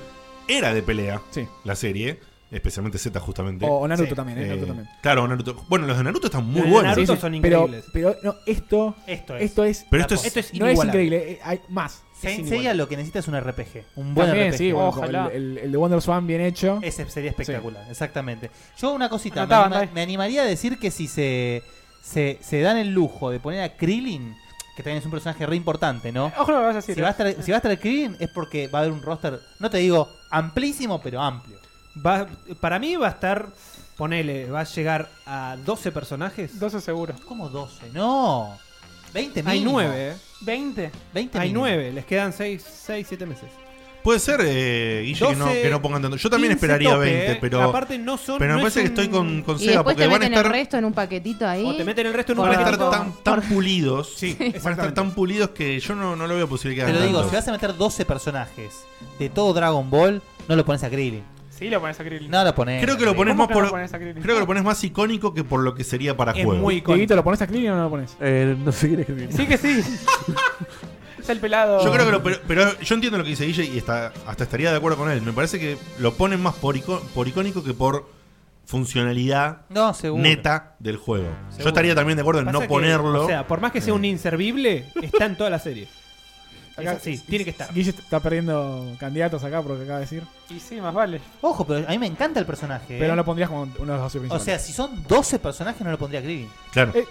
Speaker 1: era de pelea,
Speaker 2: Sí.
Speaker 1: la serie, especialmente Z justamente.
Speaker 2: O, o Naruto
Speaker 7: Sí.
Speaker 2: también, eh,
Speaker 1: eh,
Speaker 2: Naruto también.
Speaker 1: Claro, Naruto. Bueno, los de Naruto están muy
Speaker 7: Los de
Speaker 1: buenos.
Speaker 7: Naruto
Speaker 2: Sí, sí,
Speaker 7: son
Speaker 2: pero,
Speaker 7: increíbles.
Speaker 2: pero no, esto,
Speaker 4: Esto es.
Speaker 2: esto es,
Speaker 1: Pero esto es,
Speaker 7: Esto es
Speaker 2: no es
Speaker 7: inigualable.
Speaker 2: increíble, eh, hay más.
Speaker 4: Saint Seiya
Speaker 2: Es inigualable.
Speaker 4: lo que necesita es un RPG. Un buen
Speaker 2: También,
Speaker 4: RPG.
Speaker 2: sí, bueno,
Speaker 5: ojalá.
Speaker 2: como El, el- el de Wonder Swan bien hecho.
Speaker 4: Ese sería espectacular, exactamente. Yo una cosita,
Speaker 5: Anotá,
Speaker 4: me, anima-
Speaker 5: anotá.
Speaker 4: me animaría a decir que si se, se, se dan el lujo de poner a Krillin, que también es un personaje re importante, ¿no?
Speaker 5: Ojo lo que vas a decir. ¿eh?
Speaker 4: Si va a estar, si va a estar Krillin es porque va a haber un roster, no te digo amplísimo, pero amplio.
Speaker 7: Va- para mí va a estar. Ponele, va a llegar a 12 personajes.
Speaker 5: 12 seguro.
Speaker 4: ¿Cómo 12? No. 20
Speaker 7: Hay
Speaker 4: mínimo.
Speaker 7: 9, eh.
Speaker 5: 20.
Speaker 4: 20
Speaker 7: Hay
Speaker 4: mínimo.
Speaker 7: 9. Les quedan 6, 6 7 meses.
Speaker 1: Puede ser, eh, Guille, que, no,
Speaker 7: 12,
Speaker 1: que no pongan tanto. Yo también
Speaker 7: 15
Speaker 1: esperaría
Speaker 7: tope,
Speaker 1: 20,
Speaker 7: eh.
Speaker 1: pero.
Speaker 7: Aparte no son-
Speaker 1: Pero
Speaker 7: no
Speaker 1: me
Speaker 7: es
Speaker 1: parece que estoy
Speaker 7: un-
Speaker 1: con, con
Speaker 3: Y
Speaker 1: Seba,
Speaker 3: después
Speaker 1: porque
Speaker 3: te
Speaker 1: van a
Speaker 3: meten
Speaker 1: estar.
Speaker 3: el resto en un paquetito ahí.
Speaker 7: O te meten el resto en un
Speaker 1: Van a estar
Speaker 7: paquetito.
Speaker 1: tan, tan pulidos.
Speaker 7: Sí,
Speaker 1: van a estar
Speaker 7: exactamente.
Speaker 1: tan pulidos que yo no, no lo veo posible que
Speaker 4: Te lo
Speaker 1: hagan.
Speaker 4: digo,
Speaker 1: tantos.
Speaker 4: si vas a meter 12 personajes de todo Dragon Ball, no lo pones a Krillin.
Speaker 5: Sí, lo pones a Krillin.
Speaker 4: No Ah, lo pones.
Speaker 1: Creo que lo pones
Speaker 5: ¿Cómo
Speaker 1: más
Speaker 5: que no
Speaker 1: por.
Speaker 5: pones a Krillin?
Speaker 1: Creo que lo pones más icónico que por lo que sería para
Speaker 7: Es
Speaker 1: juego.
Speaker 7: muy
Speaker 2: Dieguito,
Speaker 7: icónico.
Speaker 2: ¿lo pones a Clean o no lo pones?
Speaker 6: Eh, no sé quién escribir.
Speaker 5: Sí que sí. es el pelado.
Speaker 1: Yo creo que lo, pero, pero yo entiendo lo que dice Guille y está, hasta estaría de acuerdo con él. Me parece que lo ponen más por, ico- por icónico que por funcionalidad
Speaker 4: No, seguro.
Speaker 1: neta del juego. Yo
Speaker 4: Seguro.
Speaker 1: estaría también de acuerdo en
Speaker 7: Pasa
Speaker 1: no
Speaker 7: que,
Speaker 1: ponerlo.
Speaker 7: o sea, por más que sea un inservible, está en toda la serie. Es así, tiene que estar.
Speaker 2: Guille está perdiendo candidatos acá por lo que acaba de decir.
Speaker 5: Y sí, más vale.
Speaker 4: Ojo, pero a mí me encanta el personaje.
Speaker 2: Pero
Speaker 4: eh.
Speaker 2: no lo pondrías como uno de los 12
Speaker 4: O
Speaker 2: principales.
Speaker 4: sea, si son 12 personajes, no lo pondría a Krillin.
Speaker 1: claro.
Speaker 2: Eh,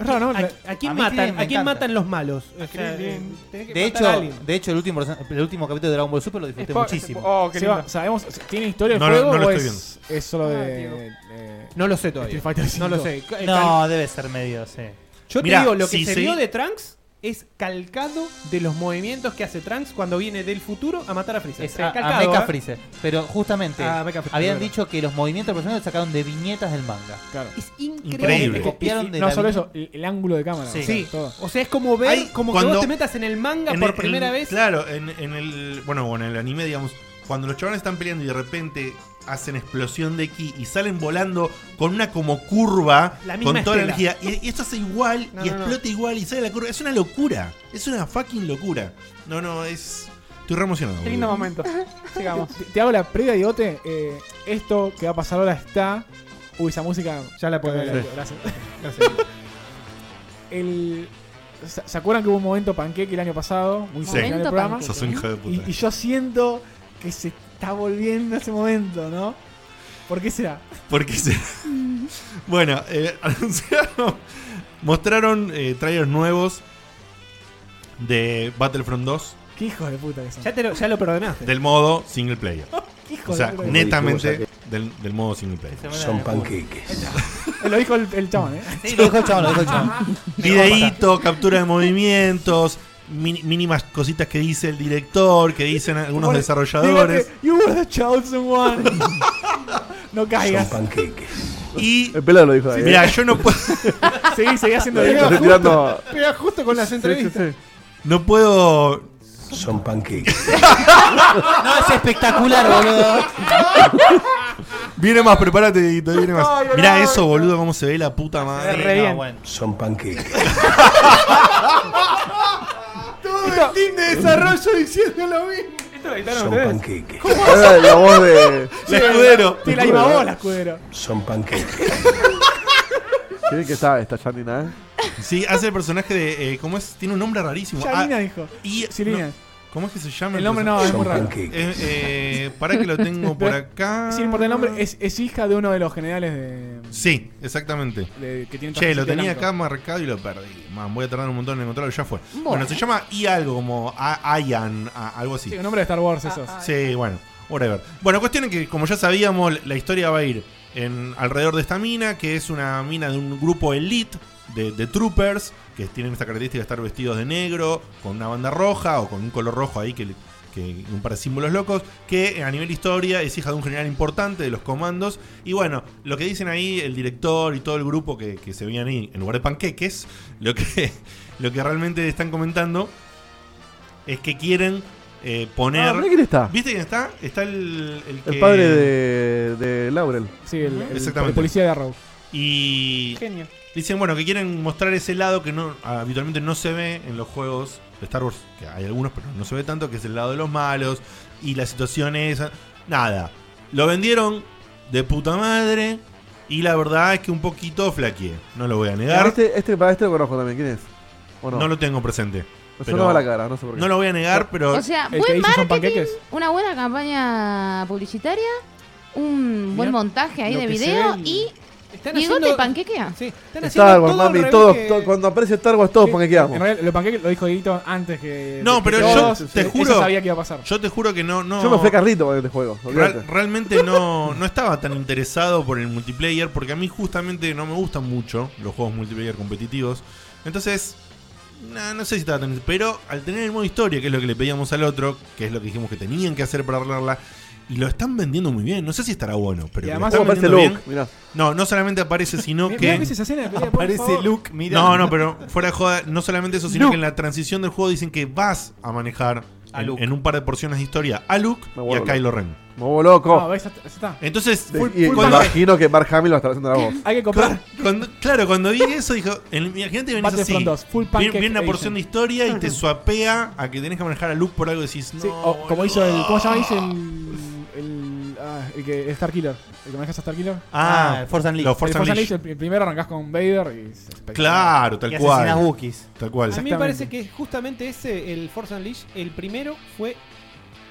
Speaker 2: es raro, ¿no? La-
Speaker 7: ¿A, a quién
Speaker 4: A mí sí,
Speaker 7: matan?
Speaker 4: me
Speaker 7: ¿A quién
Speaker 4: encanta.
Speaker 7: matan los malos? O sea,
Speaker 5: Krillin.
Speaker 7: eh, tenés que
Speaker 4: De
Speaker 7: matar a
Speaker 4: hecho,
Speaker 7: alguien.
Speaker 4: de hecho el, último, el último capítulo de Dragon Ball Super lo disfruté
Speaker 5: Spo-
Speaker 4: muchísimo.
Speaker 5: Oh, qué
Speaker 2: Seba,
Speaker 5: lindo.
Speaker 2: ¿Sabemos? ¿Tiene historia el
Speaker 1: No, no,
Speaker 2: juego
Speaker 1: no lo
Speaker 2: o
Speaker 1: estoy
Speaker 2: es, es solo
Speaker 5: Ah,
Speaker 2: de,
Speaker 5: Diego.
Speaker 2: eh,
Speaker 7: no lo sé todavía.
Speaker 2: Street Fighter V?
Speaker 7: No lo sé. Ca- eh, cal-
Speaker 4: No, debe ser medio, sí.
Speaker 7: Yo
Speaker 1: Mirá,
Speaker 7: te digo, lo que
Speaker 1: sí,
Speaker 7: se
Speaker 1: sí.
Speaker 7: vio de Trunks es calcado de los movimientos que hace Trunks cuando viene del futuro a matar a Freezer.
Speaker 4: Es
Speaker 7: Eh,
Speaker 4: a, a
Speaker 7: calcado,
Speaker 4: Mecha
Speaker 7: ¿eh?
Speaker 4: Freezer. Pero justamente
Speaker 7: A Mecha Freezer,
Speaker 4: habían
Speaker 7: claro.
Speaker 4: dicho que los movimientos del personaje los sacaron de viñetas del manga.
Speaker 2: Claro.
Speaker 7: Es increíble.
Speaker 1: Increíble.
Speaker 7: Como-
Speaker 4: Copiaron
Speaker 2: Y-
Speaker 4: de
Speaker 2: no
Speaker 4: la
Speaker 2: solo
Speaker 4: vi-
Speaker 2: eso, el, el ángulo de cámara.
Speaker 4: Sí.
Speaker 2: o sea,
Speaker 7: Sí,
Speaker 2: todo.
Speaker 7: o sea, es como ver,
Speaker 1: Hay-
Speaker 7: como que
Speaker 1: cuando-
Speaker 7: vos te metas en el manga
Speaker 1: En
Speaker 7: por
Speaker 1: el-
Speaker 7: primera
Speaker 1: en-
Speaker 7: vez.
Speaker 1: Claro, en, en el. Bueno, o en el anime, digamos. Cuando los chavales están peleando y de repente hacen explosión de ki y salen volando con una como curva,
Speaker 7: La misma
Speaker 1: con toda la
Speaker 7: estela.
Speaker 1: energía, y, y esto hace igual,
Speaker 7: No,
Speaker 1: y
Speaker 7: no, no.
Speaker 1: explota igual, y sale la curva. Es una locura. Es una fucking locura. No, no, es. Estoy re emocionado.
Speaker 5: Qué lindo
Speaker 1: boludo.
Speaker 5: momento. Sigamos.
Speaker 2: Te, te hago la previa, Diote. Eh, esto que va a pasar ahora está. Uy, esa música.
Speaker 7: Ya la podés
Speaker 2: Cámbiala,
Speaker 7: ver.
Speaker 2: Gracias. El- ¿se se acuerdan que hubo un momento panqueque el año pasado? Muy
Speaker 1: Sí.
Speaker 2: cercano del
Speaker 3: Momento
Speaker 2: programa.
Speaker 3: panqueque.
Speaker 1: Sos un hijo de puta.
Speaker 2: Y, y yo siento que se está volviendo ese momento, ¿no? ¿Por qué será?
Speaker 1: Porque se... bueno, eh, anunciaron... Mostraron eh, trailers nuevos de Battlefront 2
Speaker 2: Qué hijos de puta que son.
Speaker 7: Ya, te lo, ya lo perdonaste.
Speaker 1: del modo single player.
Speaker 2: Qué hijos
Speaker 1: O sea,
Speaker 2: de puta que son.
Speaker 1: netamente del, del modo single player.
Speaker 4: Son
Speaker 2: Lo dijo el, el chabón, ¿eh?
Speaker 4: Sí, lo dijo el chabón, lo dijo el chabón.
Speaker 1: Videíto, captura de movimientos, mi- mínimas cositas que dice el director, que dicen algunos
Speaker 2: Bueno,
Speaker 1: desarrolladores.
Speaker 2: dígate, You were the chosen one. no caigas.
Speaker 1: Y...
Speaker 6: El pelado lo dijo ahí. ¿eh?
Speaker 1: Mira, yo no puedo...
Speaker 2: Seguí, seguí haciendo
Speaker 6: Lo
Speaker 2: video.
Speaker 6: estoy tirando.
Speaker 9: Pega justo con las
Speaker 6: Sí, sí,
Speaker 9: entrevistas.
Speaker 6: sí.
Speaker 1: No puedo...
Speaker 4: No, es espectacular, boludo.
Speaker 1: Viene más, prepárate, Dieguito, viene más. Mirá eso, boludo, cómo se ve la puta madre.
Speaker 5: Re
Speaker 4: No,
Speaker 5: bien.
Speaker 4: bueno.
Speaker 5: Esto,
Speaker 9: De desarrollo diciendo lo mismo.
Speaker 5: esto lo editaron ustedes.
Speaker 6: Ahora La voz de.
Speaker 1: La escudero.
Speaker 2: Te la iba vos, la escudero.
Speaker 6: ¿Quién que está? Está Janina, ¿eh?
Speaker 1: Sí, hace el personaje de. eh, ¿Cómo es? Tiene un nombre rarísimo.
Speaker 2: Yanina
Speaker 1: Ah,
Speaker 2: dijo.
Speaker 1: y,
Speaker 2: Silina.
Speaker 1: no, ¿Cómo es que se llama?
Speaker 2: El nombre no, es muy raro.
Speaker 1: personaje? Eh, eh, pará que lo tengo por acá.
Speaker 2: Sin importar el nombre, es, es hija de uno de los generales de.
Speaker 1: Sí, exactamente.
Speaker 2: em, de- que tiene
Speaker 1: Che, lo
Speaker 2: trajecito
Speaker 1: tenía
Speaker 2: blanco.
Speaker 1: acá marcado y lo perdí. Man, voy a tardar un montón en encontrarlo, ya fue. Bueno,
Speaker 3: Bueno.
Speaker 1: se llama y algo, como a- Ian, a- algo así.
Speaker 2: Sí, el nombre de Star Wars, esos.
Speaker 1: Sí, bueno, whatever. Bueno, cuestión es que, como ya sabíamos, la historia va a ir en, alrededor de esta mina, que es una mina de un grupo elite de, de troopers, que tienen esta característica de estar vestidos de negro, con una banda roja o con un color rojo ahí que, le- que un par de símbolos locos, que eh, a nivel historia es hija de un general importante de los comandos. Y bueno, lo que dicen ahí el director y todo el grupo que, que se veían ahí en lugar de panqueques, lo que, lo que realmente están comentando es que quieren eh, poner...
Speaker 6: Ah, mirá quién está.
Speaker 1: ¿Viste quién está? Está el. El, que-
Speaker 6: El padre de, de Laurel.
Speaker 2: Sí, el, el-
Speaker 1: Exactamente.
Speaker 2: el policía de Arrow.
Speaker 1: Y.
Speaker 5: Genio.
Speaker 1: Dicen, bueno, que quieren mostrar ese lado que no habitualmente no se ve en los juegos de Star Wars, que hay algunos, pero no se ve tanto, que es el lado de los malos y la situación esa. Nada. Lo vendieron de puta madre y la verdad es que un poquito flaqueé. No lo voy a negar.
Speaker 6: Este, este, para este lo conozco también. ¿Quién es? ¿O no?
Speaker 1: No lo tengo presente.
Speaker 6: Me
Speaker 1: pero-
Speaker 6: sonaba la cara, no sé por qué.
Speaker 1: No lo voy a negar, pero.
Speaker 3: O sea,
Speaker 2: El que
Speaker 3: buen
Speaker 2: dice
Speaker 3: marketing,
Speaker 2: son panqueques.
Speaker 3: una buena campaña publicitaria, un buen
Speaker 2: Mirá
Speaker 3: montaje ahí
Speaker 2: lo
Speaker 3: de
Speaker 2: que se
Speaker 3: video
Speaker 2: ve el-
Speaker 3: y
Speaker 7: Están
Speaker 3: Diego te
Speaker 7: haciendo-
Speaker 3: panquequea.
Speaker 7: Sí,
Speaker 6: Star
Speaker 7: están haciendo
Speaker 6: Wars,
Speaker 7: todo al
Speaker 6: mami,
Speaker 7: revés
Speaker 6: todos,
Speaker 7: que-
Speaker 6: todos- cuando aparece Star Wars, todos
Speaker 2: En
Speaker 6: panquequeamos.
Speaker 2: realidad, lo panqueque lo dijo Edito antes que.
Speaker 1: No,
Speaker 2: que
Speaker 1: pero
Speaker 6: yo
Speaker 2: todos.
Speaker 6: te
Speaker 2: Ella
Speaker 1: juro-
Speaker 2: sabía que iba a pasar.
Speaker 1: Yo te juro que no. no
Speaker 6: Yo me fui a Carlito con este juego.
Speaker 1: Real-
Speaker 6: olvídate.
Speaker 1: realmente no, no estaba tan interesado por el multiplayer porque a mí justamente no me gustan mucho los juegos multiplayer competitivos. Entonces, nah, no sé si estaba tan. Pero al tener el modo historia, que es lo que le pedíamos al otro, que es lo que dijimos que tenían que hacer para arreglarla, y lo están vendiendo muy bien. No sé si estará bueno, pero.
Speaker 2: Y
Speaker 1: que lo
Speaker 2: además
Speaker 1: están
Speaker 2: aparece
Speaker 6: Parece
Speaker 1: vendiendo
Speaker 6: Luke,
Speaker 1: bien.
Speaker 6: mirá.
Speaker 1: No, no solamente aparece, sino
Speaker 2: Mirá que
Speaker 1: que.
Speaker 2: es esa escena de pelea, por
Speaker 4: Aparece
Speaker 2: favor.
Speaker 4: Luke, mira.
Speaker 1: No, no, pero fuera de joda, no solamente eso, sino
Speaker 5: Luke.
Speaker 1: que en la transición del juego dicen que vas a manejar
Speaker 4: A
Speaker 1: en,
Speaker 4: Luke.
Speaker 1: en un par de porciones de historia a Luke
Speaker 6: Me
Speaker 1: y
Speaker 6: vuelvo
Speaker 1: a Kylo Ren.
Speaker 6: Me vuelvo loco.
Speaker 2: No, Ah, ves, ya está.
Speaker 1: Entonces,
Speaker 6: De-
Speaker 1: full-
Speaker 6: y
Speaker 1: cuando-
Speaker 6: imagino que Mark Hamill va a estar haciendo la voz.
Speaker 2: Hay que comprar
Speaker 1: cuando- claro, cuando dije eso, dijo, el, imagínate venís así.
Speaker 2: Battlefront 2, full
Speaker 1: Viene,
Speaker 2: pancake.
Speaker 1: viene una porción de
Speaker 2: edition.
Speaker 1: historia y te swapea a que tenés que manejar a Luke por algo y decís, no,
Speaker 2: Sí, o como
Speaker 1: Ah.
Speaker 2: hizo el. ¿Cómo se llama? Hizo el. El, ah, el que el Star Killer. El que manejas a Star Killer.
Speaker 1: Ah,
Speaker 4: Ah, Force Unleashed.
Speaker 1: los Force
Speaker 2: el, Force
Speaker 1: Unleashed.
Speaker 2: Unleashed, el- el primero arrancás con Vader y. es espectacular.
Speaker 1: Claro, tal
Speaker 4: Y asesinas
Speaker 1: cual.
Speaker 4: Wookiees.
Speaker 1: Tal cual.
Speaker 7: A mí
Speaker 2: Exactamente.
Speaker 7: me parece que justamente ese, el Force Unleashed, el primero fue.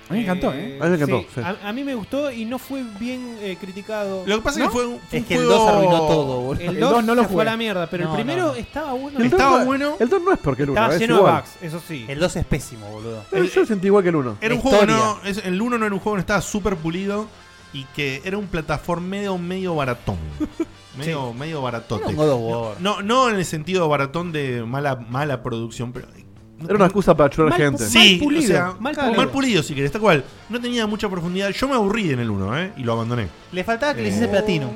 Speaker 2: A mí me encantó, ¿eh?
Speaker 6: A mí me encantó, sí.
Speaker 7: A, a mí me gustó y no fue bien eh, criticado.
Speaker 1: Lo que pasa es que fue un. fue
Speaker 4: Es
Speaker 1: un
Speaker 4: que el
Speaker 1: juego-
Speaker 4: 2 arruinó todo, boludo.
Speaker 7: El
Speaker 2: El
Speaker 7: 2
Speaker 2: dos no
Speaker 7: no
Speaker 2: lo
Speaker 7: fue a
Speaker 2: jugué.
Speaker 7: la mierda, pero
Speaker 4: No,
Speaker 7: el
Speaker 4: no,
Speaker 7: primero
Speaker 4: no.
Speaker 7: estaba bueno.
Speaker 6: El dos
Speaker 1: Estaba
Speaker 6: no-
Speaker 1: bueno.
Speaker 6: El 2 no es porque el 1,
Speaker 7: estaba
Speaker 6: es
Speaker 7: lleno
Speaker 6: igual.
Speaker 7: de bugs, eso sí.
Speaker 4: El 2 es pésimo, boludo.
Speaker 6: Eh, Yo lo sentí igual que el 1.
Speaker 1: Era un
Speaker 4: La
Speaker 1: juego, que no,
Speaker 4: historia.
Speaker 1: es- el 1 no era un juego que no estaba súper pulido y que era un plataformeo medio baratón. medio, medio
Speaker 4: Era un
Speaker 1: baratote.
Speaker 4: God of War.
Speaker 1: No, no en el sentido baratón de mala, mala producción, pero. eh,
Speaker 6: Era una excusa para chular
Speaker 7: Mal-
Speaker 6: gente.
Speaker 1: Sí,
Speaker 7: Mal pulido,
Speaker 1: o sea,
Speaker 7: mal
Speaker 1: mal
Speaker 7: pulido.
Speaker 1: pulido. si querés, tal cual. No tenía mucha profundidad. Yo me aburrí en el 1, ¿eh? Y lo abandoné.
Speaker 4: Le faltaba que le
Speaker 1: Eh.
Speaker 4: hiciese platino.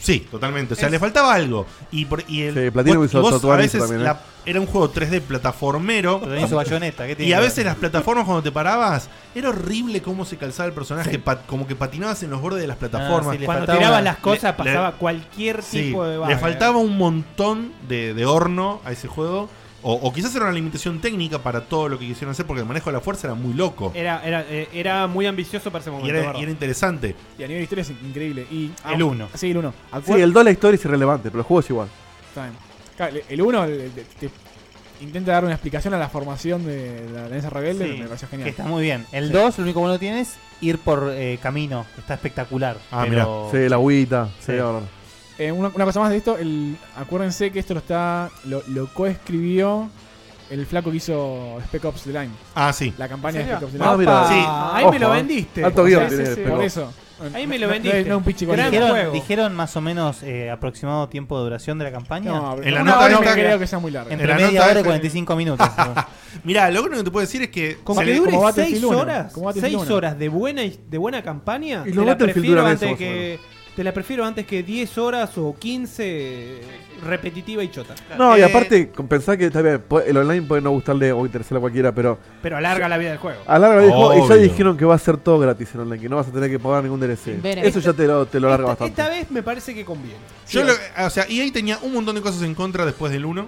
Speaker 1: Sí, totalmente. O sea,
Speaker 7: Es-
Speaker 1: le faltaba algo. Y, por- y el,
Speaker 6: Sí, Platinum
Speaker 1: vos-
Speaker 6: hizo
Speaker 1: y vos
Speaker 6: Tatuani
Speaker 1: a veces
Speaker 6: también, ¿eh?
Speaker 1: la- era un juego 3D plataformero.
Speaker 4: Pero hizo bayoneta. ¿qué tiene
Speaker 1: Y a
Speaker 4: que
Speaker 1: veces
Speaker 4: ver?
Speaker 1: las plataformas cuando te parabas, era horrible cómo se calzaba el personaje, pa- como que patinabas en los bordes de las plataformas.
Speaker 4: Ah, sí, le
Speaker 7: Cuando
Speaker 4: faltaba-
Speaker 7: tirabas las cosas
Speaker 1: le-
Speaker 7: pasaba cualquier
Speaker 1: Sí,
Speaker 7: tipo de bug.
Speaker 1: le faltaba un montón de, de horno a ese juego. O, o quizás era una limitación técnica para todo lo que quisieron hacer, porque el manejo de la fuerza era muy loco.
Speaker 7: Era, era, eh, era muy ambicioso para ese momento.
Speaker 1: y, era,
Speaker 7: ¿verdad?
Speaker 1: y era interesante.
Speaker 2: Y a nivel de historia es increíble. Y, ah,
Speaker 4: El 1.
Speaker 2: Sí, el 1.
Speaker 6: Sí, el 2 la historia es irrelevante, pero el juego es igual.
Speaker 2: El 1 te intenta dar una explicación a la formación de la alianza rebelde.
Speaker 4: Sí,
Speaker 2: me pareció
Speaker 4: Que
Speaker 2: genial.
Speaker 4: está muy bien. El 2, lo único bueno que tiene es ir por eh, camino. Está espectacular.
Speaker 1: Ah,
Speaker 4: pero...
Speaker 6: Sí, la agüita.
Speaker 4: Sí.
Speaker 6: Sí, ahora.
Speaker 2: Eh, una, una cosa más de esto. el- acuérdense que esto lo está lo, lo coescribió el flaco que hizo Spec Ops The Line.
Speaker 1: Ah, sí.
Speaker 2: La campaña de
Speaker 7: ¿En serio?
Speaker 2: Spec Ops The Line.
Speaker 6: Ah, mira.
Speaker 1: Sí.
Speaker 7: ahí me
Speaker 6: Ojo,
Speaker 7: lo
Speaker 6: eh.
Speaker 7: vendiste.
Speaker 6: Alto guión
Speaker 7: Sí,
Speaker 6: tiene,
Speaker 7: sí, sí.
Speaker 6: pero-
Speaker 2: Por eso.
Speaker 7: Ahí me
Speaker 2: No-
Speaker 7: lo
Speaker 2: no-
Speaker 7: vendiste.
Speaker 2: No, un pichico.
Speaker 7: Gran
Speaker 2: No,
Speaker 7: juego.
Speaker 4: Dijeron, dijeron más o menos eh, aproximado tiempo de duración de la campaña.
Speaker 2: pero
Speaker 1: En la
Speaker 2: una
Speaker 1: nota
Speaker 2: hora no
Speaker 1: esta-
Speaker 2: creo que sea muy larga.
Speaker 1: En
Speaker 4: Entre
Speaker 1: la
Speaker 4: media
Speaker 1: nota este-
Speaker 4: hora y
Speaker 1: esta-
Speaker 4: 45 minutos.
Speaker 1: Mira, lo único que te puedo decir es que.
Speaker 7: Con
Speaker 1: se
Speaker 7: que
Speaker 1: le-
Speaker 7: dure
Speaker 2: como Battlefield
Speaker 7: 6
Speaker 2: 1,
Speaker 7: horas,
Speaker 2: como Battlefield
Speaker 7: 6
Speaker 2: 1.
Speaker 7: horas de buena, de buena campaña,
Speaker 6: Y
Speaker 7: te
Speaker 6: los
Speaker 7: la,
Speaker 6: Battlefield
Speaker 7: prefiero
Speaker 6: duran eso,
Speaker 7: antes
Speaker 6: más o
Speaker 7: que, te la prefiero antes que 10 horas o 15 repetitiva y chota.
Speaker 6: No, y
Speaker 1: Eh,
Speaker 6: aparte, con- pensá que está bien, po- el online puede no gustarle o interesarle a cualquiera, pero
Speaker 7: Pero alarga la vida del juego.
Speaker 6: a larga dijo, y ya
Speaker 1: Obvio.
Speaker 6: dijeron que va a ser todo gratis el online, que no vas a tener que pagar ningún DLC.
Speaker 3: Ven,
Speaker 6: Eso ya te lo, te lo larga
Speaker 7: Esta,
Speaker 6: bastante.
Speaker 7: esta vez me parece que conviene.
Speaker 1: Yo lo- o sea, EA tenía un montón de cosas en contra después del 1.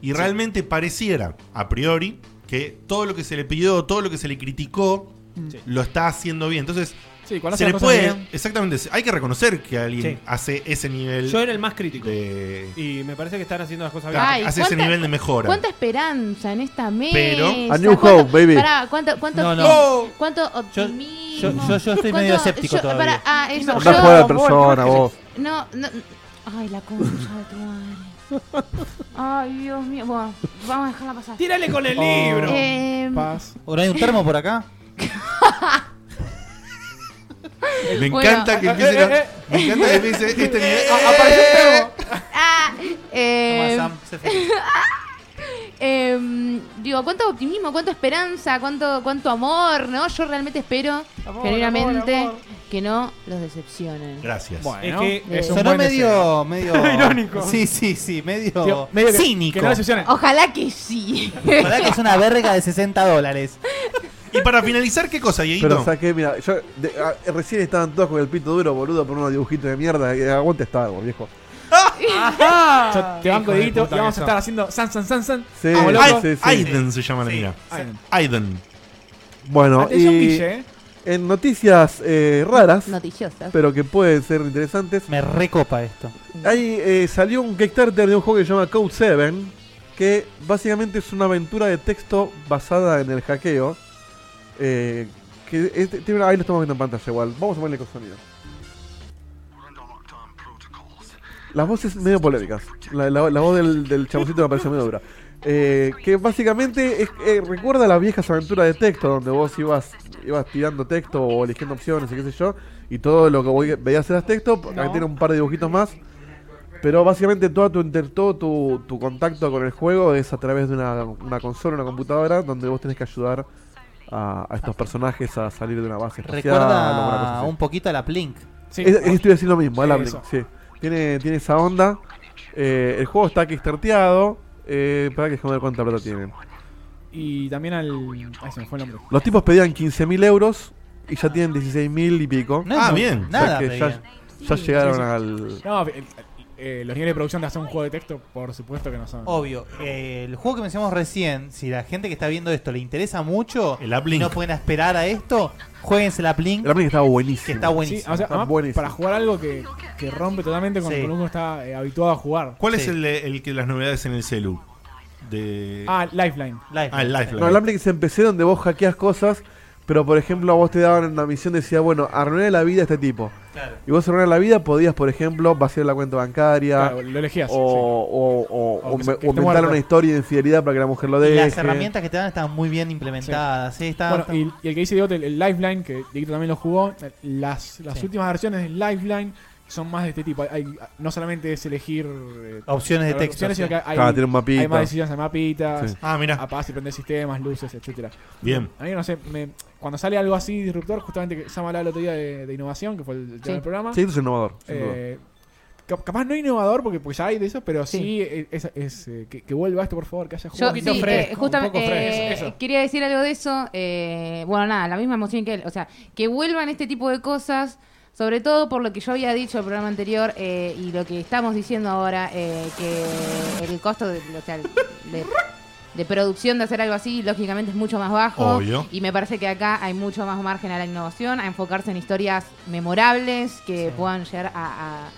Speaker 1: Y realmente pareciera, a priori, que todo lo que se le pidió, todo lo que se le criticó,
Speaker 7: Sí.
Speaker 1: lo está haciendo bien. Entonces,
Speaker 2: Mm. Sí, cuando
Speaker 1: se le
Speaker 2: hacen las cosas
Speaker 1: puede.
Speaker 2: bien,
Speaker 1: Exactamente, hay que reconocer que alguien
Speaker 7: Sí.
Speaker 1: hace ese nivel
Speaker 7: Yo era el más crítico.
Speaker 1: de.
Speaker 7: Y me parece que están haciendo las cosas bien.
Speaker 3: Ay,
Speaker 1: hace ese
Speaker 3: ¿cuánta-
Speaker 1: nivel de mejora.
Speaker 3: ¿Cuánta esperanza en esta mesa?
Speaker 1: Pero-
Speaker 6: A New
Speaker 3: ¿Cuánto-
Speaker 6: Hope, baby.
Speaker 3: pará, ¿cuánto, cuánto,
Speaker 4: No, no.
Speaker 1: ¡Oh!
Speaker 3: cuánto
Speaker 4: Yo,
Speaker 3: optimismo?
Speaker 4: yo, yo, yo estoy medio
Speaker 3: ¿Cuánto-
Speaker 4: escéptico
Speaker 3: yo-
Speaker 4: todavía.
Speaker 3: pará, ah, eso,
Speaker 6: Andá a
Speaker 3: yo-
Speaker 6: jugar a la persona, vos.
Speaker 3: No, no. Ay, la concha de tu madre. Ay, Dios mío. Bueno, vamos a dejarla pasar.
Speaker 7: Tírale con el
Speaker 2: Oh.
Speaker 7: libro.
Speaker 3: Eh,
Speaker 2: Paz.
Speaker 4: Ahora hay un termo por acá.
Speaker 1: Me
Speaker 3: Bueno,
Speaker 1: encanta
Speaker 4: eh,
Speaker 1: que empiece. la- Me encanta que empiece este nivel.
Speaker 3: ah, eh,
Speaker 4: Toma, Sam, sé feliz.
Speaker 3: eh, digo, cuánto optimismo, cuánto esperanza, cuánto, cuánto amor, ¿no? Yo realmente espero,
Speaker 7: Amor,
Speaker 3: genuinamente,
Speaker 7: amor, amor.
Speaker 3: que no los decepcionen.
Speaker 1: Gracias.
Speaker 2: Bueno,
Speaker 7: Es que,
Speaker 2: es un
Speaker 4: Sonó
Speaker 2: buen deseo.
Speaker 4: medio, medio.
Speaker 7: Irónico.
Speaker 4: Sí, sí, sí. Medio,
Speaker 2: Tío, medio que-
Speaker 4: cínico.
Speaker 2: Que no decepcionen.
Speaker 3: Ojalá que sí.
Speaker 4: Ojalá que es una verga de 60 dólares.
Speaker 1: Y para finalizar, ¿qué cosa,
Speaker 7: este
Speaker 6: Pero
Speaker 1: Dieguito?
Speaker 6: saqué, mira, yo de- a- recién estaban todos con el pito duro, boludo, por unos dibujitos de mierda. eh, Aguante Star Wars, viejo.
Speaker 2: Yo te banco
Speaker 7: Hijo de
Speaker 2: dedito
Speaker 7: puta
Speaker 2: y vamos
Speaker 7: que
Speaker 2: a estar haciendo san, san, san, san.
Speaker 6: Sí,
Speaker 2: Como
Speaker 1: Ai-
Speaker 2: loco. Ah,
Speaker 6: sí, sí.
Speaker 1: Aiden se llama la mina.
Speaker 2: Ay, no.
Speaker 1: Aiden.
Speaker 6: Bueno,
Speaker 2: Atención,
Speaker 6: y
Speaker 2: Guille, eh.
Speaker 6: en noticias eh, raras,
Speaker 3: Noticiosas.
Speaker 6: pero que pueden ser interesantes,
Speaker 4: Me recopa esto.
Speaker 6: Ahí eh, salió un Kickstarter de un juego que se llama Code 7, que básicamente es una aventura de texto basada en el hackeo. eh, que es- tiene una- ahí lo estamos viendo en pantalla igual. Vamos a ponerle con sonido. Las voces medio polémicas. La, la- la voz del, del chaboncito me parece medio dura. Eh, que básicamente es- eh, recuerda las viejas aventuras de texto, donde vos ibas, ibas tirando texto o eligiendo opciones y qué sé yo, y todo lo que voy- veías eras texto. Acá tiene un par de dibujitos más. Pero básicamente toda tu, inter- todo tu, tu contacto con el juego es a través de una, una consola, una computadora, donde vos tenés que ayudar a, a estos personajes a salir de una base espacial. alguna cosa
Speaker 4: Recuerda
Speaker 6: así.
Speaker 4: un poquito a la Plink.
Speaker 2: Sí.
Speaker 6: Es- es- estoy diciendo lo mismo, al
Speaker 2: Sí,
Speaker 6: Ablink,
Speaker 2: eso.
Speaker 6: sí. Tiene, tiene esa onda. Eh, el juego está kickstarteado. Eh, para que déjame ver cuánta plata tienen.
Speaker 2: Y también al. Ay, se me fue el nombre.
Speaker 6: Los tipos pedían 15.000 euros y ya tienen 16.000 y pico.
Speaker 4: No es
Speaker 1: Ah,
Speaker 4: mu-
Speaker 1: bien.
Speaker 6: O sea
Speaker 4: Nada,
Speaker 6: que
Speaker 4: re
Speaker 6: ya,
Speaker 4: bien.
Speaker 6: ya llegaron
Speaker 2: sí, sí.
Speaker 6: al.
Speaker 2: No, el- el- eh, los niveles de producción de hacer un juego de texto, por supuesto que no son.
Speaker 4: Obvio, eh, el juego que mencionamos recién, si la gente que está viendo esto le interesa mucho
Speaker 1: El App
Speaker 4: y
Speaker 1: Link.
Speaker 4: no pueden esperar a esto, jueguense la Plink,
Speaker 6: El Ablink estaba buenísimo.
Speaker 4: que está
Speaker 2: Sí,
Speaker 4: buenísimo.
Speaker 2: o sea,
Speaker 6: Está
Speaker 2: además,
Speaker 6: buenísimo.
Speaker 2: para jugar algo que, que rompe totalmente con
Speaker 4: Sí.
Speaker 2: lo que uno está eh, habituado a jugar.
Speaker 1: ¿Cuál es
Speaker 4: Sí.
Speaker 1: el, el que las novedades en el celu? De...
Speaker 2: Ah, Lifeline.
Speaker 4: Life.
Speaker 1: Ah, el Lifeline.
Speaker 6: No, el Ablink se empecé donde vos hackeas cosas. Pero por ejemplo, a vos te daban una misión, decía, bueno, arruiné la vida a este tipo.
Speaker 4: Claro.
Speaker 6: Y vos arruinar la vida podías, por ejemplo, vaciar la cuenta bancaria.
Speaker 2: Claro, lo elegías.
Speaker 6: o, o, o,
Speaker 2: O que se-
Speaker 6: o
Speaker 2: que esté
Speaker 6: inventar
Speaker 2: muerta.
Speaker 6: una historia de infidelidad para que la mujer lo
Speaker 4: Y
Speaker 6: deje.
Speaker 4: las herramientas que te dan están muy bien implementadas. sí,
Speaker 2: sí.
Speaker 4: están-
Speaker 2: Bueno, y, y el que dice Diegote, el, el Lifeline, que Dieguito también lo jugó, eh, las, las
Speaker 4: Sí.
Speaker 2: últimas versiones del Lifeline son más de este tipo. Hay- hay- no solamente es elegir eh,
Speaker 4: opciones de
Speaker 2: las
Speaker 4: texto.
Speaker 2: opciones,
Speaker 4: sí.
Speaker 2: sino que hay,
Speaker 6: Ah, tiene un mapita.
Speaker 2: hay más decisiones de mapitas,
Speaker 6: Sí.
Speaker 1: Ah, mira.
Speaker 2: apagas y prender sistemas, luces, etcétera
Speaker 1: Bien.
Speaker 2: A mí no sé, me- cuando sale algo así disruptor, justamente que se hablaba el otro día de, de innovación, que fue el, tema
Speaker 3: Sí.
Speaker 2: del programa.
Speaker 6: Sí, esto es innovador. sin duda.
Speaker 2: Eh, cap- capaz no innovador porque pues ya hay de eso, pero sí,
Speaker 5: Sí.
Speaker 2: eh, es, es, eh, que, que vuelva esto, por favor, que haya
Speaker 3: Yo,
Speaker 2: jugado.
Speaker 3: sí,
Speaker 7: poquito
Speaker 3: eh,
Speaker 7: fresco,
Speaker 3: justamente,
Speaker 7: un poco fresco,
Speaker 3: eh,
Speaker 7: eso.
Speaker 3: quería decir algo de eso. eh, bueno, nada, la misma emoción que él. O sea, que vuelvan este tipo de cosas, sobre todo por lo que yo había dicho en el programa anterior eh, y lo que estamos diciendo ahora, eh, que el costo de, o sea, de- de producción de hacer algo así, lógicamente, es mucho más bajo.
Speaker 1: Obvio.
Speaker 3: Y me parece que acá hay mucho más margen a la innovación, a enfocarse en historias memorables que puedan llegar a... a-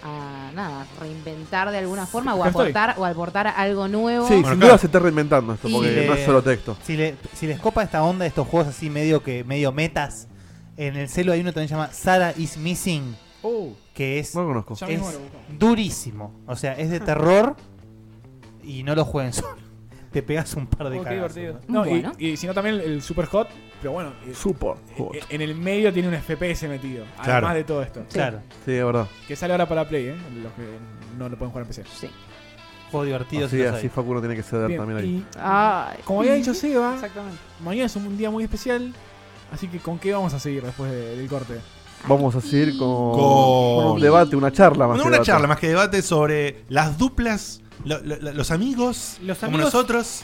Speaker 3: a, nada, reinventar de alguna forma o
Speaker 2: acá estoy.
Speaker 3: aportar, o aportar algo nuevo.
Speaker 6: Sí,
Speaker 1: Bueno,
Speaker 6: sin
Speaker 1: claro.
Speaker 6: duda se está reinventando esto,
Speaker 3: Y-
Speaker 6: porque no es solo texto.
Speaker 4: Si, le- si les copa esta onda de estos juegos así medio que medio metas, en el celo hay uno también que se llama Sara is Missing,
Speaker 2: Oh,
Speaker 4: que es,
Speaker 6: No lo conozco.
Speaker 2: ya mismo
Speaker 4: es
Speaker 2: lo busco.
Speaker 4: durísimo. O sea, es de terror y no lo jueguen solo. Te pegas un par de
Speaker 5: Oh, qué
Speaker 4: cagazos,
Speaker 5: divertido.
Speaker 2: No, y-
Speaker 3: Bueno.
Speaker 2: y, si no también el, el super hot, pero bueno, eh,
Speaker 6: Super.
Speaker 2: eh, en el medio tiene un FPS metido,
Speaker 1: Claro.
Speaker 2: además de todo esto.
Speaker 4: ¿no? Claro,
Speaker 6: Sí, es verdad.
Speaker 2: Que sale ahora para Play, ¿eh? los que no lo pueden jugar en PC.
Speaker 3: Sí.
Speaker 4: juego divertido. si
Speaker 6: Así,
Speaker 4: los hay.
Speaker 6: así Facu no tiene que ceder
Speaker 2: Bien,
Speaker 6: también ahí.
Speaker 2: y
Speaker 3: Ay.
Speaker 2: como había dicho Seba,
Speaker 5: Exactamente.
Speaker 2: mañana es un día muy especial, así que ¿con qué vamos a seguir después de- del corte?
Speaker 6: Vamos a seguir con,
Speaker 1: Con-
Speaker 6: con un debate, una charla más.
Speaker 1: Bueno,
Speaker 6: que
Speaker 1: una
Speaker 6: debate.
Speaker 1: charla más que debate sobre las duplas, lo- lo- lo- los amigos,
Speaker 7: Los
Speaker 1: como
Speaker 7: amigos-
Speaker 1: nosotros,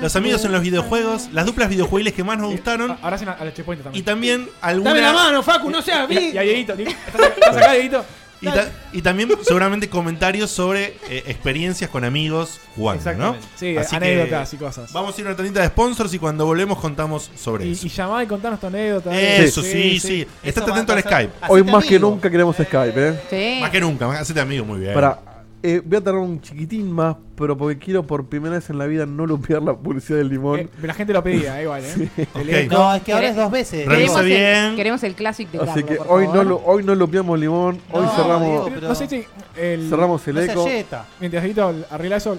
Speaker 1: los amigos en los videojuegos, las duplas videojuegos que más nos
Speaker 2: Eh,
Speaker 1: gustaron
Speaker 2: a- Ahora hacen a, a la checkpoint
Speaker 1: y
Speaker 2: también.
Speaker 1: también
Speaker 7: Dame la
Speaker 1: alguna
Speaker 7: mano, Facu, no seas
Speaker 2: Y,
Speaker 7: vi.
Speaker 2: y a Dieguito, Diego, ¿estás, estás acá, Dieguito?
Speaker 1: y, ta- y también seguramente comentarios sobre eh, experiencias con amigos jugando, ¿no?
Speaker 7: Exactamente.
Speaker 2: Sí,
Speaker 1: Así
Speaker 2: anécdotas
Speaker 1: que
Speaker 2: y cosas.
Speaker 1: Vamos a ir a una tandita de sponsors y cuando volvemos contamos sobre
Speaker 2: Y,
Speaker 1: eso.
Speaker 2: y llamá y contanos tu anécdota.
Speaker 1: Eso, sí, sí. Estás
Speaker 4: Eso va
Speaker 1: atento
Speaker 4: a
Speaker 1: al
Speaker 4: pasar.
Speaker 1: Skype.
Speaker 4: Hacete
Speaker 6: Hoy más que
Speaker 4: amigo.
Speaker 6: nunca queremos Skype, ¿eh?
Speaker 3: Sí.
Speaker 1: Más que nunca, más, hacete amigo muy bien.
Speaker 6: Para, eh, voy a tardar un chiquitín más, pero porque quiero por primera vez en la vida no lupear la publicidad del limón.
Speaker 2: Eh, la gente lo pedía, eh, igual, ¿eh? El eco.
Speaker 4: No, Ah, es que ahora es dos veces.
Speaker 1: Revisa
Speaker 3: Queremos
Speaker 1: bien.
Speaker 3: El, queremos el classic de
Speaker 6: Así
Speaker 3: Carlos,
Speaker 6: que
Speaker 3: por
Speaker 6: hoy no,
Speaker 3: favor.
Speaker 6: lu- hoy no lupeamos limón, hoy
Speaker 4: No,
Speaker 6: cerramos,
Speaker 4: Diego, pero-
Speaker 2: No sé si el,
Speaker 6: cerramos el
Speaker 4: No seas
Speaker 6: eco.
Speaker 4: yeta.
Speaker 2: mientras Dieguito arregla eso,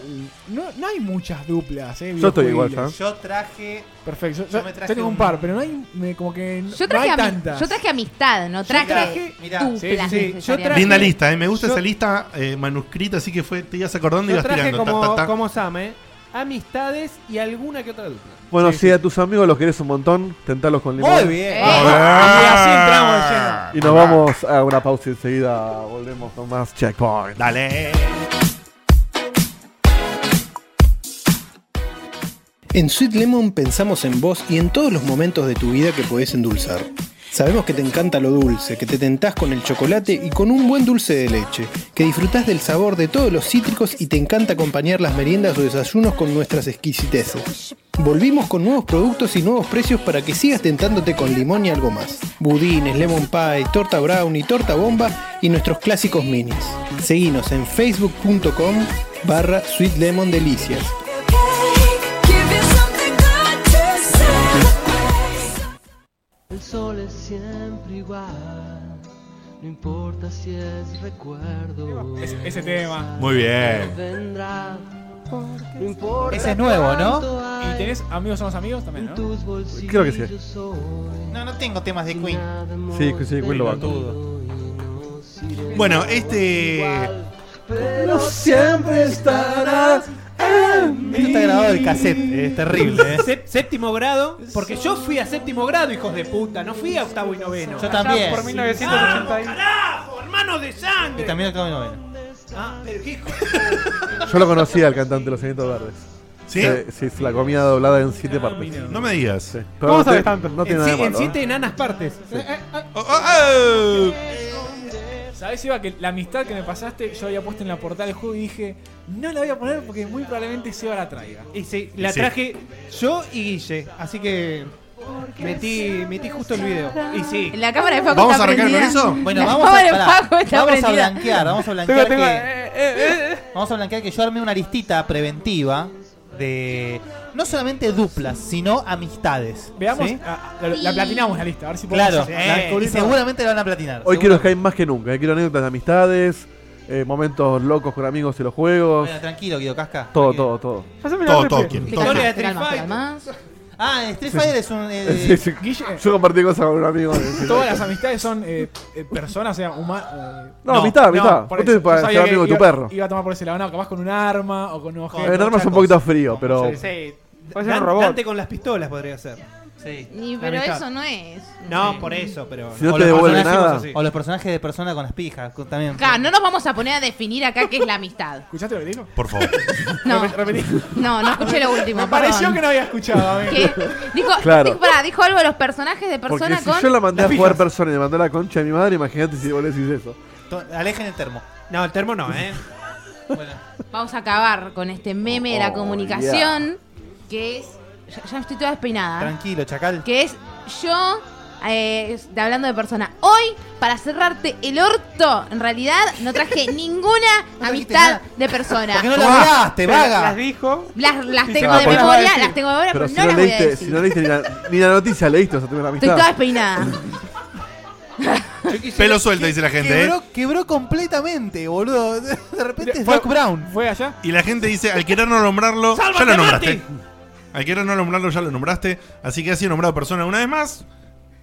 Speaker 2: no, no hay muchas duplas, eh.
Speaker 6: Yo estoy igual,
Speaker 2: videojuegiles.
Speaker 4: Yo traje.
Speaker 2: Perfecto. Yo,
Speaker 4: Yo
Speaker 2: yo-
Speaker 4: me
Speaker 2: yo
Speaker 4: traje
Speaker 2: tengo un
Speaker 4: un-
Speaker 2: par, pero no hay me- como que no-
Speaker 3: Yo
Speaker 2: no
Speaker 3: traje,
Speaker 2: hay
Speaker 3: ami-
Speaker 2: tantas.
Speaker 3: yo traje amistad, no traje,
Speaker 4: traje- mirá,
Speaker 3: duplas
Speaker 2: sí, sí, yo
Speaker 3: necesariamente.
Speaker 7: traje-
Speaker 1: Linda lista, ¿eh? me gusta
Speaker 7: Yo-
Speaker 1: esa lista eh, manuscrita, así que fue, te ibas acordando y
Speaker 7: Yo
Speaker 1: ibas
Speaker 7: traje
Speaker 1: tirando. ta,
Speaker 7: como,
Speaker 1: ta, ta.
Speaker 7: como Sam, ¿eh? Amistades y alguna que otra dupla.
Speaker 6: Bueno,
Speaker 2: Sí,
Speaker 6: si a tus amigos los querés un montón, tentalos con limón. Ah.
Speaker 4: Muy bien.
Speaker 3: Eh.
Speaker 1: Ah,
Speaker 2: Y así entramos de lleno.
Speaker 6: Y nos vamos a una pausa y enseguida volvemos con más Checkpoint.
Speaker 1: Dale.
Speaker 10: En Sweet Lemon pensamos en vos y en todos los momentos de tu vida que podés endulzar. Sabemos que te encanta lo dulce, que te tentás con el chocolate y con un buen dulce de leche, que disfrutás del sabor de todos los cítricos y te encanta acompañar las meriendas o desayunos con nuestras exquisiteces. Volvimos con nuevos productos y nuevos precios para que sigas tentándote con limón y algo más. Budines, lemon pie, torta brownie, torta bomba y nuestros clásicos minis. Seguinos en facebook.com barra Sweet Lemon Delicias.
Speaker 8: Give you something good to celebrate.
Speaker 11: El sol es siempre igual, no importa si es recuerdo.
Speaker 2: Ese, ese tema.
Speaker 1: Muy bien.
Speaker 11: Vendrá, no importa.
Speaker 4: Ese es nuevo, ¿no?
Speaker 11: cuánto hay
Speaker 2: ¿Y tenés amigos somos amigos también,
Speaker 11: en
Speaker 2: no?
Speaker 11: tus bolsillos
Speaker 6: Creo que sí.
Speaker 11: hoy,
Speaker 4: No, no tengo temas de Queen.
Speaker 11: nada
Speaker 6: Sí,
Speaker 11: más
Speaker 6: sí, Queen lo banco.
Speaker 11: hoy nos iremos
Speaker 1: Bueno, este
Speaker 11: pero siempre estarás en
Speaker 4: Esto está grabado de cassette, es terrible, eh.
Speaker 7: Sé- Séptimo grado, porque yo fui a séptimo grado, hijos de puta, no fui a octavo y noveno. Ah,
Speaker 4: Yo también.
Speaker 5: Por 1980 y-
Speaker 7: ¡Carajo, hermanos de sangre!
Speaker 4: Y también acabo de novena.
Speaker 7: Ah, pero qué hijo.
Speaker 6: Yo lo conocía al cantante de Los Enanitos Verdes.
Speaker 1: ¿Sí?
Speaker 6: Eh, sí, se la comía doblada en siete partes.
Speaker 1: No me digas.
Speaker 6: Pero
Speaker 5: ¿Cómo
Speaker 6: no
Speaker 5: sabes
Speaker 6: te-
Speaker 5: tanto?
Speaker 6: No tiene
Speaker 7: En,
Speaker 6: nada de
Speaker 7: si- en
Speaker 6: malo,
Speaker 7: siete
Speaker 6: ¿eh?
Speaker 7: enanas partes.
Speaker 1: Oh, oh, oh.
Speaker 2: ¿Sabes, Eva, que la amistad que me pasaste yo había puesto en la portada del juego y dije, no la voy a poner porque muy probablemente Seba la traiga?
Speaker 7: Y sí, la
Speaker 1: Sí.
Speaker 7: traje yo y Guille, así que metí, metí justo el video. Y sí,
Speaker 3: La cámara de Facu
Speaker 1: ¿Vamos
Speaker 3: está
Speaker 1: a arrancar
Speaker 3: prendida.
Speaker 1: con eso?
Speaker 4: Bueno,
Speaker 3: La
Speaker 4: vamos a,
Speaker 3: cámara de
Speaker 4: pará,
Speaker 3: Facu está
Speaker 4: vamos a
Speaker 3: prendida.
Speaker 4: blanquear, vamos a
Speaker 5: Tengo,
Speaker 4: blanquear
Speaker 5: tengo.
Speaker 4: que...
Speaker 5: eh, eh, eh.
Speaker 4: Vamos a blanquear que yo armé una listita preventiva de no solamente duplas, sino amistades.
Speaker 2: Veamos,
Speaker 4: ¿sí?
Speaker 2: ah, la, la platinamos la lista, a ver si podemos
Speaker 4: Claro,
Speaker 2: hacer- eh,
Speaker 4: la descubrí- y seguramente la van a platinar.
Speaker 6: Hoy
Speaker 4: seguro.
Speaker 6: quiero Skype más que nunca. eh, Quiero anécdotas de amistades, eh, momentos locos con amigos en los juegos.
Speaker 4: Bueno, tranquilo, Guido Casca.
Speaker 6: Todo,
Speaker 4: tranquilo.
Speaker 6: todo, todo.
Speaker 5: Haceme la
Speaker 1: Todo,
Speaker 5: repe.
Speaker 1: todo, quiero, todo.
Speaker 7: Victoria
Speaker 1: quiero.
Speaker 7: de
Speaker 3: Te
Speaker 7: Street
Speaker 3: calmas, te
Speaker 7: Fighter.
Speaker 3: calmas.
Speaker 4: Ah, Street Fighter es un. eh,
Speaker 6: Sí, sí.
Speaker 2: Guille-
Speaker 6: Yo compartí cosas con un amigo. de-
Speaker 2: Todas las amistades son eh, eh, personas, o sea, humanas.
Speaker 6: No, amistad, amistad. Vos
Speaker 2: por eso.
Speaker 6: tenés para
Speaker 2: Yo sabía
Speaker 6: ser
Speaker 2: que
Speaker 6: amigo de tu
Speaker 2: iba-
Speaker 6: perro.
Speaker 2: Iba a tomar por ese lado, no, capaz con un arma o con un objeto.
Speaker 6: En armas es un poquito frío, pero.
Speaker 5: Sí, puede ser
Speaker 7: Dan-
Speaker 5: un robot.
Speaker 7: Dante con las pistolas podría ser.
Speaker 4: sí.
Speaker 3: Y,
Speaker 7: La
Speaker 3: pero
Speaker 7: amistad.
Speaker 3: eso no es.
Speaker 7: No, por eso, pero.
Speaker 6: Si no
Speaker 4: O
Speaker 6: te
Speaker 4: los
Speaker 6: devuelve
Speaker 4: personajes
Speaker 6: nada.
Speaker 7: así.
Speaker 4: O los personajes de persona con las pijas cu- también.
Speaker 3: Claro, no nos vamos a poner a definir acá qué es la amistad.
Speaker 2: ¿Escuchaste lo que dijo?
Speaker 1: Por favor.
Speaker 3: No,
Speaker 2: Repe- repetí.
Speaker 3: no, no escuché lo último.
Speaker 2: Me pareció
Speaker 3: perdón.
Speaker 2: que no había escuchado. amigo.
Speaker 3: ¿Qué? Dijo,
Speaker 6: Claro.
Speaker 3: dijo, pará, dijo algo de los personajes de
Speaker 6: Porque
Speaker 3: persona
Speaker 6: si
Speaker 3: con.
Speaker 6: yo la mandé a jugar persona y le mandé la concha a mi madre, imagínate si vos le decís eso.
Speaker 4: To- Alejen el termo.
Speaker 7: No, el termo no, ¿eh?
Speaker 3: Vamos a acabar con este meme de la
Speaker 6: Oh,
Speaker 3: comunicación. Que es. Ya, ya estoy toda despeinada.
Speaker 4: Tranquilo, chacal.
Speaker 3: que es yo eh, es- de- hablando de persona. Hoy, para cerrarte el orto, en realidad no traje ninguna
Speaker 4: trajiste
Speaker 3: amistad
Speaker 4: nada.
Speaker 3: de persona.
Speaker 4: ¿Por qué no lo hablaste,
Speaker 5: Pero
Speaker 4: vaga?
Speaker 5: Las dijo.
Speaker 3: Las, las
Speaker 5: Sí,
Speaker 3: tengo
Speaker 6: ah,
Speaker 3: de
Speaker 6: porque-
Speaker 3: memoria, las tengo de memoria, pero,
Speaker 6: Pero si
Speaker 3: no
Speaker 6: no
Speaker 3: las voy a
Speaker 6: leíste,
Speaker 3: decir.
Speaker 6: si no leíste ni la, ni la noticia, leíste, o sea, tuve la
Speaker 3: Estoy toda
Speaker 6: amistad.
Speaker 3: despeinada.
Speaker 1: Pelo suelta, dice la gente, ¿eh?
Speaker 4: Quebró, quebró completamente, boludo. De repente es
Speaker 2: Fue-
Speaker 4: Doc Brown.
Speaker 2: ¿Fue allá?
Speaker 1: Y la gente dice, al querer no nombrarlo, ya
Speaker 7: ¡Sálvate,
Speaker 1: lo nombraste.
Speaker 7: Martín!
Speaker 1: Al querer no nombrarlo, ya lo nombraste. Así que ha sido nombrado persona una vez más.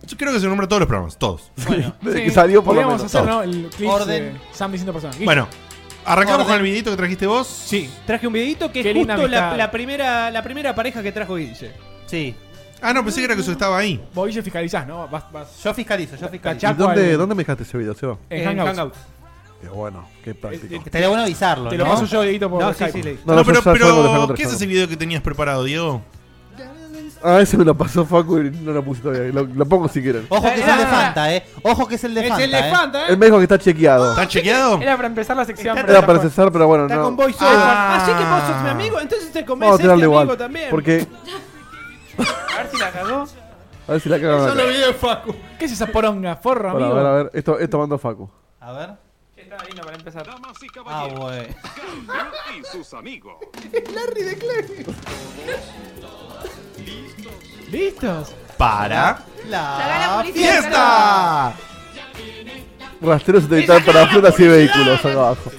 Speaker 1: Yo creo que se nombra todos los programas, todos.
Speaker 6: Desde que salió por lo
Speaker 2: Podríamos
Speaker 6: menos.
Speaker 2: hacer, ¿no? El clip
Speaker 4: Orden.
Speaker 2: de Sam diciendo personas. Guille,
Speaker 1: Bueno, arrancamos
Speaker 4: Orden.
Speaker 1: con el vinito que trajiste vos. Sí.
Speaker 7: Traje un videito que
Speaker 2: Qué
Speaker 7: es
Speaker 2: linda
Speaker 7: justo la,
Speaker 2: amistad.
Speaker 7: la primera, la primera pareja que trajo Guille.
Speaker 4: Sí.
Speaker 1: Ah, no, pensé que era que eso estaba ahí.
Speaker 2: Vos Guille fiscalizás, ¿no? Vas, vas
Speaker 4: Yo fiscalizo, yo
Speaker 6: ¿Y
Speaker 4: fiscalizo.
Speaker 2: Chaco
Speaker 6: dónde,
Speaker 2: al-
Speaker 6: dónde me dejaste ese video, Seba?
Speaker 3: Eh,
Speaker 2: en Hangouts.
Speaker 6: Qué bueno, qué práctico.
Speaker 4: Estaría bueno avisarlo,
Speaker 2: Te
Speaker 4: ¿no?
Speaker 2: lo paso yo, Dieguito, por
Speaker 7: No, sí,
Speaker 2: Skype.
Speaker 7: sí, leí.
Speaker 1: No,
Speaker 6: yo
Speaker 1: pero,
Speaker 6: ya salgo de los
Speaker 1: pero
Speaker 6: encuentros,
Speaker 1: ¿qué es
Speaker 6: salgo.
Speaker 1: ese video que tenías preparado, Diego?
Speaker 6: Ah, ese me lo pasó Facu y no lo puse todavía. Lo, lo pongo si quieren.
Speaker 4: Ojo que es el de Fanta, eh. Ojo que es el de
Speaker 7: Es
Speaker 4: Fanta.
Speaker 7: el
Speaker 4: eh.
Speaker 7: de Fanta, ¿eh?
Speaker 6: Él me dijo que está chequeado.
Speaker 1: ¿Está chequeado?
Speaker 5: Era para empezar la sección. pero
Speaker 6: Era
Speaker 5: ya
Speaker 6: para
Speaker 5: fue.
Speaker 6: cesar, pero bueno,
Speaker 7: Está
Speaker 6: no.
Speaker 7: con voiceover.
Speaker 1: Ah.
Speaker 7: Así que vos sos mi amigo, entonces te comés
Speaker 6: Vamos a
Speaker 7: este
Speaker 6: tirarle
Speaker 7: amigo
Speaker 6: igual.
Speaker 7: también.
Speaker 6: Porque,
Speaker 5: A ver si la cagó.
Speaker 6: a ver si la cagan. acá.
Speaker 7: video de Facu.
Speaker 2: ¿Qué es esa poronga? Forra,
Speaker 6: Bueno, a
Speaker 2: amigo.
Speaker 6: ver, a ver, esto, esto mandó Facu.
Speaker 4: A ver.
Speaker 5: Estaba lindo para empezar.
Speaker 4: Ah, bueno.
Speaker 2: ¿Listos?
Speaker 1: Para.
Speaker 3: Llegó la
Speaker 4: La
Speaker 3: policía,
Speaker 4: fiesta.
Speaker 6: Rastreros Ah. de evitar para flotas y vehículos acá abajo.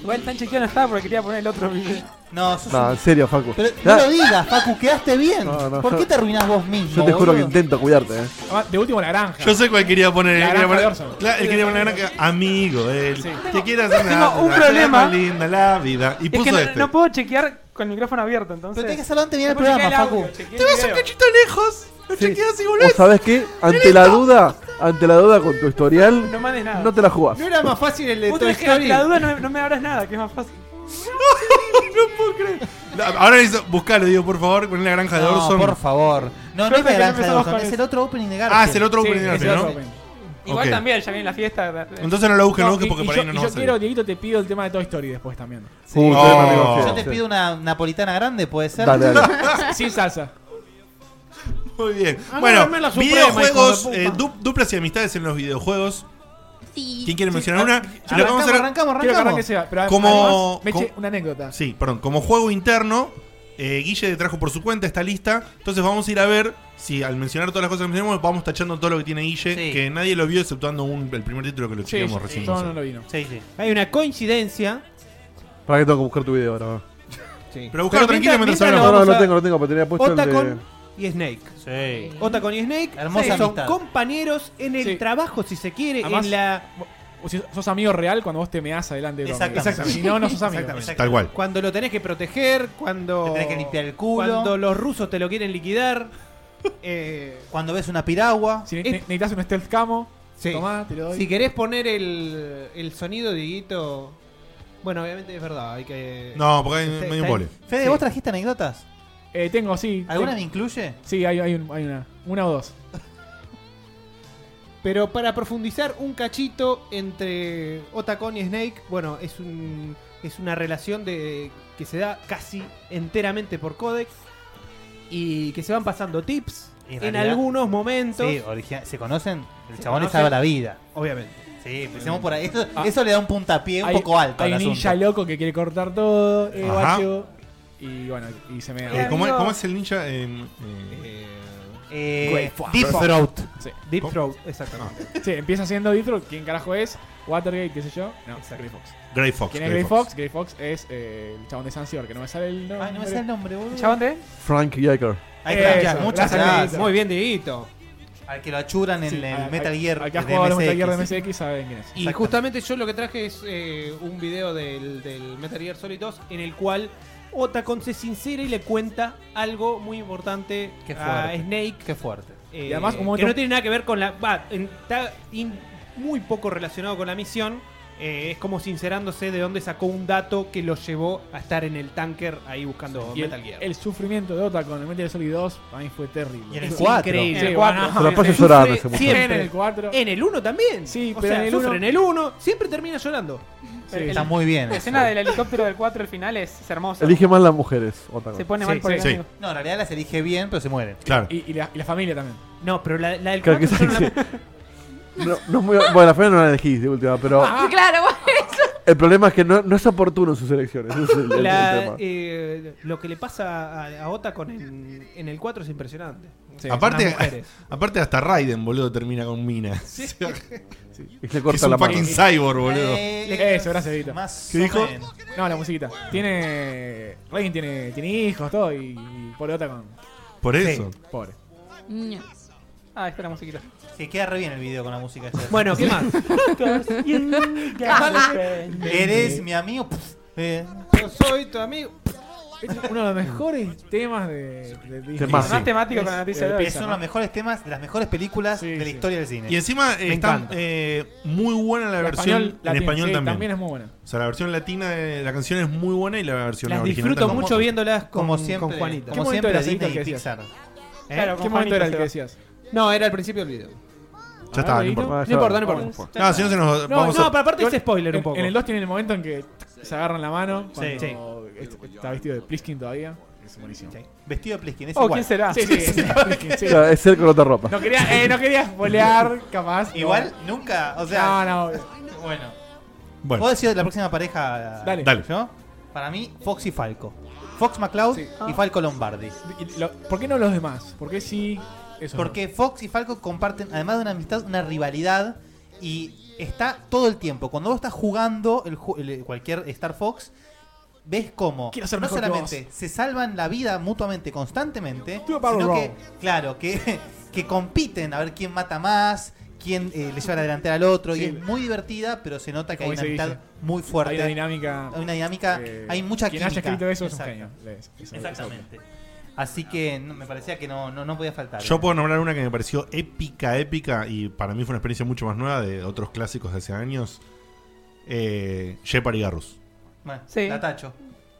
Speaker 5: Igual tan chequeado no estaba porque quería poner el otro video.
Speaker 4: No, sos
Speaker 6: No,
Speaker 4: un-
Speaker 6: en serio, Facu.
Speaker 4: Pero
Speaker 6: Ya,
Speaker 4: no lo digas, Facu, quedaste bien.
Speaker 6: No, no,
Speaker 4: ¿Por
Speaker 6: yo-
Speaker 4: qué te arruinás vos mismo?
Speaker 6: yo te juro que
Speaker 4: boludo?
Speaker 6: intento cuidarte, eh.
Speaker 2: Además, Ah, De último, la granja.
Speaker 1: Yo sé cuál quería poner.
Speaker 2: La
Speaker 1: él quería
Speaker 2: granja de
Speaker 1: poner,
Speaker 2: Orson.
Speaker 1: Claro, él quería poner la granja. Amigo, él. Que quiere hacer
Speaker 5: Tengo
Speaker 1: una-
Speaker 5: un
Speaker 1: una-
Speaker 5: problema.
Speaker 1: una linda la vida. Y
Speaker 5: Es que
Speaker 1: puso
Speaker 5: no,
Speaker 1: este.
Speaker 5: no puedo chequear con el micrófono abierto, entonces.
Speaker 4: Pero tenés que hacerlo antes de venir al
Speaker 5: Después
Speaker 4: programa,
Speaker 5: chequeé el
Speaker 4: Facu.
Speaker 5: audio, chequeé el
Speaker 1: Te vas un
Speaker 5: video.
Speaker 1: cachito lejos. Lo
Speaker 6: Sí.
Speaker 1: chequeas y
Speaker 6: ¿O
Speaker 1: volvés.
Speaker 6: sabes qué? Ante la duda, ante la duda con tu historial,
Speaker 5: No mandes nada.
Speaker 6: no te la jugás.
Speaker 7: ¿No era más fácil el de
Speaker 5: Vos
Speaker 7: Toy
Speaker 5: tenés que
Speaker 7: Story?
Speaker 5: la duda no, no me abras nada, que es más fácil.
Speaker 1: No puedo creer. No, Ahora necesito- buscalo, digo, por favor, con la granja de
Speaker 4: No,
Speaker 1: Orson.
Speaker 4: por favor. No, no
Speaker 5: Creo
Speaker 4: es la granja
Speaker 5: que
Speaker 4: de
Speaker 5: empezamos
Speaker 4: Orson,
Speaker 5: con
Speaker 4: es
Speaker 5: eso.
Speaker 4: el otro opening de Garfield.
Speaker 1: Ah, es el otro
Speaker 5: Sí,
Speaker 1: opening de
Speaker 5: es
Speaker 1: Garfield,
Speaker 5: el
Speaker 1: ¿no?
Speaker 5: otro opening. Igual
Speaker 1: Ok.
Speaker 5: también, ya viene la fiesta.
Speaker 1: Entonces no lo busques, no, lo
Speaker 2: y-
Speaker 1: busques porque
Speaker 2: y
Speaker 1: para
Speaker 2: yo,
Speaker 1: ahí no
Speaker 2: y
Speaker 1: nos
Speaker 2: yo
Speaker 1: va a salir.
Speaker 2: quiero, Dieguito, te pido el tema de Toy Story después también.
Speaker 6: Uh,
Speaker 1: No.
Speaker 6: todavía no negocié,
Speaker 4: Yo te
Speaker 6: sí.
Speaker 4: pido una napolitana grande, ¿puede ser?
Speaker 6: Dale, dale.
Speaker 2: Sin salsa.
Speaker 1: Muy bien.
Speaker 7: Ah,
Speaker 1: Bueno,
Speaker 7: dame la Suprema,
Speaker 1: videojuegos,
Speaker 7: hijo
Speaker 1: eh,
Speaker 7: de puta.
Speaker 1: du- duplas y amistades en los videojuegos.
Speaker 3: Sí.
Speaker 1: ¿Quién quiere mencionar una? Si lo
Speaker 4: Arrancamos,
Speaker 1: vamos a hacer-
Speaker 4: arrancamos,
Speaker 2: Quiero que arranque
Speaker 4: arrancamos.
Speaker 2: Seba. Pero
Speaker 1: Como-
Speaker 2: además, Meche,
Speaker 1: como-
Speaker 2: una anécdota.
Speaker 1: Sí, perdón. Como juego interno, eh, Guille trajo por su cuenta esta lista. Entonces vamos a ir a ver si al mencionar todas las cosas que mencionamos, vamos tachando todo lo que tiene Guille,
Speaker 4: Sí.
Speaker 1: que nadie lo vio exceptuando un- el primer título que lo
Speaker 2: Sí,
Speaker 1: chequeamos recién.
Speaker 2: yo no
Speaker 1: nosotros.
Speaker 2: lo vino.
Speaker 4: Sí, sí.
Speaker 7: Hay una coincidencia.
Speaker 6: ¿Para qué tengo que buscar tu video ahora?
Speaker 1: Pero buscalo
Speaker 7: Pero
Speaker 1: tranquilo mientras
Speaker 7: mientras-
Speaker 6: No,
Speaker 1: hablamos.
Speaker 6: no,
Speaker 7: vamos
Speaker 6: lo
Speaker 7: a-
Speaker 6: tengo, lo tengo, pero tenía puesto el de...
Speaker 7: Otacon y Snake.
Speaker 4: Sí.
Speaker 7: Otacon y Snake
Speaker 4: Hermosa
Speaker 7: son
Speaker 4: amistad.
Speaker 7: compañeros en el
Speaker 2: Sí.
Speaker 7: trabajo, si se quiere,
Speaker 2: Además-
Speaker 7: en la
Speaker 2: o si sos amigo real cuando vos te meás adelante de tu amigo. Si no, no sos amigo.
Speaker 1: Exactamente. Tal cual.
Speaker 7: Cuando lo tenés que proteger, cuando.
Speaker 4: Te tenés que limpiar el culo.
Speaker 7: Cuando los rusos te lo quieren liquidar. eh,
Speaker 4: Cuando ves una piragua.
Speaker 2: Si ne- ne- necesitas un stealth camo,
Speaker 7: sí.
Speaker 2: tomá, te lo doy.
Speaker 7: Si querés poner el, el sonido, Dieguito. Bueno, obviamente es verdad, hay que.
Speaker 1: No, porque hay
Speaker 7: Está-
Speaker 1: medio
Speaker 7: está-
Speaker 1: un vole.
Speaker 4: Fede,
Speaker 7: Sí.
Speaker 4: ¿vos trajiste anécdotas?
Speaker 2: Eh, tengo, sí.
Speaker 4: ¿Alguna
Speaker 2: tengo-
Speaker 4: me incluye?
Speaker 2: Sí, hay, hay un- hay una. Una o dos.
Speaker 7: Pero para profundizar un cachito entre Otacon y Snake, bueno, es un es una relación de que se da casi enteramente por Codex y que se van pasando tips
Speaker 4: Y en
Speaker 7: en,
Speaker 4: realidad-
Speaker 7: algunos momentos,
Speaker 4: Sí, origi- ¿se conocen? El
Speaker 7: Se
Speaker 4: chabón le
Speaker 7: conocen.
Speaker 4: salva la vida.
Speaker 7: obviamente.
Speaker 4: Sí, empecemos por ahí. Esto-
Speaker 7: Ah.
Speaker 4: eso le da un puntapié un poco alto
Speaker 2: Ah. Hay
Speaker 4: al
Speaker 2: un
Speaker 4: asunto.
Speaker 2: ninja loco que quiere cortar todo, eh,
Speaker 1: Ajá.
Speaker 2: guacho, Y bueno, y se me
Speaker 1: Eh,
Speaker 2: da.
Speaker 1: ¿cómo, es,
Speaker 7: amigo.
Speaker 1: cómo es el ninja? Eh, eh,
Speaker 7: Eh,
Speaker 4: Eh,
Speaker 2: Güey, fua.
Speaker 4: Deep Throat.
Speaker 7: Deep
Speaker 1: ¿Cómo?
Speaker 7: Throat, exactamente.
Speaker 2: Ah. Sí, empieza siendo Dithro, ¿quién carajo es? Watergate, qué sé yo. No, Grey Fox.
Speaker 1: Grey Fox.
Speaker 2: ¿Quién es Grey Fox? Grey Fox es eh, el chabón de Sansior, que no me sale el nombre.
Speaker 4: Ay, no me sale el nombre, boludo.
Speaker 5: ¿Chabón de?
Speaker 6: Frank Yeager.
Speaker 4: Ahí está,
Speaker 2: Eso,
Speaker 4: ya, muchas
Speaker 2: gracias,
Speaker 4: gracias.
Speaker 2: Dieguito.
Speaker 7: Muy bien, Dieguito.
Speaker 4: Al que lo achuran en
Speaker 2: Sí,
Speaker 4: el
Speaker 2: al-
Speaker 4: Metal Gear.
Speaker 2: Al que ha
Speaker 4: de
Speaker 2: jugado a los Metal
Speaker 4: MSX.
Speaker 2: Gear de MSX, saben quién es.
Speaker 7: Y
Speaker 4: Exacto.
Speaker 7: justamente yo lo que traje es eh, un video del, del Metal Gear Solid 2 en el cual Otacon se sincera y le cuenta algo muy importante
Speaker 4: Qué
Speaker 7: a
Speaker 4: fuerte.
Speaker 7: Ah, Snake.
Speaker 4: Qué fuerte.
Speaker 7: Eh,
Speaker 2: Y además, un momento-
Speaker 7: que no tiene nada que ver con la. va, en- está in- muy poco relacionado con la misión. Eh, es como sincerándose de dónde sacó un dato que lo llevó a estar en el tanker ahí buscando
Speaker 2: Y el,
Speaker 7: Metal Gear.
Speaker 2: el sufrimiento de Ota con el Metal Gear Solid 2 para mí fue terrible.
Speaker 4: Y en el
Speaker 2: Es
Speaker 4: 4.
Speaker 2: increíble.
Speaker 7: En el
Speaker 2: Sí,
Speaker 7: cuatro.
Speaker 2: bueno,
Speaker 6: Se la pasa
Speaker 2: sí,
Speaker 6: llorando ese
Speaker 7: Siempre-
Speaker 6: muchacho.
Speaker 2: siempre en
Speaker 7: siempre.
Speaker 2: el 4.
Speaker 7: En el 1 también.
Speaker 2: Sí,
Speaker 7: O
Speaker 2: pero
Speaker 7: sea,
Speaker 2: en el
Speaker 7: sufre
Speaker 2: uno-
Speaker 7: en el 1. Siempre termina llorando.
Speaker 4: Está muy bien.
Speaker 5: La escena del helicóptero del 4 al final es, es hermosa.
Speaker 6: Elige más las mujeres. otra
Speaker 5: Se
Speaker 6: cosa.
Speaker 5: pone
Speaker 2: Sí,
Speaker 5: mal por el
Speaker 1: sí.
Speaker 5: amigo.
Speaker 4: No, en realidad las elige bien, pero se mueren.
Speaker 1: Claro.
Speaker 2: Y, y la, y la familia también.
Speaker 7: No, pero la, la del
Speaker 6: Claro que
Speaker 7: 4 yo no
Speaker 6: sí,
Speaker 7: la-
Speaker 6: sí. No, no es muy- bueno, la final no la elegís de última, pero
Speaker 1: Ah.
Speaker 3: Claro, bueno.
Speaker 6: el problema es que no, no es oportuno en sus elecciones. ese es el- el
Speaker 7: la-
Speaker 6: tema.
Speaker 7: eh, lo que le pasa a, a Otacon en, en el 4 es impresionante.
Speaker 2: Sí,
Speaker 7: Son
Speaker 1: Aparte,
Speaker 7: las mujeres.
Speaker 1: aparte hasta Raiden, boludo, termina con mina. O sea, que
Speaker 6: Y se
Speaker 1: es
Speaker 6: corta la
Speaker 1: un
Speaker 6: mano.
Speaker 1: fucking cyborg, boludo.
Speaker 4: Eh,
Speaker 2: Eso, gracias, Edito.
Speaker 4: Más
Speaker 1: ¿Qué
Speaker 4: o
Speaker 1: dijo?
Speaker 4: menos.
Speaker 2: No, la musiquita. Tiene. Reagan tiene, tiene hijos, todo. Y, y pobre Ota con.
Speaker 1: Por eso.
Speaker 2: Pobre.
Speaker 3: No.
Speaker 5: Ah, espera, musiquita.
Speaker 4: Se queda re bien el video con la música.
Speaker 7: Bueno, ¿qué más?
Speaker 4: Eres mi amigo. pf, eh,
Speaker 7: Yo soy tu amigo.
Speaker 2: Es uno de los mejores temas de. de Disney.
Speaker 6: Temazo.
Speaker 5: Más temático con la
Speaker 2: Es-
Speaker 5: noticia de
Speaker 2: eh,
Speaker 5: hoy.
Speaker 4: es uno de los mejores temas, de las mejores películas
Speaker 2: Sí,
Speaker 4: de la
Speaker 2: sí.
Speaker 4: historia del cine.
Speaker 1: Y encima eh, está
Speaker 7: encanta.
Speaker 1: eh, muy buena la,
Speaker 2: La
Speaker 1: versión
Speaker 2: español-
Speaker 1: en
Speaker 2: latín,
Speaker 1: español
Speaker 2: sí,
Speaker 1: también.
Speaker 2: es muy buena.
Speaker 1: O sea, la versión latina de la canción es muy buena y la versión
Speaker 7: Las
Speaker 1: original
Speaker 7: disfruto
Speaker 1: también.
Speaker 7: mucho viéndolas con,
Speaker 4: como siempre,
Speaker 7: con Juanita.
Speaker 4: como
Speaker 2: Qué
Speaker 4: siempre de
Speaker 2: bonito era
Speaker 4: Disney y
Speaker 2: Cinta que
Speaker 4: Pixar.
Speaker 5: Claro,
Speaker 2: ¿Qué
Speaker 5: con
Speaker 2: momento
Speaker 5: Juanito
Speaker 2: era el
Speaker 5: se
Speaker 2: que
Speaker 5: va.
Speaker 2: decías?
Speaker 7: No, era al principio del video.
Speaker 1: Ya está,
Speaker 2: Ah,
Speaker 1: no importa.
Speaker 6: Ah,
Speaker 7: No
Speaker 6: ya.
Speaker 7: importa, no importa.
Speaker 1: No, si no se nos
Speaker 2: No,
Speaker 1: vamos
Speaker 7: No,
Speaker 1: a...
Speaker 7: pero aparte es spoiler
Speaker 2: En,
Speaker 7: un poco.
Speaker 2: en el 2 tienen el momento en que se agarran la mano. Cuando
Speaker 7: Sí.
Speaker 2: est- Está vestido de Pliskin todavía. Es buenísimo. Sí,
Speaker 4: Vestido de Pliskin, es
Speaker 5: Oh,
Speaker 4: igual.
Speaker 5: ¿quién será?
Speaker 2: sí, es Pliskin, sí.
Speaker 6: Claro, es ser con otra ropa.
Speaker 2: No quería, eh, no quería spoilear, capaz.
Speaker 4: Igual, nunca, o
Speaker 2: No, no,
Speaker 4: sea,
Speaker 2: no.
Speaker 4: bueno.
Speaker 1: Bueno,
Speaker 4: ¿Puedo decir la próxima pareja?
Speaker 2: Dale.
Speaker 1: dale.
Speaker 4: ¿Yo? Para mí, Fox y Falco. Fox McCloud
Speaker 2: Sí.
Speaker 4: y Falco Lombardi.
Speaker 2: Y lo- ¿Por qué no los demás? ¿Por qué sí? Eso.
Speaker 4: Porque Fox y Falco comparten, además de una amistad, una rivalidad. Y está todo el tiempo. Cuando vos estás jugando el, ju- el- eh, cualquier Star Fox, ves cómo
Speaker 2: Quiero ser
Speaker 4: no
Speaker 2: mejor que
Speaker 4: solamente se salvan la vida mutuamente, constantemente,
Speaker 2: Do a barrel
Speaker 4: sino que,
Speaker 2: roll.
Speaker 4: claro, que, que compiten a ver quién mata más, quién eh, le lleva la delantera al otro.
Speaker 2: Sí.
Speaker 4: Y es muy divertida, pero se nota que
Speaker 2: Como
Speaker 4: hay una
Speaker 2: se dice,
Speaker 4: amistad muy
Speaker 2: no. Hay una
Speaker 4: fuerte.
Speaker 2: dinámica.
Speaker 4: Hay una dinámica,
Speaker 2: eh,
Speaker 4: hay mucha
Speaker 2: Quien
Speaker 4: química.
Speaker 2: haya escrito eso es un
Speaker 4: Exacto.
Speaker 2: genio. Es- es- es-
Speaker 4: Exactamente. Así que no- me parecía que no, no, no podía faltar. eh.
Speaker 1: Yo puedo nombrar una que me pareció épica, épica y para mí fue una experiencia mucho más nueva de otros clásicos de hace años. Eh, Shepard y Garrus.
Speaker 4: Bueno,
Speaker 5: Sí.
Speaker 4: La tacho.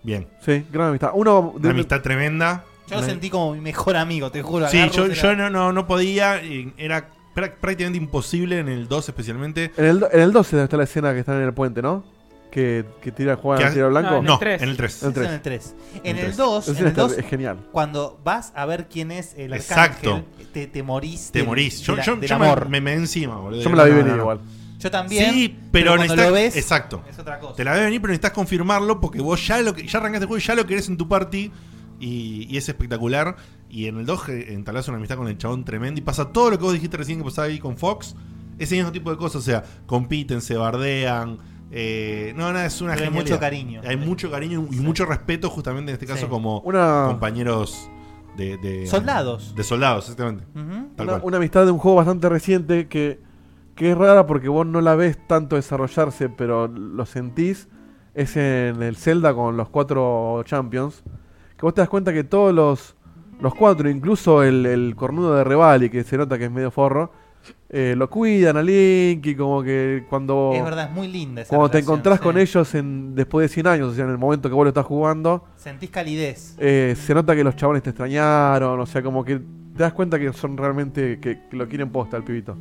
Speaker 1: Bien.
Speaker 6: Sí, gran amistad. Uno
Speaker 1: Una
Speaker 6: de-
Speaker 1: amistad tremenda.
Speaker 4: Yo lo
Speaker 1: Una-
Speaker 4: sentí como mi mejor amigo, te juro.
Speaker 1: Sí,
Speaker 4: agarro,
Speaker 1: yo,
Speaker 4: se la-
Speaker 1: yo no, no, no podía. y Era prá- prácticamente imposible en el 2 especialmente.
Speaker 6: En el, do- en el 12 está la escena que están en el puente, ¿no? Que, que tira,
Speaker 1: Que
Speaker 6: juegan
Speaker 1: ha-
Speaker 6: al tiro blanco.
Speaker 5: en el
Speaker 1: no,
Speaker 5: tres.
Speaker 1: en el 3.
Speaker 6: El
Speaker 4: Eso
Speaker 6: tres.
Speaker 4: En el 3.
Speaker 1: En
Speaker 4: En el
Speaker 1: tres.
Speaker 4: 2,
Speaker 6: Esa
Speaker 4: en el
Speaker 6: escena
Speaker 4: 2,
Speaker 6: es genial.
Speaker 4: cuando vas a ver quién es el
Speaker 1: Exacto.
Speaker 4: arcángel, te, te morís.
Speaker 1: Te
Speaker 4: del-
Speaker 1: morís. Yo,
Speaker 4: de la-
Speaker 1: yo-
Speaker 4: del
Speaker 1: yo me,
Speaker 4: amor.
Speaker 1: me me encima, boludo.
Speaker 6: Yo me la vi
Speaker 1: No, no,
Speaker 6: venir
Speaker 1: no.
Speaker 6: igual.
Speaker 4: Yo también.
Speaker 1: sí, pero,
Speaker 4: cuando
Speaker 1: necesitas.
Speaker 4: lo ves,
Speaker 1: exacto.
Speaker 4: es otra cosa.
Speaker 1: Te la ves venir, pero necesitas confirmarlo porque vos ya, lo, que- ya arrancaste el juego y ya lo querés en tu party. Y, y es espectacular. Y en el 2 ge- entablás una amistad con el chabón tremendo. Y pasa todo lo que vos dijiste recién que pasaba ahí con Fox. Ese mismo tipo de cosas. O sea, compiten, se bardean. eh, no, nada, es una
Speaker 4: Pero hay
Speaker 1: genialidad.
Speaker 4: mucho cariño.
Speaker 1: Hay mucho cariño y mucho respeto, justamente en este
Speaker 4: Sí.
Speaker 1: caso, como
Speaker 6: Una-
Speaker 1: compañeros de, de-
Speaker 4: Soldados.
Speaker 1: De soldados, exactamente.
Speaker 4: Ujú.
Speaker 1: Tal
Speaker 6: Una,
Speaker 1: cual.
Speaker 6: una amistad de un juego bastante reciente que que es rara porque vos no la ves tanto desarrollarse, pero lo sentís, es en el Zelda con los cuatro champions, que vos te das cuenta que todos los, los cuatro, incluso el, el cornudo de Revali, que se nota que es medio forro, eh, lo cuidan a Link y como que cuando...
Speaker 4: Es verdad, es muy linda esa
Speaker 6: Cuando te
Speaker 4: relación,
Speaker 6: encontrás con
Speaker 4: sí.
Speaker 6: ellos en, después de 100 años, o sea, en el momento que vos lo estás jugando,
Speaker 4: Sentís calidez.
Speaker 6: eh, se nota que los chabones te extrañaron, o sea, como que te das cuenta que son realmente que, que lo quieren posta al pibito.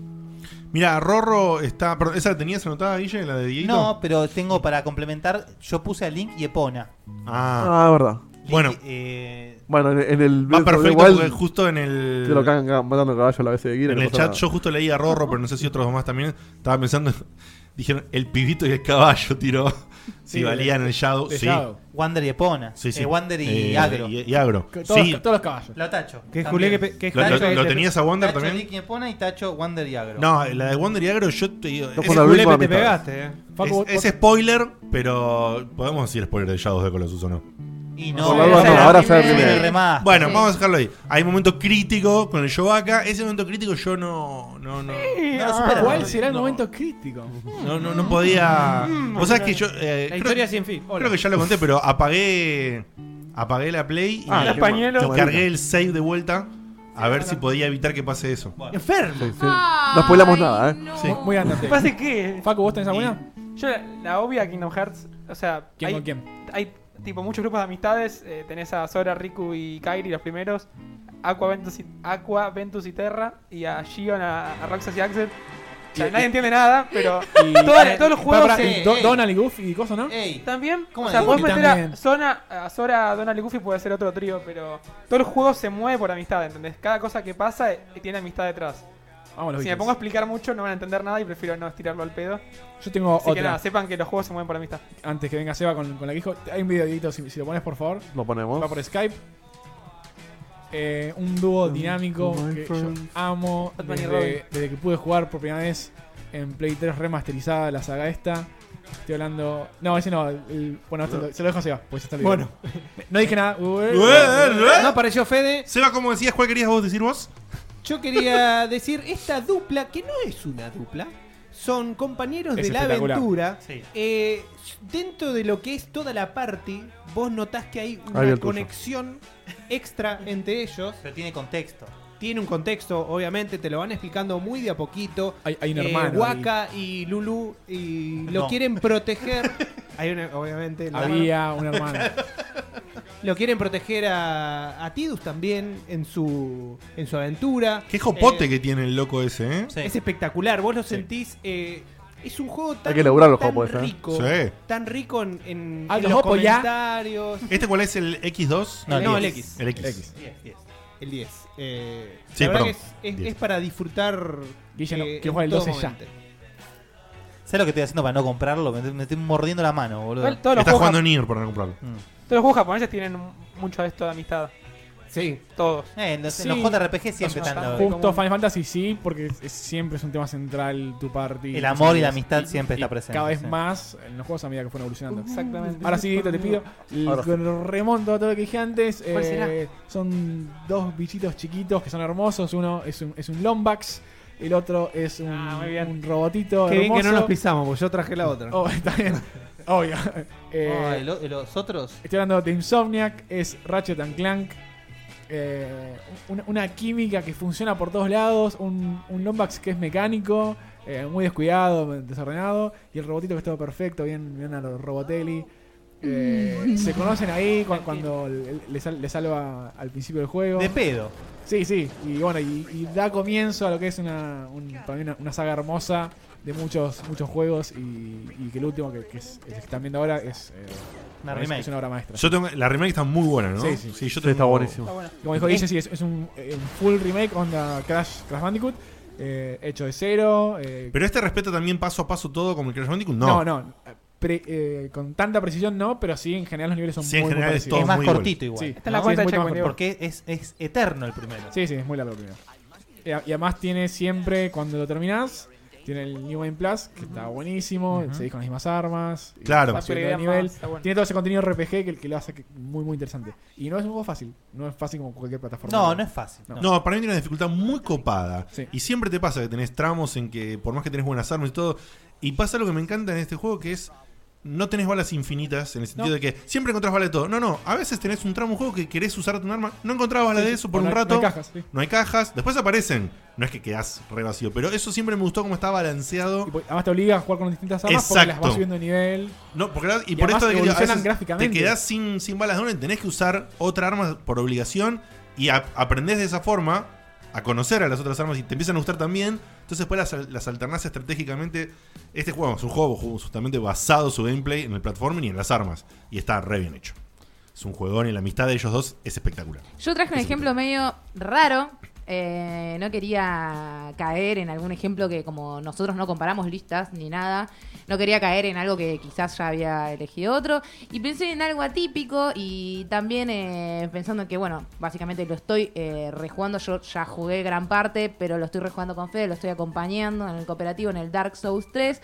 Speaker 1: Mira, Rorro está. perdón, ¿Esa la tenías anotada, Guille? ¿La de Dieguito?
Speaker 4: No, pero tengo para complementar, yo puse a Link y Epona.
Speaker 1: Ah.
Speaker 6: Ah, verdad.
Speaker 4: Link,
Speaker 1: Bueno.
Speaker 4: eh,
Speaker 6: Bueno, en, en el.
Speaker 1: Va
Speaker 6: Breath of the
Speaker 1: perfecto
Speaker 6: Wild
Speaker 1: porque justo en el.
Speaker 6: Te lo cagan ca- matando caballo a la vez de Gira.
Speaker 1: En el chat yo justo leí a Rorro, pero no sé si otros más también. Estaba pensando, dijeron, el pibito y el caballo tiró. Si
Speaker 2: Sí,
Speaker 1: valían el Shadow.
Speaker 2: de
Speaker 1: Sí.
Speaker 2: Shadow.
Speaker 4: Wander y Epona.
Speaker 1: Sí, sí.
Speaker 4: Eh, Wander y
Speaker 1: Eh,
Speaker 4: Agro.
Speaker 1: Y, y agro.
Speaker 2: Que Todos,
Speaker 1: Sí.
Speaker 2: todos los caballos.
Speaker 4: Lo tacho.
Speaker 7: Que
Speaker 4: también.
Speaker 7: Julián que pe- que
Speaker 1: ¿Lo, lo-
Speaker 7: Tacho,
Speaker 1: lo
Speaker 7: eh,
Speaker 1: tenías a Wonder
Speaker 4: Tacho,
Speaker 1: también?
Speaker 4: Link y Epona y Tacho, Wander y Agro.
Speaker 1: No, la de Wonder y Agro, yo te digo.
Speaker 6: No,
Speaker 1: es-
Speaker 6: Juan Abel-
Speaker 7: Jule, que te
Speaker 6: Amistades.
Speaker 7: pegaste, eh.
Speaker 2: Facu, vos-
Speaker 1: Es, es spoiler, pero podemos decir spoiler de Shadows de Colossus o no.
Speaker 4: Y
Speaker 6: No,
Speaker 4: no,
Speaker 6: no, no, no, ahora
Speaker 4: se
Speaker 6: sale
Speaker 4: viene
Speaker 6: primero.
Speaker 4: el remaster.
Speaker 1: Bueno,
Speaker 3: Sí.
Speaker 1: vamos a dejarlo ahí. Hay momento crítico con el Yovaka. Ese momento crítico yo no. No, no,
Speaker 4: No, supera.
Speaker 2: ¿Cuál será el
Speaker 1: No.
Speaker 2: momento crítico?
Speaker 1: no, no, no podía. Vos sabés que yo. eh,
Speaker 7: La
Speaker 1: creo-
Speaker 7: historia sin fin. Hola.
Speaker 1: Creo que ya lo conté, pero apagué. Apagué la play y,
Speaker 6: Ah,
Speaker 1: y
Speaker 5: Los pañuelos.
Speaker 6: Chamarita.
Speaker 1: cargué el save de vuelta a ver si podía evitar que pase eso.
Speaker 7: Enfermo.
Speaker 6: Sí, sí. No spoilamos nada, ¿eh?
Speaker 1: Sí.
Speaker 2: Muy
Speaker 5: ¿Qué
Speaker 2: andante.
Speaker 5: pasa que
Speaker 2: Facu, ¿vos tenés alguna?
Speaker 5: yo la, la obvia Kingdom Hearts, o sea,
Speaker 2: ¿Quién
Speaker 5: hay,
Speaker 2: con quién?
Speaker 5: hay tipo muchos grupos de amistades, eh, tenés a Sora, Riku y Kairi los primeros, Aqua, Ventus y, Aqua, Ventus y Terra y a Gion, a, a Roxas y Axel. O sea,
Speaker 2: Y-
Speaker 5: nadie entiende nada, pero
Speaker 2: Y-
Speaker 5: todas- todos los juegos
Speaker 2: Pará, pará,
Speaker 5: eh,
Speaker 2: y Do-
Speaker 4: eh.
Speaker 2: Donald y Goofy y cosas, ¿no?
Speaker 4: Ey,
Speaker 5: también,
Speaker 4: ¿Cómo
Speaker 5: o sea,
Speaker 4: no?
Speaker 5: vos
Speaker 2: Y
Speaker 5: meter
Speaker 2: también.
Speaker 5: a, Zona, a Sora, Donald y Goofy puede ser otro trío, pero todos los juegos se mueven por amistad, ¿entendés? Cada cosa que pasa eh, tiene amistad detrás.
Speaker 2: Vamos, los
Speaker 5: Si me
Speaker 2: Beatles.
Speaker 5: pongo a explicar mucho no van a entender nada y prefiero no estirarlo al pedo.
Speaker 2: Yo tengo
Speaker 5: Así que
Speaker 2: otra.
Speaker 5: nada, sepan que los juegos se mueven por amistad.
Speaker 2: Antes que venga Seba con, con la que dijo. Hay un videito, si, si lo pones, por favor.
Speaker 6: Lo
Speaker 2: Va
Speaker 6: ponemos.
Speaker 2: por Skype. Eh, un dúo dinámico que yo amo.
Speaker 5: Batman y Robin.
Speaker 2: Desde, desde que pude jugar por primera vez en Play 3 remasterizada la saga esta. Estoy hablando. No, ese no. el- bueno, esto lo- se lo dejo a Seba. Pues ya está el video.
Speaker 7: Bueno.
Speaker 2: No dije nada.
Speaker 7: No apareció Fede.
Speaker 1: Seba, como decías, ¿cuál querías vos decir vos?
Speaker 7: Yo quería decir esta dupla, que no es una dupla, son compañeros
Speaker 2: Es
Speaker 7: de la
Speaker 2: espectacular.
Speaker 7: aventura.
Speaker 4: Sí.
Speaker 7: Eh, dentro de lo que es toda la party, vos notás que hay
Speaker 6: Ahí
Speaker 7: una
Speaker 6: el tuyo.
Speaker 7: conexión extra entre ellos.
Speaker 4: pero tiene contexto.
Speaker 7: Tiene un contexto, obviamente, te lo van explicando muy de a poquito.
Speaker 2: Hay, hay un
Speaker 7: Eh,
Speaker 2: hermano.
Speaker 7: Waka y Lulu y lo
Speaker 4: No.
Speaker 7: quieren proteger. Hay una, obviamente,
Speaker 2: ahí.
Speaker 7: la-
Speaker 2: Había un hermano.
Speaker 7: lo quieren proteger a, a Tidus también en su en su aventura.
Speaker 1: Qué jopote
Speaker 7: Eh,
Speaker 1: que tiene el loco ese, ¿eh?
Speaker 4: Sí.
Speaker 7: Es espectacular, vos lo sentís. eh, es un juego tan,
Speaker 6: que laburar los
Speaker 7: tan
Speaker 6: jopos, ¿eh?
Speaker 7: rico,
Speaker 1: Sí.
Speaker 7: tan rico en, en-
Speaker 2: Ah,
Speaker 7: en
Speaker 2: los
Speaker 7: los
Speaker 2: jopos ya.
Speaker 7: comentarios.
Speaker 1: ¿Este cuál es el X2?
Speaker 7: No,
Speaker 4: No,
Speaker 7: el
Speaker 4: el
Speaker 7: X.
Speaker 1: El X.
Speaker 2: X.
Speaker 4: Diez, diez.
Speaker 7: El 10. eh,
Speaker 1: Sí,
Speaker 7: la verdad
Speaker 1: perdón,
Speaker 7: que es, es-
Speaker 1: 10.
Speaker 7: es para disfrutar.
Speaker 2: Guille, no,
Speaker 7: eh,
Speaker 2: que
Speaker 7: en
Speaker 2: juegue el
Speaker 7: todo
Speaker 2: 12 ya.
Speaker 7: momento.
Speaker 4: ¿Sabes lo que estoy haciendo para no comprarlo? Me, me estoy mordiendo la mano, boludo.
Speaker 5: Igual Todos los,
Speaker 1: Está
Speaker 5: juegos,
Speaker 1: jugando Nier para no comprarlo.
Speaker 4: Mm.
Speaker 5: todos los juegos japoneses tienen un- mucho de esto de amistad.
Speaker 7: Sí.
Speaker 5: Todos.
Speaker 4: Eh, en los, en
Speaker 2: Sí.
Speaker 4: los JRPG siempre
Speaker 5: Los
Speaker 4: están los-
Speaker 5: Como-
Speaker 2: Justo Final Fantasy sí, porque es- siempre es un tema central tu party.
Speaker 4: El amor y la
Speaker 2: Sí,
Speaker 4: amistad
Speaker 2: y-
Speaker 4: siempre
Speaker 2: y
Speaker 4: está presente,
Speaker 2: Cada vez
Speaker 4: sí.
Speaker 2: más en los juegos a medida que fueron evolucionando.
Speaker 5: Exactamente.
Speaker 2: Ahora sí, Dieguito, te pido. l-
Speaker 6: Ahora sí.
Speaker 2: lo Remonto a todo lo que dije antes.
Speaker 5: ¿Cuál
Speaker 2: eh, Son dos bichitos chiquitos que son hermosos. Uno es un, es un Lombax. El otro es un,
Speaker 5: Ah, muy bien.
Speaker 2: un robotito.
Speaker 7: Qué bien que no nos
Speaker 2: hermoso.
Speaker 7: pisamos, porque yo traje la otra.
Speaker 2: Oh, está bien. Obvio. Eh,
Speaker 4: Ah, ¿y lo- y los otros.
Speaker 2: Estoy hablando de Insomniac, es Ratchet and Clank. eh, una, una química que funciona por todos lados. Un, un Lombax que es mecánico, eh, muy descuidado, desordenado. Y el robotito que está perfecto, bien, bien a los Robotelli. Eh, se conocen ahí cu- cuando le, le sal- le salva al principio del juego.
Speaker 4: De pedo.
Speaker 2: Sí, sí. Y bueno, y, y da comienzo a lo que es una, un- para mí una, una saga hermosa de muchos muchos juegos. Y, y que el último que, que es, el que están viendo ahora es, eh,
Speaker 4: Una
Speaker 2: es-
Speaker 4: remake.
Speaker 2: es una obra maestra.
Speaker 1: Yo tengo, la remake está muy buena, ¿no?
Speaker 2: Sí, sí.
Speaker 1: yo
Speaker 6: Sí, está
Speaker 1: tengo-
Speaker 6: buenísimo.
Speaker 5: Está bueno.
Speaker 2: Como dijo Guille, sí, es, es un, eh, un full remake onda Crash, Crash Bandicoot, eh, hecho de cero. eh,
Speaker 1: Pero este respeta también paso a paso todo como el Crash Bandicoot. No.
Speaker 2: no, no. pre- eh, con tanta precisión no, pero sí, en general los niveles son
Speaker 1: Sí, en
Speaker 2: muy, muy
Speaker 1: general es
Speaker 2: parecidos.
Speaker 1: Todo
Speaker 4: es más
Speaker 1: muy
Speaker 4: cortito
Speaker 2: Sí,
Speaker 4: igual.
Speaker 5: Está en la
Speaker 2: sí,
Speaker 5: cuenta
Speaker 2: es
Speaker 5: de
Speaker 2: mucho más
Speaker 5: Checkpoint,
Speaker 2: cortito.
Speaker 4: Porque es, es eterno el primero.
Speaker 2: Eh, Sí, sí, es muy largo el primero. Y, a- y además tiene siempre, cuando lo terminás, Tiene el New Game Plus, que está buenísimo.
Speaker 7: Ujú.
Speaker 2: Seguís con las mismas armas. y
Speaker 1: Claro.
Speaker 2: vas subiendo de
Speaker 5: Upgradean
Speaker 2: nivel.
Speaker 5: más, está bueno.
Speaker 2: Tiene todo ese contenido RPG que, que lo hace que- muy, muy interesante. Y no es un juego fácil. No es fácil como cualquier plataforma.
Speaker 4: No, no es fácil, no.
Speaker 1: No, para mí tiene una dificultad muy copada.
Speaker 2: Sí.
Speaker 1: Y siempre te pasa que tenés tramos en que, por más que tenés buenas armas y todo, y pasa lo que me encanta en este juego, que es, no tenés balas infinitas, en el sentido
Speaker 2: No.
Speaker 1: de que siempre encontrás balas de todo. No, no, a veces tenés un tramo de juego que querés usar un arma, no encontrás balas de
Speaker 2: Sí, sí.
Speaker 1: eso por
Speaker 2: No
Speaker 1: un
Speaker 2: hay- no hay
Speaker 1: rato.
Speaker 2: cajas, sí.
Speaker 1: No hay cajas, después aparecen. No es que quedás re vacío, pero eso siempre me gustó como está balanceado.
Speaker 2: Y po- Además te obliga a jugar con distintas armas porque las
Speaker 1: Exacto.
Speaker 2: vas subiendo de nivel.
Speaker 1: No, porque la- y,
Speaker 2: Y
Speaker 1: por
Speaker 2: además
Speaker 1: esto de que
Speaker 2: evolucionan
Speaker 1: a veces te
Speaker 2: gráficamente.
Speaker 1: quedás sin, sin balas de una y tenés que usar otra arma por obligación y a- aprendés de esa forma a conocer a las otras armas y te empiezan a gustar también. Entonces después las, al- las alternás estratégicamente. Este juego es un juego ju- justamente basado su gameplay en el platforming y en las armas. Y está re bien hecho. Es un juegón y la amistad de ellos dos es espectacular.
Speaker 3: Yo traje un ejemplo medio raro. eh, no quería caer en algún ejemplo que como nosotros no comparamos listas ni nada, no quería caer en algo que quizás ya había elegido otro. Y pensé en algo atípico y también eh, pensando en que, bueno, básicamente lo estoy eh, rejugando, yo ya jugué gran parte, pero lo estoy rejugando con Fede, lo estoy acompañando en el cooperativo, en el Dark Souls 3.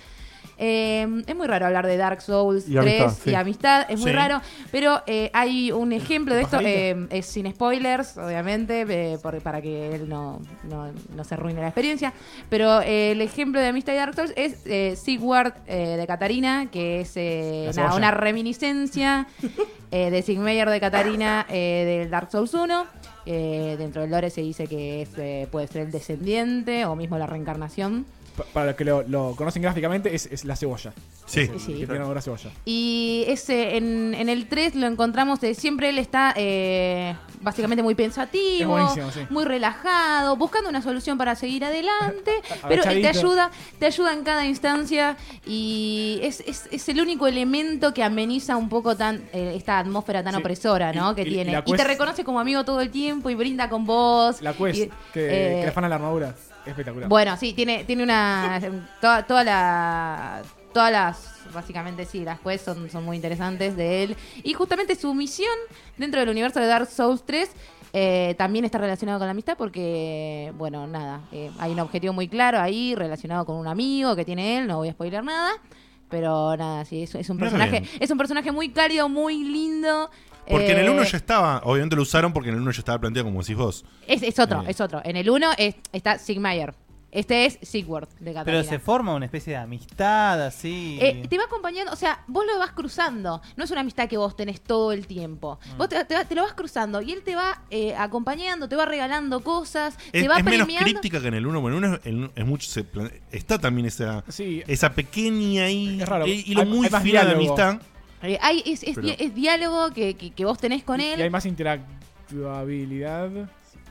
Speaker 3: Eh, es muy raro hablar de Dark Souls
Speaker 6: Y
Speaker 3: 3
Speaker 6: amistad, sí.
Speaker 3: y amistad, es muy
Speaker 1: Sí.
Speaker 3: raro, pero eh, hay un ejemplo de esto,
Speaker 2: pajarito?
Speaker 3: eh, eh, es sin spoilers, obviamente, eh, por- para que él no, no- no se arruine la experiencia. Pero eh, el ejemplo de Amistad y Dark Souls es eh, Sigward eh, de Catarina, que es eh,
Speaker 2: La
Speaker 3: una,
Speaker 2: cebolla.
Speaker 3: una reminiscencia eh, de Sigmeyer de Catarina eh, del Dark Souls 1. Eh, dentro del lore se dice que es, eh, puede ser el descendiente o mismo la reencarnación.
Speaker 2: Pa- Para los que lo, lo conocen gráficamente, es, es la cebolla.
Speaker 1: Sí.
Speaker 3: Sí.
Speaker 2: Que tiene olor a cebolla.
Speaker 3: Y ese en, en el 3 lo encontramos, eh, siempre él está eh, básicamente muy
Speaker 2: Es
Speaker 3: pensativo,
Speaker 2: buenísimo, sí.
Speaker 3: muy relajado, buscando una solución para seguir adelante, pero él te
Speaker 2: Agachadito.
Speaker 3: ayuda, te ayuda en cada instancia y es, es- es el único elemento que ameniza un poco tan eh, esta atmósfera tan
Speaker 2: Sí.
Speaker 3: opresora
Speaker 2: Y-
Speaker 3: ¿no? que
Speaker 2: y- y
Speaker 3: tiene.
Speaker 2: la
Speaker 3: y te
Speaker 2: quest-
Speaker 3: reconoce como amigo todo el tiempo y brinda con vos.
Speaker 2: La quest,
Speaker 3: y,
Speaker 2: que,
Speaker 3: eh,
Speaker 2: que le afana la armadura. Espectacular.
Speaker 3: bueno, sí, tiene, tiene una. Toda, toda la. Todas las. Básicamente, sí, las quests son, son muy interesantes de él. Y justamente su misión dentro del universo de Dark Souls 3. eh, también está relacionado con la amistad porque, bueno, nada, eh, hay un objetivo muy claro ahí relacionado con un amigo que tiene él, no voy a spoiler nada, pero nada, sí, es, es un
Speaker 1: Muy
Speaker 3: personaje,
Speaker 1: bien.
Speaker 3: es un personaje muy cálido, muy lindo.
Speaker 1: Porque en el 1
Speaker 3: eh,
Speaker 1: ya estaba, obviamente lo usaron porque en el 1 ya estaba planteado como decís vos.
Speaker 3: es, es otro,
Speaker 1: Eh.
Speaker 3: es otro. En el 1 es, está Sigmayer. Este es Sigward de Catalina.
Speaker 4: Pero se forma una especie de amistad así.
Speaker 3: Eh, te va acompañando, o sea, vos lo vas cruzando. No es una amistad que vos tenés todo el tiempo.
Speaker 1: Mm.
Speaker 3: Vos te, te va- te lo vas cruzando y él te va eh, acompañando, te va regalando cosas,
Speaker 1: Es,
Speaker 3: te va
Speaker 1: es menos
Speaker 3: premiando.
Speaker 1: crítica que en el 1, bueno, en el 1 es, en- es mucho, se plan- está también esa,
Speaker 2: Sí,
Speaker 1: esa pequeña y,
Speaker 2: Es raro.
Speaker 1: y- y lo
Speaker 2: Hay-
Speaker 1: muy
Speaker 2: hay más
Speaker 1: fina de
Speaker 2: diálogo.
Speaker 1: amistad.
Speaker 3: Eh, hay- es, es
Speaker 1: Pero-
Speaker 3: di- es diálogo que, que- que vos tenés con
Speaker 2: y, y hay
Speaker 3: él.
Speaker 2: más interactuabilidad.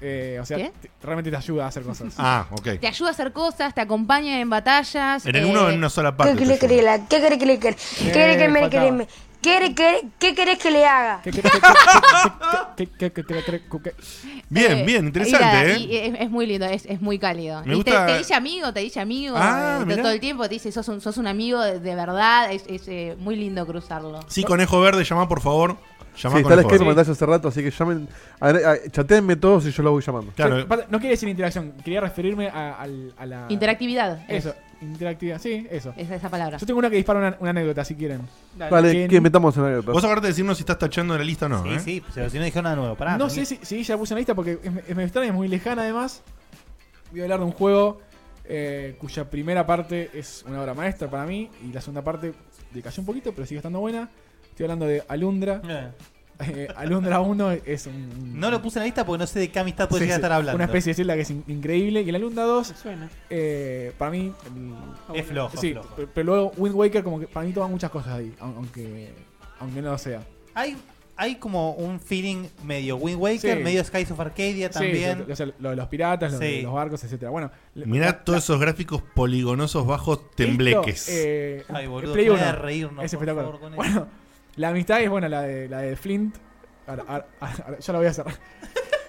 Speaker 2: Eh, o sea,
Speaker 3: ¿Qué?
Speaker 2: te- realmente te ayuda a hacer cosas.
Speaker 1: Ah, ok.
Speaker 3: Te ayuda a hacer cosas, te acompaña en batallas.
Speaker 1: En el
Speaker 3: eh,
Speaker 1: 1 en una sola parte.
Speaker 12: ¿Qué querés que le haga? ¿Qué querés que le haga? ¿Qué querés que me- que me- ¿Qué querés- qué querés que le haga?
Speaker 2: ¿Qué- qué- qué- qué- qué- qué- qué- qué- qué- qué- qué-
Speaker 1: Bien,
Speaker 3: eh,
Speaker 1: bien, interesante,
Speaker 3: y nada,
Speaker 1: ¿eh?
Speaker 3: y es, es muy lindo, es, es muy cálido.
Speaker 1: Me
Speaker 3: Y te-
Speaker 1: gusta-
Speaker 3: te, dice amigo, te dice amigo
Speaker 1: Ah,
Speaker 3: eh, to-
Speaker 1: mirá.
Speaker 3: todo el tiempo, te dice sos un, sos un amigo de, de verdad, es, es, eh, muy lindo cruzarlo.
Speaker 1: Sí, conejo verde, llama por favor. Llama
Speaker 6: Sí, está el
Speaker 1: conejo
Speaker 6: Skype que
Speaker 1: verde.
Speaker 6: mandaste hace rato, así que llamen. agre- a- Chatéenme todos y yo lo voy llamando.
Speaker 1: Claro,
Speaker 2: Aparte, No quería decir interacción, quería referirme a, al- a la.
Speaker 3: Interactividad.
Speaker 2: Eso, interactividad, sí, eso.
Speaker 3: Es esa palabra.
Speaker 2: Yo tengo una que dispara una, una anécdota si quieren.
Speaker 5: Dale.
Speaker 6: Dale,
Speaker 2: ¿quién-
Speaker 6: que metamos en anécdota.
Speaker 1: vos acordate de decirnos si estás tachando de la lista o no,
Speaker 4: sí,
Speaker 1: ¿eh?
Speaker 4: sí, pero si no dijeron nada nuevo, pará.
Speaker 2: no sé si, si ya la puse en la lista porque es, es medio extraña, es muy lejana además. Voy a hablar de un juego eh, cuya primera parte es una obra maestra para mí y la segunda parte decayó un poquito, pero sigue estando buena. Estoy hablando de Alundra.
Speaker 4: Eh,
Speaker 2: Eh, Alundra 1 es un.
Speaker 4: No lo puse en la lista porque no sé de qué amistad puede
Speaker 2: sí,
Speaker 4: llegar a
Speaker 2: sí,
Speaker 4: estar hablando.
Speaker 2: Una especie de celda que es in- increíble. Y el Alundra 2,
Speaker 5: Me suena.
Speaker 2: eh, para mí, el-
Speaker 4: Es flojo,
Speaker 2: Sí,
Speaker 4: flojo.
Speaker 2: pe- pero luego Wind Waker como que para mí toma muchas cosas ahí, aun- aunque aunque no lo sea.
Speaker 4: Hay, hay como un feeling medio Wind Waker,
Speaker 2: Sí.
Speaker 4: medio Skies of Arcadia
Speaker 2: Sí,
Speaker 4: también.
Speaker 2: o sea, lo de los piratas, lo de
Speaker 4: Sí.
Speaker 2: los barcos, etcétera. Bueno,
Speaker 1: Mirá todos esos gráficos poligonosos bajos tembleques.
Speaker 2: Esto, eh,
Speaker 4: Ay, boludo,
Speaker 2: Play
Speaker 4: me voy a
Speaker 2: 1,
Speaker 4: reírnos,
Speaker 2: es
Speaker 4: por
Speaker 2: espectacular.
Speaker 4: favor, con
Speaker 2: bueno, la amistad es bueno, la de, la de Flint. Ahora, ahora- ahora- ya la voy a cerrar.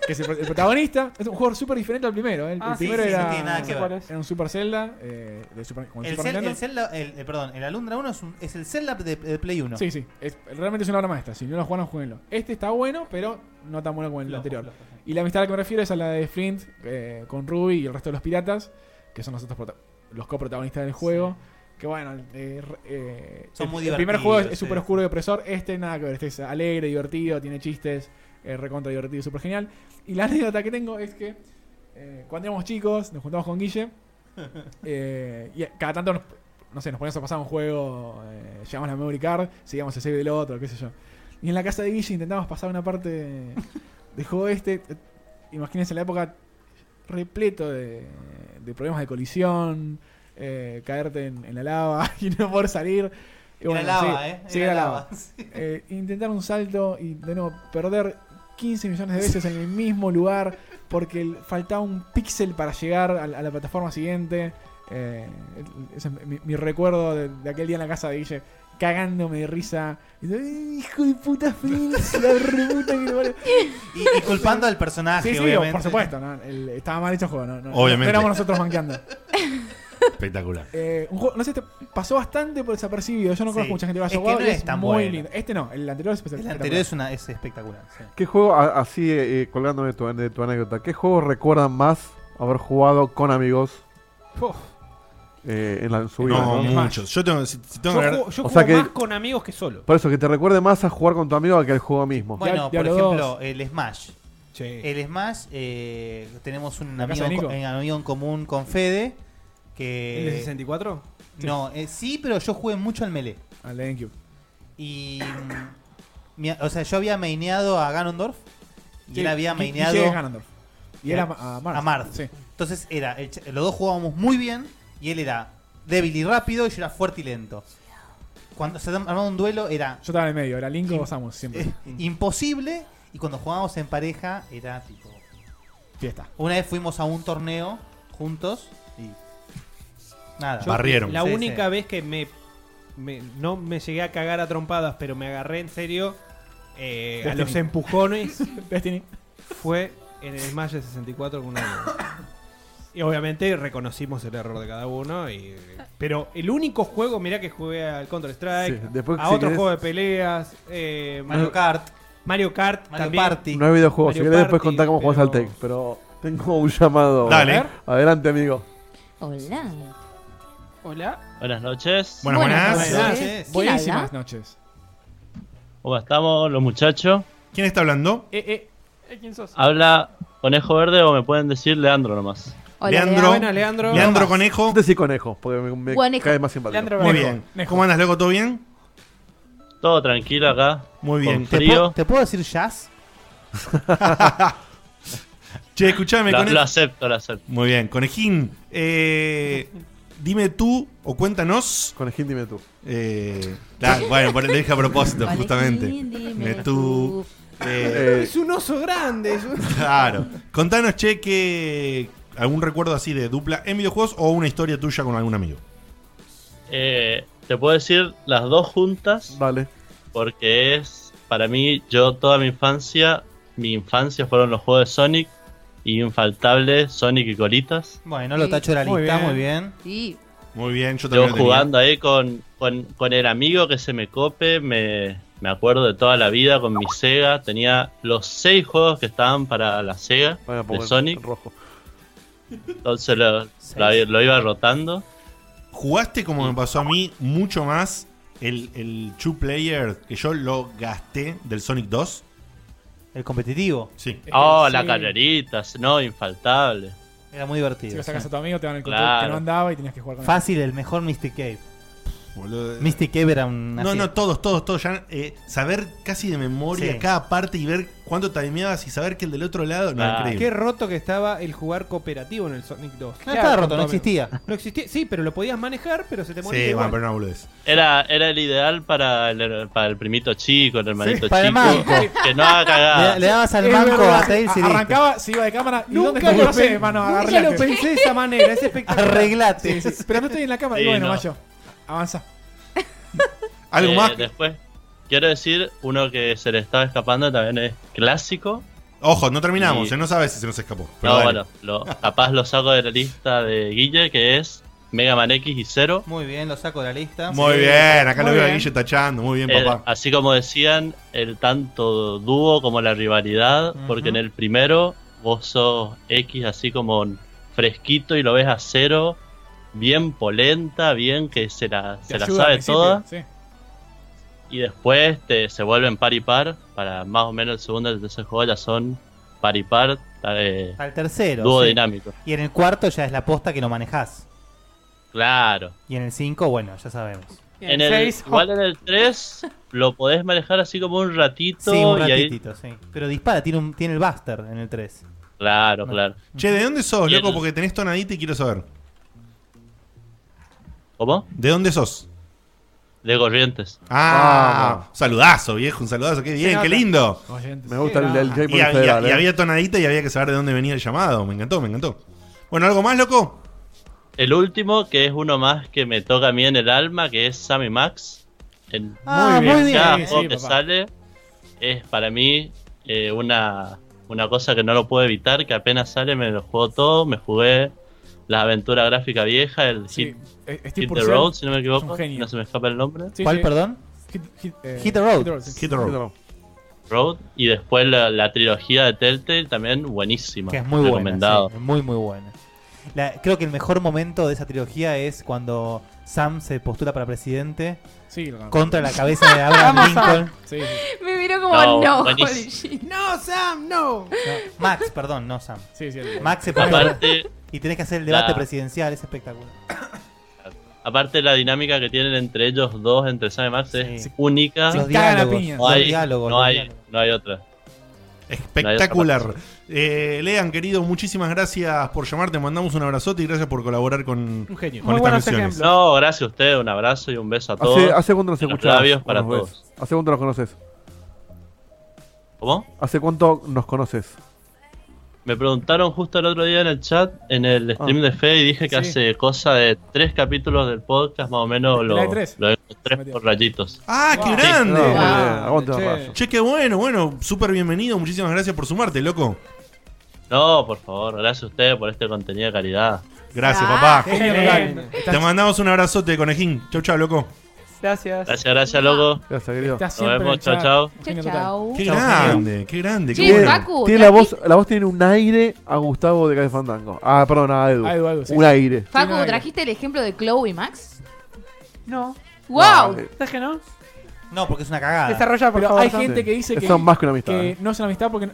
Speaker 2: que es el, el protagonista. Es un juego súper diferente al primero. ¿eh? El,
Speaker 5: Ah,
Speaker 2: el
Speaker 5: sí,
Speaker 2: primero
Speaker 4: sí, sí,
Speaker 2: era,
Speaker 4: no tiene nada que
Speaker 5: ver.
Speaker 2: era un Super Zelda. Eh, de Super, como el
Speaker 4: El,
Speaker 2: Super
Speaker 4: Cel-
Speaker 2: Nintendo.
Speaker 4: el Zelda- el- eh, perdón, el Alundra 1 es, un- es el Zelda de, de Play 1.
Speaker 2: Sí, sí. Es- realmente es una obra maestra. Si no lo jugaron, jueguenlo. Este está bueno, pero no tan bueno como el
Speaker 4: Flojo,
Speaker 2: anterior.
Speaker 4: flojo.
Speaker 2: Y la amistad a la que me refiero es a la de Flint eh, con Ruby y el resto de los piratas, que son los otros prota- los coprotagonistas del juego. Que bueno, eh, re- eh,
Speaker 13: Son
Speaker 2: el,
Speaker 13: muy
Speaker 2: el primer juego es
Speaker 13: divertidos,
Speaker 2: súper
Speaker 13: sí.
Speaker 2: oscuro y opresor. Este nada que ver, este es alegre, divertido, tiene chistes, eh, recontra divertido, súper genial. Y la anécdota que tengo es que eh, cuando éramos chicos, nos juntamos con Guille. eh, y cada tanto nos, no sé, nos poníamos a pasar un juego, eh, llevamos la memory card, seguíamos el save del otro, qué sé yo. Y en la casa de Guille intentábamos pasar una parte de- del juego este. eh, Imagínense la época repleto de, de problemas de colisión, eh, caerte en, en la lava y no poder salir. Y
Speaker 13: Era lava, ¿eh?
Speaker 2: Sí,
Speaker 13: Era
Speaker 2: era
Speaker 13: lava.
Speaker 2: lava. Eh, intentar un salto y de nuevo perder 15 millones de veces en el mismo lugar porque el- faltaba un píxel para llegar a, la- a la plataforma siguiente. Eh, ese es mi, mi recuerdo de, de aquel día en la casa de Guille cagándome de risa. Y digo, "Ay, hijo de puta Félix, la reputa que lo parió".
Speaker 4: Y, y culpando al personaje,
Speaker 2: Sí, sí,
Speaker 4: obviamente.
Speaker 2: por supuesto. no, el- estaba mal hecho el juego. No, no,
Speaker 1: Obviamente.
Speaker 2: no éramos nosotros manqueando.
Speaker 1: Espectacular.
Speaker 2: Eh, un juego, no sé, este pasó bastante por desapercibido. Yo no conozco mucha gente que lo haya
Speaker 4: Es que
Speaker 2: jugado.
Speaker 4: no
Speaker 2: y
Speaker 4: es tan
Speaker 2: muy
Speaker 4: bueno.
Speaker 2: lindo. Este no, el anterior es
Speaker 4: El
Speaker 2: espectacular.
Speaker 4: anterior es, una, es espectacular. sí.
Speaker 6: ¿Qué juego, a- así eh, eh, colgándome de tu, de tu anécdota, qué juego recuerdan más haber jugado con amigos
Speaker 7: Uf.
Speaker 6: eh, en, la, en su vida?
Speaker 1: No, muchos. Yo tengo, si, si tengo
Speaker 7: Yo
Speaker 1: que agregar-
Speaker 7: juego, yo
Speaker 6: O
Speaker 7: juego
Speaker 6: sea que-
Speaker 7: más con amigos que solo.
Speaker 6: Por eso, que te recuerde más a jugar con tu amigo que al juego mismo.
Speaker 4: Bueno, por
Speaker 2: Diablo
Speaker 4: ejemplo,
Speaker 2: 2.
Speaker 4: el Smash. El Smash, eh, tenemos un
Speaker 2: ¿La
Speaker 4: amigo,
Speaker 2: casa de
Speaker 4: en co-
Speaker 2: Nico?
Speaker 4: un amigo en común con Fede. Que...
Speaker 7: ¿El de 64?
Speaker 4: No, eh, sí, pero yo jugué mucho al Melee.
Speaker 2: Al GameCube.
Speaker 4: Y. mm, mi- o sea, yo había maineado a Ganondorf. Y
Speaker 2: Sí,
Speaker 4: él había
Speaker 2: Gu-
Speaker 4: maineado. ¿Eh?
Speaker 2: Guille es Ganondorf. Y él a Ma- a Marth. Sí.
Speaker 4: Entonces era, el ch- los dos jugábamos muy bien. Y él era débil y rápido. Y yo era fuerte y lento. Cuando se armaba un duelo era eh,
Speaker 2: Yo estaba en el medio, era Link o Samus siempre.
Speaker 4: imposible. Y cuando jugábamos en pareja era tipo.
Speaker 2: Fiesta.
Speaker 4: Una vez fuimos a un torneo juntos y. Nada.
Speaker 7: Yo, La única vez que me, me- no me llegué a cagar a trompadas, pero me agarré en serio eh, a
Speaker 2: Destiny.
Speaker 7: los empujones
Speaker 2: Destiny.
Speaker 7: fue en el Smash de 64 con un amigo. Y obviamente reconocimos el error de cada uno. y- pero el único juego, mirá que jugué al Counter-Strike,
Speaker 6: Sí, después,
Speaker 7: a
Speaker 6: si
Speaker 7: otro
Speaker 6: querés-
Speaker 7: juego de peleas, eh,
Speaker 4: Mario Kart.
Speaker 7: Mario Kart,
Speaker 4: Mario
Speaker 7: también.
Speaker 4: Party.
Speaker 6: No hay videojuegos, si
Speaker 7: Mario
Speaker 6: querés después
Speaker 7: Party,
Speaker 6: contar cómo jugás al Tech, pero tengo un llamado.
Speaker 1: Dale.
Speaker 6: A ver. Adelante, amigo.
Speaker 3: Hola.
Speaker 5: Hola.
Speaker 14: Buenas noches.
Speaker 1: Buenas, Buenas
Speaker 2: buenas. noches. ¿Quién Buenísimas habla? noches.
Speaker 14: ¿Cómo estamos los muchachos?
Speaker 1: ¿Quién está hablando?
Speaker 2: Eh, eh.
Speaker 5: ¿Quién sos?
Speaker 14: Ah, ¿Habla Conejo Verde o me pueden decir Leandro nomás?
Speaker 1: Leandro. Leandro Conejo.
Speaker 6: Decí Este Conejo, porque me, me
Speaker 14: Conejo.
Speaker 6: cae más simpático.
Speaker 14: Leandro
Speaker 1: Muy
Speaker 14: Conejo.
Speaker 1: bien. ¿Cómo andas, loco? ¿Todo bien?
Speaker 14: Todo tranquilo acá.
Speaker 1: Muy bien.
Speaker 14: Con
Speaker 1: ¿Te
Speaker 14: frío.
Speaker 4: ¿Te puedo decir jazz?
Speaker 1: Che, escuchame.
Speaker 14: Lo-
Speaker 1: Conejo.
Speaker 14: lo acepto, lo acepto.
Speaker 1: Muy bien. Conejín, eh, dime tú o cuéntanos. Eh, ah,
Speaker 6: Conejín, dime tú.
Speaker 1: bueno, por- lo dije a propósito,
Speaker 7: Conejín,
Speaker 1: justamente.
Speaker 7: dime
Speaker 1: Dime tú. Eh,
Speaker 7: Es un oso grande. es un-
Speaker 1: Claro. Contanos, che, que algún recuerdo así de dupla en videojuegos o una historia tuya con algún amigo.
Speaker 14: Eh, te puedo decir las dos juntas.
Speaker 6: Vale.
Speaker 14: Porque es, para mí, yo toda mi infancia, mi infancia fueron los juegos de Sonic. Y infaltable, Sonic y Colitas.
Speaker 4: Bueno, lo tacho de la lista, muy bien.
Speaker 3: Sí.
Speaker 1: Muy bien, yo
Speaker 14: Yo
Speaker 1: también. lo tenía.
Speaker 14: jugando ahí con, con, con el amigo que se me cope, me, me acuerdo de toda la vida con mi Sega. Tenía los seis juegos que estaban para la Sega de
Speaker 6: pongo el
Speaker 14: Sonic. Entonces lo, lo- lo iba rotando.
Speaker 1: Jugaste como me pasó a mí mucho más el, el two player que yo lo gasté del Sonic 2.
Speaker 4: ¿El competitivo?
Speaker 1: Sí.
Speaker 14: Oh, la
Speaker 2: sí.
Speaker 14: carrerita, no, infaltable.
Speaker 4: Era muy
Speaker 2: Si
Speaker 4: divertido.
Speaker 2: lo sacas
Speaker 4: sí.
Speaker 2: a tu amigo, te dan el control que
Speaker 14: Claro.
Speaker 2: no andaba y tenías que jugar con él.
Speaker 4: Fácil, el mejor Mystic Cave. Mystic Cave era un.
Speaker 1: No, no, todos, todos, todos. Ya, eh, saber casi de memoria
Speaker 4: Sí.
Speaker 1: cada parte y ver cuánto timeabas y saber que el del otro lado. No, increíble.
Speaker 7: Qué roto que estaba el jugar cooperativo en el Sonic 2.
Speaker 4: No estaba roto, no existía.
Speaker 7: No existía, sí, pero lo podías manejar, pero se te moría.
Speaker 1: Sí,
Speaker 7: igual.
Speaker 1: bueno, pero no boludez.
Speaker 14: Era, era el ideal para el, para el primito chico, el hermanito
Speaker 4: para el
Speaker 14: chico.
Speaker 4: manco.
Speaker 14: Que no haga cagada.
Speaker 2: Es verdad, a- Arrancaba, se iba de cámara. ¿y dónde
Speaker 7: Nunca,
Speaker 2: estás?
Speaker 7: lo,
Speaker 2: No sé,
Speaker 7: pen-
Speaker 2: hermano,
Speaker 7: nunca
Speaker 2: arreglate.
Speaker 7: lo pensé de esa manera, es espectacular.
Speaker 4: Arreglate.
Speaker 2: Sí, sí, Pero no estoy en la cámara. y
Speaker 14: Sí,
Speaker 2: bueno,
Speaker 14: no.
Speaker 2: macho, avanza.
Speaker 1: ¿Algo
Speaker 14: Eh,
Speaker 1: más?
Speaker 14: Después, quiero decir, uno que se le estaba escapando también es clásico.
Speaker 1: Ojo, no terminamos,
Speaker 14: Y-
Speaker 1: eh, no sabes si se nos escapó. pero
Speaker 14: No,
Speaker 1: dale.
Speaker 14: bueno, lo- capaz lo saco de la lista de Guille, que es Mega Man X y Zero.
Speaker 4: Muy bien, lo saco de la lista.
Speaker 1: Muy
Speaker 4: Sí.
Speaker 1: bien, acá lo
Speaker 4: Muy
Speaker 1: veo a
Speaker 4: bien.
Speaker 1: Guille tachando. Muy bien,
Speaker 14: El-
Speaker 1: papá.
Speaker 14: Eh, así como decían, el tanto dúo como la rivalidad, porque en el primero vos sos X así como fresquito y lo ves a cero bien polenta, bien que se la, se la
Speaker 2: ayuda al
Speaker 14: sabe
Speaker 2: principio,
Speaker 14: toda.
Speaker 2: sí.
Speaker 14: Y después te- se vuelven par y par. Para más o menos el segundo y el tercer juego ya son par y par. eh,
Speaker 4: Al tercero.
Speaker 14: Dúo
Speaker 4: sí.
Speaker 14: dinámico.
Speaker 4: Y en el cuarto ya es la posta que lo manejás.
Speaker 14: Claro.
Speaker 4: Y en el oh. 5, bueno, ya sabemos.
Speaker 14: En el, igual en el 3 lo podés manejar así como un ratito.
Speaker 4: Sí, un
Speaker 14: y ahí-
Speaker 4: ratitito, sí. Pero dispara, tiene, un, tiene el Buster en el 3.
Speaker 14: Claro, claro.
Speaker 1: Che, ¿de dónde sos,
Speaker 14: Y
Speaker 1: loco?
Speaker 14: el-
Speaker 1: Porque
Speaker 4: Eh.
Speaker 1: tenés tonadita y quiero saber.
Speaker 14: ¿Cómo?
Speaker 1: ¿De dónde sos?
Speaker 14: De Corrientes.
Speaker 1: Ah, saludazo, viejo, un saludazo. Qué bien, qué lindo.
Speaker 6: Me gusta el, el Game
Speaker 1: Y,
Speaker 6: Boy
Speaker 1: había-
Speaker 6: Federal,
Speaker 1: y
Speaker 6: eh.
Speaker 1: había tonadita y había que saber de dónde venía el llamado. Me encantó, me encantó. Bueno, ¿algo más, loco?
Speaker 14: El último, que es uno más que me toca a mí en el alma, que es Sammy Max. En
Speaker 4: Ah, muy bien.
Speaker 14: Cada
Speaker 4: Sí,
Speaker 14: juego
Speaker 4: sí,
Speaker 14: que
Speaker 4: papá.
Speaker 14: sale es para mí eh, una, una cosa que no lo puedo evitar, que apenas sale me lo juego todo, me jugué la aventura gráfica vieja, el Hit,
Speaker 2: eh, Steve
Speaker 14: Hit the
Speaker 2: Purcell
Speaker 14: Road, si no me
Speaker 2: es un
Speaker 14: equivoco,
Speaker 2: genio.
Speaker 14: no se me escapa el nombre.
Speaker 2: Sí, sí. Hit, hit, eh,
Speaker 4: Hit the Road.
Speaker 2: sí.
Speaker 1: Hit the Road.
Speaker 14: Road. Y después la, la trilogía de Telltale también buenísima.
Speaker 4: Que es muy
Speaker 14: recomendado.
Speaker 4: buena. sí, muy, muy buena. La- creo que el mejor momento de esa trilogía es cuando Sam se postula para presidente
Speaker 2: Sí, lo-
Speaker 4: contra la cabeza de Abraham
Speaker 2: Vamos, Sam.
Speaker 4: Lincoln.
Speaker 2: Sí, sí.
Speaker 3: Me miró como, no, no
Speaker 14: buenísimo.
Speaker 3: holy shit.
Speaker 7: No, Sam, no.
Speaker 4: Max, perdón, no Sam.
Speaker 2: Sí, sí, el-
Speaker 4: Max se postula
Speaker 14: Aparte,
Speaker 4: y tenés que hacer el debate
Speaker 14: la-
Speaker 4: presidencial, es espectacular.
Speaker 14: Aparte la dinámica que tienen entre ellos dos, entre Sam y Max, es única.
Speaker 4: Se Los cagan a diálogos, piñas.
Speaker 14: No
Speaker 4: los
Speaker 14: hay,
Speaker 4: diálogos,
Speaker 14: no
Speaker 4: los
Speaker 14: hay,
Speaker 4: diálogos.
Speaker 14: no hay otra.
Speaker 1: Espectacular. Eh, Lean, querido, muchísimas gracias por llamar. Te mandamos un abrazote y gracias por colaborar con,
Speaker 7: Un genio.
Speaker 1: con estas misiones.
Speaker 14: No, gracias a usted, un abrazo y un beso a todos.
Speaker 6: Hace, hace cuánto nos
Speaker 14: En los
Speaker 6: escuchás.
Speaker 14: labios
Speaker 6: o
Speaker 14: para
Speaker 6: nos ves?
Speaker 14: todos.
Speaker 6: ¿Hace cuánto nos conoces?
Speaker 14: ¿Cómo?
Speaker 6: ¿Hace cuánto nos conoces?
Speaker 14: Me preguntaron justo el otro día en el chat, en el stream
Speaker 6: Ah.
Speaker 14: de Fe, y dije que
Speaker 6: Sí.
Speaker 14: hace cosa de tres capítulos del podcast, más o menos lo,
Speaker 2: la de
Speaker 14: lo
Speaker 2: tres.
Speaker 14: de los tres por rayitos.
Speaker 1: ¡Ah,
Speaker 2: Wow.
Speaker 1: qué grande!
Speaker 6: No, muy bien,
Speaker 14: Ah,
Speaker 6: aguante
Speaker 2: che.
Speaker 6: el rayo.
Speaker 1: Che, qué bueno, bueno, súper bienvenido. Muchísimas gracias por sumarte, loco.
Speaker 14: No, por favor, gracias a ustedes por este contenido de calidad.
Speaker 1: Gracias,
Speaker 5: Ah,
Speaker 1: papá.
Speaker 5: qué lindo.
Speaker 1: Te mandamos un abrazote, conejín. Chau, chau, loco.
Speaker 5: Gracias.
Speaker 14: Gracias, gracias, loco.
Speaker 6: Gracias, querido.
Speaker 2: Está
Speaker 14: Nos
Speaker 2: siempre
Speaker 14: vemos,
Speaker 2: en el
Speaker 14: chao,
Speaker 2: chat.
Speaker 14: chao.
Speaker 2: Genio
Speaker 3: Chao,
Speaker 2: total.
Speaker 3: chao.
Speaker 1: Qué
Speaker 6: Chau,
Speaker 1: grande, qué grande. qué
Speaker 3: Sí,
Speaker 1: bueno.
Speaker 3: Facu,
Speaker 6: Tiene la
Speaker 3: tranqui.
Speaker 6: voz, la voz tiene un aire a Gustavo de Café Fandango. Ah, perdón, a Edu.
Speaker 2: A Edu, a Edu, sí.
Speaker 6: Un aire.
Speaker 2: Sí,
Speaker 3: Facu,
Speaker 2: no,
Speaker 3: ¿trajiste el ejemplo de Chloe y Max?
Speaker 5: No.
Speaker 3: ¡Wow!
Speaker 6: eh,
Speaker 5: ¿Sabes que no?
Speaker 4: No, porque es una cagada.
Speaker 5: Desarrolla, por
Speaker 2: Pero
Speaker 5: favor.
Speaker 2: hay
Speaker 5: Sam.
Speaker 2: gente que dice que,
Speaker 6: Son más que una amistad.
Speaker 2: que
Speaker 6: eh.
Speaker 2: no es una amistad porque no,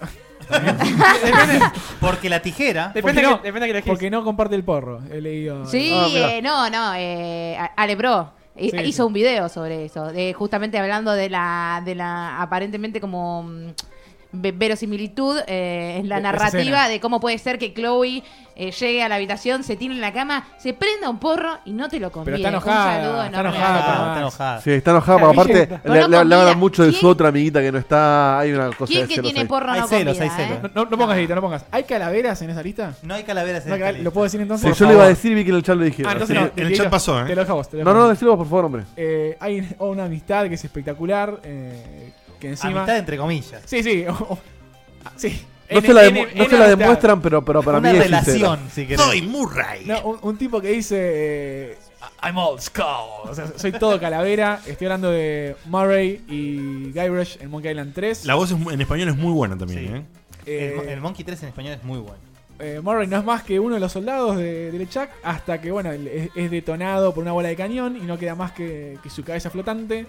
Speaker 5: Depende,
Speaker 4: Porque la tijera.
Speaker 5: depende,
Speaker 2: no?
Speaker 5: que, depende que elegís.
Speaker 2: porque no comparte el porro. He leído.
Speaker 3: Sí,
Speaker 6: Ah, mira.
Speaker 3: eh, no, no, eh, Ale Pro hi-
Speaker 2: Sí,
Speaker 3: hizo
Speaker 2: sí.
Speaker 3: un video sobre eso, de- justamente hablando de la, de la aparentemente como mm, ve- verosimilitud eh, en la
Speaker 2: De- de E-, esa
Speaker 3: narrativa
Speaker 2: escena.
Speaker 3: de cómo puede ser que Chloe eh, llegue a la habitación, se tire en la cama, se prenda un porro y no te lo
Speaker 2: Pero
Speaker 3: conviene.
Speaker 2: está
Speaker 3: Un saludo
Speaker 2: enojada. Está
Speaker 3: enorme.
Speaker 2: enojada.
Speaker 4: Ah,
Speaker 2: con
Speaker 4: está
Speaker 2: Max.
Speaker 4: enojada.
Speaker 6: Sí, está enojada, pero
Speaker 2: Capilla.
Speaker 6: aparte
Speaker 3: No,
Speaker 6: le,
Speaker 3: no
Speaker 6: le- le hablan
Speaker 3: convida.
Speaker 6: mucho de su
Speaker 3: ¿Quién?
Speaker 6: otra amiguita que no está. Hay una cosa
Speaker 3: ¿Quién
Speaker 6: de
Speaker 3: que
Speaker 6: celos
Speaker 3: tiene
Speaker 6: ahí.
Speaker 3: porro
Speaker 4: Hay
Speaker 3: no
Speaker 4: celos,
Speaker 3: convida,
Speaker 4: hay
Speaker 3: eh?
Speaker 4: celos.
Speaker 2: No, no pongas edita, no pongas. ¿Hay calaveras en esa lista?
Speaker 4: No hay calaveras en
Speaker 2: No hay
Speaker 4: esta
Speaker 2: calaveras. ¿Lo puedo decir
Speaker 6: Sí,
Speaker 2: entonces?
Speaker 6: yo le iba a decir y vi que en el chat lo dijeron.
Speaker 2: Ah, entonces
Speaker 6: así
Speaker 2: no,
Speaker 6: que-
Speaker 1: en el
Speaker 2: Dieguito,
Speaker 1: chat pasó, ¿eh?
Speaker 2: Te lo dejo a vos. te lo dejo
Speaker 6: no,
Speaker 2: a
Speaker 6: no,
Speaker 2: vos.
Speaker 6: no, decilo vos, por favor, hombre.
Speaker 2: Eh, hay una amistad que es espectacular. eh, que
Speaker 4: lista.
Speaker 2: encima.
Speaker 4: Amistad entre comillas.
Speaker 2: Sí, sí. o- o- ah, sí.
Speaker 6: No
Speaker 2: En-
Speaker 6: se la,
Speaker 2: en-
Speaker 6: demu-
Speaker 2: en
Speaker 6: no se la
Speaker 2: amistad.
Speaker 6: demuestran, pero, pero para
Speaker 4: una
Speaker 6: mí es sincera.
Speaker 4: relación, si querés.
Speaker 1: Soy Murray.
Speaker 2: No, un, un tipo que dice. eh, I'm all skull. O sea, soy todo calavera. Estoy hablando de Murray y Guybrush en Monkey Island 3.
Speaker 1: La voz es mu- en español es muy buena también,
Speaker 4: Sí.
Speaker 1: ¿eh?
Speaker 4: El, Mo-
Speaker 2: Eh,
Speaker 4: el Monkey 3 en español es muy bueno.
Speaker 2: eh, Murray no es más que uno de los soldados de, de LeChuck hasta que, bueno, él es, es detonado por una bola de cañón y no queda más que, que su cabeza flotante.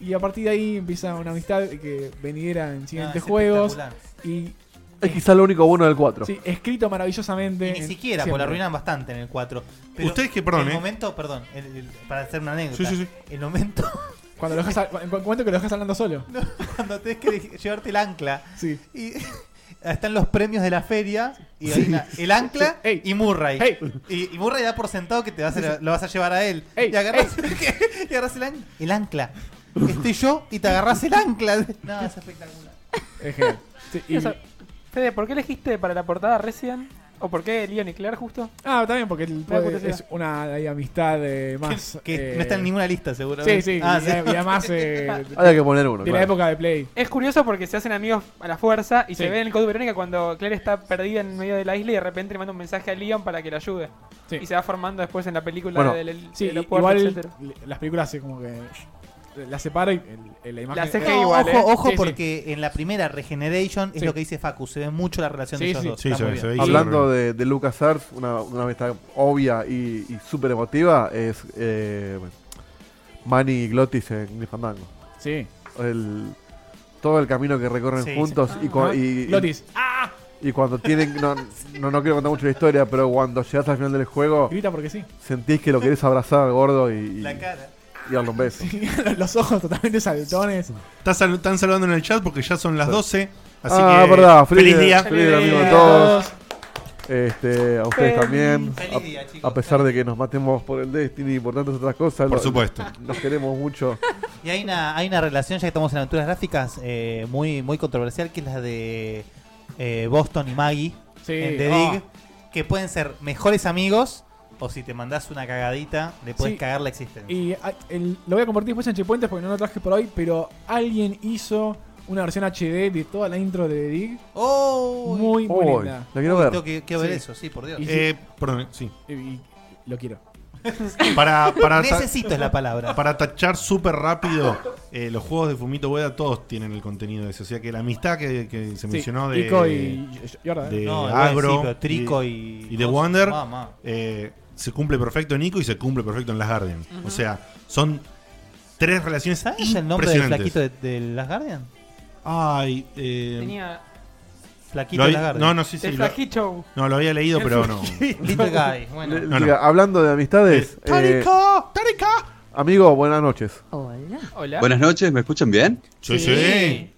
Speaker 2: Y a partir de ahí empieza una amistad que venidera en
Speaker 4: No,
Speaker 2: siguientes
Speaker 4: Ah, es
Speaker 2: juegos.
Speaker 4: espectacular.
Speaker 2: Y
Speaker 6: Es quizá lo único bueno del 4.
Speaker 2: sí, escrito maravillosamente.
Speaker 4: Y ni
Speaker 2: en-
Speaker 4: siquiera,
Speaker 2: siempre.
Speaker 4: porque lo arruinan bastante en el 4. Pero
Speaker 1: Ustedes que- perdón,
Speaker 4: El
Speaker 1: eh.
Speaker 4: momento, perdón, el- el- para hacer una anécdota.
Speaker 1: Sí, sí, sí.
Speaker 4: El momento
Speaker 2: Cuando lo dejas, al- en cu- cuento que lo dejas hablando solo.
Speaker 4: cuando tenés que de- llevarte el ancla
Speaker 2: Sí.
Speaker 4: y están los premios de la feria y hay una- el ancla
Speaker 2: Sí. Ey.
Speaker 4: y Murray.
Speaker 2: Ey.
Speaker 4: Y, y Murray da por sentado que te vas a, lo vas a llevar a él.
Speaker 2: Ey.
Speaker 4: Y agarras, y agarras el, an- el ancla. Estoy yo y te agarras el ancla. Ah, No, es espectacular.
Speaker 2: Es genial. Sí, y-
Speaker 5: Eso. Fede, ¿por qué elegiste para la portada Resident? ¿O por qué Leon y Claire justo?
Speaker 2: Ah, también porque el-
Speaker 5: Me da
Speaker 2: puede-
Speaker 5: curiosidad.
Speaker 2: es una hay amistad eh, más.
Speaker 4: Que
Speaker 2: eh,
Speaker 4: no está en ninguna lista, seguro.
Speaker 2: Sí, sí,
Speaker 4: Ah,
Speaker 2: y,
Speaker 4: sí.
Speaker 2: y además eh, de,
Speaker 6: Hay que poner uno.
Speaker 2: de la
Speaker 6: claro.
Speaker 2: época de Play.
Speaker 5: Es curioso porque se hacen amigos a la fuerza y
Speaker 2: Sí.
Speaker 5: se ve en el Code Verónica cuando Claire está perdida en medio de la isla y de repente le manda un mensaje a Leon para que la ayude.
Speaker 2: Sí.
Speaker 5: Y se va formando después en la película
Speaker 6: Bueno,
Speaker 5: del, del
Speaker 2: Sí,
Speaker 5: aeropuerto,
Speaker 2: igual
Speaker 5: etcétera.
Speaker 2: le- las películas es como que la separa y el- el- Eh, la imagen. ¿eh?
Speaker 4: No,
Speaker 5: ¿eh?
Speaker 4: Ojo, ojo porque en la primera Regeneration es
Speaker 2: Sí.
Speaker 4: lo que dice Facu, se ve mucho la relación de ellos dos.
Speaker 1: Sí,
Speaker 4: Está
Speaker 1: se
Speaker 4: muy
Speaker 1: ve,
Speaker 4: bien.
Speaker 1: se ve.
Speaker 6: Hablando de, de LucasArts, una, una amistad obvia y, y súper emotiva es eh, bueno, Manny y Glotis en Grim Fandango.
Speaker 2: Sí.
Speaker 6: El, todo el camino que recorren
Speaker 2: Sí,
Speaker 6: juntos
Speaker 2: sí.
Speaker 6: y, cua-
Speaker 2: Ajá.
Speaker 6: y, y-
Speaker 2: Ah, Glotis. ¡Ah!
Speaker 6: y cuando tienen. No, no, no quiero contar mucho la historia, pero cuando llegas al final del juego.
Speaker 2: Grita porque sí.
Speaker 6: Sentís que lo querés abrazar al gordo y. y- Y darle un beso.
Speaker 2: Los ojos totalmente saltones.
Speaker 1: Estás sal- están saludando en el chat porque ya son las 12. Así
Speaker 6: ah,
Speaker 1: que
Speaker 6: verdad, feliz,
Speaker 1: feliz día.
Speaker 6: Feliz día, amigo, a todos. Este, a ustedes
Speaker 1: Feliz-
Speaker 6: también.
Speaker 1: feliz
Speaker 6: A-
Speaker 1: día,
Speaker 6: a, pesar de que nos matemos por el Destiny y por tantas otras cosas.
Speaker 1: Por
Speaker 6: lo-
Speaker 1: supuesto.
Speaker 6: Nos queremos mucho.
Speaker 4: Y hay una, hay una relación, ya que estamos en aventuras gráficas, eh, muy, muy controversial, que es la de eh, Boston y Maggie
Speaker 2: Sí.
Speaker 4: en The
Speaker 2: Ah.
Speaker 4: Dig, que pueden ser mejores amigos o si te mandás una cagadita, le puedes
Speaker 2: Sí.
Speaker 4: cagar la existencia.
Speaker 2: Y ah, el- lo voy a compartir después en Checkpointers porque no lo traje por hoy, pero alguien hizo una versión HD de toda la intro de The Dig.
Speaker 4: ¡Oh!
Speaker 2: Muy, muy
Speaker 1: Uy,
Speaker 2: linda.
Speaker 1: la quiero Uy, ver. tengo que-
Speaker 4: quiero ver eso, sí, por Dios.
Speaker 2: Y
Speaker 1: Eh, perdón, sí.
Speaker 2: y- y lo quiero.
Speaker 1: Para, para ta-
Speaker 4: Necesito es la palabra.
Speaker 1: Para tachar súper rápido, eh, los juegos de Fumito Ueda todos tienen el contenido de ese. O sea que la amistad que, que se
Speaker 2: Sí,
Speaker 1: mencionó de,
Speaker 2: Ico y- y ahora, ¿eh?
Speaker 1: de
Speaker 2: No, igual, sí,
Speaker 1: Agro
Speaker 2: pero Trico y-
Speaker 1: The Wonder
Speaker 2: Mamá.
Speaker 1: eh, se cumple perfecto en Ico y se cumple perfecto en Las Guardian. O sea, son tres relaciones
Speaker 4: ¿Sabes el nombre del
Speaker 1: impresionantes.
Speaker 4: flaquito de, de Las Guardian?
Speaker 1: Ay, eh,
Speaker 5: Tenía.
Speaker 4: Flaquito
Speaker 1: lo
Speaker 4: de
Speaker 1: había-
Speaker 4: Las Guardian.
Speaker 1: no, no, sí, sí.
Speaker 5: El
Speaker 1: lo-
Speaker 5: flaquito.
Speaker 1: no, lo había leído,
Speaker 5: El
Speaker 1: pero no.
Speaker 5: flaquito.
Speaker 4: Little Guy, bueno.
Speaker 1: No, no.
Speaker 6: Diga, Hablando de amistades. eh,
Speaker 1: ¡Tarica! ¡Tarica!
Speaker 6: amigo, buenas noches.
Speaker 3: Hola.
Speaker 5: Hola.
Speaker 13: Buenas noches, ¿me escuchan bien?
Speaker 1: Sí,
Speaker 5: Sí. sí.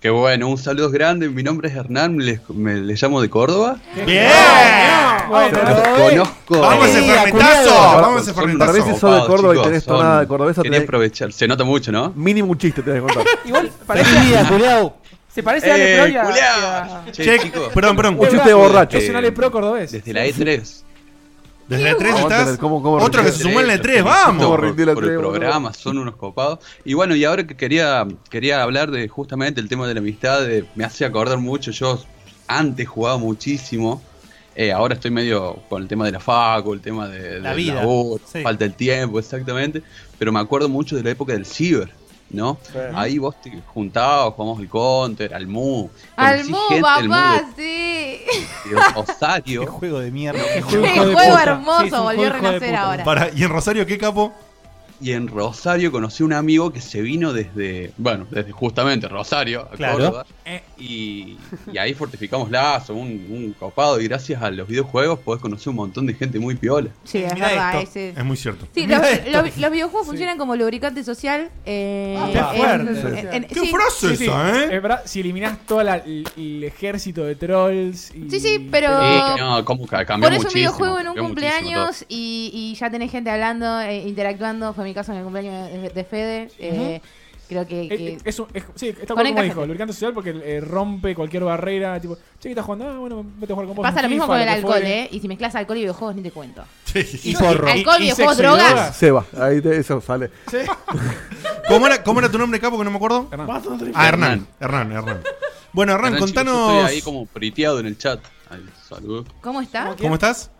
Speaker 13: Qué bueno, un saludo grande. Mi nombre es Hernán, les, me, les llamo de Córdoba.
Speaker 1: ¡Bien!
Speaker 13: Conozco.
Speaker 1: ¡Vamos a ese
Speaker 13: Son-
Speaker 1: fermentazo!
Speaker 13: son-
Speaker 1: ¡Vamos a ese
Speaker 13: son
Speaker 1: fermentazo!
Speaker 13: recopados,
Speaker 6: sos de Córdoba y
Speaker 13: chicos,
Speaker 6: tenés
Speaker 13: son-
Speaker 6: tonada de cordobesa,
Speaker 13: Quería
Speaker 6: tenés-
Speaker 13: aprovechar, se nota mucho, ¿no?
Speaker 6: Mínimo un chiste te voy a contar.
Speaker 5: Igual parece. Se parece a Ale
Speaker 13: Eh,
Speaker 5: Pro y a-
Speaker 13: culiao.
Speaker 5: a-
Speaker 13: Che,
Speaker 1: Che,
Speaker 13: chicos.
Speaker 1: perdón, perdón.
Speaker 6: Un chiste borracho.
Speaker 13: Eh,
Speaker 6: Es un
Speaker 2: Ale Pro cordobés.
Speaker 13: Desde la E E3.
Speaker 1: Desde la E3
Speaker 13: Aguante,
Speaker 1: estás.
Speaker 13: del cómo- cómo
Speaker 1: Otro que
Speaker 13: rindió
Speaker 1: se sumó en la
Speaker 13: E3,
Speaker 1: E3, vamos.
Speaker 13: por- por el programa, son unos copados. Y bueno, y ahora que quería, quería hablar de justamente el tema de la amistad, de- me hace acordar mucho, yo antes jugaba muchísimo, eh, ahora estoy medio con el tema de la facu, el tema de,
Speaker 4: La
Speaker 13: del
Speaker 4: vida,
Speaker 13: laburo,
Speaker 4: sí.
Speaker 13: falta el tiempo, exactamente, pero me acuerdo mucho de la época del ciber. ¿No? Ahí vos te juntabas, jugamos el counter, al mu,
Speaker 3: Al
Speaker 13: conocí
Speaker 3: Mu,
Speaker 13: gente del Mu
Speaker 3: papá, sí.
Speaker 13: de- de Rosario.
Speaker 4: juego de mierda.
Speaker 3: Qué juego hermoso, volvió a renacer ahora.
Speaker 1: ¿Y en Rosario qué capo?
Speaker 13: Y en Rosario conocí a un amigo que se vino desde, bueno, desde justamente Rosario, a
Speaker 4: Claro.
Speaker 13: Córdoba.
Speaker 1: Eh.
Speaker 13: Y, y ahí fortificamos lazo, un, un copado. Y gracias a los videojuegos podés conocer un montón de gente muy piola.
Speaker 3: Sí, es
Speaker 1: Eh, Mirá
Speaker 3: verdad.
Speaker 1: esto.
Speaker 3: ese-
Speaker 1: Es muy cierto.
Speaker 3: Sí, los, los- los videojuegos funcionan como lubricante social. Eh,
Speaker 1: Ah, qué fuerte. Qué frase
Speaker 2: Sí, sí.
Speaker 1: esa, ¿eh?
Speaker 2: Es verdad, si eliminás todo el ejército de trolls. Y,
Speaker 3: Sí, sí, pero-
Speaker 13: Sí, que no, cómo ca- cambió
Speaker 3: Pones un
Speaker 13: muchísimo,
Speaker 3: videojuego en un
Speaker 13: cambió muchísimo
Speaker 3: cumpleaños y, y ya tenés gente hablando, eh, interactuando. Fue mi caso en el cumpleaños de, de Fede. eh, Creo que.
Speaker 2: Eh,
Speaker 3: que-
Speaker 2: eh, es un- es- sí, está
Speaker 3: Conecta
Speaker 2: bueno como dijo,
Speaker 3: gente.
Speaker 2: lubricante social porque eh, rompe cualquier barrera. Tipo, che, ¿qué estás jugando? Ah, bueno, vete a jugar con vos.
Speaker 3: Pasa
Speaker 2: un
Speaker 3: lo mismo
Speaker 2: FIFA,
Speaker 3: con el
Speaker 2: que
Speaker 3: alcohol,
Speaker 2: fuere.
Speaker 3: ¿eh? Y si mezclas alcohol y videojuegos, ni te cuento.
Speaker 1: Y
Speaker 3: porro. Alcohol,
Speaker 2: Y- y
Speaker 3: videojuegos,
Speaker 2: sexo y
Speaker 3: drogas.
Speaker 6: Seba, ahí te- eso sale.
Speaker 1: ¿Cómo era, ¿Cómo era tu nombre, capo, que no me acuerdo?
Speaker 6: Hernán.
Speaker 1: Ah, Hernán. Hernán, Hernán. Bueno, Hernán,
Speaker 13: Hernán, chicos, yo
Speaker 1: contanos.
Speaker 13: estoy ahí como priteado en el chat. Ahí, saludos.
Speaker 3: ¿Cómo está?
Speaker 1: ¿Cómo estás?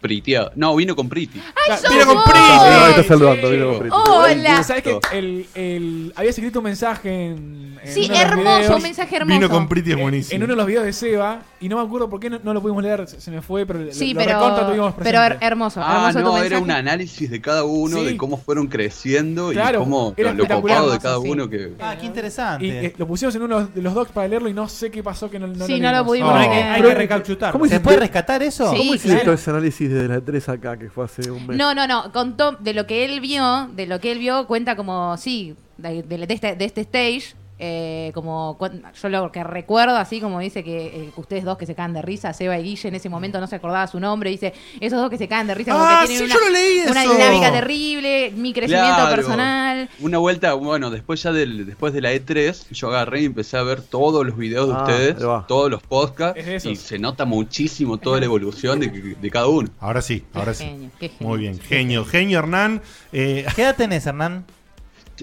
Speaker 13: Priteado. No, vino con Priti.
Speaker 2: Ah,
Speaker 3: ¡Ay,
Speaker 1: Mira con
Speaker 3: somos!
Speaker 1: Priti.
Speaker 6: Ahí está saludando, vino con Priti.
Speaker 3: Hola.
Speaker 2: ¿Sabes que el, el- habías escrito un mensaje en. en
Speaker 3: Sí,
Speaker 2: uno de los
Speaker 3: hermoso,
Speaker 2: videos?
Speaker 3: un mensaje hermoso. Vino con
Speaker 1: Priti, es
Speaker 2: En-
Speaker 1: buenísimo.
Speaker 2: En uno de los videos de Seba, y no me acuerdo por qué no, no lo pudimos leer, se se me fue, pero.
Speaker 3: Sí,
Speaker 2: lo
Speaker 3: pero.
Speaker 2: recontra tuvimos
Speaker 3: Pero her-
Speaker 2: presente.
Speaker 3: hermoso,
Speaker 13: Ah,
Speaker 3: hermoso tu
Speaker 13: no, era
Speaker 3: mensaje.
Speaker 13: un análisis de cada uno,
Speaker 2: Sí.
Speaker 13: de cómo fueron creciendo
Speaker 2: Claro,
Speaker 13: y cómo
Speaker 2: era
Speaker 13: lo, lo
Speaker 2: espectacular,
Speaker 13: copado de
Speaker 2: hermoso,
Speaker 13: cada
Speaker 2: sí.
Speaker 13: uno que.
Speaker 4: Ah, qué interesante.
Speaker 2: Y eh, lo pusimos en uno de los docs para leerlo y no sé qué pasó que no, no
Speaker 3: Sí, no lo
Speaker 2: leímos. Ah,
Speaker 3: pudimos
Speaker 4: Bueno, hay que- hay que recauchutar. ¿Se puede rescatar eso?
Speaker 3: Sí,
Speaker 6: ¿Cómo hiciste
Speaker 3: claro.
Speaker 6: ese análisis de la 3 acá que fue hace un mes?
Speaker 3: No, no, no. Contó de lo que él vio, de lo que él vio, cuenta como, sí, de, de- de este, de este stage. eh, como cuen- yo lo que recuerdo, así como dice que eh, que ustedes dos que se caen de risa, Seba y Guille, en ese momento no se acordaba su nombre. Dice, esos dos que se caen de risa, como
Speaker 1: Ah,
Speaker 3: que tienen
Speaker 1: sí,
Speaker 3: una,
Speaker 1: yo lo leí
Speaker 3: una
Speaker 1: eso.
Speaker 3: dinámica terrible, mi crecimiento
Speaker 13: Claro.
Speaker 3: personal.
Speaker 13: Una vuelta, bueno, después ya del, después de la E3, yo agarré y empecé a ver todos los videos de
Speaker 6: Ah, ahí va.
Speaker 13: ustedes, todos los podcasts,
Speaker 2: Es de esos.
Speaker 13: y se nota muchísimo toda la evolución de, de cada uno.
Speaker 1: Ahora sí, ahora sí.
Speaker 3: genio, qué genio.
Speaker 1: Muy bien, genio, genio Hernán. Eh,
Speaker 4: ¿Qué edad tenés, Hernán?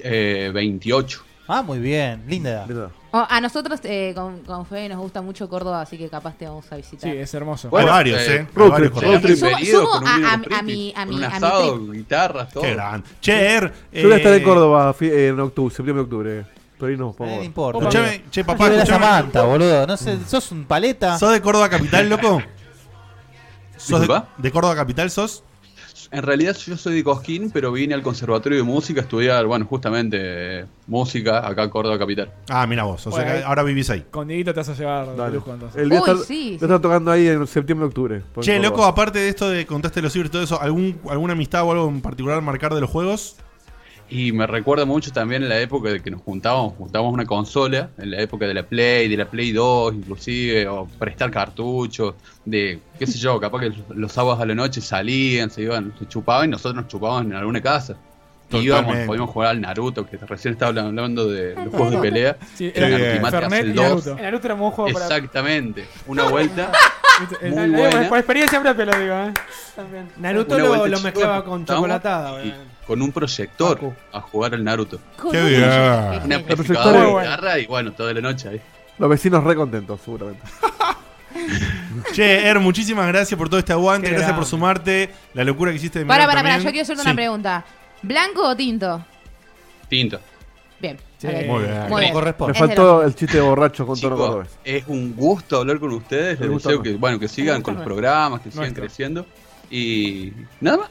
Speaker 13: Eh, 28.
Speaker 4: Ah, muy bien, linda edad.
Speaker 3: O- a nosotros eh, con, con Fede nos gusta mucho Córdoba, así que capaz te vamos a visitar.
Speaker 2: Sí, es hermoso.
Speaker 13: Bueno,
Speaker 1: Hay varios,
Speaker 13: eh,
Speaker 1: ¿eh?
Speaker 13: road
Speaker 1: Hay varios
Speaker 13: trip,
Speaker 1: con-
Speaker 13: road trip.
Speaker 3: Subo,
Speaker 13: Bienvenido
Speaker 3: subo
Speaker 13: con un
Speaker 3: Ah, a, a-
Speaker 13: vino
Speaker 3: a mi, a mi,
Speaker 13: un
Speaker 3: a mi
Speaker 13: asado,
Speaker 3: trip.
Speaker 13: guitarras, todo.
Speaker 1: Qué gran. Che, Er,
Speaker 6: Yo voy a estar
Speaker 1: eh,
Speaker 6: en Córdoba fi- en octubre, septiembre, octubre. Pero ahí no, por favor.
Speaker 4: Eh, No importa.
Speaker 1: Escuchame, che, papá,
Speaker 4: Yo era
Speaker 1: escuchame.
Speaker 4: Samantha, boludo. No sé, sos un paleta.
Speaker 1: ¿Sos de Córdoba Capital, loco? ¿Sos de,
Speaker 13: Disculpa.
Speaker 1: de Córdoba Capital sos?
Speaker 13: En realidad yo soy de Cosquín, pero vine al Conservatorio de Música a estudiar, bueno, justamente eh, música acá en Córdoba Capital.
Speaker 1: Ah, mira vos. O sea
Speaker 2: Bueno,
Speaker 1: que
Speaker 2: ahí-
Speaker 1: ahora vivís ahí.
Speaker 2: Con Dieguito te vas a llevar de
Speaker 6: Dale.
Speaker 2: lujo entonces.
Speaker 6: El día
Speaker 3: Uy,
Speaker 6: estar,
Speaker 3: sí,
Speaker 6: voy
Speaker 3: sí.
Speaker 6: a estar tocando ahí en septiembre, octubre. por
Speaker 1: Che,
Speaker 6: Córdoba.
Speaker 1: loco, aparte de esto de contaste los libros y todo eso, ¿algún, ¿alguna amistad o algo en particular marcar de los juegos?
Speaker 13: Y me recuerda mucho también en la época de que nos juntábamos, juntábamos una consola, en la época de la Play, de la Play 2 inclusive, o prestar cartuchos, de qué sé yo, capaz que los sábados a la noche salían, se iban, se chupaban y nosotros nos chupábamos en alguna casa. Y íbamos,
Speaker 1: Totalmente.
Speaker 13: podíamos jugar al Naruto, que recién estaba hablando de los juegos de pelea.
Speaker 2: Sí,
Speaker 13: El
Speaker 1: era
Speaker 13: Antimate
Speaker 2: Fernet
Speaker 13: hace el
Speaker 2: y
Speaker 13: 2.
Speaker 2: Naruto.
Speaker 5: El Naruto era un juego para.
Speaker 13: Exactamente, una vuelta.
Speaker 5: Eh,
Speaker 13: muy
Speaker 5: lo digo por-
Speaker 13: buena.
Speaker 5: Por experiencia propia lo digo, ¿eh? También.
Speaker 7: Naruto
Speaker 13: Una
Speaker 7: lo,
Speaker 13: vuelta
Speaker 7: lo
Speaker 13: chica,
Speaker 7: mezclaba
Speaker 13: nos
Speaker 7: con
Speaker 13: juntábamos
Speaker 7: chocolatada.
Speaker 13: y
Speaker 7: obviamente.
Speaker 13: con un proyector a jugar al Naruto.
Speaker 1: Qué bien.
Speaker 13: Una
Speaker 6: proyector
Speaker 13: amplificadora de
Speaker 6: es-
Speaker 13: guitarra y bueno, toda la noche ahí.
Speaker 6: Los vecinos re contentos, seguramente.
Speaker 1: Che, Er, muchísimas gracias por todo este aguante,
Speaker 7: Qué
Speaker 1: gracias por
Speaker 7: grande.
Speaker 1: sumarte, la locura que hiciste de
Speaker 3: Para,
Speaker 1: Milán
Speaker 3: para, para, yo
Speaker 1: también.
Speaker 3: quiero hacerte
Speaker 1: Sí.
Speaker 3: una pregunta. ¿Blanco o tinto?
Speaker 13: Tinto.
Speaker 3: Bien.
Speaker 2: Sí.
Speaker 3: ok.
Speaker 1: Muy bien.
Speaker 3: Muy bien.
Speaker 6: Me
Speaker 3: Es de
Speaker 6: faltó
Speaker 3: los-
Speaker 6: el chiste de borracho con tono
Speaker 13: Chicos,
Speaker 6: cordobés.
Speaker 13: es un gusto hablar con ustedes.
Speaker 6: El
Speaker 13: Les
Speaker 6: gusto
Speaker 13: deseo
Speaker 6: es
Speaker 13: que, bueno, que sigan con los programas, que sigan
Speaker 2: Nuestro.
Speaker 13: creciendo. Y nada más.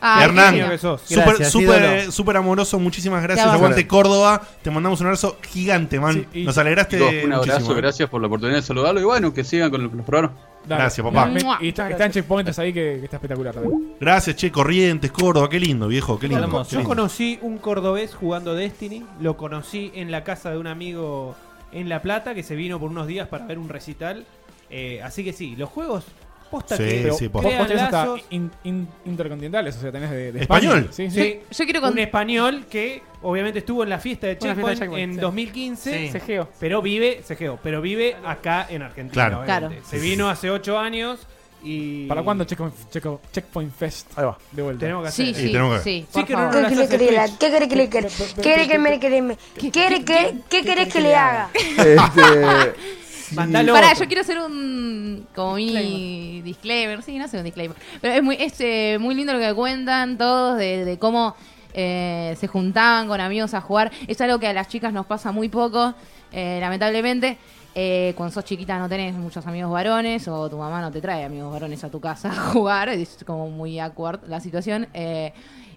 Speaker 13: Ah,
Speaker 3: Ay,
Speaker 1: Hernán. eh,
Speaker 3: genio.
Speaker 7: que sos.
Speaker 1: Súper,
Speaker 4: Gracias,
Speaker 1: súper,
Speaker 4: ídolo.
Speaker 1: súper amoroso, muchísimas gracias.
Speaker 3: Te amo.
Speaker 1: Aguante Córdoba, te mandamos un abrazo gigante, man.
Speaker 2: Sí, y-
Speaker 1: Nos alegraste.
Speaker 13: Chicos, un abrazo,
Speaker 1: muchísimo. eh.
Speaker 13: gracias por la oportunidad de saludarlo. Y bueno, que sigan con los, los programas.
Speaker 2: Dale.
Speaker 1: Gracias, papá.
Speaker 2: Me- Y está, está en checkpoints ahí que, que está espectacular también.
Speaker 1: Gracias, che, Corrientes, Córdoba, qué lindo, viejo, qué lindo.
Speaker 4: Hermoso.
Speaker 1: qué
Speaker 7: Yo
Speaker 1: lindo.
Speaker 7: conocí un cordobés jugando Destiny, lo conocí en la casa de un amigo en La Plata que se vino por unos días para ver un recital. Eh, así que sí, los juegos posta
Speaker 1: Sí,
Speaker 7: que
Speaker 1: sí,
Speaker 2: Vos,
Speaker 1: posta.
Speaker 7: crean
Speaker 2: vos tenés hasta
Speaker 7: lazos.
Speaker 2: in- in- intercontinentales, o sea, tenés de, de
Speaker 1: ¿Español?
Speaker 2: España. Sí, sí.
Speaker 7: Sí,
Speaker 3: Yo quiero
Speaker 7: un
Speaker 3: con...
Speaker 7: español que obviamente estuvo en la fiesta de
Speaker 5: Una fiesta
Speaker 7: Checkpoint,
Speaker 5: de Checkpoint,
Speaker 7: en
Speaker 5: sí.
Speaker 7: 2015,
Speaker 5: Se geo.
Speaker 7: pero vive, Segeo, pero vive acá en Argentina.
Speaker 1: Claro.
Speaker 7: obviamente.
Speaker 3: Claro.
Speaker 7: Se vino hace 8 años y
Speaker 2: ¿Para cuándo Checkpoint, Checkpoint- Checkpoint Fest?
Speaker 6: Ahí va.
Speaker 2: De vuelta.
Speaker 7: tenemos que hacer?
Speaker 3: Sí,
Speaker 1: Sí,
Speaker 3: sí,
Speaker 1: tenemos que-
Speaker 3: sí,
Speaker 7: Sí,
Speaker 3: por
Speaker 7: que no,
Speaker 3: favor.
Speaker 7: no,
Speaker 12: ¿Qué quiere que le haga? ¿Qué quiere que le haga? ¿Qué
Speaker 8: Este,
Speaker 12: quiere que me- que le-
Speaker 3: ¿Qué-
Speaker 12: ¿Quiere que- ¿Qué quiere que le haga?
Speaker 6: Este,
Speaker 7: Mandalo.
Speaker 3: Pará, yo quiero hacer un como mini disclaimer, sí, no sé un disclaimer, pero es muy es, eh, muy lindo lo que cuentan todos de, de cómo eh, se juntaban con amigos a jugar. Es algo que a las chicas nos pasa muy poco, eh, lamentablemente. Eh, cuando sos chiquita no tenés muchos amigos varones o tu mamá no te trae amigos varones a tu casa a jugar, es como muy awkward la situación. eh,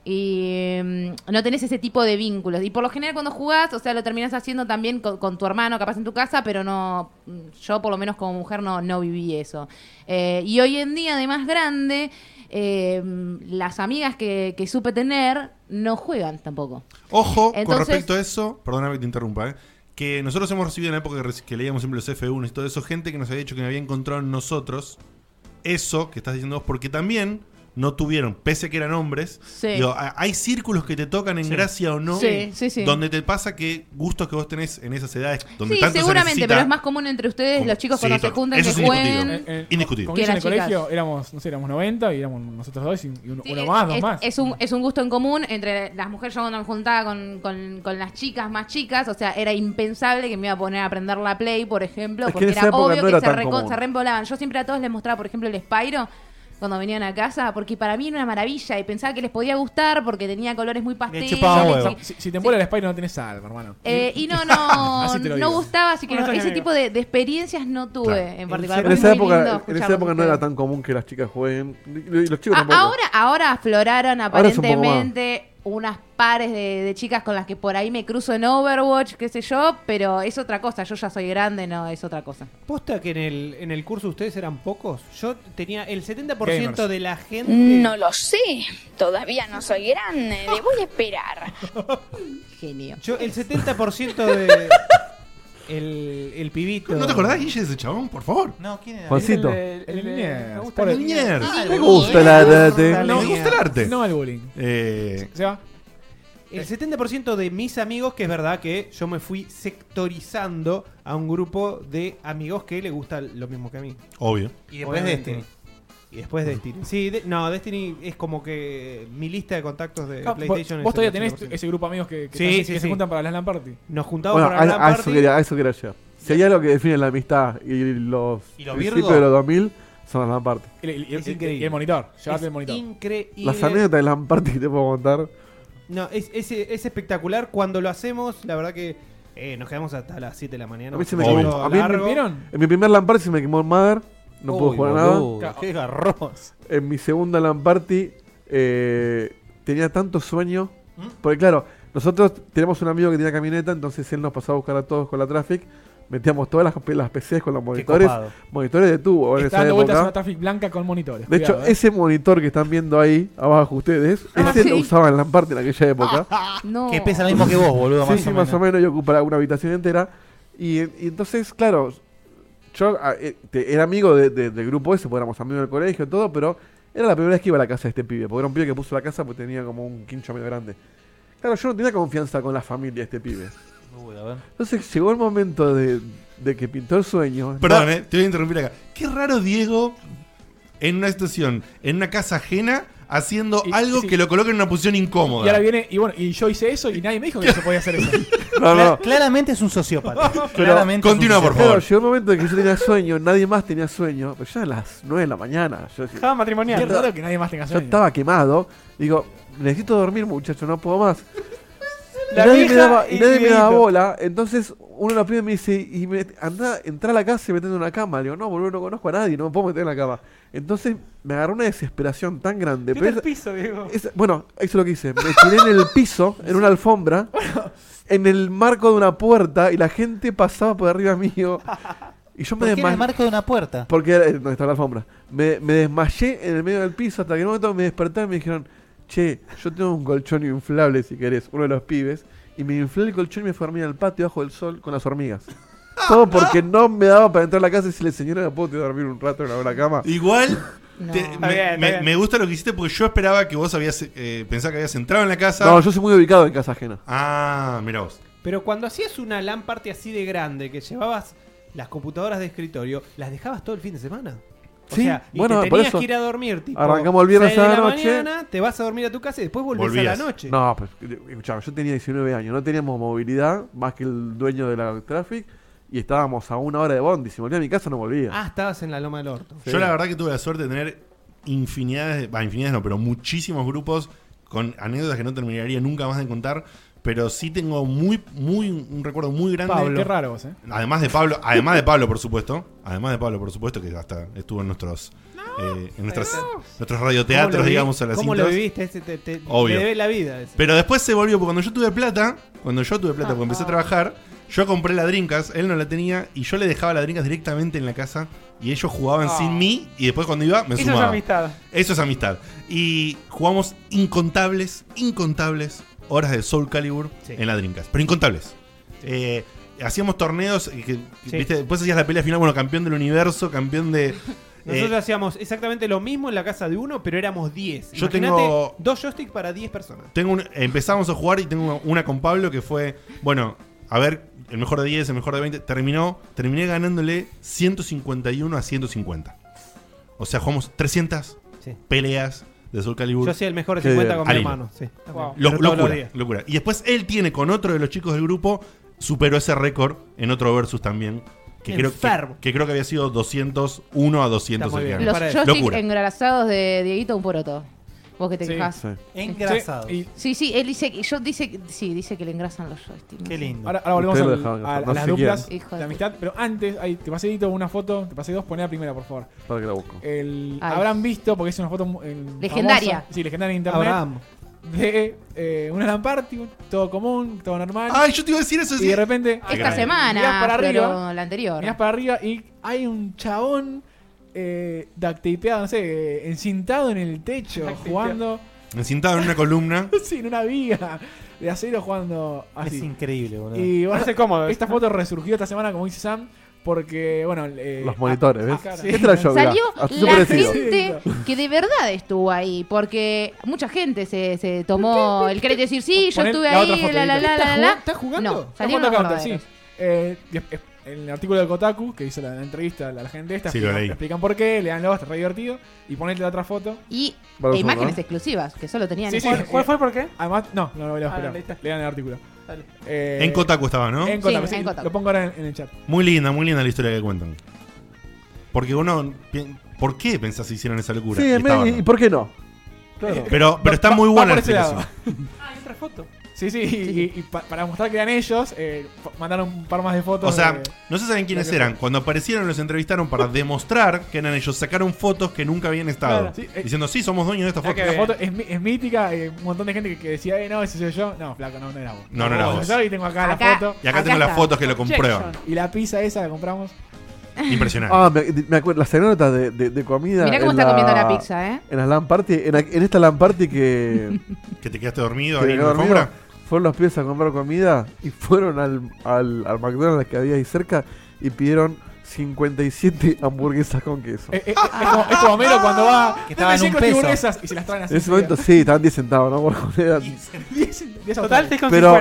Speaker 3: y mm, no tenés ese tipo de vínculos. Y por lo general cuando jugás, o sea, lo terminás haciendo también con, con tu hermano, capaz en tu casa, pero no, mm, yo por lo menos como mujer no, no viví eso. Eh, y hoy en día, de más grande, eh, mm, las amigas que, que supe tener no juegan tampoco.
Speaker 1: Ojo, con
Speaker 3: Entonces-
Speaker 1: respecto a eso, perdóname que te interrumpa, ¿eh? que nosotros hemos recibido en la época que, reci- que leíamos siempre los F1 y todo eso, gente que nos había dicho que no había encontrado en nosotros eso que estás diciendo vos, porque también no tuvieron, pese a que eran hombres,
Speaker 3: Sí.
Speaker 1: digo, a- hay círculos que te tocan en gracia o no,
Speaker 3: Sí, sí, sí.
Speaker 1: donde te pasa que gustos que vos tenés en esas edades, donde
Speaker 3: Sí,
Speaker 1: tanto se
Speaker 3: seguramente,
Speaker 1: necesita-
Speaker 3: pero es más común entre ustedes,
Speaker 1: Como-
Speaker 3: los chicos
Speaker 1: sí,
Speaker 3: cuando se
Speaker 1: total.
Speaker 3: juntan,
Speaker 1: Eso
Speaker 3: que
Speaker 1: es indiscutible.
Speaker 3: jueguen.
Speaker 2: Eh, eh,
Speaker 1: Indiscutible.
Speaker 2: Con
Speaker 3: Que
Speaker 2: Guille en el
Speaker 3: las chicas.
Speaker 2: colegio éramos, no sé, éramos 90 y éramos nosotros dos y, y uno,
Speaker 3: Sí,
Speaker 2: uno
Speaker 3: es-
Speaker 2: más, dos
Speaker 3: es,
Speaker 2: más.
Speaker 3: es un, es un gusto en común entre las mujeres. Yo cuando me juntaba con, con- con las chicas más chicas, o sea, era impensable que me iba a poner a aprender la Play, por ejemplo,
Speaker 6: Es que
Speaker 3: porque
Speaker 6: en esa
Speaker 3: era
Speaker 6: época
Speaker 3: obvio
Speaker 6: no
Speaker 3: que
Speaker 6: era
Speaker 3: se,
Speaker 6: tan
Speaker 3: reco-
Speaker 6: común.
Speaker 3: se reembolaban. Yo siempre a todos les mostraba, por ejemplo, el Spyro cuando venían a casa, porque para mí era una maravilla y pensaba que les podía gustar porque tenía colores muy pasteles.
Speaker 4: chupaba
Speaker 3: y-
Speaker 4: huevo.
Speaker 2: si, si te muere el Spider no tenés alma, hermano.
Speaker 3: eh, y no, no,
Speaker 2: Así te lo
Speaker 3: no
Speaker 2: digo.
Speaker 3: gustaba, así que
Speaker 5: Bueno,
Speaker 3: no-
Speaker 5: está bien,
Speaker 3: ese tipo
Speaker 5: amigo.
Speaker 3: de, de experiencias no tuve en particular.
Speaker 6: en
Speaker 3: Pero
Speaker 6: esa
Speaker 3: es muy lindo
Speaker 6: época, en esa
Speaker 3: escucharlos
Speaker 6: época no
Speaker 3: ustedes.
Speaker 6: era tan común que las chicas jueguen. Y y los chicos
Speaker 3: A-
Speaker 6: tampoco.
Speaker 3: ahora, ahora afloraron
Speaker 6: Ahora es un poco más.
Speaker 3: aparentemente unas pares de, de chicas con las que por ahí me cruzo en Overwatch, qué sé yo, pero es otra cosa. Yo ya soy grande, no, es otra cosa.
Speaker 7: Posta que en el, en el curso ustedes eran pocos. Yo tenía el 70%
Speaker 2: Gamers.
Speaker 7: de la gente.
Speaker 12: No lo sé. Todavía no soy grande. Debo esperar.
Speaker 3: Genio.
Speaker 7: Yo, el 70% de. El, el pibito.
Speaker 1: ¿No te acordás, Guille, de ese chabón, por favor?
Speaker 4: No, ¿quién era?
Speaker 5: El
Speaker 6: Juancito.
Speaker 5: de- el de-
Speaker 2: Liniers,
Speaker 5: me gusta
Speaker 2: por
Speaker 5: el
Speaker 1: Los
Speaker 2: el-
Speaker 5: Liniers.
Speaker 1: Liniers.
Speaker 4: Ah,
Speaker 1: Me
Speaker 4: el
Speaker 1: gusta
Speaker 6: Te la- te- te-
Speaker 7: No,
Speaker 1: Me gusta el arte.
Speaker 2: No al bullying.
Speaker 1: Eh,
Speaker 2: ¿Se va?
Speaker 7: El 70% de mis amigos, que es verdad que yo me fui sectorizando a un grupo de amigos que le gusta lo mismo que a mí.
Speaker 1: obvio.
Speaker 4: Y después
Speaker 7: Obviamente.
Speaker 4: Destiny.
Speaker 7: este. Y después Destiny. Sí, de- este. no, Destiny es como que mi lista de contactos de
Speaker 2: Ah, vos-
Speaker 7: PlayStation.
Speaker 2: vos
Speaker 7: es
Speaker 2: todavía
Speaker 7: el
Speaker 2: tenés
Speaker 7: 80%.
Speaker 2: ese grupo de amigos que- que
Speaker 7: Sí,
Speaker 2: están-
Speaker 7: sí,
Speaker 2: que se
Speaker 7: sí.
Speaker 2: juntan para las LAN party.
Speaker 7: Nos juntamos
Speaker 6: Bueno,
Speaker 7: para la
Speaker 6: a, a
Speaker 7: LAN
Speaker 6: eso
Speaker 7: party.
Speaker 6: quería, a eso quería llegar. Si hay algo que define la amistad y los,
Speaker 7: los
Speaker 6: principios
Speaker 7: virgos?
Speaker 6: de los 2000, son las Lamparty.
Speaker 2: Y, y- y-
Speaker 7: Es
Speaker 2: y-
Speaker 7: increíble.
Speaker 2: y el monitor, llevarte
Speaker 7: Es
Speaker 2: el monitor.
Speaker 7: Increíble.
Speaker 6: Las anécdotas de Lamparty que te puedo contar.
Speaker 7: No, es, es, es espectacular. Cuando lo hacemos, la verdad que eh, nos quedamos hasta las 7 de la mañana.
Speaker 6: A mí se me
Speaker 7: Un
Speaker 6: quemó.
Speaker 7: rato
Speaker 6: a mí en mi-
Speaker 7: largo.
Speaker 6: En mi primer Lamparty se me quemó el Mother. No
Speaker 7: Uy,
Speaker 6: pude jugar a
Speaker 7: boludo,
Speaker 6: nada.
Speaker 7: qué garrón.
Speaker 6: En mi segunda Lamparty eh, tenía tanto sueño.
Speaker 2: ¿Mm?
Speaker 6: Porque claro, nosotros tenemos un amigo que tenía camioneta, entonces él nos pasaba a buscar a todos con la Traffic. Metíamos todas las, las PCs con los monitores.
Speaker 2: copado.
Speaker 6: Monitores de tubo en
Speaker 2: Está
Speaker 6: esa
Speaker 2: dando vueltas
Speaker 6: época.
Speaker 2: una traffic blanca con monitores.
Speaker 6: De hecho,
Speaker 2: cuidado, eh.
Speaker 6: ese monitor que están viendo ahí abajo ustedes,
Speaker 2: Ah,
Speaker 6: ese
Speaker 2: sí.
Speaker 6: lo usaban en Lamparty en aquella época.
Speaker 3: No.
Speaker 4: Que pesa lo mismo que vos, boludo,
Speaker 6: Sí,
Speaker 4: más
Speaker 6: sí,
Speaker 4: o
Speaker 6: más
Speaker 4: menos.
Speaker 6: o menos. Yo ocupaba una habitación entera. Y, y entonces, claro, yo ah, eh, te- era amigo de- de- del grupo ese, porque éramos amigos del colegio y todo, pero era la primera vez que iba a la casa de este pibe, porque era un pibe que puso la casa porque tenía como un quincho medio grande. Claro, yo no tenía confianza con la familia de este pibe.
Speaker 4: Uy, a ver.
Speaker 6: Entonces llegó el momento de, de que pintó el sueño.
Speaker 1: Perdón,
Speaker 6: No,
Speaker 1: eh, te voy a interrumpir acá. Qué raro Diego en una situación, en una casa ajena, haciendo algo que lo coloca en una posición incómoda.
Speaker 2: Y ahora viene, y bueno, y yo hice eso y nadie me dijo que no se podía hacer eso.
Speaker 6: No, no.
Speaker 4: Claramente es un sociópata.
Speaker 6: Pero-
Speaker 4: Claramente es un sociópata.
Speaker 6: Claro, llegó el momento en que yo tenía sueño, nadie más tenía sueño, pero ya a las 9 de la mañana. Yo,
Speaker 5: Java matrimonial.
Speaker 6: Qué raro
Speaker 2: que nadie más tenga
Speaker 6: yo
Speaker 5: sueño.
Speaker 6: estaba quemado. Digo, necesito dormir, muchacho, no puedo más. Y
Speaker 5: La
Speaker 6: nadie me
Speaker 5: vieja
Speaker 6: daba, y
Speaker 5: y
Speaker 6: nadie me daba
Speaker 5: Dieguito.
Speaker 6: bola. Entonces uno de los pibes me dice, y me, anda, entra a la casa y metete en una cama. Le digo, no, boludo, no conozco a nadie, no me puedo meter en la cama. Entonces me agarró una desesperación tan grande.
Speaker 5: Vete
Speaker 6: pero
Speaker 5: al
Speaker 6: esa-
Speaker 5: piso, Diego.
Speaker 6: esa- bueno, eso es lo que hice. Me tiré en el piso, en una alfombra, en el marco de una puerta, y la gente pasaba por arriba mío. Y yo me
Speaker 4: ¿Por qué en
Speaker 6: desma-
Speaker 4: el marco de una puerta?
Speaker 6: Porque era eh, donde estaba la alfombra. Me, me desmayé en el medio del piso hasta que en un momento me despertaron y me dijeron, che, yo tengo un colchón inflable si querés, uno de los pibes. Y me inflé el colchón y me fui a dormir al patio bajo el sol con las hormigas. Todo porque no me daba para entrar a la casa y decirle, señora, ¿no puedo dormir un rato en la buena cama?
Speaker 1: Igual, te-
Speaker 6: Está
Speaker 1: me,
Speaker 6: bien, está
Speaker 1: me-
Speaker 6: bien.
Speaker 1: me gusta lo que hiciste porque yo esperaba que vos habías eh, pensado que habías entrado en la casa.
Speaker 6: No, yo soy muy ubicado en casa ajena.
Speaker 1: Ah, mira vos.
Speaker 7: Pero cuando hacías una LAN party así de grande, que llevabas las computadoras de escritorio, las dejabas todo el fin de semana. O
Speaker 6: Sí,
Speaker 7: sea, y
Speaker 6: bueno,
Speaker 7: te
Speaker 6: por
Speaker 7: tenías
Speaker 6: eso.
Speaker 7: que ir a dormir, tipo.
Speaker 6: Arrancamos el viernes
Speaker 7: seis
Speaker 6: a
Speaker 7: de
Speaker 6: la
Speaker 7: la
Speaker 6: noche.
Speaker 7: mañana, te vas a dormir a tu casa y después volvés a la noche.
Speaker 6: No, pues, escuchame, yo tenía 19 años, no teníamos movilidad más que el dueño de la traffic y estábamos a una hora de bondi. Si volvía a mi casa, no volvía.
Speaker 7: Ah, estabas en la loma del orto.
Speaker 1: Yo la verdad que tuve la suerte de tener infinidades, de- bah, infinidades no, pero muchísimos grupos con anécdotas que no terminaría nunca más de contar. Pero sí tengo muy, muy, un recuerdo muy grande.
Speaker 2: Pablo, qué raro vos, eh.
Speaker 1: Además de Pablo, además de Pablo, por supuesto. Además de Pablo, por supuesto, que hasta estuvo en nuestros eh, en nuestras, nuestros
Speaker 7: ¿Cómo lo
Speaker 1: radioteatros,
Speaker 7: vi-
Speaker 1: digamos, a las
Speaker 7: ¿Cómo lo
Speaker 1: intros.
Speaker 7: viviste? Ese te, te- te
Speaker 1: Obvio.
Speaker 7: debe la vida. ese.
Speaker 1: Pero después se volvió, porque cuando yo tuve plata, cuando yo tuve plata, porque empecé a trabajar, yo compré la Drinkas, él no la tenía, y yo le dejaba la Drinkas directamente en la casa, y ellos jugaban
Speaker 5: Ah.
Speaker 1: sin mí, y después cuando iba, me
Speaker 5: Eso es
Speaker 1: sumaba.
Speaker 5: amistad.
Speaker 1: Eso es amistad. Y jugamos incontables, incontables horas de Soul Calibur en la Drinkas, pero incontables. Eh, Hacíamos torneos, eh, que, ¿viste? después hacías la pelea final, bueno, campeón del universo, campeón de...
Speaker 7: Nosotros
Speaker 1: eh,
Speaker 7: hacíamos exactamente lo mismo en la casa de uno, pero éramos 10.
Speaker 1: Yo
Speaker 7: Imaginate,
Speaker 1: tengo-
Speaker 7: dos joysticks para 10 personas.
Speaker 1: Tengo un- empezamos a jugar y tengo una con Pablo que fue, bueno, a ver, el mejor de 10, el mejor de 20. Terminó, terminé ganándole 151 a 150. O sea, jugamos 300
Speaker 7: Sí.
Speaker 1: peleas de Soul Calibur.
Speaker 7: Yo hacía el mejor de 50 con mi
Speaker 1: Al hilo.
Speaker 7: hermano, sí, también. Wow.
Speaker 1: Lo-
Speaker 7: Pero todos los
Speaker 1: locura,
Speaker 7: días.
Speaker 1: locura. Y después él tiene con otro de los chicos del grupo, superó ese récord en otro versus también. Que creo, que,
Speaker 7: Enfermo.
Speaker 1: que creo que había sido 201 a 200.
Speaker 7: Está muy
Speaker 1: el que
Speaker 7: bien.
Speaker 1: ganó.
Speaker 3: Los joysticks
Speaker 1: Locura.
Speaker 3: engrasados de Dieguito un poroto. Vos que te
Speaker 1: Sí.
Speaker 3: quejas.
Speaker 1: Sí.
Speaker 4: Engrasados.
Speaker 2: Sí, y-
Speaker 3: Sí, sí, él dice que yo dice que- sí, dice que le engrasan los joysticks.
Speaker 4: Qué lindo.
Speaker 2: Ahora, ahora volvemos
Speaker 6: Ustedes lo
Speaker 2: al-
Speaker 6: dejaban
Speaker 2: a,
Speaker 6: pasar,
Speaker 2: a
Speaker 6: no
Speaker 2: las
Speaker 6: sé
Speaker 2: duplas
Speaker 3: quién. Hijo
Speaker 2: de
Speaker 3: de-
Speaker 2: amiguidad, pero antes, ahí, te pasé Dito, una foto, te pasé dos, poné la primera, por favor.
Speaker 6: Para que la busco.
Speaker 2: El-
Speaker 3: Ay.
Speaker 2: habrán visto, porque es una foto mu- en-
Speaker 3: Legendaria.
Speaker 2: famosa, sí, legendaria en internet.
Speaker 7: Abraham.
Speaker 2: De eh, una LAN party, todo común, todo normal.
Speaker 1: Ay, yo te iba a decir eso.
Speaker 2: Y de repente. eh,
Speaker 3: Esta semana,
Speaker 2: mirás para
Speaker 3: Ah, pero
Speaker 2: arriba.
Speaker 3: la anterior.
Speaker 2: Mirás para arriba y hay un chabón eh, ductapeado, no sé, eh, encintado en el techo, jugando.
Speaker 1: Encintado Ah, en una columna.
Speaker 2: sí, en una viga de acero jugando así.
Speaker 4: Es increíble, boludo.
Speaker 2: Y bueno,
Speaker 4: Parece cómodo.
Speaker 2: esta foto resurgió esta semana, como dice Sam, porque, bueno... eh,
Speaker 6: Los monitores, ¿ves?
Speaker 2: claro.
Speaker 6: Esta era yo, mirá.
Speaker 3: Salió
Speaker 6: Hasta yo
Speaker 3: la
Speaker 6: parecido.
Speaker 3: gente que de verdad estuvo ahí, porque mucha gente se, se tomó el crédito de decir, sí, yo
Speaker 2: Poné
Speaker 3: estuve
Speaker 2: la otra
Speaker 3: ahí,
Speaker 2: foto,
Speaker 3: la la
Speaker 2: Dieguito.
Speaker 3: la la la.
Speaker 2: ¿Estás jugando?
Speaker 3: No, salieron los
Speaker 2: Está jugando Counter,
Speaker 3: verdaderos.
Speaker 2: sí. Eh, y es- es- en el artículo de Kotaku, que hizo la, la entrevista a la, la gente esta,
Speaker 1: Sí, lo
Speaker 2: explican,
Speaker 1: leí.
Speaker 2: explican por qué, le dan los, está re divertido, y ponete la otra foto.
Speaker 3: Y e imágenes exclusivas, que solo tenían
Speaker 2: Sí, sí.
Speaker 3: ellos.
Speaker 2: ¿Cuál fue por qué? Además, no, no lo voy a
Speaker 3: Ah,
Speaker 2: esperar.
Speaker 3: ahí está.
Speaker 2: Lean el artículo. Eh,
Speaker 1: En Kotaku estaba, ¿no?
Speaker 2: En Kotaku, sí, Lo pongo ahora en, en el chat.
Speaker 1: Muy linda, muy linda la historia que cuentan. Porque uno. pi- ¿Por qué pensás que hicieron esa locura?
Speaker 6: Sí,
Speaker 1: Y
Speaker 6: en
Speaker 1: está
Speaker 6: medio-
Speaker 1: bárbaro.
Speaker 6: ¿y por qué no? Eh,
Speaker 1: Claro. Pero- pero está muy buena
Speaker 2: por
Speaker 1: la
Speaker 2: ese lado.
Speaker 5: Ah, hay otra foto.
Speaker 2: Sí, sí, y, y pa- para mostrar que eran ellos, eh, pa- mandaron un par más de fotos.
Speaker 1: O sea,
Speaker 2: de-
Speaker 6: Eh,
Speaker 1: no se saben quiénes
Speaker 2: de-
Speaker 1: eran. Cuando aparecieron los entrevistaron para demostrar que eran ellos. Sacaron fotos que nunca habían estado.
Speaker 2: Claro, sí, eh.
Speaker 1: diciendo, sí, somos dueños de esta
Speaker 2: La
Speaker 1: foto.
Speaker 2: foto, es, mi- es mítica, eh, un montón de gente que, que decía, eh, no, ese soy yo. No, flaco, no, no era vos.
Speaker 1: No, no era vos.
Speaker 2: Yo, y tengo acá,
Speaker 3: Acá-
Speaker 2: la foto.
Speaker 1: Y acá tengo las
Speaker 2: está.
Speaker 1: fotos que lo comprueban.
Speaker 2: Y la pizza esa la compramos.
Speaker 1: Impresionante.
Speaker 6: Ah, me, me acuerdo, las anécdotas de, de- de comida.
Speaker 3: Mirá cómo
Speaker 6: en
Speaker 3: está comiendo la pizza, ¿eh?
Speaker 6: En las LAN party, en, aqu- en esta LAN party que.
Speaker 1: que te quedaste dormido ahí
Speaker 6: que me
Speaker 1: en
Speaker 6: quedé
Speaker 1: la
Speaker 6: dormido,
Speaker 1: alfombra.
Speaker 6: Fueron los pies a comprar comida y fueron al, al, al McDonald's que había ahí cerca y pidieron 57 hamburguesas con queso.
Speaker 2: Eh, eh, es, como, es como Homero cuando va.
Speaker 4: Que estaba en
Speaker 2: "Deme
Speaker 4: un
Speaker 2: cinco
Speaker 4: peso".
Speaker 2: tiburonesas", Y se las traen así.
Speaker 6: En ese momento sí, estaban 10 centavos, ¿no? Porque eran-
Speaker 2: Total, te
Speaker 6: pero,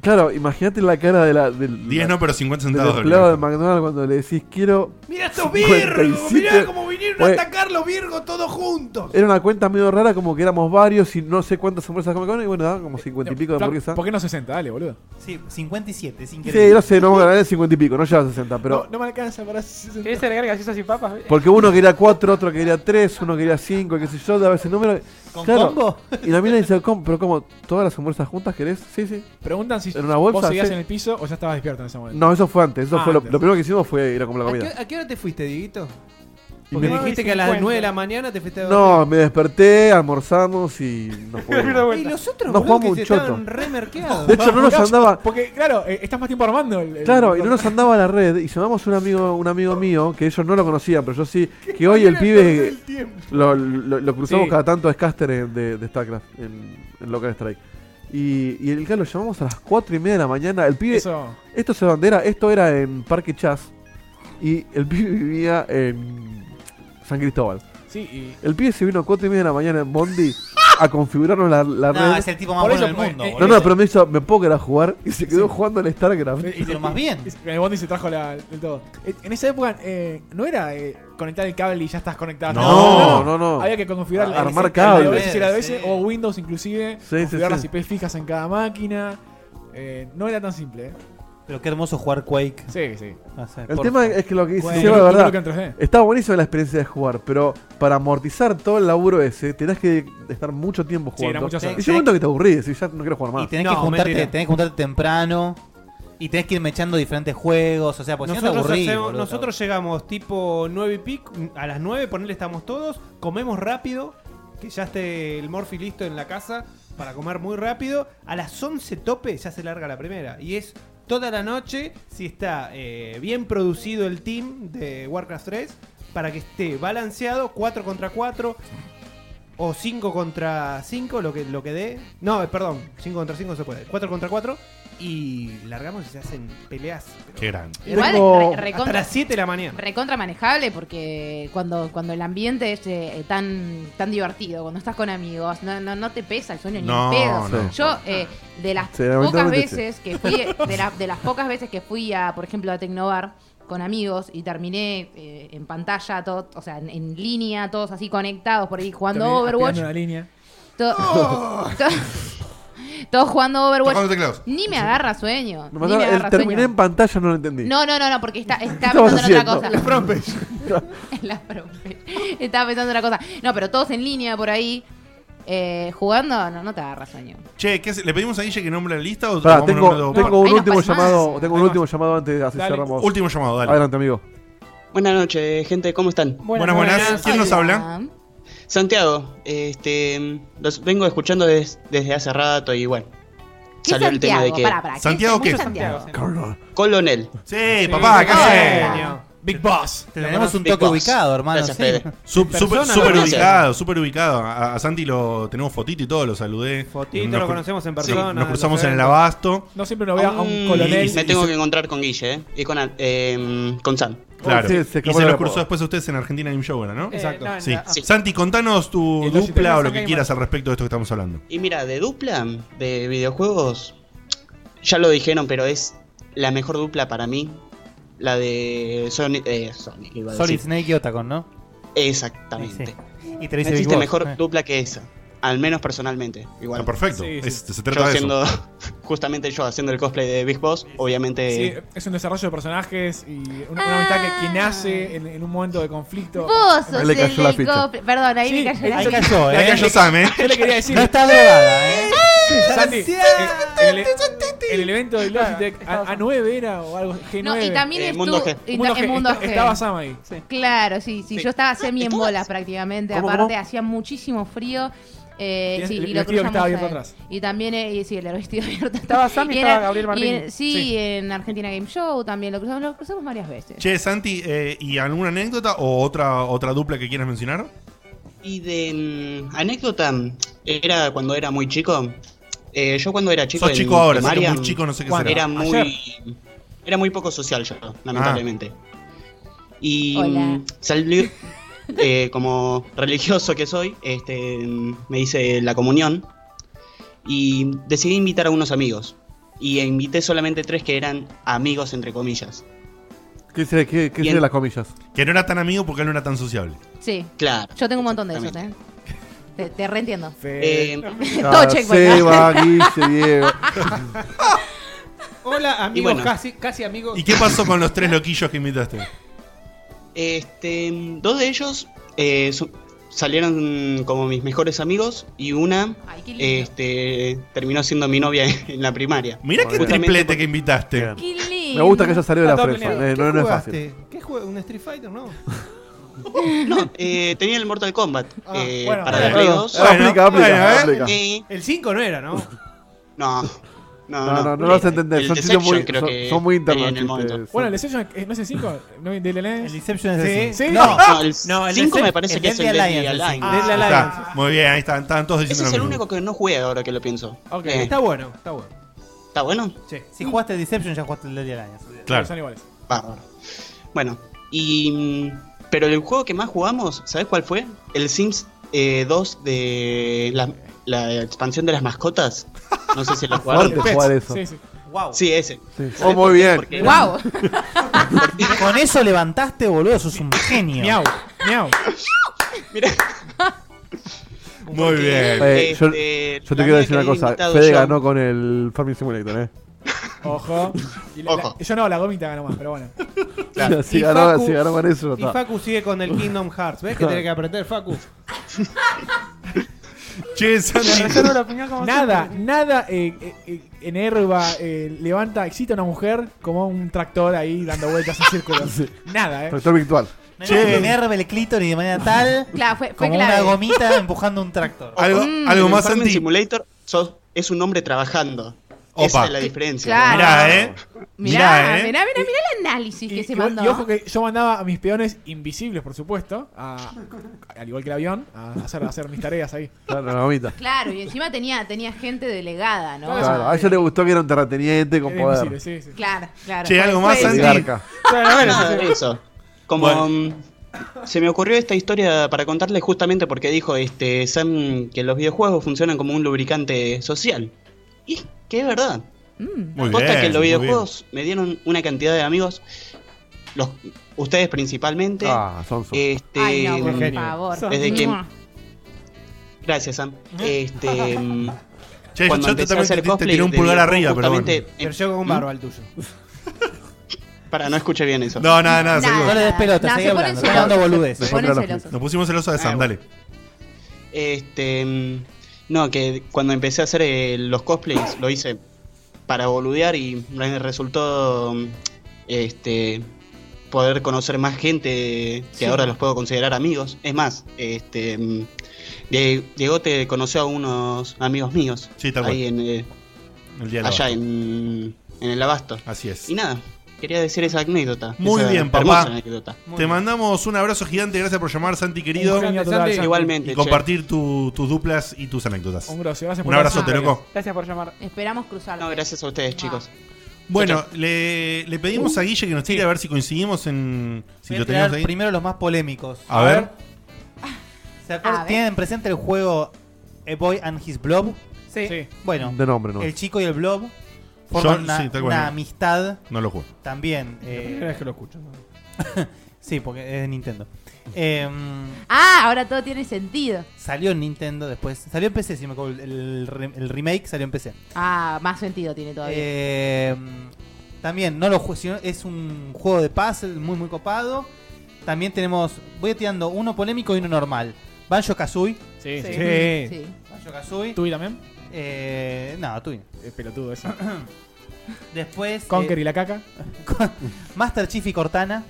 Speaker 6: claro, imagínate la cara de la. Del,
Speaker 1: 10 no, pero 50 centavos
Speaker 6: Del
Speaker 1: de
Speaker 6: empleado de McDonald's cuando le decís quiero.
Speaker 9: Mira estos
Speaker 6: 57".
Speaker 9: virgos, mirá cómo vinieron
Speaker 6: Oye,
Speaker 9: a atacar los virgos todos juntos.
Speaker 6: Era una cuenta medio rara, como que éramos varios y no sé cuántas hamburguesas comieron. Y bueno, daban como 50 y pico de hamburguesas.
Speaker 2: ¿Por qué no 60? Dale, boludo.
Speaker 4: Sí, 57, sin
Speaker 6: Sí, no sé, no vamos a ganar 50 y pico, no lleva 60, pero.
Speaker 2: No me alcanza para.
Speaker 5: ¿Querés agregar gaseosas y papas?
Speaker 6: Porque uno quería 4, otro quería 3, uno quería 5, qué sé yo, daba ese número.
Speaker 5: ¿Con
Speaker 2: combo?
Speaker 6: Y la mina dice, ¿cómo? ¿Pero cómo? ¿Todas las hamburguesas juntas querés? Sí, sí.
Speaker 2: Preguntan si
Speaker 6: ¿En una bolsa?
Speaker 2: vos seguías
Speaker 6: Sí.
Speaker 2: en el piso o ya estabas despierto en ese momento.
Speaker 6: No, eso fue antes, eso
Speaker 2: Ah,
Speaker 6: fue lo,
Speaker 2: antes.
Speaker 6: lo primero que hicimos fue ir a comprar la
Speaker 7: ¿A
Speaker 6: comida.
Speaker 7: qué, a qué hora te fuiste, Dieguito?
Speaker 6: Y
Speaker 7: Porque
Speaker 6: me-
Speaker 7: dijiste que a las
Speaker 6: 9:50.
Speaker 7: 9 de la mañana te fuiste a
Speaker 6: No, me desperté, almorzamos y nos fuimos.
Speaker 7: Y los otros,
Speaker 6: Nos
Speaker 7: boludo,
Speaker 6: jugamos
Speaker 7: que
Speaker 6: un
Speaker 7: se
Speaker 6: choto.
Speaker 7: estaban re merqueados.
Speaker 6: De hecho, no nos andaba-
Speaker 2: Porque, claro, eh, estás más tiempo armando. el- el-
Speaker 6: Claro, y no nos andaba la red y llamamos un amigo, un amigo mío, que ellos no lo conocían, pero yo sí, que hoy el pibe lo, lo- lo cruzamos
Speaker 2: Sí.
Speaker 6: cada tanto a Scaster en- de, de StarCraft, en, en Local Strike. Y, y el que lo llamamos a las 4 y media de la mañana, el pibe,
Speaker 2: Eso.
Speaker 6: esto se bandera, esto era en Parque Chas, y el pibe vivía en San Cristóbal.
Speaker 2: Sí, y-
Speaker 6: El pibe se vino a 4 y media de la mañana en Bondi a configurarnos la, la
Speaker 4: No,
Speaker 6: red.
Speaker 4: es el tipo más Por bueno eso, del mundo, eh,
Speaker 6: No,
Speaker 4: boludo.
Speaker 6: no, pero me hizo, me puedo quedar a jugar y se quedó jugando al StarCraft.
Speaker 2: Y- y- y- El Bondi se trajo la, el todo. Eh, En esa época eh, no era eh, conectar el cable y ya estás conectado.
Speaker 6: No, no, no.
Speaker 2: Había que configurar la-
Speaker 6: Armar
Speaker 2: el- la
Speaker 6: cables.
Speaker 2: OS y la OS, o Windows inclusive.
Speaker 6: Sí, sí,
Speaker 2: configurar
Speaker 6: sí.
Speaker 2: las IP fijas en cada máquina. Eh, no era tan simple. eh.
Speaker 4: Pero qué hermoso jugar Quake. Ah,
Speaker 2: Sí, sí.
Speaker 6: El tema es que lo que dice
Speaker 2: Bueno,
Speaker 6: Seba,
Speaker 2: yo
Speaker 6: la
Speaker 2: creo que en
Speaker 6: verdad,
Speaker 2: 3D.
Speaker 6: está buenísima la experiencia de jugar, pero para amortizar todo el laburo ese, tenés que estar mucho tiempo
Speaker 4: Sí, era
Speaker 6: jugando.
Speaker 4: muchas
Speaker 6: y
Speaker 4: horas.
Speaker 6: llega un momento que te aburrís y ya no quiero jugar más.
Speaker 4: Y tenés, que juntarte, tenés que juntarte temprano. Y tenés que ir mechando diferentes juegos. O sea, porque pues, si no te
Speaker 7: Nosotros,
Speaker 4: aburrís,
Speaker 7: hacemos-
Speaker 4: boludo.
Speaker 7: nosotros llegamos tipo 9 y pico, a las 9 ponele estamos todos, comemos rápido, que ya esté el Morphy listo en la casa para comer muy rápido, a las 11 tope ya se larga la primera y es toda la noche si está eh, bien producido el team de Warcraft 3 para que esté balanceado 4 contra 4 o 5 contra 5, lo que, lo que dé. No, eh, perdón, 5 contra 5 se puede, 4 contra 4 y largamos y se hacen peleas. pero-
Speaker 6: Ah.
Speaker 1: Qué grande.
Speaker 3: Igual
Speaker 7: Tengo-
Speaker 3: re- recontra-
Speaker 7: hasta las 7 de la mañana.
Speaker 3: Recontra manejable porque cuando, cuando el ambiente es eh, tan, tan divertido, cuando estás con amigos, no, no, no te pesa el sueño
Speaker 6: No,
Speaker 3: ni en pedo.
Speaker 6: no.
Speaker 3: Yo, eh, de las
Speaker 6: Sí,
Speaker 3: pocas
Speaker 6: lamentablemente
Speaker 3: veces que fui, de, la- de las pocas veces que fui a, por ejemplo, a Tecnobar con amigos y terminé eh, en pantalla, todo, o sea, en, en línea, todos así conectados por ahí jugando
Speaker 2: Terminé
Speaker 3: Overwatch.
Speaker 2: aspirando una línea.
Speaker 3: To- to- todos jugando
Speaker 6: Tocando
Speaker 3: Overwatch.
Speaker 6: teclados.
Speaker 3: Ni me agarra sueño.
Speaker 6: No,
Speaker 3: ni me
Speaker 6: el
Speaker 3: agarra
Speaker 6: terminé
Speaker 3: sueño.
Speaker 6: en pantalla, no lo entendí.
Speaker 3: No, no, no, no, porque está, está
Speaker 6: estabas
Speaker 3: pensando en otra
Speaker 6: haciendo?
Speaker 3: cosa.
Speaker 6: La front page.
Speaker 3: En la front page. Estaba pensando en otra cosa. No, pero todos en línea por ahí. eh, jugando, no, no te agarra sueño.
Speaker 1: Che, ¿qué hace- ¿le pedimos a Guille que nombre la lista o
Speaker 6: Pará,
Speaker 1: tomamos
Speaker 6: tengo,
Speaker 1: nombre de-
Speaker 6: tengo un último
Speaker 1: pasa
Speaker 6: llamado, tengo un último llamado antes de así
Speaker 1: Dale.
Speaker 6: cerramos.
Speaker 1: Último llamado, dale.
Speaker 6: Adelante, amigo.
Speaker 15: Buenas noches, gente, ¿cómo están?
Speaker 1: Buenas, buenas. buenas. ¿Quién nos habla?
Speaker 15: Santiago, este, los vengo escuchando des- desde hace rato y bueno. Salió el tema de que.
Speaker 3: Pará, pará, ¿qué
Speaker 1: ¿Santiago qué?
Speaker 3: Mucho Santiago.
Speaker 15: Colonel.
Speaker 1: Sí, papá, ¿qué hace?
Speaker 2: Big Boss.
Speaker 4: Tenemos un toque ubicado, hermano.
Speaker 15: Gracias,
Speaker 4: sí.
Speaker 15: Fede.
Speaker 1: Sup- Súper
Speaker 4: Persona,
Speaker 1: súper
Speaker 4: ¿no?
Speaker 1: ubicado, súper ubicado. A, a Santi lo tenemos fotito y todo, lo saludé.
Speaker 7: Fotito,
Speaker 1: Nos
Speaker 7: lo
Speaker 1: cru-
Speaker 7: conocemos en
Speaker 1: Sí,
Speaker 7: persona,
Speaker 1: nos cruzamos
Speaker 7: lo
Speaker 1: en el
Speaker 7: sabemos.
Speaker 1: abasto.
Speaker 2: No siempre lo veo a un colonel.
Speaker 15: Mm, Y me tengo que encontrar con Guille, ¿eh? Y con, Al- eh, con Sam.
Speaker 1: Claro.
Speaker 6: Sí, se
Speaker 1: y
Speaker 6: escapó
Speaker 1: se
Speaker 6: el
Speaker 1: los
Speaker 6: apodo.
Speaker 1: cursó después a ustedes en Argentina Game Show, era, ¿no?
Speaker 15: Exacto. no,
Speaker 1: Sí.
Speaker 15: no, ah.
Speaker 1: Santi, contanos tu dupla o
Speaker 15: Los
Speaker 1: lo
Speaker 15: Italianos
Speaker 1: que
Speaker 15: Gamer.
Speaker 1: quieras al respecto de esto que estamos hablando.
Speaker 15: Y mira, de dupla de videojuegos, ya lo dijeron, pero es la mejor dupla para mí La de Sonic. Eh, Sonic iba a
Speaker 4: Solid
Speaker 15: decir.
Speaker 4: Snake y Otacon, ¿no?
Speaker 15: Exactamente.
Speaker 4: Y te dice eh.
Speaker 15: no
Speaker 4: Big
Speaker 15: existe
Speaker 4: Boss.
Speaker 15: mejor dupla que esa. Al menos personalmente. Igual.
Speaker 1: Está Ah, perfecto, Sí, sí. es- se trata
Speaker 15: Yo
Speaker 1: de
Speaker 15: haciendo- justamente yo haciendo el cosplay de Big Boss,
Speaker 2: Sí,
Speaker 15: obviamente.
Speaker 2: es un desarrollo de personajes y una, una amistad que, que nace en, en un momento de conflicto.
Speaker 3: Vos sos el del cofre. Perdón, ahí
Speaker 2: Sí,
Speaker 3: me cayó la
Speaker 2: ahí
Speaker 3: ficha.
Speaker 2: cayó,
Speaker 1: La
Speaker 2: eh.
Speaker 1: cayó Sam, eh.
Speaker 2: Yo le quería decir.
Speaker 4: No está drogada, eh.
Speaker 2: Santi, el, el- el evento de Logitech A, 9 era o algo. G9.
Speaker 3: No, y también estuvo. y ta- en
Speaker 2: Mundo G,
Speaker 3: Mundo
Speaker 2: está-
Speaker 3: G.
Speaker 2: Estaba Sam ahí.
Speaker 3: Claro, sí, sí. Yo estaba semi en bolas prácticamente.
Speaker 2: ¿Cómo,
Speaker 3: Aparte,
Speaker 2: cómo?
Speaker 3: hacía muchísimo frío. Eh,
Speaker 2: Tienes
Speaker 3: sí,
Speaker 2: el
Speaker 3: y lo
Speaker 2: vestido que
Speaker 3: cruzamos
Speaker 2: estaba abierto
Speaker 3: a él.
Speaker 2: atrás.
Speaker 3: Y también, eh, y sí, el vestido abierto atrás.
Speaker 5: Estaba Sam y
Speaker 3: en
Speaker 5: estaba
Speaker 3: Ar-
Speaker 5: Gabriel Martín.
Speaker 3: y en- sí,
Speaker 1: Sí.
Speaker 3: en Argentina Game Show también lo cruzamos, lo cruzamos varias veces.
Speaker 1: Che, Santi, eh, ¿y alguna anécdota o otra, otra dupla que quieras mencionar?
Speaker 15: Y de mm, anécdota, era cuando era muy chico. eh, yo cuando era chico.
Speaker 1: Sos
Speaker 15: en
Speaker 1: chico ahora, así que
Speaker 15: primaria,
Speaker 1: muy chico no sé qué
Speaker 15: Era
Speaker 1: será.
Speaker 15: muy, era muy poco social yo, lamentablemente. Y
Speaker 3: Hola.
Speaker 15: mm, salí, eh, como religioso que soy, este, mm, me hice la comunión y decidí invitar a unos amigos. Y invité solamente tres que eran amigos, entre comillas.
Speaker 6: ¿Qué dice qué, qué
Speaker 15: Bien.
Speaker 6: dice las comillas?
Speaker 1: Que no era tan amigo porque él no era tan sociable.
Speaker 3: Sí.
Speaker 15: Claro.
Speaker 3: Yo tengo un montón de esos, ¿eh? Te, te reentiendo.
Speaker 15: Eh,
Speaker 3: Todo checkpoint.
Speaker 6: Ah, Seba, Guille, Diego.
Speaker 7: Hola, amigos,
Speaker 1: bueno.
Speaker 7: casi, casi amigos.
Speaker 1: ¿Y qué pasó con los tres loquillos que invitaste?
Speaker 15: Este, mm, dos de ellos eh, su- salieron mm, como mis mejores amigos y una
Speaker 3: qué lindo.
Speaker 15: este, terminó siendo mi novia en la primaria.
Speaker 1: Mirá qué
Speaker 15: Justamente
Speaker 1: triplete que invitaste.
Speaker 3: Qué lindo.
Speaker 6: Me gusta que haya salido de la
Speaker 15: Está
Speaker 6: prensa.
Speaker 15: planeado.
Speaker 6: eh,
Speaker 15: ¿Qué
Speaker 6: no, no es
Speaker 15: jugaste?
Speaker 6: fácil.
Speaker 7: ¿Qué juego? ¿Un Street Fighter? No.
Speaker 15: No, eh, tenía el Mortal Kombat eh,
Speaker 7: bueno,
Speaker 15: para
Speaker 7: bueno,
Speaker 15: Play
Speaker 7: bueno.
Speaker 15: 2.
Speaker 6: Bueno, Aplica, aplica, bueno, aplica.
Speaker 15: Eh,
Speaker 7: El 5 no era, ¿no?
Speaker 15: No. eh,
Speaker 6: No,
Speaker 15: No,
Speaker 6: no, no, lo vas a entender. Son, chicos muy, son, son muy internos. chistes.
Speaker 2: Bueno, el Deception es- no es el 5, no es
Speaker 4: El Inception es
Speaker 2: Sí,
Speaker 4: el
Speaker 2: sí.
Speaker 4: cinco.
Speaker 15: No, el cinco me parece que es el Deadly Alliance.
Speaker 2: sí.
Speaker 15: Ah,
Speaker 2: Deadly
Speaker 15: está.
Speaker 2: Alliance.
Speaker 1: Muy bien, ahí están, estaban todos diciendo
Speaker 15: Ese es el
Speaker 1: lo mismo.
Speaker 15: único que no jugué ahora que lo pienso. Eh,
Speaker 7: Está bueno, está bueno.
Speaker 15: ¿Está bueno?
Speaker 7: Sí.
Speaker 4: Si jugaste el Deception, ya jugaste el Deadly Alliance.
Speaker 1: Claro.
Speaker 2: Son iguales.
Speaker 15: Bárbaro. Ah, Bueno, y. mm, Pero el juego que más jugamos, ¿sabes cuál fue? El Sims eh, 2 de la, la expansión de las mascotas. No sé si lo jugaron.
Speaker 6: Fuerte jugar eso. Sí, sí.
Speaker 4: Wow.
Speaker 15: Sí, ese.
Speaker 6: Sí.
Speaker 15: ¿Sabés
Speaker 6: Oh, muy
Speaker 15: por qué?
Speaker 6: bien.
Speaker 15: Porque-
Speaker 3: Guau.
Speaker 4: Con eso levantaste, boludo, sos un genio.
Speaker 2: Miau, miau.
Speaker 1: Muy bien.
Speaker 6: Eh, yo,
Speaker 15: Este,
Speaker 6: yo te
Speaker 15: la
Speaker 6: quiero
Speaker 15: mía
Speaker 6: decir
Speaker 15: que
Speaker 6: una
Speaker 15: había
Speaker 6: cosa.
Speaker 15: invitado
Speaker 6: Fede
Speaker 15: yo.
Speaker 6: ganó con el Farming Simulator, ¿eh?
Speaker 2: Ojo. Y la- la- yo no, la gomita ganó más, pero bueno.
Speaker 6: Si
Speaker 7: Y
Speaker 6: ganó,
Speaker 7: Facu-
Speaker 6: si ganó con eso,
Speaker 7: Y
Speaker 6: ya está.
Speaker 7: Facu sigue con el Kingdom Hearts. ¿Ves que
Speaker 6: Claro.
Speaker 7: tiene que aprender, Facu?
Speaker 1: Che, Santi.
Speaker 5: Reservo la opinión como
Speaker 2: Nada,
Speaker 5: siempre.
Speaker 2: nada eh, eh, eh, en herba eh, levanta, excita a una mujer como un tractor ahí dando vueltas en círculos. Nada, eh.
Speaker 6: Factor virtual.
Speaker 4: No tener el clítoris de manera tal.
Speaker 3: Claro, fue, fue
Speaker 4: como
Speaker 3: clave.
Speaker 4: una gomita empujando un tractor.
Speaker 1: Algo,
Speaker 3: Mm.
Speaker 1: algo
Speaker 15: En
Speaker 1: más,
Speaker 15: Farming
Speaker 1: Santi.
Speaker 15: Simulator sos- es un hombre trabajando.
Speaker 1: Opa.
Speaker 15: Esa es la diferencia.
Speaker 3: Claro.
Speaker 1: Mirá, eh.
Speaker 3: Mirá,
Speaker 1: Mirá,
Speaker 3: mirá,
Speaker 1: eh.
Speaker 3: mirá, mirá el análisis que se
Speaker 2: y,
Speaker 3: mandó.
Speaker 2: y ojo que yo mandaba a mis peones invisibles, por supuesto, a- al igual que el avión, a hacer, a hacer mis tareas ahí.
Speaker 6: Claro, la mamita.
Speaker 3: Claro, y encima tenía, tenía gente delegada, ¿no?
Speaker 6: Claro, a ella le gustó que era un terrateniente con
Speaker 2: Era
Speaker 6: poder.
Speaker 2: invisible, sí, sí.
Speaker 3: Claro, claro.
Speaker 1: Che, algo más,
Speaker 3: Fue-
Speaker 1: Santi.
Speaker 6: Oligarca.
Speaker 5: Bueno, bueno,
Speaker 15: Nada
Speaker 5: sí,
Speaker 15: de
Speaker 5: sí.
Speaker 15: eso. Como mm, se me ocurrió esta historia para contarles justamente porque dijo este Sam que los videojuegos funcionan como un lubricante social. Y que es verdad.
Speaker 1: Muy
Speaker 15: Posta
Speaker 1: bien.
Speaker 15: que los
Speaker 1: muy bien.
Speaker 15: videojuegos me dieron una cantidad de amigos, los ustedes principalmente.
Speaker 6: Ah, son son.
Speaker 15: Este,
Speaker 3: Ay, no, por
Speaker 7: Genio.
Speaker 3: favor.
Speaker 15: Desde que-
Speaker 3: Mua.
Speaker 15: Gracias, Sam.
Speaker 3: Eh.
Speaker 15: Este, mm,
Speaker 1: Che,
Speaker 15: cuando
Speaker 1: yo te,
Speaker 15: empecé a
Speaker 1: también
Speaker 15: hacer
Speaker 1: te- te
Speaker 15: cosplay
Speaker 1: tiré un
Speaker 15: de
Speaker 1: pulgar
Speaker 15: videojuegos,
Speaker 1: arriba, pero bueno.
Speaker 15: justamente, em-
Speaker 7: Pero yo con un barba al tuyo.
Speaker 15: Para, no escuché bien eso.
Speaker 1: No, nada, nada,
Speaker 3: Nada,
Speaker 1: seguimos.
Speaker 4: No le des pelota,
Speaker 3: nada,
Speaker 4: seguí
Speaker 3: se ponen
Speaker 4: hablando, está
Speaker 3: celosos,
Speaker 4: hablando boludez.
Speaker 3: se
Speaker 6: Después
Speaker 3: ponen
Speaker 6: hablan los
Speaker 3: celosos.
Speaker 1: Nos pusimos celosos
Speaker 15: Ah,
Speaker 1: de Sam, dale.
Speaker 15: Este. mm, No, que cuando empecé a hacer eh, los cosplays lo hice para boludear y me resultó. mm, Este. Poder conocer más gente que
Speaker 2: Sí.
Speaker 15: ahora los puedo considerar amigos. Es más, este. mm, Die- Diego te conoció a unos amigos míos.
Speaker 1: Sí, tal cual.
Speaker 15: ahí en, eh,
Speaker 1: El día de la
Speaker 15: allá
Speaker 1: bata.
Speaker 15: en, en el Abasto.
Speaker 1: Así es.
Speaker 15: Y nada, quería decir esa anécdota.
Speaker 1: Muy
Speaker 15: esa
Speaker 1: bien,
Speaker 15: hermosa
Speaker 1: papá.
Speaker 15: anécdota.
Speaker 1: Te mandamos un abrazo gigante. Gracias por llamar, Santi querido.
Speaker 2: Un genio total, Santi.
Speaker 15: Igualmente.
Speaker 1: Y
Speaker 15: che.
Speaker 1: compartir tu- tus duplas y tus anécdotas.
Speaker 2: Un grosso, gracias por
Speaker 1: Un abrazote,
Speaker 2: llamar.
Speaker 1: loco.
Speaker 5: Gracias por llamar.
Speaker 3: Esperamos cruzarlo.
Speaker 15: No, gracias a ustedes, chicos.
Speaker 1: Bueno, le, le pedimos a Guille que nos tire a ver si coincidimos en. Si
Speaker 4: Voy a
Speaker 1: lo
Speaker 4: tirar
Speaker 1: tenemos ahí.
Speaker 4: primero los más polémicos.
Speaker 1: A ver.
Speaker 4: ¿Se acuerdan?
Speaker 3: A ver.
Speaker 4: ¿Tienen presente el juego A Boy and His Blob?
Speaker 5: Sí.
Speaker 2: Sí.
Speaker 4: Bueno,
Speaker 6: De nombre, ¿no?
Speaker 4: el chico y el blob forman
Speaker 1: Yo-
Speaker 4: una,
Speaker 1: sí, tal cual,
Speaker 4: una
Speaker 1: no.
Speaker 4: amistad.
Speaker 1: No lo juego.
Speaker 4: También. eh,
Speaker 7: La primera vez que lo escucho,
Speaker 4: sí, porque es de Nintendo. Em,
Speaker 3: Ah, ahora todo tiene sentido.
Speaker 4: salió en Nintendo después. Salió en PC, si me acuerdo. El, re- el remake salió en PC.
Speaker 3: Ah, más sentido tiene todavía.
Speaker 4: Eh, Em, también, no lo ju- sino es un juego de puzzle muy, muy copado. También tenemos. Voy tirando uno polémico y uno normal. Banjo Kazooie.
Speaker 2: Sí, sí.
Speaker 4: Sí. Banjo Kazooie.
Speaker 2: ¿Tui también?
Speaker 4: Eh, no, Tui.
Speaker 2: Es pelotudo eso.
Speaker 4: Después.
Speaker 2: Conker
Speaker 4: eh,
Speaker 2: y la caca.
Speaker 4: Master Chief y Cortana.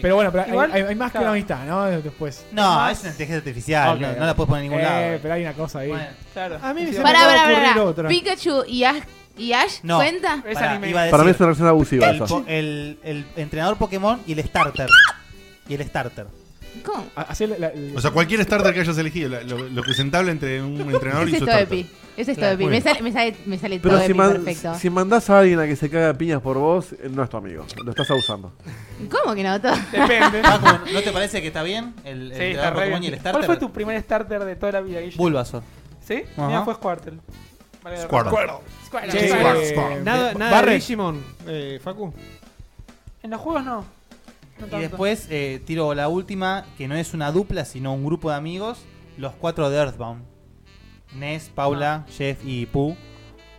Speaker 2: Pero bueno, pero hay-
Speaker 4: Igual,
Speaker 2: hay, hay más que
Speaker 4: claro.
Speaker 2: una amistad, ¿no? Después.
Speaker 4: No, es una inteligencia artificial,
Speaker 2: Ok,
Speaker 4: no, no
Speaker 2: ok.
Speaker 4: la puedes poner en ningún
Speaker 2: Eh,
Speaker 4: lado.
Speaker 2: Pero hay una cosa ahí.
Speaker 5: Claro.
Speaker 7: A mí me
Speaker 3: Pará, pará, pará, pará. Pikachu y Ash, y Ash
Speaker 4: No.
Speaker 3: cuenta.
Speaker 4: Pará, iba a
Speaker 6: Para mí
Speaker 4: decir,
Speaker 6: es una relación abusiva
Speaker 4: El,
Speaker 6: esa.
Speaker 4: po- el- el entrenador Pokémon y el starter. Y el starter.
Speaker 3: ¿Cómo?
Speaker 1: O sea, cualquier starter que hayas elegido, la- lo, lo presentable entre un entrenador y
Speaker 3: Ese es
Speaker 1: su
Speaker 3: todo de
Speaker 1: starter.
Speaker 3: pi. Ese es todo
Speaker 1: Claro,
Speaker 3: de pi.
Speaker 1: muy
Speaker 3: Me
Speaker 1: bien.
Speaker 3: sale, me sale, me sale
Speaker 6: Pero
Speaker 3: todo de
Speaker 6: si,
Speaker 3: pi
Speaker 6: man-
Speaker 3: perfecto.
Speaker 6: si mandás a alguien a que se caga a piñas por vos, eh, no es tu amigo. Lo estás abusando.
Speaker 3: ¿Cómo que no? Todo.
Speaker 4: Paco, ¿no te parece que está bien el, el
Speaker 5: Sí, está
Speaker 4: entrenador
Speaker 5: re
Speaker 4: Pokémon y el
Speaker 5: bien.
Speaker 4: starter?
Speaker 5: ¿Cuál fue tu primer starter de toda la vida, Guille?
Speaker 4: Bulbasaur.
Speaker 5: ¿Sí?
Speaker 4: Ajá.
Speaker 5: Mira, fue Squirtle. Vale,
Speaker 4: Squirtle.
Speaker 5: Squirtle. Squirtle.
Speaker 7: Che,
Speaker 5: Squirtle.
Speaker 7: eh,
Speaker 5: Squirtle.
Speaker 7: Nada, nada de
Speaker 5: Barret.
Speaker 7: Digimon, eh, Facu.
Speaker 5: En los juegos no. No
Speaker 4: Y
Speaker 5: tanto.
Speaker 4: después eh, tiro la última, que no es una dupla, sino un grupo de amigos, los cuatro de Earthbound. Ness, Paula, Jeff y Pu,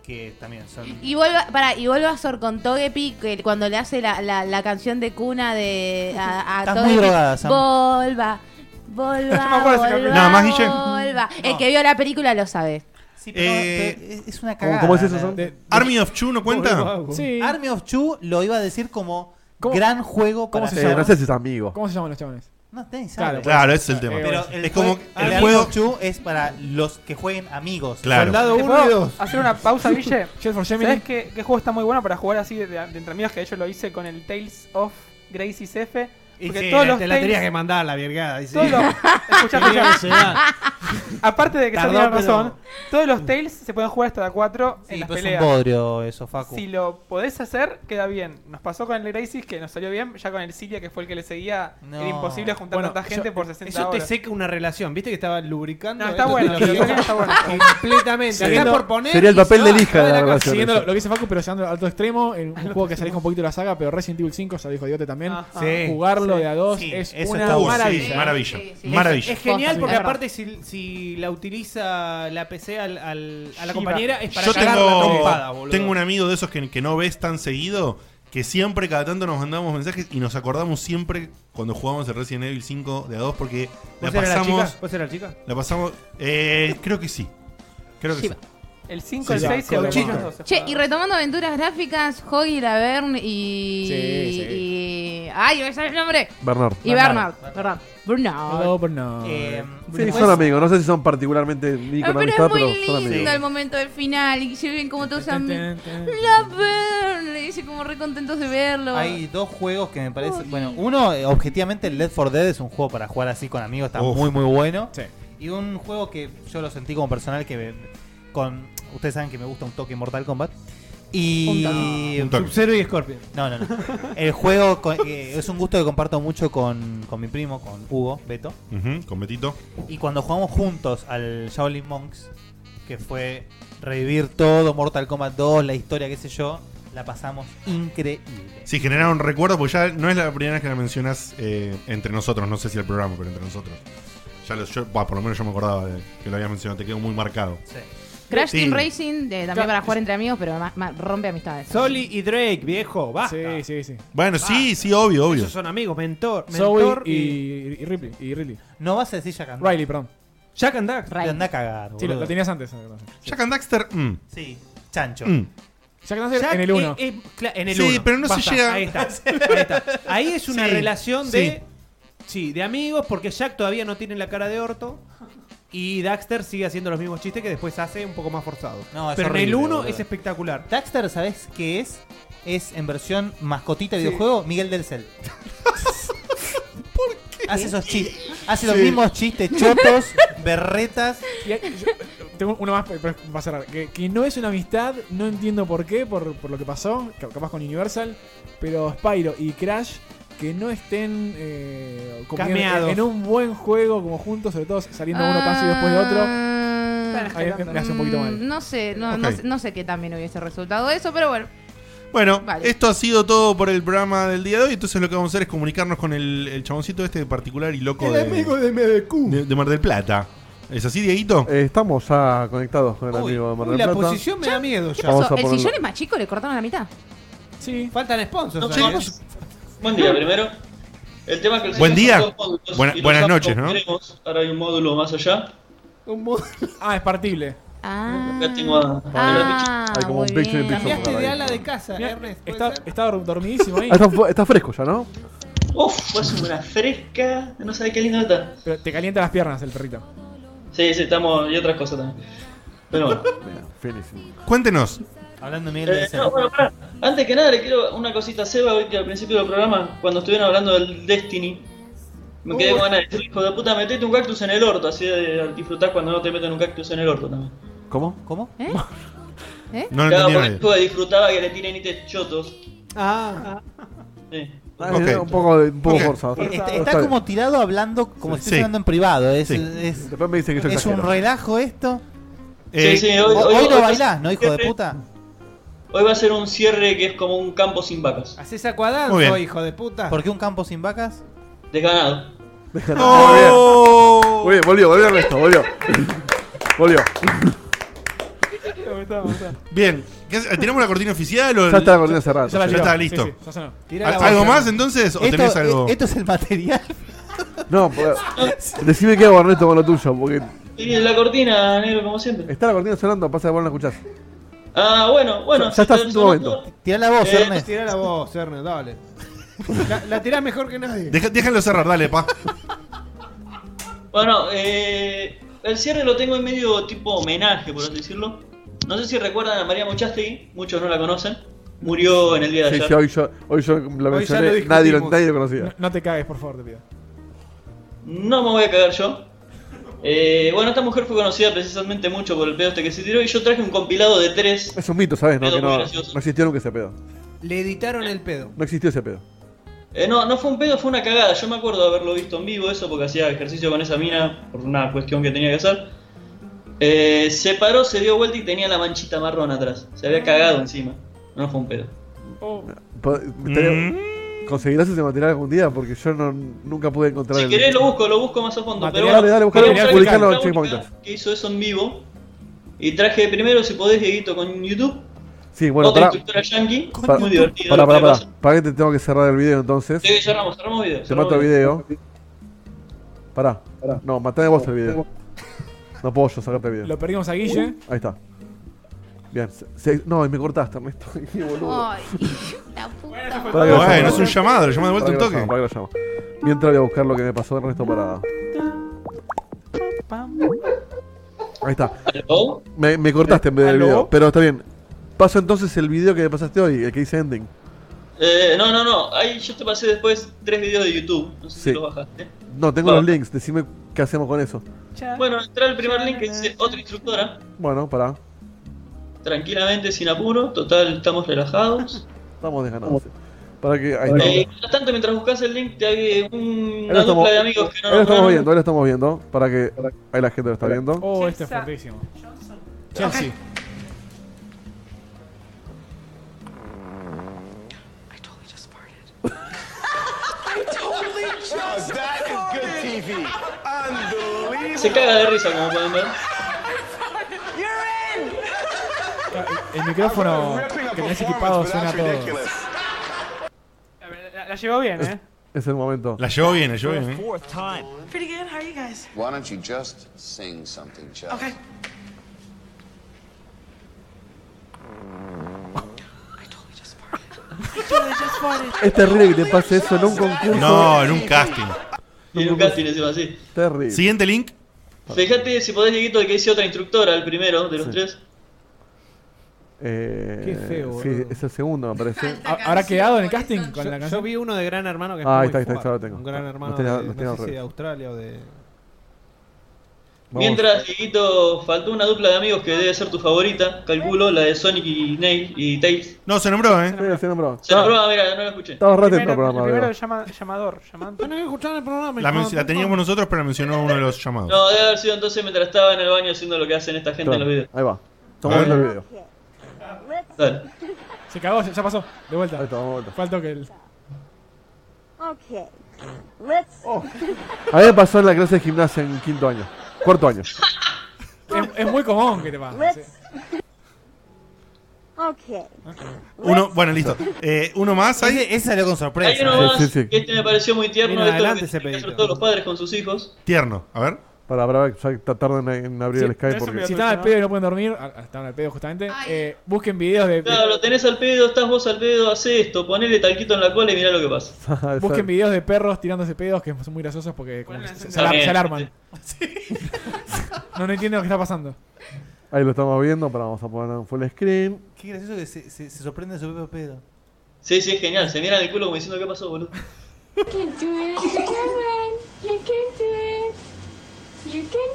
Speaker 4: que también son...
Speaker 3: Y vuelva, para, y vuelva a Sor con Togepi que cuando le hace la, la, la canción de cuna de a, a
Speaker 4: Estás
Speaker 3: Togepi.
Speaker 4: muy drogada, Sam.
Speaker 3: Volva, volva,
Speaker 4: No me acuerdo ese
Speaker 3: volva,
Speaker 4: capítulo. Nada más, Guille.
Speaker 3: volva. El
Speaker 4: No.
Speaker 3: que vio la película lo sabe.
Speaker 4: Sí, pero,
Speaker 1: Eh,
Speaker 4: pero es- es una
Speaker 1: ¿cómo-
Speaker 4: cagada.
Speaker 1: cómo es eso,
Speaker 4: la-
Speaker 1: Sam? ¿Army of Chu no cuenta?
Speaker 2: Sí.
Speaker 4: Army of Chu lo iba a decir como gran juego para
Speaker 2: ¿Cómo se
Speaker 6: Eh,
Speaker 2: llama?
Speaker 6: no sé si es amigo.
Speaker 2: ¿Cómo se llaman los chavales?
Speaker 4: No, tenis
Speaker 2: Claro,
Speaker 1: Claro, ese es el tema.
Speaker 4: Pero el
Speaker 1: es como
Speaker 4: jue-
Speaker 1: el
Speaker 4: Army
Speaker 1: juego.
Speaker 4: of Chu es para los que jueguen amigos.
Speaker 1: Claro.
Speaker 7: Soldado
Speaker 5: ¿Te
Speaker 7: 1 y
Speaker 5: puedo
Speaker 7: 2.
Speaker 5: Hacer una pausa, Guille.
Speaker 2: Jet for Gemini.
Speaker 5: ¿Sabes qué, qué juego está muy bueno para jugar así de, de entre amigos? Que yo lo hice con el Tales of Gracie's F.
Speaker 7: Y
Speaker 5: Porque
Speaker 7: sí,
Speaker 5: todos
Speaker 7: la-
Speaker 5: los
Speaker 7: te la tenías
Speaker 5: Tales-
Speaker 7: que mandar la virgada. y sí.
Speaker 5: Todos los- Escuchá,
Speaker 7: Tenía
Speaker 5: escuchá.
Speaker 7: que llegar.
Speaker 5: Aparte de que
Speaker 7: Tardó,
Speaker 5: Tardó, tenía
Speaker 7: pero-
Speaker 5: razón, todos los Tails se pueden jugar hasta 4 en las
Speaker 4: pero es un
Speaker 5: peleas.
Speaker 4: bodrio eso, Facu.
Speaker 5: Si lo podés hacer, queda bien. Nos pasó con el Gracie's que nos salió bien, ya con el Cilia que fue el que le seguía.
Speaker 4: No.
Speaker 5: Era imposible juntar
Speaker 7: Bueno,
Speaker 5: tanta gente
Speaker 7: yo-
Speaker 5: por 60
Speaker 7: Eso te
Speaker 5: horas.
Speaker 7: seca una relación, viste que estaba lubricando.
Speaker 5: No, está
Speaker 7: esto,
Speaker 5: bueno,
Speaker 7: pero
Speaker 5: la relación está buena.
Speaker 7: Completamente.
Speaker 6: Sería-
Speaker 7: Acá por poner
Speaker 6: sería el
Speaker 7: y se
Speaker 6: papel
Speaker 7: va.
Speaker 6: de lija
Speaker 7: Acá
Speaker 6: de la
Speaker 7: acá-
Speaker 6: relación.
Speaker 2: Siguiendo
Speaker 6: eso.
Speaker 2: lo, lo que dice Facu, pero llegando al alto extremo, en un juego que salís con un poquito de la saga, pero Resident Evil 5, ya lo dijo Diote también.
Speaker 5: Ajá.
Speaker 7: Sí,
Speaker 2: jugarlo
Speaker 7: sí.
Speaker 2: de a dos
Speaker 4: Sí,
Speaker 2: es
Speaker 4: eso
Speaker 2: una
Speaker 4: está bueno.
Speaker 2: maravilla.
Speaker 1: Sí, maravilla.
Speaker 3: Sí, sí.
Speaker 1: Maravilla.
Speaker 7: Es genial
Speaker 2: Sí,
Speaker 7: porque
Speaker 2: es verdad.
Speaker 7: aparte si, si la utiliza la PC al, al- a la
Speaker 5: Shiva.
Speaker 7: compañera es para
Speaker 1: Yo
Speaker 7: cagarla trompada,
Speaker 1: tengo,
Speaker 7: boludo.
Speaker 1: tengo un amigo de esos que, que no ves tan seguido, que siempre cada tanto nos mandamos mensajes y nos acordamos siempre cuando jugamos el Resident Evil 5 de a 2 porque la
Speaker 7: ¿Vos eras la
Speaker 1: pasamos...
Speaker 7: chica? ¿Vos eras la chica?
Speaker 1: La pasamos... Eh, creo que sí. Creo que sí.
Speaker 3: Shiva.
Speaker 5: El 5, el
Speaker 1: Sí,
Speaker 5: 6 y
Speaker 1: con
Speaker 5: el
Speaker 1: Chico.
Speaker 5: 12.
Speaker 3: Che, y retomando aventuras gráficas, Hoggy, Laverne y...
Speaker 2: Sí, sí.
Speaker 3: y- Ay, me sale el nombre.
Speaker 6: Bernard.
Speaker 3: Y Bernard, perdón. Bernard.
Speaker 2: No, pero no.
Speaker 4: Eh,
Speaker 6: Sí,
Speaker 4: después-
Speaker 6: son amigos. No sé si son particularmente ni
Speaker 3: Ah,
Speaker 6: con
Speaker 3: pero
Speaker 6: amistad,
Speaker 3: es muy
Speaker 6: pero son
Speaker 3: lindo
Speaker 6: amigos.
Speaker 3: el momento del final y se ven como todos
Speaker 2: Ten,
Speaker 3: amigos.
Speaker 2: ten, ten.
Speaker 3: Laverne, le dice como re contentos de verlo.
Speaker 4: Hay dos juegos que me parece. Bueno, uno, eh, objetivamente, el Left 4 Dead es un juego para jugar así con amigos, está
Speaker 1: Uf.
Speaker 4: muy, muy bueno.
Speaker 2: Sí.
Speaker 4: Y un juego que yo lo sentí como personal, que me- con. Ustedes saben que me gusta un toque Mortal Kombat. Y.
Speaker 1: Un toque.
Speaker 7: Sub-Zero y Scorpion.
Speaker 4: No, no, no. El juego con- eh, es un gusto que comparto mucho con, con mi primo, con Hugo, Beto.
Speaker 1: Ujú, con Betito.
Speaker 4: Y cuando jugamos juntos al Shaolin Monks, que fue revivir todo Mortal Kombat 2, la historia, qué sé yo, la pasamos increíble.
Speaker 1: Sí, generaron recuerdos, porque ya no es la primera vez que la mencionas eh, entre nosotros, no sé si el programa, pero entre nosotros. Ya lo- yo, bah, por lo menos yo me acordaba de que lo había mencionado, te quedó muy marcado.
Speaker 3: Crash
Speaker 1: Sí.
Speaker 3: Team Racing, eh, también
Speaker 7: Claro.
Speaker 3: para jugar entre amigos, pero ma- ma- rompe amistades.
Speaker 7: Soli Ah. y Drake, viejo, basta.
Speaker 2: Sí, sí, sí.
Speaker 1: Bueno, sí, sí, obvio, obvio.
Speaker 7: Ellos son amigos, mentor,
Speaker 2: Zoe
Speaker 7: mentor
Speaker 2: y,
Speaker 7: y...
Speaker 2: y Ripley. Y Ridley.
Speaker 4: No vas a decir Jack and Daxter.
Speaker 2: Riley, perdón.
Speaker 7: Jack and Dax.
Speaker 4: Te
Speaker 3: Riley.
Speaker 4: anda a cagar,
Speaker 2: Sí, lo,
Speaker 4: boludo.
Speaker 2: lo tenías antes. Ya
Speaker 1: Jack and Daxter, mm,
Speaker 4: Sí, chancho.
Speaker 1: mm.
Speaker 2: que no
Speaker 7: Jack
Speaker 2: en el 1.
Speaker 7: es- es- cla- en el
Speaker 1: Sí,
Speaker 7: uno.
Speaker 1: pero no se
Speaker 7: Basta,
Speaker 1: llega-
Speaker 7: Ahí está. Ahí, está. Ahí es una
Speaker 1: Sí,
Speaker 7: relación de. Sí, de amigos, porque Jack todavía no tiene la cara de orto. Y Daxter sigue haciendo los mismos chistes que después hace un poco más forzado.
Speaker 4: No, es
Speaker 7: pero en el
Speaker 4: horrible,
Speaker 7: 1
Speaker 4: boludo.
Speaker 7: es espectacular.
Speaker 4: Daxter, ¿sabes qué es? Es en versión mascotita de videojuego Miguel del Cel. Hace esos chistes. Hace los mismos chistes chotos, berretas.
Speaker 2: Y hay- yo- tengo uno más para cerrar. Que, que no es una amistad, no entiendo por qué, por, por lo que pasó, ca- capaz con Universal, pero Spyro y Crash que no estén eh, como en,
Speaker 7: Cameados.
Speaker 2: en un buen juego como juntos, sobre todo saliendo uno casi después de otro. Ahí me- me hace un poquito mal.
Speaker 3: Ah. No sé, no, no
Speaker 1: Ok.
Speaker 3: sé- no sé qué también hubiese resultado eso, pero bueno.
Speaker 1: Bueno,
Speaker 3: Vale.
Speaker 1: esto ha sido todo por el programa del día de hoy. Entonces lo que vamos a hacer es comunicarnos con el, el chaboncito este particular y loco
Speaker 7: El
Speaker 1: de,
Speaker 7: amigo de MDQ.
Speaker 1: de- de Mar del Plata. ¿Es así, Dieguito?
Speaker 6: Eh, estamos ya conectados con el amigo de Mar del
Speaker 1: uy, la
Speaker 6: Plata.
Speaker 1: posición me da miedo
Speaker 3: ¿Qué
Speaker 1: ya.
Speaker 3: pasó?
Speaker 6: Vamos a
Speaker 3: el
Speaker 6: ponerlo-
Speaker 3: sillón es más chico, Eh, le cortaron la mitad.
Speaker 2: Sí.
Speaker 7: Faltan sponsors.
Speaker 3: No,
Speaker 7: ahí,
Speaker 3: chicos,
Speaker 7: ¿eh?
Speaker 16: Buen día primero. El tema es que el
Speaker 1: Buen
Speaker 16: sistema
Speaker 1: día.
Speaker 16: son dos módulos
Speaker 1: Buena-
Speaker 16: y los
Speaker 1: buenas
Speaker 16: datos
Speaker 1: noches, ¿no?
Speaker 16: queremos. Ahora hay un módulo más allá.
Speaker 2: Ah, es partible.
Speaker 16: Acá tengo a-
Speaker 2: Ah,
Speaker 6: Hay como un muy pixel, bien. pixel
Speaker 7: Cambiaste
Speaker 6: por ahí.
Speaker 7: de ala de casa, Ernest.
Speaker 2: Está, está dur- dormidísimo ahí.
Speaker 6: Ah, está, está fresco ya, ¿no?
Speaker 16: Uf, fue hace una fresca. No sabe qué linda está.
Speaker 2: Pero te calienta las piernas el perrito.
Speaker 16: Sí, sí, estamos. Y otras cosas también. Pero bueno.
Speaker 1: Cuéntenos.
Speaker 4: Hablando
Speaker 16: Eh,
Speaker 4: Miguel de
Speaker 16: no, bueno, pará. Antes que nada, le quiero una cosita a Seba. hoy que al principio del programa, cuando estuvieron hablando del Destiny, me quedé
Speaker 9: Uy.
Speaker 16: con ganas de decir, hijo de puta, metete un cactus en el orto. Así de disfrutar cuando no te meten un cactus en el orto también.
Speaker 6: ¿Cómo?
Speaker 4: ¿Cómo?
Speaker 3: ¿Eh?
Speaker 7: ¿Eh?
Speaker 1: No lo
Speaker 16: claro,
Speaker 1: entendí
Speaker 16: porque
Speaker 1: nadie.
Speaker 16: yo disfrutaba que le tiren ítems chotos.
Speaker 7: Ah.
Speaker 16: Sí.
Speaker 6: Ah, es Un poco, de- un poco
Speaker 4: Ok.
Speaker 6: forzado.
Speaker 4: Está,
Speaker 6: Pero
Speaker 4: está
Speaker 6: bien.
Speaker 4: como tirado hablando como si estuviese hablando en privado. Es, es,
Speaker 6: Después me dicen que yo
Speaker 4: es un
Speaker 6: exagero.
Speaker 4: relajo esto.
Speaker 16: Sí, sí,
Speaker 4: hoy,
Speaker 16: hoy-
Speaker 4: no
Speaker 16: hoy-
Speaker 4: bailás, ¿no, hijo de puta?
Speaker 16: Hoy va a ser un cierre que es como un campo sin vacas.
Speaker 7: Haces acuadanzo,
Speaker 4: Muy bien.
Speaker 7: hijo de puta.
Speaker 4: ¿Por qué un campo sin vacas?
Speaker 16: Desganado.
Speaker 4: ¡Oh!
Speaker 6: Muy bien. Muy bien, volvió,
Speaker 1: ¿eh?
Speaker 6: volvió Ernesto, volvió. volvió.
Speaker 1: Bien. ¿Qué hace- ¿Tiramos la cortina oficial o
Speaker 6: Ya está la cortina cerrada.
Speaker 1: Ya, está, listo.
Speaker 4: Tirá la
Speaker 1: ¿Al- ¿Algo
Speaker 4: boca.
Speaker 1: más entonces? ¿O
Speaker 4: Esto-
Speaker 1: tenés algo?
Speaker 4: eh, Esto es el material.
Speaker 6: No, pues, decime qué hago Ernesto con lo tuyo, porque
Speaker 16: Y la cortina, negro, como siempre.
Speaker 6: está la cortina sonando, pasa que vos no la escuchás.
Speaker 16: Ah, bueno, bueno.
Speaker 6: ya está
Speaker 16: si
Speaker 6: en tu
Speaker 16: sonó
Speaker 6: momento.
Speaker 16: todo.
Speaker 4: Tira
Speaker 6: la voz,
Speaker 16: Eh,
Speaker 6: Ernest.
Speaker 7: Tira la voz, Ernest, dale. La, la tirás mejor que nadie.
Speaker 1: Deja- déjenlo cerrar, dale, pa.
Speaker 16: Bueno, eh, el cierre lo tengo en medio tipo homenaje, por así decirlo. No sé si recuerdan a María Muchastegui, muchos no la conocen. Murió en el día de
Speaker 6: Sí,
Speaker 16: ayer.
Speaker 6: sí, hoy yo, hoy yo lo
Speaker 16: Hoy ya lo
Speaker 6: mencioné, nadie, lo,
Speaker 16: discutimos.
Speaker 6: nadie lo conocía.
Speaker 2: No, no te cagues, por favor, te pido.
Speaker 16: No me voy a cagar yo. Eh, bueno, esta mujer fue conocida precisamente mucho por el pedo este que se tiró y yo traje un compilado de tres.
Speaker 6: Es un mito, ¿sabes? No,
Speaker 16: Pedo
Speaker 6: que
Speaker 16: muy
Speaker 6: no,
Speaker 16: gracioso.
Speaker 6: no existió nunca ese pedo.
Speaker 7: Le editaron el pedo.
Speaker 6: No existió ese pedo.
Speaker 16: Eh, no, no fue un pedo, fue una cagada. Yo me acuerdo de haberlo visto en vivo eso porque hacía ejercicio con esa mina por una cuestión que tenía que hacer. Eh, se paró, se dio vuelta y tenía la manchita marrón atrás. Se había cagado encima. No fue un pedo.
Speaker 2: Oh.
Speaker 6: Po- estaría- ¿Conseguirás ese material algún día? Porque yo no, nunca pude encontrar
Speaker 16: Si
Speaker 6: el.
Speaker 16: querés lo busco, lo busco más a fondo.
Speaker 6: Material, dale, dale, buscalo,
Speaker 16: quería
Speaker 6: publicalo
Speaker 16: mostrar
Speaker 6: en
Speaker 16: una
Speaker 6: Checkpoint.
Speaker 16: única que hizo eso en vivo. Y traje primero, si podés, Dieguito, con YouTube.
Speaker 6: Sí, bueno,
Speaker 16: otra
Speaker 6: para.
Speaker 16: instructora yankee.
Speaker 6: Para,
Speaker 16: muy divertido.
Speaker 6: para,
Speaker 16: lo
Speaker 6: para,
Speaker 16: podés
Speaker 6: para, que te tengo que cerrar el video entonces.
Speaker 16: Sí, cerramos, cerramos video,
Speaker 6: Te
Speaker 16: cerramos
Speaker 6: mato el
Speaker 16: video.
Speaker 6: video. Pará, no, matame vos el video. No puedo yo sacarte el video.
Speaker 2: Lo perdimos a Guille.
Speaker 6: Ahí está. Bien, se- se- no, y me cortaste, Ernesto. Qué boludo.
Speaker 3: Ay, la puta.
Speaker 6: Pará que lo
Speaker 1: Bueno,
Speaker 6: llamo.
Speaker 1: es un llamado, lo llamo de vuelta un
Speaker 6: Pará que lo
Speaker 1: toque.
Speaker 6: llamo, pará que lo llamo. Mientras voy a buscar lo que me pasó Ernesto para. Ahí está. Me, me cortaste en vez del
Speaker 16: ¿Aló?
Speaker 6: video, pero está bien. Paso entonces el video que me pasaste hoy, el que dice ending.
Speaker 16: Eh, no, no, no. Ahí yo te pasé después tres videos de YouTube. No sé
Speaker 6: Sí.
Speaker 16: si los bajaste.
Speaker 6: No, tengo
Speaker 16: Va.
Speaker 6: los links, decime qué hacemos con eso.
Speaker 16: Bueno, entra el primer link que dice otra instructora.
Speaker 6: Bueno, pará.
Speaker 16: Tranquilamente, sin apuro. Total, estamos relajados.
Speaker 6: Estamos desganados. Para que. Ahí está.
Speaker 16: Eh, mientras tanto, mientras buscas el link, te hay
Speaker 6: Ahí
Speaker 16: un-
Speaker 6: lo
Speaker 16: una
Speaker 6: estamos,
Speaker 16: dupla de amigos que no
Speaker 6: ahí lo
Speaker 16: nos
Speaker 6: estamos
Speaker 16: vemos.
Speaker 6: viendo, ahí lo estamos viendo. Para que. Ahí la gente lo está viendo.
Speaker 2: Oh, este es fuertísimo. Chelsea.
Speaker 16: Se caga de risa, como pueden ver.
Speaker 2: Ah, El micrófono que tenés equipado suena todo.
Speaker 5: La, la llevó bien, ¿eh?
Speaker 6: Es el momento.
Speaker 1: La llevó bien, la llevó bien. ¿eh?
Speaker 17: Fourth time.
Speaker 18: Pretty good. How are you guys?
Speaker 17: Why don't you just sing something, Chuck?
Speaker 18: Okay.
Speaker 6: Es
Speaker 4: Este
Speaker 6: terrible que te pase eso en un concurso.
Speaker 1: No, en un casting.
Speaker 16: Y un casting encima así.
Speaker 6: Terrible.
Speaker 1: Siguiente link.
Speaker 16: Fíjate si podés, Dieguito, el que dice otra instructora, el primero de los tres.
Speaker 6: Eh,
Speaker 16: Qué feo,
Speaker 6: Sí, es el segundo, me parece.
Speaker 2: ¿Habrá quedado en el casting con
Speaker 7: Yo,
Speaker 2: la
Speaker 7: yo
Speaker 2: canción?
Speaker 7: vi uno de Gran Hermano que es
Speaker 6: Ah, ahí
Speaker 7: muy
Speaker 6: está, ahí está,
Speaker 7: fuerte.
Speaker 6: ahí está, lo tengo.
Speaker 7: Un Gran
Speaker 6: Lo
Speaker 7: Hermano
Speaker 6: tenía-
Speaker 7: de,
Speaker 6: lo
Speaker 7: no
Speaker 6: tenía
Speaker 7: sé si
Speaker 6: re-
Speaker 7: de Australia o de...
Speaker 6: Vamos.
Speaker 16: Mientras, Dieguito, faltó una dupla de amigos que debe ser tu favorita, calculo, la de Sonic y Nail y Tails.
Speaker 1: No, se nombró, ¿eh?
Speaker 6: Sí, se nombró.
Speaker 16: Se nombró, mira, no la escuché.
Speaker 6: Estaba re atento
Speaker 5: Primero,
Speaker 6: al programa,
Speaker 5: primero
Speaker 6: Diego.
Speaker 5: llama- llamador. Llamador.
Speaker 7: Tenés que escuchar el programa.
Speaker 1: La, men- la teníamos nosotros, pero la mencionó uno de los llamados.
Speaker 16: No, debe haber sido entonces mientras estaba en el baño haciendo lo que hacen esta gente en los
Speaker 2: Ah,
Speaker 16: videos.
Speaker 6: Ahí va.
Speaker 1: A
Speaker 6: Estamos
Speaker 1: ver.
Speaker 6: viendo el video.
Speaker 16: Dale.
Speaker 2: Se cagó, ya, ya pasó. De vuelta. Faltó que el.
Speaker 18: Okay, let's.
Speaker 6: A mí me pasó en la clase de gimnasia en quinto año. Cuarto año.
Speaker 2: Es, es muy común que te pase.
Speaker 18: Let's. Okay.
Speaker 1: Uno, bueno, listo. Eh, uno más ahí.
Speaker 4: Ese salió con sorpresa.
Speaker 16: Hay uno más, que este me pareció muy tierno,
Speaker 1: Mira,
Speaker 16: esto es lo
Speaker 1: adelante
Speaker 16: que
Speaker 1: ese
Speaker 16: tienen que hacer todos los padres con sus hijos.
Speaker 1: Tierno, a ver.
Speaker 6: Para, para, ya ta- tardan en, en abrir el Skype porque.
Speaker 2: Si están al pedo y no pueden dormir, ah, ah, estaban al pedo justamente, eh, busquen videos de,
Speaker 16: Claro, lo tenés al pedo, estás vos al pedo, hace esto, ponele talquito en la cola y mirá lo que pasa.
Speaker 2: busquen videos de perros tirándose pedos que son muy graciosos porque como que se, se alar-
Speaker 16: También.
Speaker 2: se alarman. No, no entiendo lo que está pasando.
Speaker 6: Ahí lo estamos viendo, pero vamos a poner en full screen.
Speaker 4: Qué gracioso que se, se, se sorprende de su propio pedo.
Speaker 16: Sí, sí, es genial, se miran el culo como diciendo qué pasó, boludo.
Speaker 18: You can do it. Come on. You can do it. You can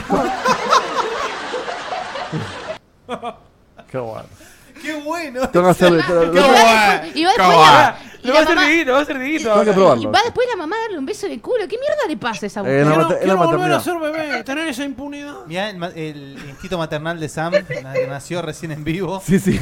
Speaker 18: do it. Come on.
Speaker 6: Qué bueno.
Speaker 4: Qué bueno.
Speaker 6: Tengo que hacerle. tengo-
Speaker 3: Y va después- y va después la- y la
Speaker 5: Lo va a hacer
Speaker 3: mamá-
Speaker 5: Dieguito, lo va a hacer Dieguito.
Speaker 6: Tengo que
Speaker 3: y
Speaker 6: probarlo.
Speaker 3: va después la mamá a darle un beso en el culo. ¿Qué mierda le pasa a esa
Speaker 6: Eh,
Speaker 3: mujer?
Speaker 6: la
Speaker 4: Quiero-
Speaker 6: mater- es la
Speaker 4: quiero volver
Speaker 6: maternidad.
Speaker 4: a ser-
Speaker 7: bebé, tener esa impunidad.
Speaker 4: Mirá el, ma- el instinto maternal de Sam, na- nació recién en vivo.
Speaker 6: Sí, sí.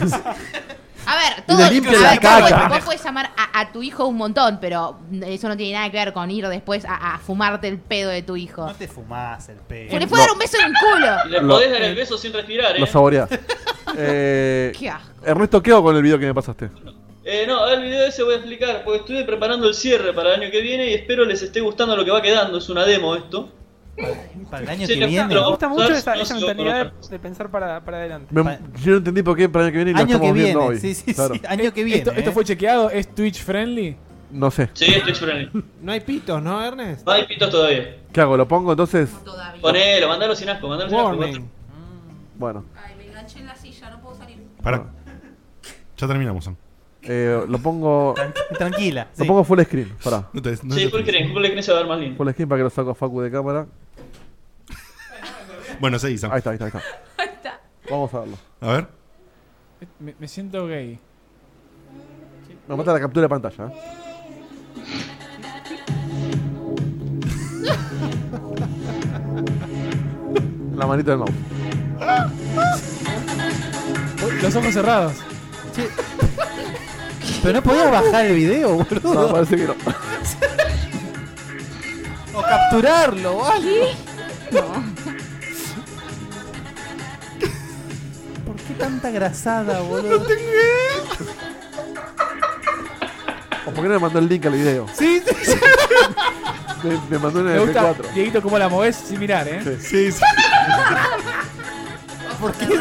Speaker 3: A ver,
Speaker 4: Y
Speaker 3: todo.
Speaker 4: le
Speaker 3: a
Speaker 4: limpia
Speaker 3: ver,
Speaker 4: la
Speaker 3: vos
Speaker 4: caca.
Speaker 3: podés- Vos puedes amar a, a tu hijo un montón, pero eso no tiene nada que ver con ir después a, a fumarte el pedo de tu hijo. No
Speaker 4: te fumás el pedo.
Speaker 3: Se le puede dar un beso en el
Speaker 16: Y
Speaker 3: culo.
Speaker 16: le
Speaker 6: Lo-
Speaker 16: podés dar el beso sin respirar, eh.
Speaker 6: Lo saboreás. Eh,
Speaker 16: Qué asco.
Speaker 6: Ernesto, ¿qué hago con el video que me pasaste?
Speaker 16: Eh, no, el video ese voy a explicar, porque estuve preparando el cierre para el año que viene y espero les esté gustando lo que va quedando, es una demo esto.
Speaker 4: Para el año
Speaker 16: Sí,
Speaker 4: que
Speaker 16: lo-
Speaker 4: viene.
Speaker 5: Me gusta mucho
Speaker 16: No,
Speaker 5: esa,
Speaker 16: no
Speaker 5: esa
Speaker 16: sigo con
Speaker 5: mentalidad de pensar para, para adelante.
Speaker 6: Me- yo no entendí por qué para el año que viene y lo
Speaker 4: Año
Speaker 6: estamos
Speaker 4: que viene,
Speaker 6: viendo hoy.
Speaker 4: sí, sí,
Speaker 6: Claro.
Speaker 4: sí. Año que viene.
Speaker 2: Esto, esto
Speaker 4: eh.
Speaker 2: fue chequeado, es Twitch friendly.
Speaker 6: No sé.
Speaker 16: Sí, estoy churando.
Speaker 7: No hay pitos, ¿no, Ernest?
Speaker 16: No hay pitos todavía.
Speaker 6: ¿Qué hago? ¿Lo pongo entonces?
Speaker 16: Ponelo, mandalo sin asco, mandalo sin asco.
Speaker 7: Warning.
Speaker 6: Bueno,
Speaker 3: Ay, me enganché en la silla, no puedo salir.
Speaker 1: Para. Ya terminamos. Sam.
Speaker 6: eh, lo pongo.
Speaker 4: Tranquila.
Speaker 6: Lo pongo full screen. Pará.
Speaker 1: No te- no
Speaker 16: Sí,
Speaker 1: te-
Speaker 16: ¿por qué creen? ¿Por qué creen se va a ver más lindo?
Speaker 6: Full screen para que lo saco a Facu de cámara.
Speaker 1: Bueno, seguí, Sam.
Speaker 6: Ahí está, ahí está, ahí está. Vamos a verlo.
Speaker 1: A ver.
Speaker 2: Me, me siento gay.
Speaker 6: Me mata la captura de pantalla. ¿eh? La manita del mouse.
Speaker 2: Los ojos cerrados.
Speaker 4: Pero no podías bajar el video, boludo.
Speaker 6: No, parece que no.
Speaker 4: O capturarlo, o algo. ¿Por qué tanta grasada, boludo? No tengo
Speaker 6: ¿O por qué no me mandó el link al video?
Speaker 4: Sí, sí.
Speaker 6: Me, me mandó en
Speaker 2: Me
Speaker 6: el
Speaker 2: gusta,
Speaker 6: MP4.
Speaker 2: Dieguito, cómo la movés sin mirar, ¿eh?
Speaker 1: Sí, sí.
Speaker 4: ¿Por
Speaker 2: qué?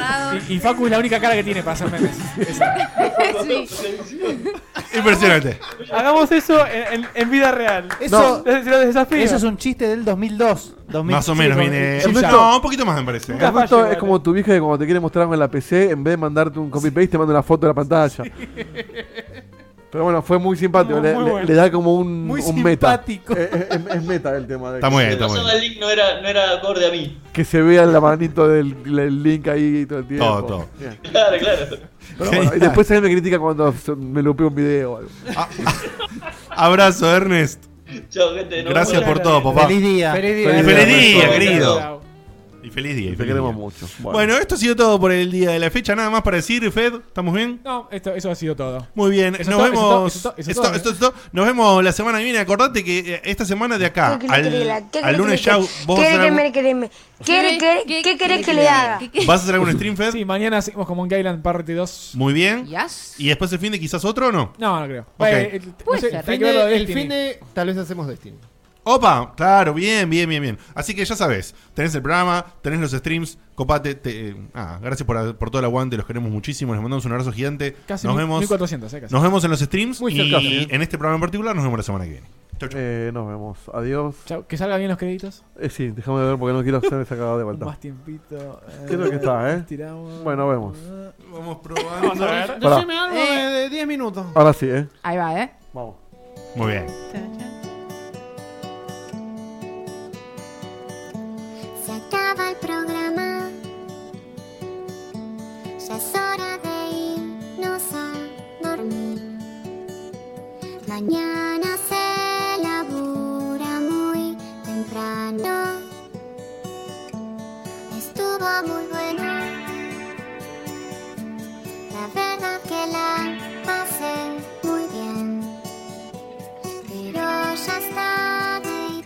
Speaker 2: Y, y Facu es la única cara que tiene para hacer memes. Esa.
Speaker 1: Impresionante.
Speaker 5: Hagamos eso en, en- en vida real.
Speaker 4: Eso-
Speaker 5: Se- se lo desafío.
Speaker 4: Eso es un chiste del 2002. 2000.
Speaker 1: Más o menos viene.
Speaker 6: sí, eh, ya.
Speaker 1: No, un poquito más me parece. ¿eh?
Speaker 6: Esto es
Speaker 4: eh.
Speaker 6: como tu vieja que cuando te quiere mostrar algo en la PC, en vez de mandarte un copy paste, te manda una foto de la pantalla. Pero bueno, fue muy simpático.
Speaker 1: Muy
Speaker 6: le, le-
Speaker 1: bueno.
Speaker 6: le da como un,
Speaker 1: Muy
Speaker 6: un meta.
Speaker 1: simpático.
Speaker 6: Eh, eh, Es, es meta el tema. De
Speaker 1: Está muy bien,
Speaker 6: que-
Speaker 1: está muy
Speaker 16: Pasaba el link, no era, no era acorde a mí.
Speaker 6: Que se vea la manito del, del link ahí todo el tiempo.
Speaker 1: Todo, todo.
Speaker 6: Bien.
Speaker 16: Claro, claro.
Speaker 6: Pero bueno, y después a mí me critica cuando se- me lupeo un video o algo.
Speaker 1: Ah, Abrazo, Ernest.
Speaker 16: Chao, gente. nos
Speaker 1: Gracias
Speaker 16: vemos.
Speaker 1: por todo, papá.
Speaker 4: Feliz día. Feliz día.
Speaker 1: Y feliz día,
Speaker 6: Chao.
Speaker 1: querido. Y feliz día. y
Speaker 6: Te
Speaker 1: feliz
Speaker 6: queremos
Speaker 1: día.
Speaker 6: mucho.
Speaker 1: Bueno. esto ha sido todo por el día de la fecha. Nada más para decir, Fed, ¿estamos bien?
Speaker 2: No, esto, eso ha sido todo.
Speaker 1: Muy bien,
Speaker 2: Eso
Speaker 1: nos
Speaker 2: es todo,
Speaker 1: vemos.
Speaker 2: eso es todo, eso es
Speaker 1: esto-
Speaker 2: todo, ¿eh?
Speaker 1: esto- esto- Nos vemos la semana que viene. Acordate que eh, esta semana de acá
Speaker 12: ¿Qué
Speaker 1: al,
Speaker 12: querés que le haga? ¿Qué
Speaker 1: al
Speaker 12: querés
Speaker 1: lunes
Speaker 12: que
Speaker 1: ya
Speaker 12: le-
Speaker 1: vos
Speaker 12: ¿Qué
Speaker 1: vas a hacer
Speaker 12: querés
Speaker 1: algún-
Speaker 12: que me- ¿Qué querés que- ¿Qué querés que le haga?
Speaker 1: ¿Vas a hacer algún stream, Fed?
Speaker 2: Sí, mañana seguimos con Monkey Island Parte 2.
Speaker 1: Muy bien.
Speaker 3: Yes.
Speaker 1: Y después el fin de quizás otro o no?
Speaker 2: No, no creo.
Speaker 1: Ok.
Speaker 2: Eh, el- no sé, hay que verlo de
Speaker 7: el
Speaker 2: Destiny.
Speaker 7: fin de. Tal vez hacemos Destiny.
Speaker 1: Opa, claro, bien, bien, bien, bien. Así que ya sabes, tenés el programa, tenés los streams, copate. te- eh, ah, gracias por, por todo el aguante, los queremos muchísimo, les mandamos un abrazo gigante.
Speaker 2: Casi
Speaker 1: nos
Speaker 2: mil-
Speaker 1: vemos.
Speaker 2: 1400, eh, casi.
Speaker 1: Nos vemos en los streams
Speaker 2: Muy
Speaker 1: y
Speaker 2: cerca, sí.
Speaker 1: en este programa en particular nos vemos la semana que viene.
Speaker 6: Eh, nos vemos. Adiós.
Speaker 2: Chau, que salgan bien los créditos.
Speaker 6: Eh, sí, déjame ver porque no quiero hacer esa cagada de vuelta.
Speaker 2: Más tiempito. eh,
Speaker 6: Creo que está, ¿eh?
Speaker 2: Tiramos.
Speaker 6: Bueno, vemos.
Speaker 1: Vamos probando.
Speaker 7: Vamos a ver.
Speaker 6: Pará.
Speaker 7: Decime algo de- de 10 minutos.
Speaker 6: Ahora sí, ¿eh?
Speaker 3: Ahí va, ¿eh?
Speaker 6: Vamos.
Speaker 1: Muy bien.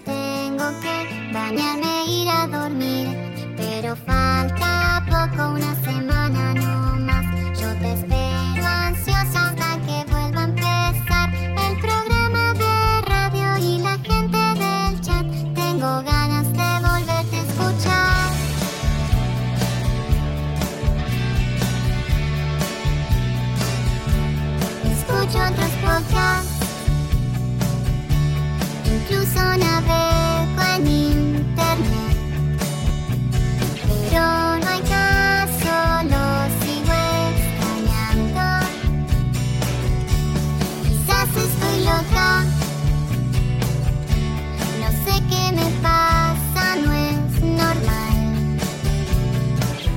Speaker 18: tengo que bañarme e ir a dormir. Pero falta poco, una semana no más. Yo te espero ansiosa hasta que vuelva a empezar el programa de radio y la gente del chat. Tengo ganas de volverte a escuchar. Escucho otros podcasts. Incluso navego en internet. Pero no hay caso, lo sigo extrañando. Quizás estoy loca. No sé qué me pasa, no es normal.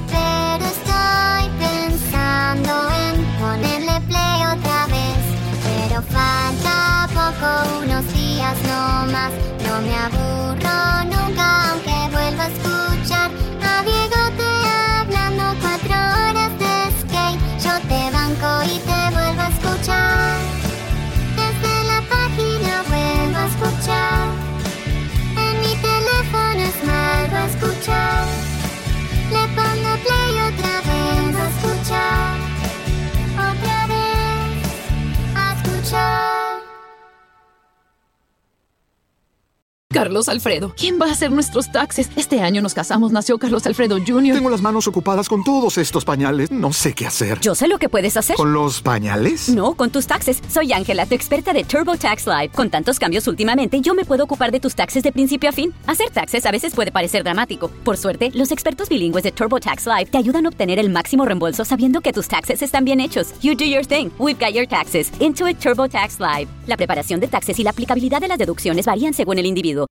Speaker 18: Pero estoy pensando en ponerle play otra vez. Pero falta poco, unos días no más. No me aburro nunca, aunque vuelva a escuchar a Diego te hablando cuatro horas de skate. Yo te banco y te vuelvo a escuchar. Desde la página vuelvo a escuchar. En mi teléfono es malo escuchar. Le pongo play otra vez a escuchar. Otra vez a escuchar.
Speaker 19: Carlos Alfredo. ¿Quién va a hacer nuestros taxes? Este año nos casamos, nació Carlos Alfredo Jr.
Speaker 20: Tengo las manos ocupadas con todos estos pañales. No sé qué hacer.
Speaker 21: Yo sé lo que puedes hacer.
Speaker 20: ¿Con los pañales?
Speaker 21: No, con tus taxes. Soy Ángela, tu experta de TurboTax Live. Con tantos cambios últimamente, yo me puedo ocupar de tus taxes de principio a fin. Hacer taxes a veces puede parecer dramático. Por suerte, los expertos bilingües de TurboTax Live te ayudan a obtener el máximo reembolso sabiendo que tus taxes están bien hechos. You do your thing. We've got your taxes. Intuit TurboTax Live. La preparación de taxes y la aplicabilidad de las deducciones varían según el individuo.